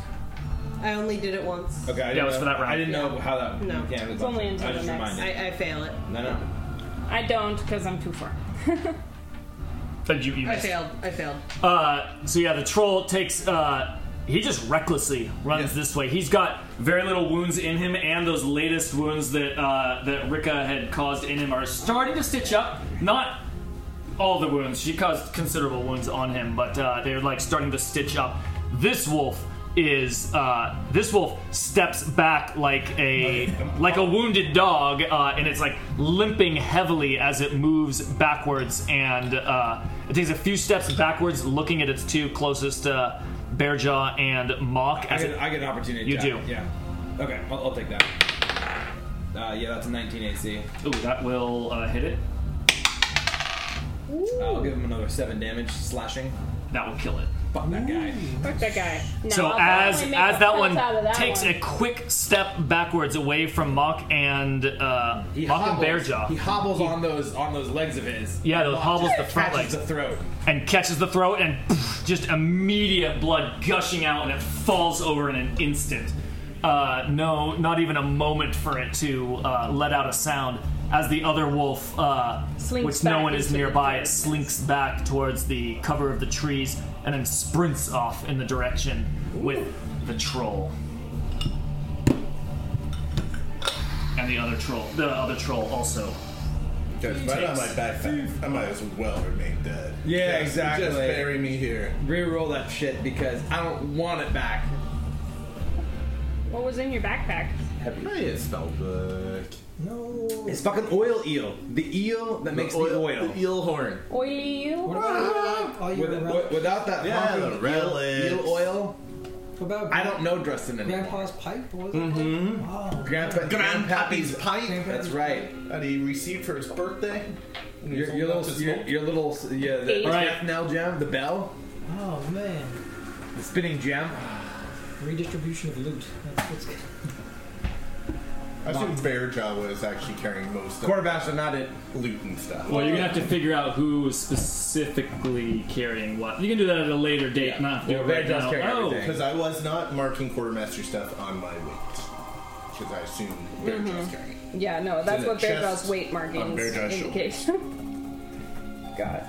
[SPEAKER 9] I only did it once.
[SPEAKER 10] Okay, I didn't
[SPEAKER 2] it was
[SPEAKER 10] know-
[SPEAKER 2] for that round.
[SPEAKER 10] I didn't know how that.
[SPEAKER 9] No.
[SPEAKER 10] yeah, it was
[SPEAKER 3] It's only until
[SPEAKER 10] I
[SPEAKER 3] the
[SPEAKER 10] just
[SPEAKER 3] next.
[SPEAKER 10] reminded.
[SPEAKER 9] I, I fail it.
[SPEAKER 10] No, no.
[SPEAKER 3] I don't because I'm too far.
[SPEAKER 2] But you, you
[SPEAKER 9] I
[SPEAKER 2] missed.
[SPEAKER 9] failed. I failed.
[SPEAKER 2] Uh, so yeah, the troll takes. Uh, he just recklessly runs this way. He's got very little wounds in him, and those latest wounds that uh, that Rika had caused in him are starting to stitch up. Not all the wounds. She caused considerable wounds on him, but uh, they're like starting to stitch up. This wolf is uh, this wolf steps back like a like a wounded dog, uh, and it's like limping heavily as it moves backwards, and uh, it takes a few steps backwards, looking at its two closest uh, Bearjaw and Mock.
[SPEAKER 20] I
[SPEAKER 2] As
[SPEAKER 20] get,
[SPEAKER 2] it,
[SPEAKER 20] I get an opportunity.
[SPEAKER 2] You
[SPEAKER 20] attack.
[SPEAKER 2] do.
[SPEAKER 20] Yeah. Okay, I'll, I'll take that. Uh, yeah, that's a 19 AC.
[SPEAKER 2] ooh, that will uh, hit it.
[SPEAKER 20] Uh, I'll give him another seven damage slashing.
[SPEAKER 2] That will kill it.
[SPEAKER 20] Fuck that guy.
[SPEAKER 3] Fuck that guy. No,
[SPEAKER 2] So
[SPEAKER 3] I'll
[SPEAKER 2] as
[SPEAKER 3] definitely
[SPEAKER 2] as
[SPEAKER 3] make a
[SPEAKER 2] that
[SPEAKER 3] prince
[SPEAKER 2] one
[SPEAKER 3] out of that
[SPEAKER 2] takes
[SPEAKER 3] one.
[SPEAKER 2] a quick step backwards away from Mock and uh,
[SPEAKER 20] He
[SPEAKER 2] Mock and
[SPEAKER 20] hobbles- He
[SPEAKER 2] Bearjaw,
[SPEAKER 20] hobbles on those on those legs of his.
[SPEAKER 2] Yeah, those
[SPEAKER 20] Mock
[SPEAKER 2] hobbles
[SPEAKER 20] just
[SPEAKER 2] the front
[SPEAKER 20] catches
[SPEAKER 2] legs.
[SPEAKER 20] The throat.
[SPEAKER 2] and catches the throat, and poof, just immediate blood gushing out, and it falls over in an instant. Uh, no, not even a moment for it to uh, let out a sound. As the other wolf, uh,
[SPEAKER 3] Slinks
[SPEAKER 2] which no
[SPEAKER 3] back
[SPEAKER 2] one is
[SPEAKER 3] into the
[SPEAKER 2] nearby, it
[SPEAKER 3] darkness.
[SPEAKER 2] slinks back towards the cover of the trees and then sprints off in the direction with the troll. and the other troll, the other troll also.
[SPEAKER 5] Because if I don't have my backpack, I might as well remain dead.
[SPEAKER 20] Yeah,
[SPEAKER 5] Just-
[SPEAKER 20] exactly.
[SPEAKER 5] Just bury me here.
[SPEAKER 20] Reroll that shit because I don't want it back.
[SPEAKER 3] What was in your backpack?
[SPEAKER 5] Hey, it's Spellbook.
[SPEAKER 13] No.
[SPEAKER 20] It's fucking oil eel. The eel that makes the oil.
[SPEAKER 5] The eel horn.
[SPEAKER 3] Oily
[SPEAKER 13] What
[SPEAKER 3] you?
[SPEAKER 13] about, all you
[SPEAKER 20] With-
[SPEAKER 13] around-
[SPEAKER 20] wi- without that
[SPEAKER 5] Yeah,
[SPEAKER 20] fucking
[SPEAKER 5] the
[SPEAKER 20] eel-
[SPEAKER 5] relics.
[SPEAKER 20] eel oil,
[SPEAKER 13] what about
[SPEAKER 20] I don't know Dresden anymore.
[SPEAKER 13] Grandpa's pipe? What was mm-hmm. it? Wow.
[SPEAKER 20] Grandpa,
[SPEAKER 5] Grandpappy's pipe
[SPEAKER 20] That's right.
[SPEAKER 5] that he received for his birthday.
[SPEAKER 20] Your, your
[SPEAKER 5] Oh,
[SPEAKER 20] little, your, your little, yeah,
[SPEAKER 3] Eight.
[SPEAKER 20] the
[SPEAKER 2] All right.
[SPEAKER 20] Nail gem, the bell,
[SPEAKER 13] Oh, man.
[SPEAKER 20] the spinning gem.
[SPEAKER 13] Redistribution of loot. That's what's good.
[SPEAKER 5] I assume Bearjaw was actually carrying most of
[SPEAKER 20] Quarterbacks are not it.
[SPEAKER 5] the loot and stuff.
[SPEAKER 2] Well, you're gonna have to figure out who is specifically carrying what. You can do that at a later date, not do
[SPEAKER 20] Well,
[SPEAKER 2] it
[SPEAKER 20] Bear
[SPEAKER 2] right
[SPEAKER 20] does
[SPEAKER 2] now.
[SPEAKER 20] carry
[SPEAKER 2] oh,
[SPEAKER 20] everything.
[SPEAKER 5] Because I was not marking quartermaster stuff on my weight. Because I assume Bearjaw's carrying it.
[SPEAKER 3] Yeah, no, that's
[SPEAKER 5] the
[SPEAKER 3] what Bear
[SPEAKER 5] chest
[SPEAKER 3] Jaw's weight
[SPEAKER 5] on
[SPEAKER 3] markings
[SPEAKER 5] Bear Jaw's
[SPEAKER 3] indicate. [LAUGHS]
[SPEAKER 20] Got it.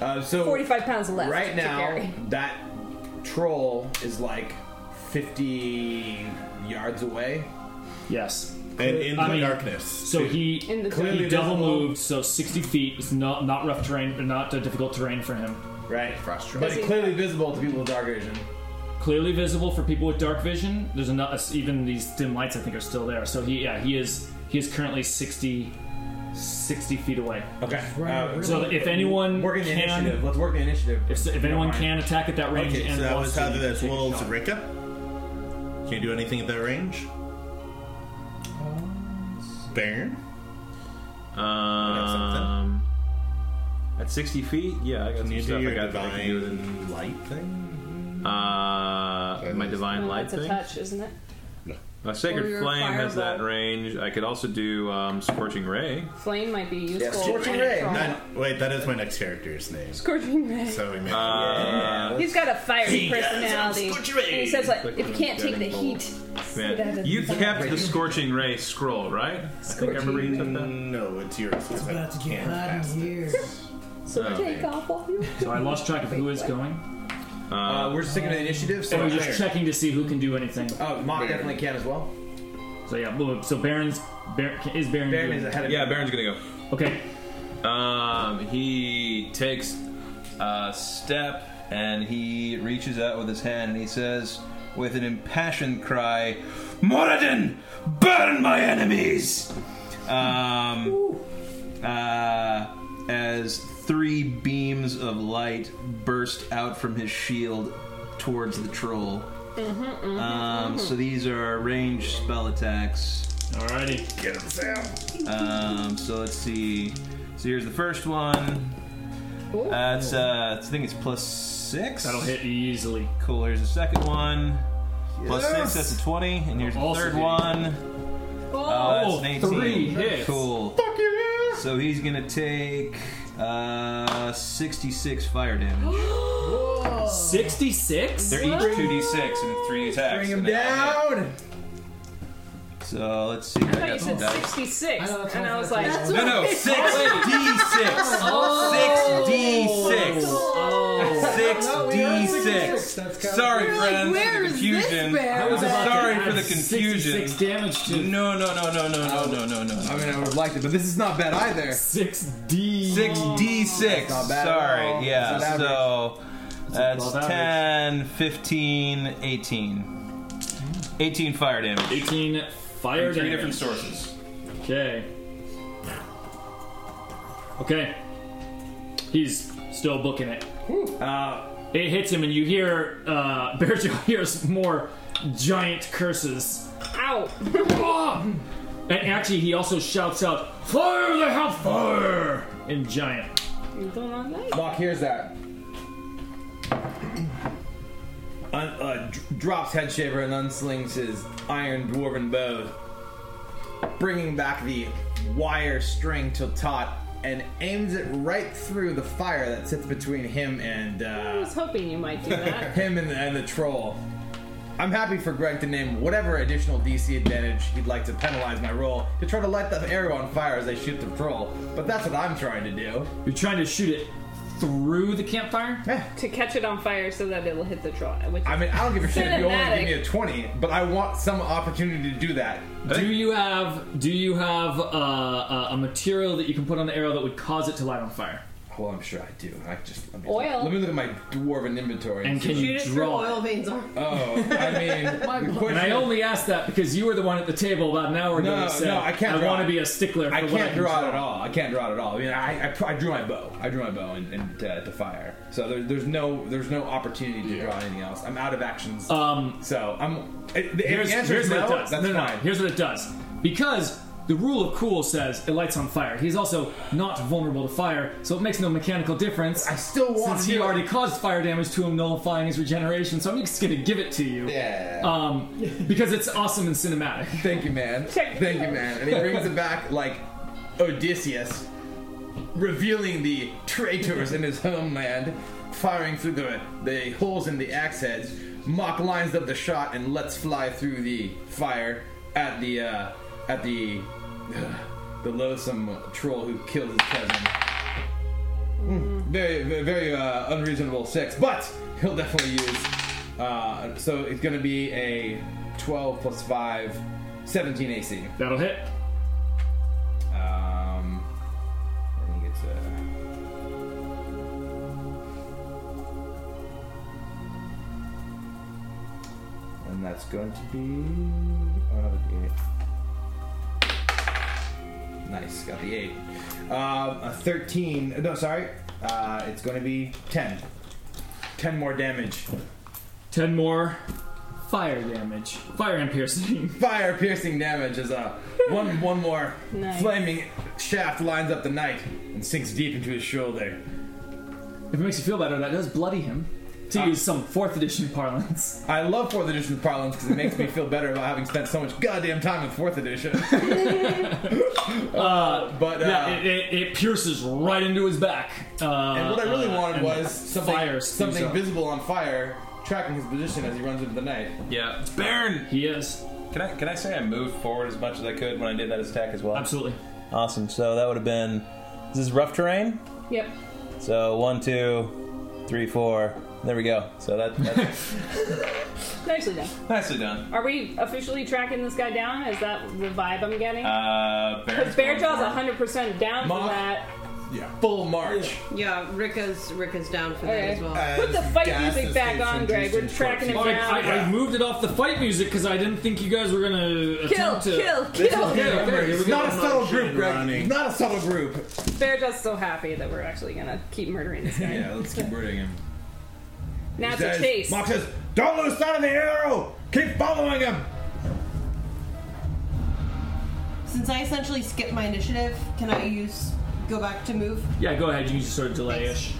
[SPEAKER 20] Uh, so
[SPEAKER 3] 45 pounds less
[SPEAKER 20] right
[SPEAKER 3] to
[SPEAKER 20] now,
[SPEAKER 3] carry.
[SPEAKER 20] that troll is like 50 yards away.
[SPEAKER 2] yes.
[SPEAKER 5] And in the
[SPEAKER 2] I mean-
[SPEAKER 5] darkness.
[SPEAKER 2] So he
[SPEAKER 3] In the
[SPEAKER 2] clearly
[SPEAKER 3] dark.
[SPEAKER 2] double moved, so 60 feet is not not rough terrain, not uh, difficult terrain for him.
[SPEAKER 20] Right.
[SPEAKER 5] Frustrating.
[SPEAKER 20] But it's clearly visible to people with dark vision.
[SPEAKER 2] Clearly visible for people with dark vision. There's enough. uh, Even these dim lights, I think, are still there. So he, yeah, he is he is currently 60, 60 feet away.
[SPEAKER 20] Okay.
[SPEAKER 13] Right,
[SPEAKER 2] So if anyone
[SPEAKER 20] Working the
[SPEAKER 2] can-
[SPEAKER 20] initiative. Let's work the initiative.
[SPEAKER 2] If, if anyone
[SPEAKER 20] Never
[SPEAKER 2] can attack at that range,
[SPEAKER 5] Okay,
[SPEAKER 2] and
[SPEAKER 5] so that
[SPEAKER 2] wants
[SPEAKER 5] was
[SPEAKER 2] to,
[SPEAKER 5] how
[SPEAKER 2] you
[SPEAKER 5] that's
[SPEAKER 2] take a
[SPEAKER 5] little to
[SPEAKER 2] shot.
[SPEAKER 5] Rika. Can you do anything at that range? Baron?
[SPEAKER 4] Um, at 60 feet, yeah, I got
[SPEAKER 5] Can
[SPEAKER 4] some
[SPEAKER 5] you
[SPEAKER 4] stuff
[SPEAKER 5] do
[SPEAKER 4] I
[SPEAKER 5] your
[SPEAKER 4] got that I can do within.
[SPEAKER 5] divine light thing?
[SPEAKER 4] Uh, my divine
[SPEAKER 3] No,
[SPEAKER 4] light
[SPEAKER 3] that's a
[SPEAKER 4] thing.
[SPEAKER 3] touch, isn't it?
[SPEAKER 4] A
[SPEAKER 3] Or
[SPEAKER 4] sacred
[SPEAKER 3] your
[SPEAKER 4] flame has that
[SPEAKER 3] fireball.
[SPEAKER 4] range. I could also do um, scorching ray.
[SPEAKER 3] Flame might be useful.
[SPEAKER 20] Scorching
[SPEAKER 3] in
[SPEAKER 20] Ray,
[SPEAKER 3] a trial.
[SPEAKER 5] That- wait, that is my next character's name.
[SPEAKER 3] Scorching Ray.
[SPEAKER 5] So we made
[SPEAKER 4] Uh,
[SPEAKER 3] He's got a fiery
[SPEAKER 5] He does, I'm
[SPEAKER 3] personality.
[SPEAKER 5] Scorching Ray.
[SPEAKER 3] And he says, like,
[SPEAKER 4] Click
[SPEAKER 3] if
[SPEAKER 4] on
[SPEAKER 3] you can't take the
[SPEAKER 4] getting
[SPEAKER 3] heat,
[SPEAKER 4] man.
[SPEAKER 3] sit at the
[SPEAKER 4] you
[SPEAKER 3] back.
[SPEAKER 4] kept the scorching ray scroll, right? I think I remember you took that.
[SPEAKER 5] No, it's yours. It's
[SPEAKER 13] about to get hot in here.
[SPEAKER 3] So
[SPEAKER 4] Oh.
[SPEAKER 3] take off all your.
[SPEAKER 2] So I lost track of who is going.
[SPEAKER 20] Uh, we're sticking to the initiative, so
[SPEAKER 2] And we're
[SPEAKER 20] it's
[SPEAKER 2] just
[SPEAKER 20] there.
[SPEAKER 2] checking to see who can do anything.
[SPEAKER 20] Oh, Mock definitely can as well.
[SPEAKER 2] So yeah, blue- so Baron's Bar- is Baron.
[SPEAKER 10] Baron
[SPEAKER 2] doing-
[SPEAKER 10] is ahead of
[SPEAKER 29] Yeah, Baron's gonna go.
[SPEAKER 2] Okay.
[SPEAKER 4] Um, he takes a step and he reaches out with his hand and he says, with an impassioned cry, Moradin, burn my enemies! Um, uh, as three beams of light burst out from his shield towards the troll. Um, so these are ranged spell attacks.
[SPEAKER 2] Alrighty.
[SPEAKER 4] Um, so let's see. So here's the first one. That's uh, I think it's plus six.
[SPEAKER 2] That'll hit easily.
[SPEAKER 4] Cool. Here's the second one. Plus six. That's a twenty. And here's the
[SPEAKER 2] Also
[SPEAKER 4] third
[SPEAKER 2] hitting.
[SPEAKER 4] one. Uh,
[SPEAKER 2] Oh,
[SPEAKER 4] that's an 18.
[SPEAKER 2] three hits.
[SPEAKER 4] Cool. So he's gonna take uh, 66 fire damage.
[SPEAKER 2] 66?
[SPEAKER 4] They're each 2d6 and three attacks.
[SPEAKER 10] Bring him
[SPEAKER 4] and they all hit.
[SPEAKER 10] down.
[SPEAKER 4] So let's see. I
[SPEAKER 3] I thought
[SPEAKER 4] got
[SPEAKER 3] you
[SPEAKER 4] some
[SPEAKER 3] said
[SPEAKER 4] dice.
[SPEAKER 3] 66,
[SPEAKER 13] know, that's
[SPEAKER 3] and
[SPEAKER 13] what
[SPEAKER 3] I
[SPEAKER 13] I
[SPEAKER 3] was
[SPEAKER 13] thought.
[SPEAKER 3] like,
[SPEAKER 13] That's
[SPEAKER 4] No, no, six
[SPEAKER 9] Oh,
[SPEAKER 4] d six. Six d six.
[SPEAKER 2] Oh.
[SPEAKER 4] Six D six.
[SPEAKER 13] That's gotta
[SPEAKER 4] Sorry,
[SPEAKER 9] We're like,
[SPEAKER 4] friends,
[SPEAKER 9] where
[SPEAKER 4] for the
[SPEAKER 9] is this
[SPEAKER 4] confusion.
[SPEAKER 9] bear? I
[SPEAKER 4] I'm
[SPEAKER 9] was
[SPEAKER 2] about to
[SPEAKER 4] sorry
[SPEAKER 2] add
[SPEAKER 4] for the
[SPEAKER 2] 66
[SPEAKER 4] confusion.
[SPEAKER 2] damage to
[SPEAKER 4] No, no, no, no, no, no, no, no, no.
[SPEAKER 10] I mean, I would have liked it, but this is not bad either.
[SPEAKER 2] 6D.
[SPEAKER 4] Six D six.
[SPEAKER 10] Not bad at all.
[SPEAKER 4] Sorry, yeah.
[SPEAKER 10] That's not
[SPEAKER 4] So that's
[SPEAKER 2] above average.
[SPEAKER 4] 10, 15, 18. 18 fire damage.
[SPEAKER 2] 18 fire
[SPEAKER 4] Three
[SPEAKER 2] damage.
[SPEAKER 4] different sources.
[SPEAKER 2] Okay. Okay. He's still booking it. Uh, it hits him, and you hear uh, [LAUGHS] Berjo hears more giant curses.
[SPEAKER 3] ow.
[SPEAKER 2] Ah! [LAUGHS] and actually, he also shouts out, "Fire the hellfire!" in giant.
[SPEAKER 3] You don't want that?
[SPEAKER 10] Mock hears that.
[SPEAKER 30] Un- uh, d- drops Headshaver and unslings his iron dwarven bow,
[SPEAKER 10] bringing back the wire string till taut and aims it right through the fire that sits between him and
[SPEAKER 3] I
[SPEAKER 10] uh,
[SPEAKER 3] was hoping you might do that.
[SPEAKER 10] [LAUGHS] him and the, and the troll. I'm happy for Greg to name whatever additional DC advantage he'd like to penalize my roll to try to light the arrow on fire as I shoot the troll, but that's what I'm trying to do.
[SPEAKER 2] You're trying to shoot it through the campfire.
[SPEAKER 3] to catch it on fire so that it'll hit the troll. Which
[SPEAKER 10] I mean, I don't give a shit if you only
[SPEAKER 3] Cinematic.
[SPEAKER 10] give me a 20, but I want some opportunity to do that.
[SPEAKER 2] Do you have do you have uh, uh, a material that you can put on the arrow that would cause it to light on fire?
[SPEAKER 10] Well, I'm sure I do. I just let me,
[SPEAKER 3] Oil.
[SPEAKER 10] Let me look at my dwarven inventory.
[SPEAKER 2] And can you
[SPEAKER 9] Shoot it through
[SPEAKER 2] draw?
[SPEAKER 9] oil
[SPEAKER 2] it?
[SPEAKER 9] veins on.
[SPEAKER 10] Oh, I
[SPEAKER 3] [LAUGHS]
[SPEAKER 10] mean, the
[SPEAKER 2] And
[SPEAKER 10] question
[SPEAKER 2] I
[SPEAKER 10] is-
[SPEAKER 2] only asked that because you were the one at the table about an hour ago.
[SPEAKER 10] No,
[SPEAKER 2] who said,
[SPEAKER 10] no, I can't
[SPEAKER 2] I
[SPEAKER 10] draw
[SPEAKER 2] want
[SPEAKER 10] it.
[SPEAKER 2] to be a stickler. For
[SPEAKER 10] I
[SPEAKER 2] what
[SPEAKER 10] can't
[SPEAKER 2] can
[SPEAKER 10] draw it at all. I can't draw it at all. I mean, I, I, pr- I drew my bow. I drew my bow and, and uh, to fire. So there's there's no there's no opportunity to draw anything else. I'm out of actions.
[SPEAKER 2] Um,
[SPEAKER 10] so I'm. If the
[SPEAKER 2] here's,
[SPEAKER 10] answer
[SPEAKER 2] here's
[SPEAKER 10] is
[SPEAKER 2] what
[SPEAKER 10] no.
[SPEAKER 2] it does.
[SPEAKER 10] That's
[SPEAKER 2] no, no, no.
[SPEAKER 10] fine.
[SPEAKER 2] Here's what it does. Because the rule of cool says it lights on fire. He's also not vulnerable to fire, so it makes no mechanical difference.
[SPEAKER 10] I still want
[SPEAKER 2] since
[SPEAKER 10] to.
[SPEAKER 2] he
[SPEAKER 10] do it.
[SPEAKER 2] already caused fire damage to him, nullifying his regeneration, so I'm just gonna give it to you.
[SPEAKER 10] Yeah.
[SPEAKER 2] Um, because it's awesome and cinematic.
[SPEAKER 10] Thank you, man.
[SPEAKER 3] Check.
[SPEAKER 10] Thank you, man. And he brings it back like Odysseus, revealing the traitors in his homeland, firing through the, the holes in the axe heads. Mock lines up the shot and lets fly through the fire at the uh, at the uh, the loathsome troll who killed his cousin. Mm, Very, very, very uh, unreasonable six, but he'll definitely use. Uh, so it's going to be a 12 plus 5, 17 AC.
[SPEAKER 2] That'll hit.
[SPEAKER 10] Um, I think it's a. And that's going to be oh, another eight. Nice, got the eight. Um, a thirteen. No, sorry. Uh, it's going to be ten. Ten more damage.
[SPEAKER 2] Ten more fire damage. Fire and piercing.
[SPEAKER 10] Fire piercing damage as a one one more
[SPEAKER 3] Nice.
[SPEAKER 10] flaming shaft lines up the knight and sinks deep into his shoulder.
[SPEAKER 2] If it makes you feel better, that does bloody him. To use some fourth edition parlance.
[SPEAKER 10] I love fourth edition parlance because it makes me feel better about having spent so much goddamn time in
[SPEAKER 2] [LAUGHS]
[SPEAKER 10] fourth edition.
[SPEAKER 2] Uh,
[SPEAKER 10] But uh,
[SPEAKER 2] yeah, it, it, it pierces right into his back. Uh,
[SPEAKER 10] and what I really
[SPEAKER 2] uh,
[SPEAKER 10] wanted
[SPEAKER 2] and
[SPEAKER 10] was something,
[SPEAKER 2] fires things
[SPEAKER 10] something
[SPEAKER 2] up.
[SPEAKER 10] visible on fire, tracking his position as he runs into the night.
[SPEAKER 4] Yeah. Baron!
[SPEAKER 2] He is
[SPEAKER 4] Can I can I say I moved forward as much as I could when I did that attack as well?
[SPEAKER 2] absolutely.
[SPEAKER 4] Awesome. So that would have been this is rough terrain.
[SPEAKER 3] Yep.
[SPEAKER 4] So one, two, three, four. There we go. So that that's,
[SPEAKER 3] Nicely done.
[SPEAKER 22] Nicely done.
[SPEAKER 3] Are we officially tracking this guy down? Is that the vibe I'm getting?
[SPEAKER 22] Uh,
[SPEAKER 3] Because
[SPEAKER 22] Baron's going
[SPEAKER 3] Bearjaw's
[SPEAKER 22] for it.
[SPEAKER 3] 100% down for
[SPEAKER 10] Mark.
[SPEAKER 3] that.
[SPEAKER 10] Full march.
[SPEAKER 9] Yeah, Ricka's Ricka's down for that
[SPEAKER 3] Okay.
[SPEAKER 9] as well.
[SPEAKER 3] Put the fight
[SPEAKER 5] gas
[SPEAKER 3] music
[SPEAKER 5] is
[SPEAKER 3] back
[SPEAKER 5] being
[SPEAKER 3] on, Greg. We're
[SPEAKER 5] introduced
[SPEAKER 3] tracking him
[SPEAKER 2] Well, I, I-
[SPEAKER 3] down.
[SPEAKER 2] I moved it off the fight music because I didn't think you guys were gonna
[SPEAKER 3] Kill,
[SPEAKER 2] attempt to.
[SPEAKER 3] kill, kill,
[SPEAKER 2] Okay,
[SPEAKER 3] [LAUGHS]
[SPEAKER 2] okay, here we
[SPEAKER 10] It's
[SPEAKER 2] go.
[SPEAKER 10] not a subtle group,
[SPEAKER 5] and
[SPEAKER 10] Greg.
[SPEAKER 5] running.
[SPEAKER 10] It's Not a subtle group.
[SPEAKER 3] Bearjaw's so happy that we're actually gonna keep murdering this guy.
[SPEAKER 4] Yeah, let's keep birding him.
[SPEAKER 3] Now it's
[SPEAKER 20] says-
[SPEAKER 3] a chase.
[SPEAKER 20] Mark says, "Don't lose sight of the arrow. Keep following him."
[SPEAKER 9] Since I essentially skipped my initiative, can I use go back to move?
[SPEAKER 2] Yeah, go ahead. You can just sort of delay-ish.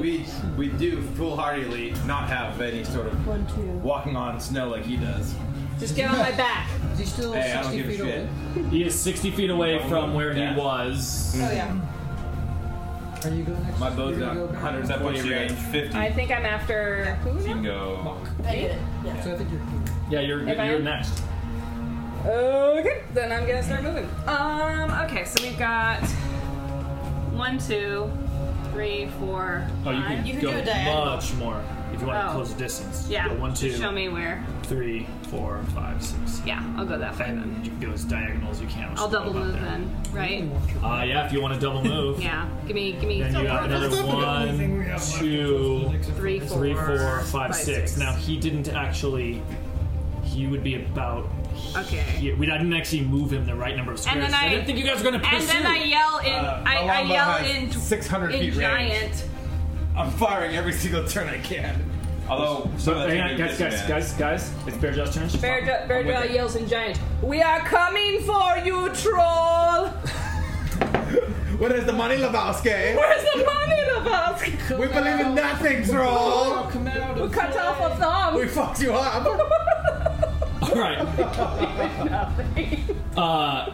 [SPEAKER 4] We we do foolhardily not have any sort of
[SPEAKER 9] One, two.
[SPEAKER 4] walking on snow like he does.
[SPEAKER 3] Just get on my back.
[SPEAKER 13] Is he still
[SPEAKER 4] Hey, I don't
[SPEAKER 13] 60
[SPEAKER 4] give a
[SPEAKER 13] feet away?
[SPEAKER 4] shit.
[SPEAKER 2] He is 60 feet away from where
[SPEAKER 4] Yeah.
[SPEAKER 2] he was.
[SPEAKER 3] Mm.
[SPEAKER 9] Oh yeah.
[SPEAKER 13] Are you going next?
[SPEAKER 4] My bow's
[SPEAKER 13] You're
[SPEAKER 4] got
[SPEAKER 13] gonna go back?
[SPEAKER 4] 120
[SPEAKER 22] you at
[SPEAKER 4] range.
[SPEAKER 22] 50.
[SPEAKER 3] I think I'm after who
[SPEAKER 22] you
[SPEAKER 3] now?
[SPEAKER 22] can go.
[SPEAKER 28] I did it. Yeah.
[SPEAKER 13] So I think you're.
[SPEAKER 2] Yeah, you're
[SPEAKER 3] If I
[SPEAKER 2] you're
[SPEAKER 3] am-
[SPEAKER 2] next.
[SPEAKER 3] Okay, then I'm gonna start moving. Um, okay, so we've got one, two, three, four, five.
[SPEAKER 2] Oh, you can,
[SPEAKER 9] You can
[SPEAKER 2] go
[SPEAKER 9] do a diagonal.
[SPEAKER 2] much more if you want to
[SPEAKER 3] Oh.
[SPEAKER 2] close the distance.
[SPEAKER 3] yeah.
[SPEAKER 2] Go one, two,
[SPEAKER 3] Show me where.
[SPEAKER 2] three, four, five, six.
[SPEAKER 3] Yeah, I'll go that way
[SPEAKER 2] And
[SPEAKER 3] then.
[SPEAKER 2] you can go as diagonal as you can. which
[SPEAKER 3] I'll
[SPEAKER 2] is right
[SPEAKER 3] double
[SPEAKER 2] about
[SPEAKER 3] move
[SPEAKER 2] there.
[SPEAKER 3] then, right?
[SPEAKER 2] Uh, yeah, if you want to double move.
[SPEAKER 3] [LAUGHS] Yeah. Give me, give me.
[SPEAKER 2] Then you got another one, two,
[SPEAKER 3] Three, four,
[SPEAKER 2] three, four,
[SPEAKER 3] five,
[SPEAKER 2] five, six.
[SPEAKER 3] six.
[SPEAKER 2] Now he didn't actually. He would be about.
[SPEAKER 3] Okay.
[SPEAKER 2] Here. We didn't actually move him the right number of squares.
[SPEAKER 3] then
[SPEAKER 2] I,
[SPEAKER 3] I-
[SPEAKER 2] didn't think you guys were gonna
[SPEAKER 3] And
[SPEAKER 2] pursue. Uh,
[SPEAKER 3] then I yell in. I,
[SPEAKER 4] my
[SPEAKER 3] I
[SPEAKER 4] longbow
[SPEAKER 3] yell
[SPEAKER 4] has
[SPEAKER 3] in.
[SPEAKER 4] 600
[SPEAKER 3] in
[SPEAKER 4] feet range.
[SPEAKER 3] giant.
[SPEAKER 4] I'm firing every single turn I can.
[SPEAKER 22] Although, some of that's
[SPEAKER 2] Hang
[SPEAKER 22] gonna
[SPEAKER 2] on,
[SPEAKER 22] be
[SPEAKER 2] guys, guys,
[SPEAKER 22] disadvantage.
[SPEAKER 2] guys, guys. It's Bear Jaw's turn.
[SPEAKER 3] Bearjaw, Bearjaw yells in giant. We are coming for you, troll.
[SPEAKER 10] What is
[SPEAKER 4] [LAUGHS]
[SPEAKER 10] the money, Lebowski?
[SPEAKER 3] Where's the money,
[SPEAKER 2] [LAUGHS]
[SPEAKER 3] Lebowski?
[SPEAKER 10] We believe in nothing, troll.
[SPEAKER 13] Oh, Come out
[SPEAKER 3] We
[SPEAKER 13] of
[SPEAKER 3] cut off a thumb. [LAUGHS]
[SPEAKER 10] We fucked you up.
[SPEAKER 2] All right.
[SPEAKER 3] [LAUGHS]
[SPEAKER 2] Uh,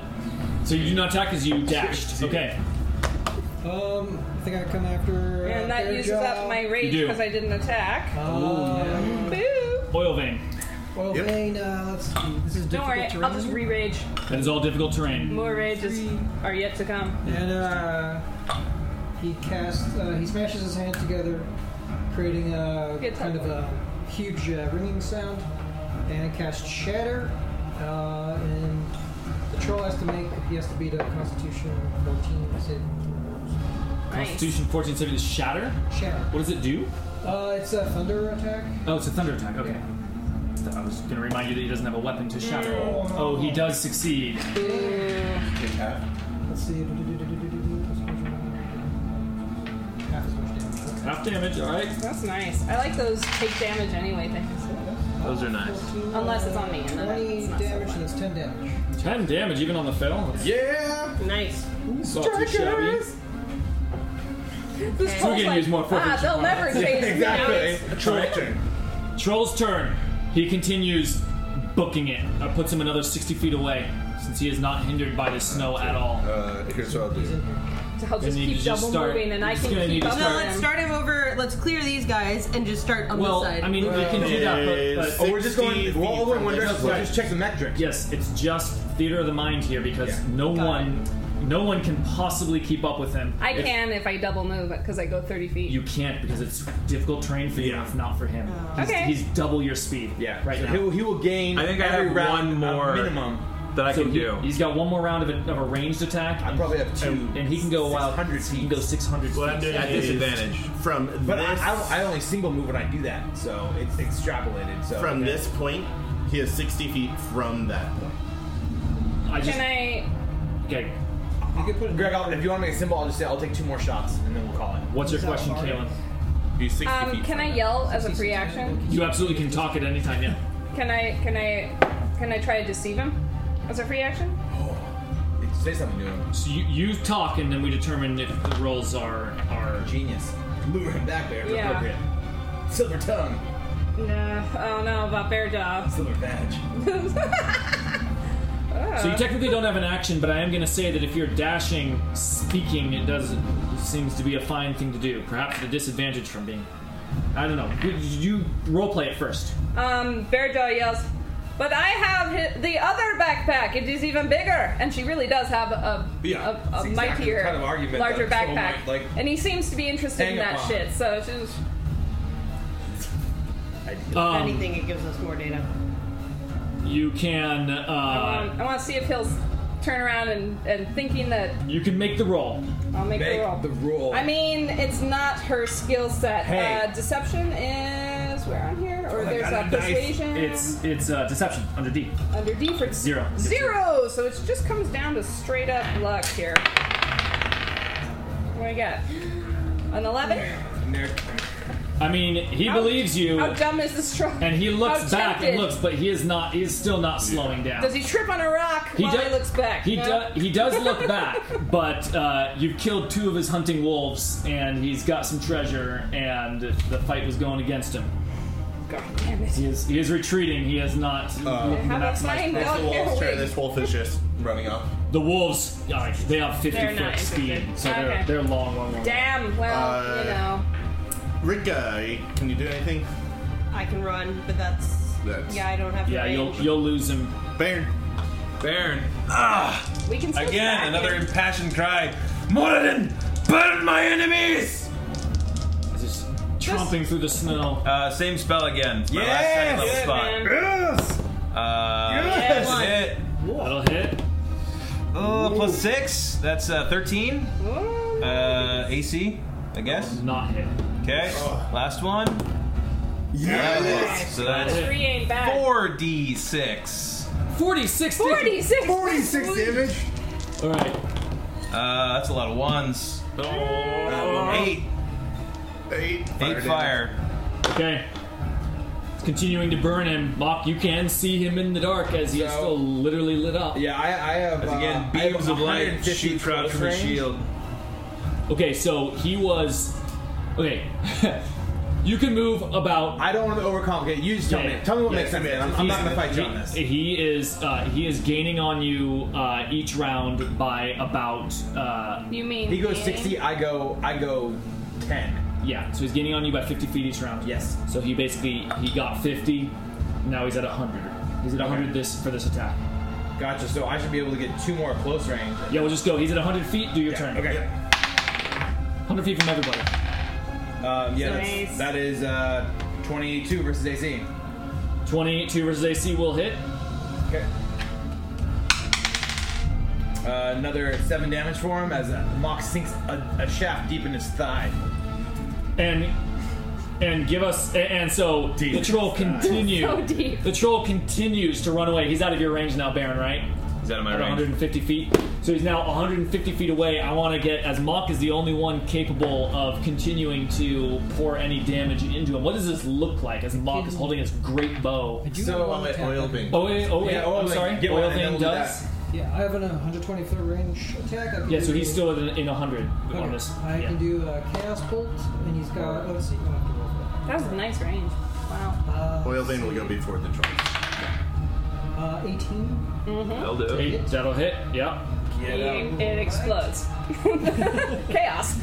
[SPEAKER 2] so you do not attack as you dashed. Okay.
[SPEAKER 13] Um, I think I come after.
[SPEAKER 3] and
[SPEAKER 13] uh,
[SPEAKER 3] that uses up my rage
[SPEAKER 2] You do. Uh,
[SPEAKER 3] because I didn't attack.
[SPEAKER 13] Um,
[SPEAKER 3] Boo.
[SPEAKER 2] Oil vein.
[SPEAKER 13] well,
[SPEAKER 5] Yep.
[SPEAKER 13] Vane, uh, let's see. This is
[SPEAKER 3] Don't
[SPEAKER 13] difficult
[SPEAKER 3] worry,
[SPEAKER 13] terrain.
[SPEAKER 3] I'll just re-rage.
[SPEAKER 2] That is all difficult terrain.
[SPEAKER 3] More rages
[SPEAKER 13] Three.
[SPEAKER 3] are yet to come.
[SPEAKER 13] And uh, he casts. Uh, he smashes his hands together, creating a
[SPEAKER 3] Good
[SPEAKER 13] kind of
[SPEAKER 3] time.
[SPEAKER 13] a huge uh, ringing sound, and casts Shatter. Uh, and the troll has to make. He has to beat a Constitution 14 saving
[SPEAKER 3] Nice.
[SPEAKER 2] Constitution 14 saving is shatter.
[SPEAKER 13] throw. Shatter.
[SPEAKER 2] What does it do?
[SPEAKER 13] Uh, it's a thunder attack.
[SPEAKER 2] Oh, it's a thunder attack. Okay. I was going to remind you that he doesn't have a weapon to shatter. Oh, he does succeed.
[SPEAKER 13] Let's see. Half as much damage.
[SPEAKER 2] Half damage. All right.
[SPEAKER 3] That's nice. I like those take damage anyway things.
[SPEAKER 22] Those are nice.
[SPEAKER 3] Unless it's on me, and then it's
[SPEAKER 13] 20
[SPEAKER 3] not so
[SPEAKER 13] damage,
[SPEAKER 3] fun.
[SPEAKER 13] and it's 10 damage.
[SPEAKER 2] Ten damage even on the fail. That's
[SPEAKER 10] Yeah.
[SPEAKER 9] Nice.
[SPEAKER 2] not too shabby.
[SPEAKER 3] This troll's
[SPEAKER 2] can
[SPEAKER 3] like,
[SPEAKER 2] use more
[SPEAKER 3] ah,
[SPEAKER 2] perfect [LAUGHS]
[SPEAKER 3] they'll never chase me.
[SPEAKER 10] Exactly.
[SPEAKER 2] Troll's turn. He continues booking it. That puts him another 60 feet away since he is not hindered by the snow at all.
[SPEAKER 5] Uh, here's what I'll do.
[SPEAKER 3] I'll just
[SPEAKER 2] you
[SPEAKER 3] keep
[SPEAKER 2] just
[SPEAKER 3] double
[SPEAKER 2] start-
[SPEAKER 3] moving, and I
[SPEAKER 2] you're
[SPEAKER 3] can
[SPEAKER 2] just gonna need
[SPEAKER 3] keep
[SPEAKER 2] to
[SPEAKER 3] up
[SPEAKER 9] No,
[SPEAKER 2] start-
[SPEAKER 3] with
[SPEAKER 9] let's
[SPEAKER 3] him.
[SPEAKER 9] start him over. Let's clear these guys and just start on
[SPEAKER 2] Well,
[SPEAKER 9] this side.
[SPEAKER 2] I mean, we can do that, but, but
[SPEAKER 10] Oh, we're just going. Well, all we're wondering is
[SPEAKER 20] We'll just check the metrics.
[SPEAKER 2] yes, it's just theater of the mind here because
[SPEAKER 20] Yeah.
[SPEAKER 2] no
[SPEAKER 9] Got
[SPEAKER 2] one, no one can possibly keep up with him.
[SPEAKER 3] I
[SPEAKER 2] If-
[SPEAKER 3] can if I double move because I go 30 feet.
[SPEAKER 2] You can't because it's difficult terrain for you,
[SPEAKER 20] Yeah.
[SPEAKER 2] if not for him. He's,
[SPEAKER 3] Okay.
[SPEAKER 2] he's double your speed.
[SPEAKER 20] Yeah.
[SPEAKER 2] right
[SPEAKER 20] so
[SPEAKER 2] now.
[SPEAKER 20] He will, he will gain.
[SPEAKER 22] I think I
[SPEAKER 20] every
[SPEAKER 22] have
[SPEAKER 20] round
[SPEAKER 22] one
[SPEAKER 20] a
[SPEAKER 22] more
[SPEAKER 20] minimum.
[SPEAKER 22] That I
[SPEAKER 2] so
[SPEAKER 22] can
[SPEAKER 2] he,
[SPEAKER 22] do.
[SPEAKER 2] has got one more round of a, of a ranged attack.
[SPEAKER 20] I
[SPEAKER 2] and-
[SPEAKER 20] probably have two.
[SPEAKER 2] And, and he can go out.
[SPEAKER 20] 600
[SPEAKER 2] He can go 600 feet.
[SPEAKER 22] At disadvantage.
[SPEAKER 5] From
[SPEAKER 20] But
[SPEAKER 5] this,
[SPEAKER 20] I, I, I only single move when I do that, so it's extrapolated. So
[SPEAKER 5] from this point, he is 60 feet from that point.
[SPEAKER 2] I just
[SPEAKER 3] Can I?
[SPEAKER 2] okay.
[SPEAKER 13] You could put it
[SPEAKER 20] Greg, I'll, if you want to make a symbol, I'll just say I'll take two more shots and then we'll call it.
[SPEAKER 2] What's your
[SPEAKER 13] He's
[SPEAKER 2] question,
[SPEAKER 13] out of
[SPEAKER 2] Kalen?
[SPEAKER 5] He's 60
[SPEAKER 3] Um,
[SPEAKER 5] feet.
[SPEAKER 3] can
[SPEAKER 5] from
[SPEAKER 3] I
[SPEAKER 5] that.
[SPEAKER 3] yell as a free action?
[SPEAKER 2] You absolutely can talk at any time. Yeah.
[SPEAKER 3] Can I? Can I? Can I try to deceive him as a free action?
[SPEAKER 20] Say something to him.
[SPEAKER 2] So you, you talk, and then we determine if the rolls are are.
[SPEAKER 20] Genius. Lure him back there. if
[SPEAKER 3] Yeah.
[SPEAKER 20] appropriate. Silver tongue.
[SPEAKER 3] No. Oh no, about bear jaw. [LAUGHS]
[SPEAKER 20] Silver badge.
[SPEAKER 2] So you technically don't have an action, but I am going to say that if you're dashing, speaking, it does seems to be a fine thing to do. Perhaps the disadvantage from being. I don't know. You, you role play it first.
[SPEAKER 3] Um, Bearjaw yells, but I have hi- the other backpack. It is even bigger, and she really does have a,
[SPEAKER 20] Yeah,
[SPEAKER 3] a, a
[SPEAKER 20] it's exactly
[SPEAKER 3] mightier,
[SPEAKER 20] the kind of argument
[SPEAKER 3] larger
[SPEAKER 20] that someone
[SPEAKER 3] backpack.
[SPEAKER 20] might, like,
[SPEAKER 3] and he seems to be interested in
[SPEAKER 20] hang
[SPEAKER 3] that
[SPEAKER 20] upon.
[SPEAKER 3] shit. So she's
[SPEAKER 9] If
[SPEAKER 2] Um,
[SPEAKER 9] anything, it gives us more data.
[SPEAKER 2] you can uh,
[SPEAKER 3] Um, I want to see if he'll s- turn around and, and thinking that
[SPEAKER 2] you can make the roll.
[SPEAKER 3] I'll make,
[SPEAKER 20] Make
[SPEAKER 3] the roll.
[SPEAKER 20] the roll.
[SPEAKER 3] I mean, it's not her skill set.
[SPEAKER 20] Hey.
[SPEAKER 3] Uh, deception is where on here, or there's a
[SPEAKER 20] got a knife.
[SPEAKER 3] persuasion.
[SPEAKER 2] It's it's uh, deception under D.
[SPEAKER 3] under D for
[SPEAKER 2] Zero.
[SPEAKER 3] Zero. So it just comes down to straight up luck here. What do I got? An eleven.
[SPEAKER 2] I mean, he
[SPEAKER 3] How-
[SPEAKER 2] believes you,
[SPEAKER 3] How dumb is this truck?
[SPEAKER 2] and he looks
[SPEAKER 3] how
[SPEAKER 2] back and
[SPEAKER 3] tempted.
[SPEAKER 2] looks, but he is not. He is still not slowing down.
[SPEAKER 3] Does he trip on a rock
[SPEAKER 2] He
[SPEAKER 3] while
[SPEAKER 2] does-
[SPEAKER 3] he looks back?
[SPEAKER 2] He,
[SPEAKER 3] No?
[SPEAKER 2] do, he
[SPEAKER 3] [LAUGHS]
[SPEAKER 2] does look back, but uh, you've killed two of his hunting wolves, and he's got some treasure, and the fight was going against him.
[SPEAKER 3] God damn it.
[SPEAKER 2] He is, he is retreating. He has not.
[SPEAKER 3] How about
[SPEAKER 2] maximized-
[SPEAKER 3] mine?
[SPEAKER 21] Next
[SPEAKER 3] Dog
[SPEAKER 21] to the wolf's turn,
[SPEAKER 3] hair wig.
[SPEAKER 21] this wolf is just running up.
[SPEAKER 2] The wolves, like, they have 50
[SPEAKER 3] They're
[SPEAKER 2] foot
[SPEAKER 3] not
[SPEAKER 2] speed,
[SPEAKER 3] interested.
[SPEAKER 2] so they're,
[SPEAKER 3] Okay.
[SPEAKER 2] they're long, long, long.
[SPEAKER 3] Damn. Well,
[SPEAKER 21] Uh,
[SPEAKER 3] you know.
[SPEAKER 5] uh,
[SPEAKER 21] Rika, can you do anything?
[SPEAKER 9] I can run, but that's,
[SPEAKER 21] That's-
[SPEAKER 9] yeah. I don't have.
[SPEAKER 2] Yeah, you'll
[SPEAKER 9] range.
[SPEAKER 2] you'll lose him.
[SPEAKER 21] Baron.
[SPEAKER 22] Baron.
[SPEAKER 3] We can still
[SPEAKER 22] Ah, Again,
[SPEAKER 3] track
[SPEAKER 22] another
[SPEAKER 3] him.
[SPEAKER 22] impassioned cry. Moradin, burn my enemies!
[SPEAKER 2] Just tromping through the snow.
[SPEAKER 22] Uh, same spell again. It's my last second level spot. Uh,
[SPEAKER 3] Yes.
[SPEAKER 22] that's it.
[SPEAKER 2] That'll hit.
[SPEAKER 22] Oh, plus six. That's uh, 13.
[SPEAKER 3] Ooh.
[SPEAKER 22] Uh, AC, I guess.
[SPEAKER 2] Not hit.
[SPEAKER 22] Okay. Last one. So that's
[SPEAKER 3] Three ain't bad.
[SPEAKER 22] 4d6.
[SPEAKER 2] 46 damage.
[SPEAKER 3] 46.
[SPEAKER 10] 46 damage.
[SPEAKER 2] All right.
[SPEAKER 22] Uh, that's a lot of ones.
[SPEAKER 4] Oh,
[SPEAKER 22] Eight.
[SPEAKER 21] Eight.
[SPEAKER 22] Eight fire.
[SPEAKER 2] Okay. It's continuing to burn him. Mock, you can see him in the dark as he is
[SPEAKER 10] So-
[SPEAKER 2] still literally lit up.
[SPEAKER 10] Yeah, I, I have.
[SPEAKER 22] As
[SPEAKER 10] uh,
[SPEAKER 22] again,
[SPEAKER 10] I have
[SPEAKER 22] beams of light
[SPEAKER 10] 150
[SPEAKER 22] shoot out
[SPEAKER 10] close
[SPEAKER 22] from his
[SPEAKER 10] range.
[SPEAKER 22] shield.
[SPEAKER 2] Okay, so he was. Okay. [LAUGHS] you can move about.
[SPEAKER 10] I don't want to overcomplicate. You just tell
[SPEAKER 2] Yeah,
[SPEAKER 10] me.
[SPEAKER 2] yeah.
[SPEAKER 10] Tell me what
[SPEAKER 2] Yeah,
[SPEAKER 10] makes sense. man. I'm, I'm
[SPEAKER 2] He's-
[SPEAKER 10] not gonna fight you on this.
[SPEAKER 2] He, he is uh, he is gaining on you uh, each round by about uh,
[SPEAKER 3] You mean
[SPEAKER 10] He goes
[SPEAKER 3] me?
[SPEAKER 10] 60. I go. I go 10.
[SPEAKER 2] yeah. So he's gaining on you by fifty feet each round.
[SPEAKER 10] Yes.
[SPEAKER 2] So he basically he got fifty. Now he's at hundred. He's at hundred this for this attack.
[SPEAKER 10] Gotcha. So I should be able to get two more close range.
[SPEAKER 2] Yeah, we'll just go. He's at hundred feet. Do your
[SPEAKER 10] Yeah,
[SPEAKER 2] turn.
[SPEAKER 10] Okay.
[SPEAKER 2] Hundred feet from everybody.
[SPEAKER 10] Um, yeah,
[SPEAKER 3] Nice.
[SPEAKER 10] that's, that is uh, 22 versus AC.
[SPEAKER 2] Twenty-two versus AC will hit.
[SPEAKER 10] Okay. Uh, another seven damage for him as uh, Mock sinks a, a shaft deep in his thigh.
[SPEAKER 2] and and give us a- and so the troll continues
[SPEAKER 3] So deep.
[SPEAKER 2] the troll continues to run away he's out of your range now baron right
[SPEAKER 22] He's out of my
[SPEAKER 2] at
[SPEAKER 22] range.
[SPEAKER 2] 150 feet so he's now 150 feet away i want to get as mock is the only one capable of continuing to pour any damage into him what does this look like as mock is holding his great bow
[SPEAKER 13] I do
[SPEAKER 10] So,
[SPEAKER 13] want to
[SPEAKER 10] wait,
[SPEAKER 13] attack
[SPEAKER 21] Oil
[SPEAKER 13] him.
[SPEAKER 21] beam.
[SPEAKER 2] oh wait oh wait
[SPEAKER 10] Yeah, oil
[SPEAKER 2] i'm
[SPEAKER 10] thing.
[SPEAKER 2] sorry
[SPEAKER 10] Get
[SPEAKER 2] oil
[SPEAKER 10] one and then
[SPEAKER 2] thing
[SPEAKER 10] we'll do
[SPEAKER 2] does
[SPEAKER 13] Yeah, I have an uh, 120 foot range attack. I can
[SPEAKER 2] yeah so
[SPEAKER 13] do-
[SPEAKER 2] he's still in, in 100 on
[SPEAKER 13] Okay,
[SPEAKER 2] this
[SPEAKER 13] I
[SPEAKER 2] yeah.
[SPEAKER 13] can do uh, chaos bolt, and he's got. Let's see. That
[SPEAKER 3] That was a nice range. Wow.
[SPEAKER 13] Uh,
[SPEAKER 21] Oil vein will go before the troll.
[SPEAKER 13] uh, 18.
[SPEAKER 22] That'll do.
[SPEAKER 2] Eight, that'll hit yeah
[SPEAKER 3] It, it explodes. [LAUGHS] Chaos.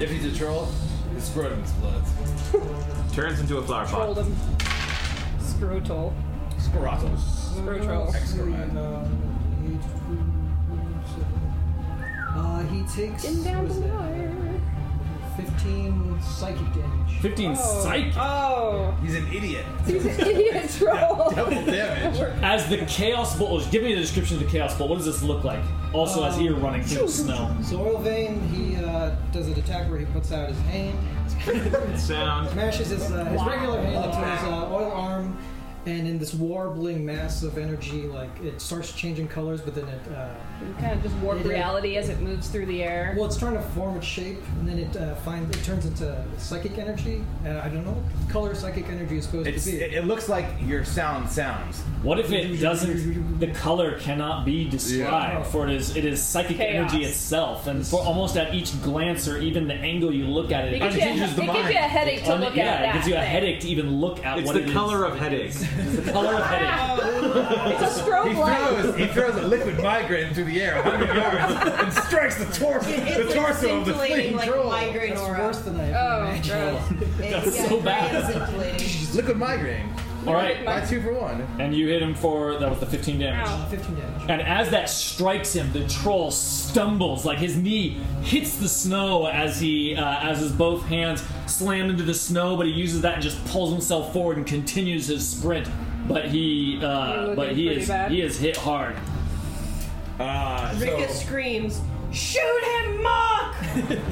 [SPEAKER 20] If he's a troll, his scrotum explodes.
[SPEAKER 22] [LAUGHS] Turns into a flower pot.
[SPEAKER 3] Trolled him. Scrotal. Scrotal.
[SPEAKER 13] And, um, eight, uh, he takes.
[SPEAKER 3] In
[SPEAKER 13] what
[SPEAKER 3] down
[SPEAKER 13] is
[SPEAKER 3] the
[SPEAKER 13] that?
[SPEAKER 3] wire.
[SPEAKER 13] 15 psychic damage.
[SPEAKER 2] 15
[SPEAKER 3] Oh.
[SPEAKER 2] psych
[SPEAKER 3] Oh.
[SPEAKER 20] He's an idiot.
[SPEAKER 3] He's an idiot troll.
[SPEAKER 2] As the Chaos Bolt, give me the description of the Chaos Bolt. What does this look like? Also, as you're running through the snow.
[SPEAKER 13] So Oil Vein, he uh, does an attack where he puts out his hand,
[SPEAKER 22] Sound.
[SPEAKER 13] smashes his, uh, his regular hand into his uh, oil arm, and in this warbling mass of energy, like it starts changing colors, but then it. Uh,
[SPEAKER 3] kind of just warp reality as it moves through the air.
[SPEAKER 13] well, it's trying to form its shape, and then it uh, finds it turns into psychic energy. Uh, I don't know what color psychic energy is supposed
[SPEAKER 10] It's,
[SPEAKER 13] to be.
[SPEAKER 10] it, it looks like your sound sounds.
[SPEAKER 2] What if it doesn't? The color cannot be described,
[SPEAKER 13] Yeah.
[SPEAKER 2] for it is it is psychic
[SPEAKER 3] Chaos.
[SPEAKER 2] energy itself, and for almost at each glance or even the angle you look at it,
[SPEAKER 3] It
[SPEAKER 2] it,
[SPEAKER 3] gives, you a,
[SPEAKER 10] changes the
[SPEAKER 3] it gives
[SPEAKER 10] mind.
[SPEAKER 3] you a headache to
[SPEAKER 2] un-
[SPEAKER 3] look
[SPEAKER 2] yeah, it
[SPEAKER 3] at. That
[SPEAKER 2] gives you a
[SPEAKER 3] thing.
[SPEAKER 2] headache to even look at
[SPEAKER 22] It's
[SPEAKER 2] what
[SPEAKER 22] the
[SPEAKER 2] it is.
[SPEAKER 22] color of headaches.
[SPEAKER 2] [LAUGHS] It's the color of headache.
[SPEAKER 3] [LAUGHS] It's a
[SPEAKER 10] He
[SPEAKER 3] strobe light.
[SPEAKER 10] throws, he throws a liquid migraine through the air 100 yards and strikes the, tor- the
[SPEAKER 9] It's like
[SPEAKER 10] torso of the
[SPEAKER 9] scintillating,
[SPEAKER 10] fleeing
[SPEAKER 9] like
[SPEAKER 10] troll.
[SPEAKER 9] migraine
[SPEAKER 13] It's
[SPEAKER 9] aura.
[SPEAKER 13] worse than I
[SPEAKER 3] Oh,
[SPEAKER 13] imagined.
[SPEAKER 3] gross.
[SPEAKER 9] It's-
[SPEAKER 2] That's
[SPEAKER 9] yeah,
[SPEAKER 2] so
[SPEAKER 9] it's
[SPEAKER 2] bad.
[SPEAKER 9] scintillating.
[SPEAKER 10] Liquid migraine.
[SPEAKER 2] All right.
[SPEAKER 10] Buy two for one.
[SPEAKER 2] And you hit him for that was the 15 damage.
[SPEAKER 3] Ow.
[SPEAKER 13] 15 Uh,
[SPEAKER 2] [LAUGHS]
[SPEAKER 13] damage.
[SPEAKER 2] And as that strikes him, the troll stumbles, like his knee hits the snow as he, uh, as his both hands slam into the snow. But he uses that and just pulls himself forward and continues his sprint. But he,
[SPEAKER 3] You're
[SPEAKER 2] uh,
[SPEAKER 3] looking
[SPEAKER 2] but he
[SPEAKER 3] pretty
[SPEAKER 2] is,
[SPEAKER 3] bad.
[SPEAKER 2] he is hit hard.
[SPEAKER 10] Uh,
[SPEAKER 9] Rika screams, Shoot him, Mock!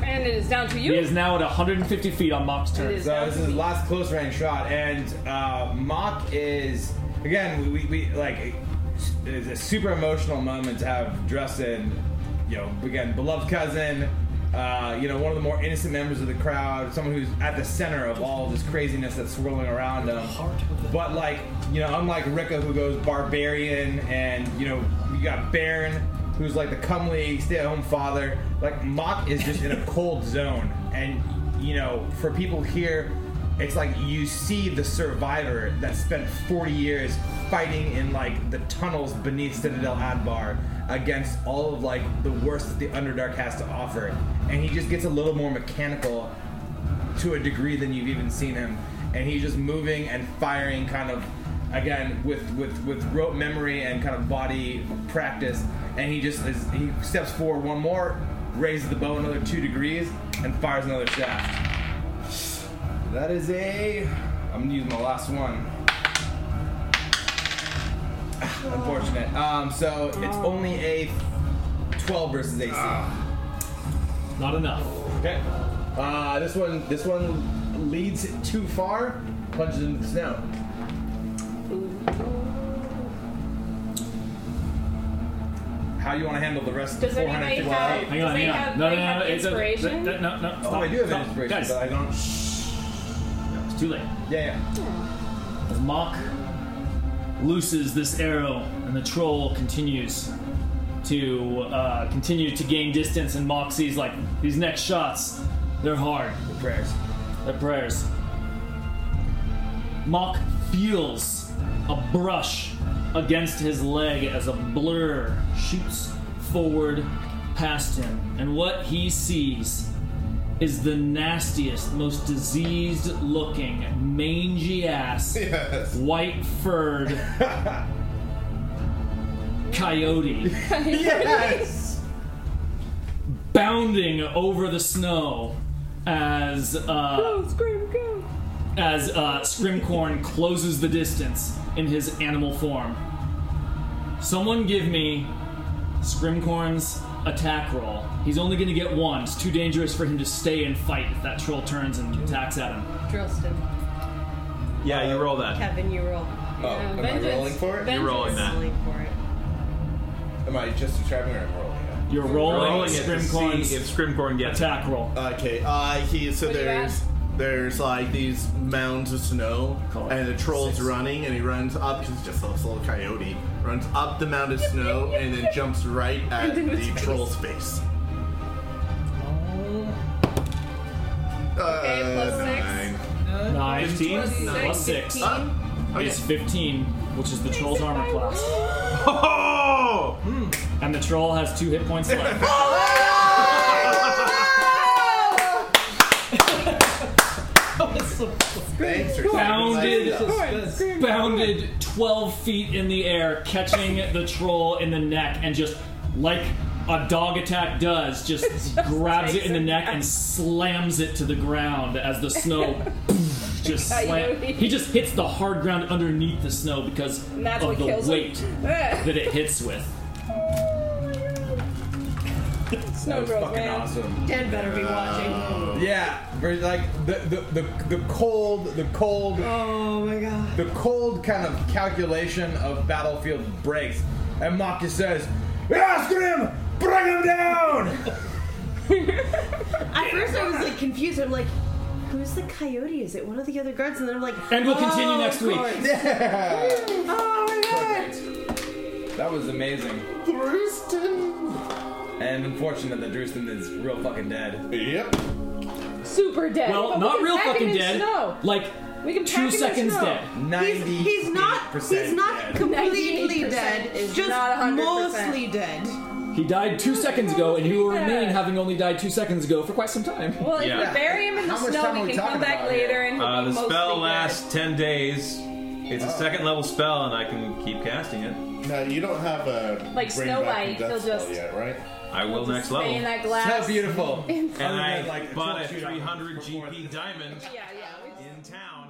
[SPEAKER 3] And it is down to
[SPEAKER 2] He
[SPEAKER 3] you.
[SPEAKER 2] is now at 150 feet on Mock's
[SPEAKER 3] It
[SPEAKER 2] turn.
[SPEAKER 3] is
[SPEAKER 10] So
[SPEAKER 3] down
[SPEAKER 10] this
[SPEAKER 3] to
[SPEAKER 10] is
[SPEAKER 3] you.
[SPEAKER 10] last close range shot, and uh, Mock is again. We, we, we like it's a super emotional moment to have Dressen, you know, again beloved cousin, uh, you know, one of the more innocent members of the crowd, someone who's at the center of all this craziness that's swirling around him.
[SPEAKER 13] Heart of the-
[SPEAKER 10] But like, you know, unlike Rika who goes barbarian and you know, you got Baron who's like the comely stay-at-home father, like Mock is just in a cold zone. And you know, for people here, it's like you see the survivor that spent 40 years fighting in like the tunnels beneath Citadel Adbar against all of like the worst that the Underdark has to offer. And he just gets a little more mechanical to a degree than you've even seen him. And he's just moving and firing, kind of again with with with rote memory and kind of body practice. And he just is, he steps forward one more, raises the bow another two degrees, and fires another shaft. That is a. I'm gonna use my last one. [SIGHS] Ah, Unfortunate. Um, so it's only a 12 versus AC.
[SPEAKER 2] Not enough.
[SPEAKER 10] Okay. Uh, this one, this one leads too far, punches into the snow. How you want to handle the rest of
[SPEAKER 3] Does
[SPEAKER 10] the
[SPEAKER 3] anybody
[SPEAKER 10] 450?
[SPEAKER 3] have?
[SPEAKER 2] Hang on,
[SPEAKER 3] does
[SPEAKER 2] hang
[SPEAKER 3] they have,
[SPEAKER 2] on. No,
[SPEAKER 3] they
[SPEAKER 2] no, no,
[SPEAKER 3] have
[SPEAKER 2] no. It's a,
[SPEAKER 3] inspiration?
[SPEAKER 2] no, no, no.
[SPEAKER 10] Oh,
[SPEAKER 2] stop,
[SPEAKER 10] I do have
[SPEAKER 2] stop.
[SPEAKER 10] inspiration,
[SPEAKER 2] Guys,
[SPEAKER 10] but I don't.
[SPEAKER 2] it's too late.
[SPEAKER 10] Yeah, yeah.
[SPEAKER 2] As Mock looses this arrow, and the troll continues to uh, continue to gain distance, and Mock sees like these next shots, they're hard.
[SPEAKER 10] Your prayers.
[SPEAKER 2] They're prayers. Mock feels a brush against his leg as a blur shoots forward past him, and what he sees is the nastiest, most diseased looking, mangy ass
[SPEAKER 21] Yes.
[SPEAKER 2] white furred coyote
[SPEAKER 10] Yes.
[SPEAKER 2] bounding over the snow as uh,
[SPEAKER 3] Go, scream, go.
[SPEAKER 2] as uh, Scrimcorn closes the distance in his animal form. Someone give me Scrimcorn's attack roll. He's only going to get one. It's too dangerous for him to stay and fight if that troll turns and attacks at him.
[SPEAKER 9] Drillston.
[SPEAKER 4] Yeah, you roll that.
[SPEAKER 9] Kevin, you roll.
[SPEAKER 21] Oh, am
[SPEAKER 3] vengeance.
[SPEAKER 21] I rolling for it?
[SPEAKER 4] You're rolling that.
[SPEAKER 9] Rolling for it.
[SPEAKER 21] Am I just describing or am I rolling it?
[SPEAKER 2] You're rolling,
[SPEAKER 4] Rolling it to
[SPEAKER 2] Scrimcorn's
[SPEAKER 4] see if Scrimcorn gets it.
[SPEAKER 2] attack roll.
[SPEAKER 5] Okay, uh, he so
[SPEAKER 3] What do you
[SPEAKER 5] there's there's like these mounds of snow,
[SPEAKER 2] Call it
[SPEAKER 5] and the troll's running, and he runs up because he's just a little coyote. Runs up the mound
[SPEAKER 3] [LAUGHS]
[SPEAKER 5] of snow and then jumps right at
[SPEAKER 3] Into
[SPEAKER 5] the
[SPEAKER 3] his face.
[SPEAKER 5] troll's face.
[SPEAKER 3] Okay, plus six.
[SPEAKER 13] Uh,
[SPEAKER 2] 19
[SPEAKER 3] Plus six.
[SPEAKER 2] plus 6
[SPEAKER 5] Ah, okay.
[SPEAKER 2] is 15, which is the troll's armor class.
[SPEAKER 4] Oh!
[SPEAKER 2] And the troll has two hit points
[SPEAKER 3] [LAUGHS]
[SPEAKER 2] left.
[SPEAKER 3] [LAUGHS]
[SPEAKER 5] Thanks for
[SPEAKER 2] Bounded,
[SPEAKER 5] sacrificing us.
[SPEAKER 2] bounded 12 feet in the air, catching the troll in the neck, and just like a dog attack does,
[SPEAKER 3] [LAUGHS]
[SPEAKER 2] just, grabs it in the neck and slams it to the ground as the
[SPEAKER 3] [LAUGHS]
[SPEAKER 2] snow [LAUGHS] just slam.
[SPEAKER 3] Coyote.
[SPEAKER 2] He just hits the hard ground underneath the snow because
[SPEAKER 3] And that's
[SPEAKER 2] of
[SPEAKER 3] what
[SPEAKER 2] the
[SPEAKER 3] kills [LAUGHS]
[SPEAKER 2] weight
[SPEAKER 3] him.
[SPEAKER 2] that it hits with.
[SPEAKER 10] That
[SPEAKER 3] Snow
[SPEAKER 10] was
[SPEAKER 3] growth,
[SPEAKER 10] fucking
[SPEAKER 3] man.
[SPEAKER 10] awesome.
[SPEAKER 9] Dan better be
[SPEAKER 2] Uh,
[SPEAKER 9] watching.
[SPEAKER 10] Yeah, very, like the the, the the cold the cold
[SPEAKER 9] Oh my god.
[SPEAKER 10] the cold kind of calculation of battlefield breaks, and Mock just says, "Ask him, bring him down."
[SPEAKER 9] At first I was like confused. I'm like, who's the coyote? Is it one of the other guards? And they're like,
[SPEAKER 2] And we'll
[SPEAKER 9] "Oh,
[SPEAKER 2] continue
[SPEAKER 9] of
[SPEAKER 2] next week."
[SPEAKER 9] course." "Oh,
[SPEAKER 10] That was amazing. And unfortunate that Drewston is real fucking dead.
[SPEAKER 21] Yep.
[SPEAKER 3] Super dead.
[SPEAKER 2] Well,
[SPEAKER 3] But we
[SPEAKER 2] not
[SPEAKER 3] can
[SPEAKER 2] real
[SPEAKER 3] pack it
[SPEAKER 2] fucking
[SPEAKER 3] in
[SPEAKER 2] dead.
[SPEAKER 3] Snow.
[SPEAKER 2] Like
[SPEAKER 3] We can pack
[SPEAKER 2] two
[SPEAKER 3] it in
[SPEAKER 2] seconds
[SPEAKER 3] snow.
[SPEAKER 2] dead.
[SPEAKER 10] Ninety.
[SPEAKER 9] He's, he's not he's not completely
[SPEAKER 3] 98%
[SPEAKER 9] dead.
[SPEAKER 3] is
[SPEAKER 9] just
[SPEAKER 3] not 100%.
[SPEAKER 9] mostly dead.
[SPEAKER 2] He died two seconds ago, and he will remain
[SPEAKER 3] Yeah.
[SPEAKER 2] having only died two seconds ago for quite some time.
[SPEAKER 3] Well, if
[SPEAKER 4] Yeah.
[SPEAKER 3] we bury him in the
[SPEAKER 10] How much
[SPEAKER 3] snow,
[SPEAKER 10] time are
[SPEAKER 3] we
[SPEAKER 10] we
[SPEAKER 3] can
[SPEAKER 10] talking
[SPEAKER 3] come back
[SPEAKER 10] about
[SPEAKER 3] later and he'll
[SPEAKER 4] Uh,
[SPEAKER 3] be
[SPEAKER 4] the
[SPEAKER 3] mostly
[SPEAKER 4] spell
[SPEAKER 3] dead.
[SPEAKER 4] lasts 10 days. It's a second level spell, and I can keep casting it.
[SPEAKER 5] Now you don't have a
[SPEAKER 3] Like
[SPEAKER 5] bring
[SPEAKER 3] Snow
[SPEAKER 5] back from
[SPEAKER 3] White,
[SPEAKER 5] death
[SPEAKER 3] he'll
[SPEAKER 5] spell
[SPEAKER 3] just-
[SPEAKER 5] yet, right?
[SPEAKER 4] I will next
[SPEAKER 3] Stay in
[SPEAKER 4] level.
[SPEAKER 3] that glass.
[SPEAKER 31] So beautiful.
[SPEAKER 4] And I
[SPEAKER 31] like,
[SPEAKER 4] bought a
[SPEAKER 31] it's not
[SPEAKER 4] 300 GP diamond
[SPEAKER 3] Yeah, yeah. we-
[SPEAKER 4] in town.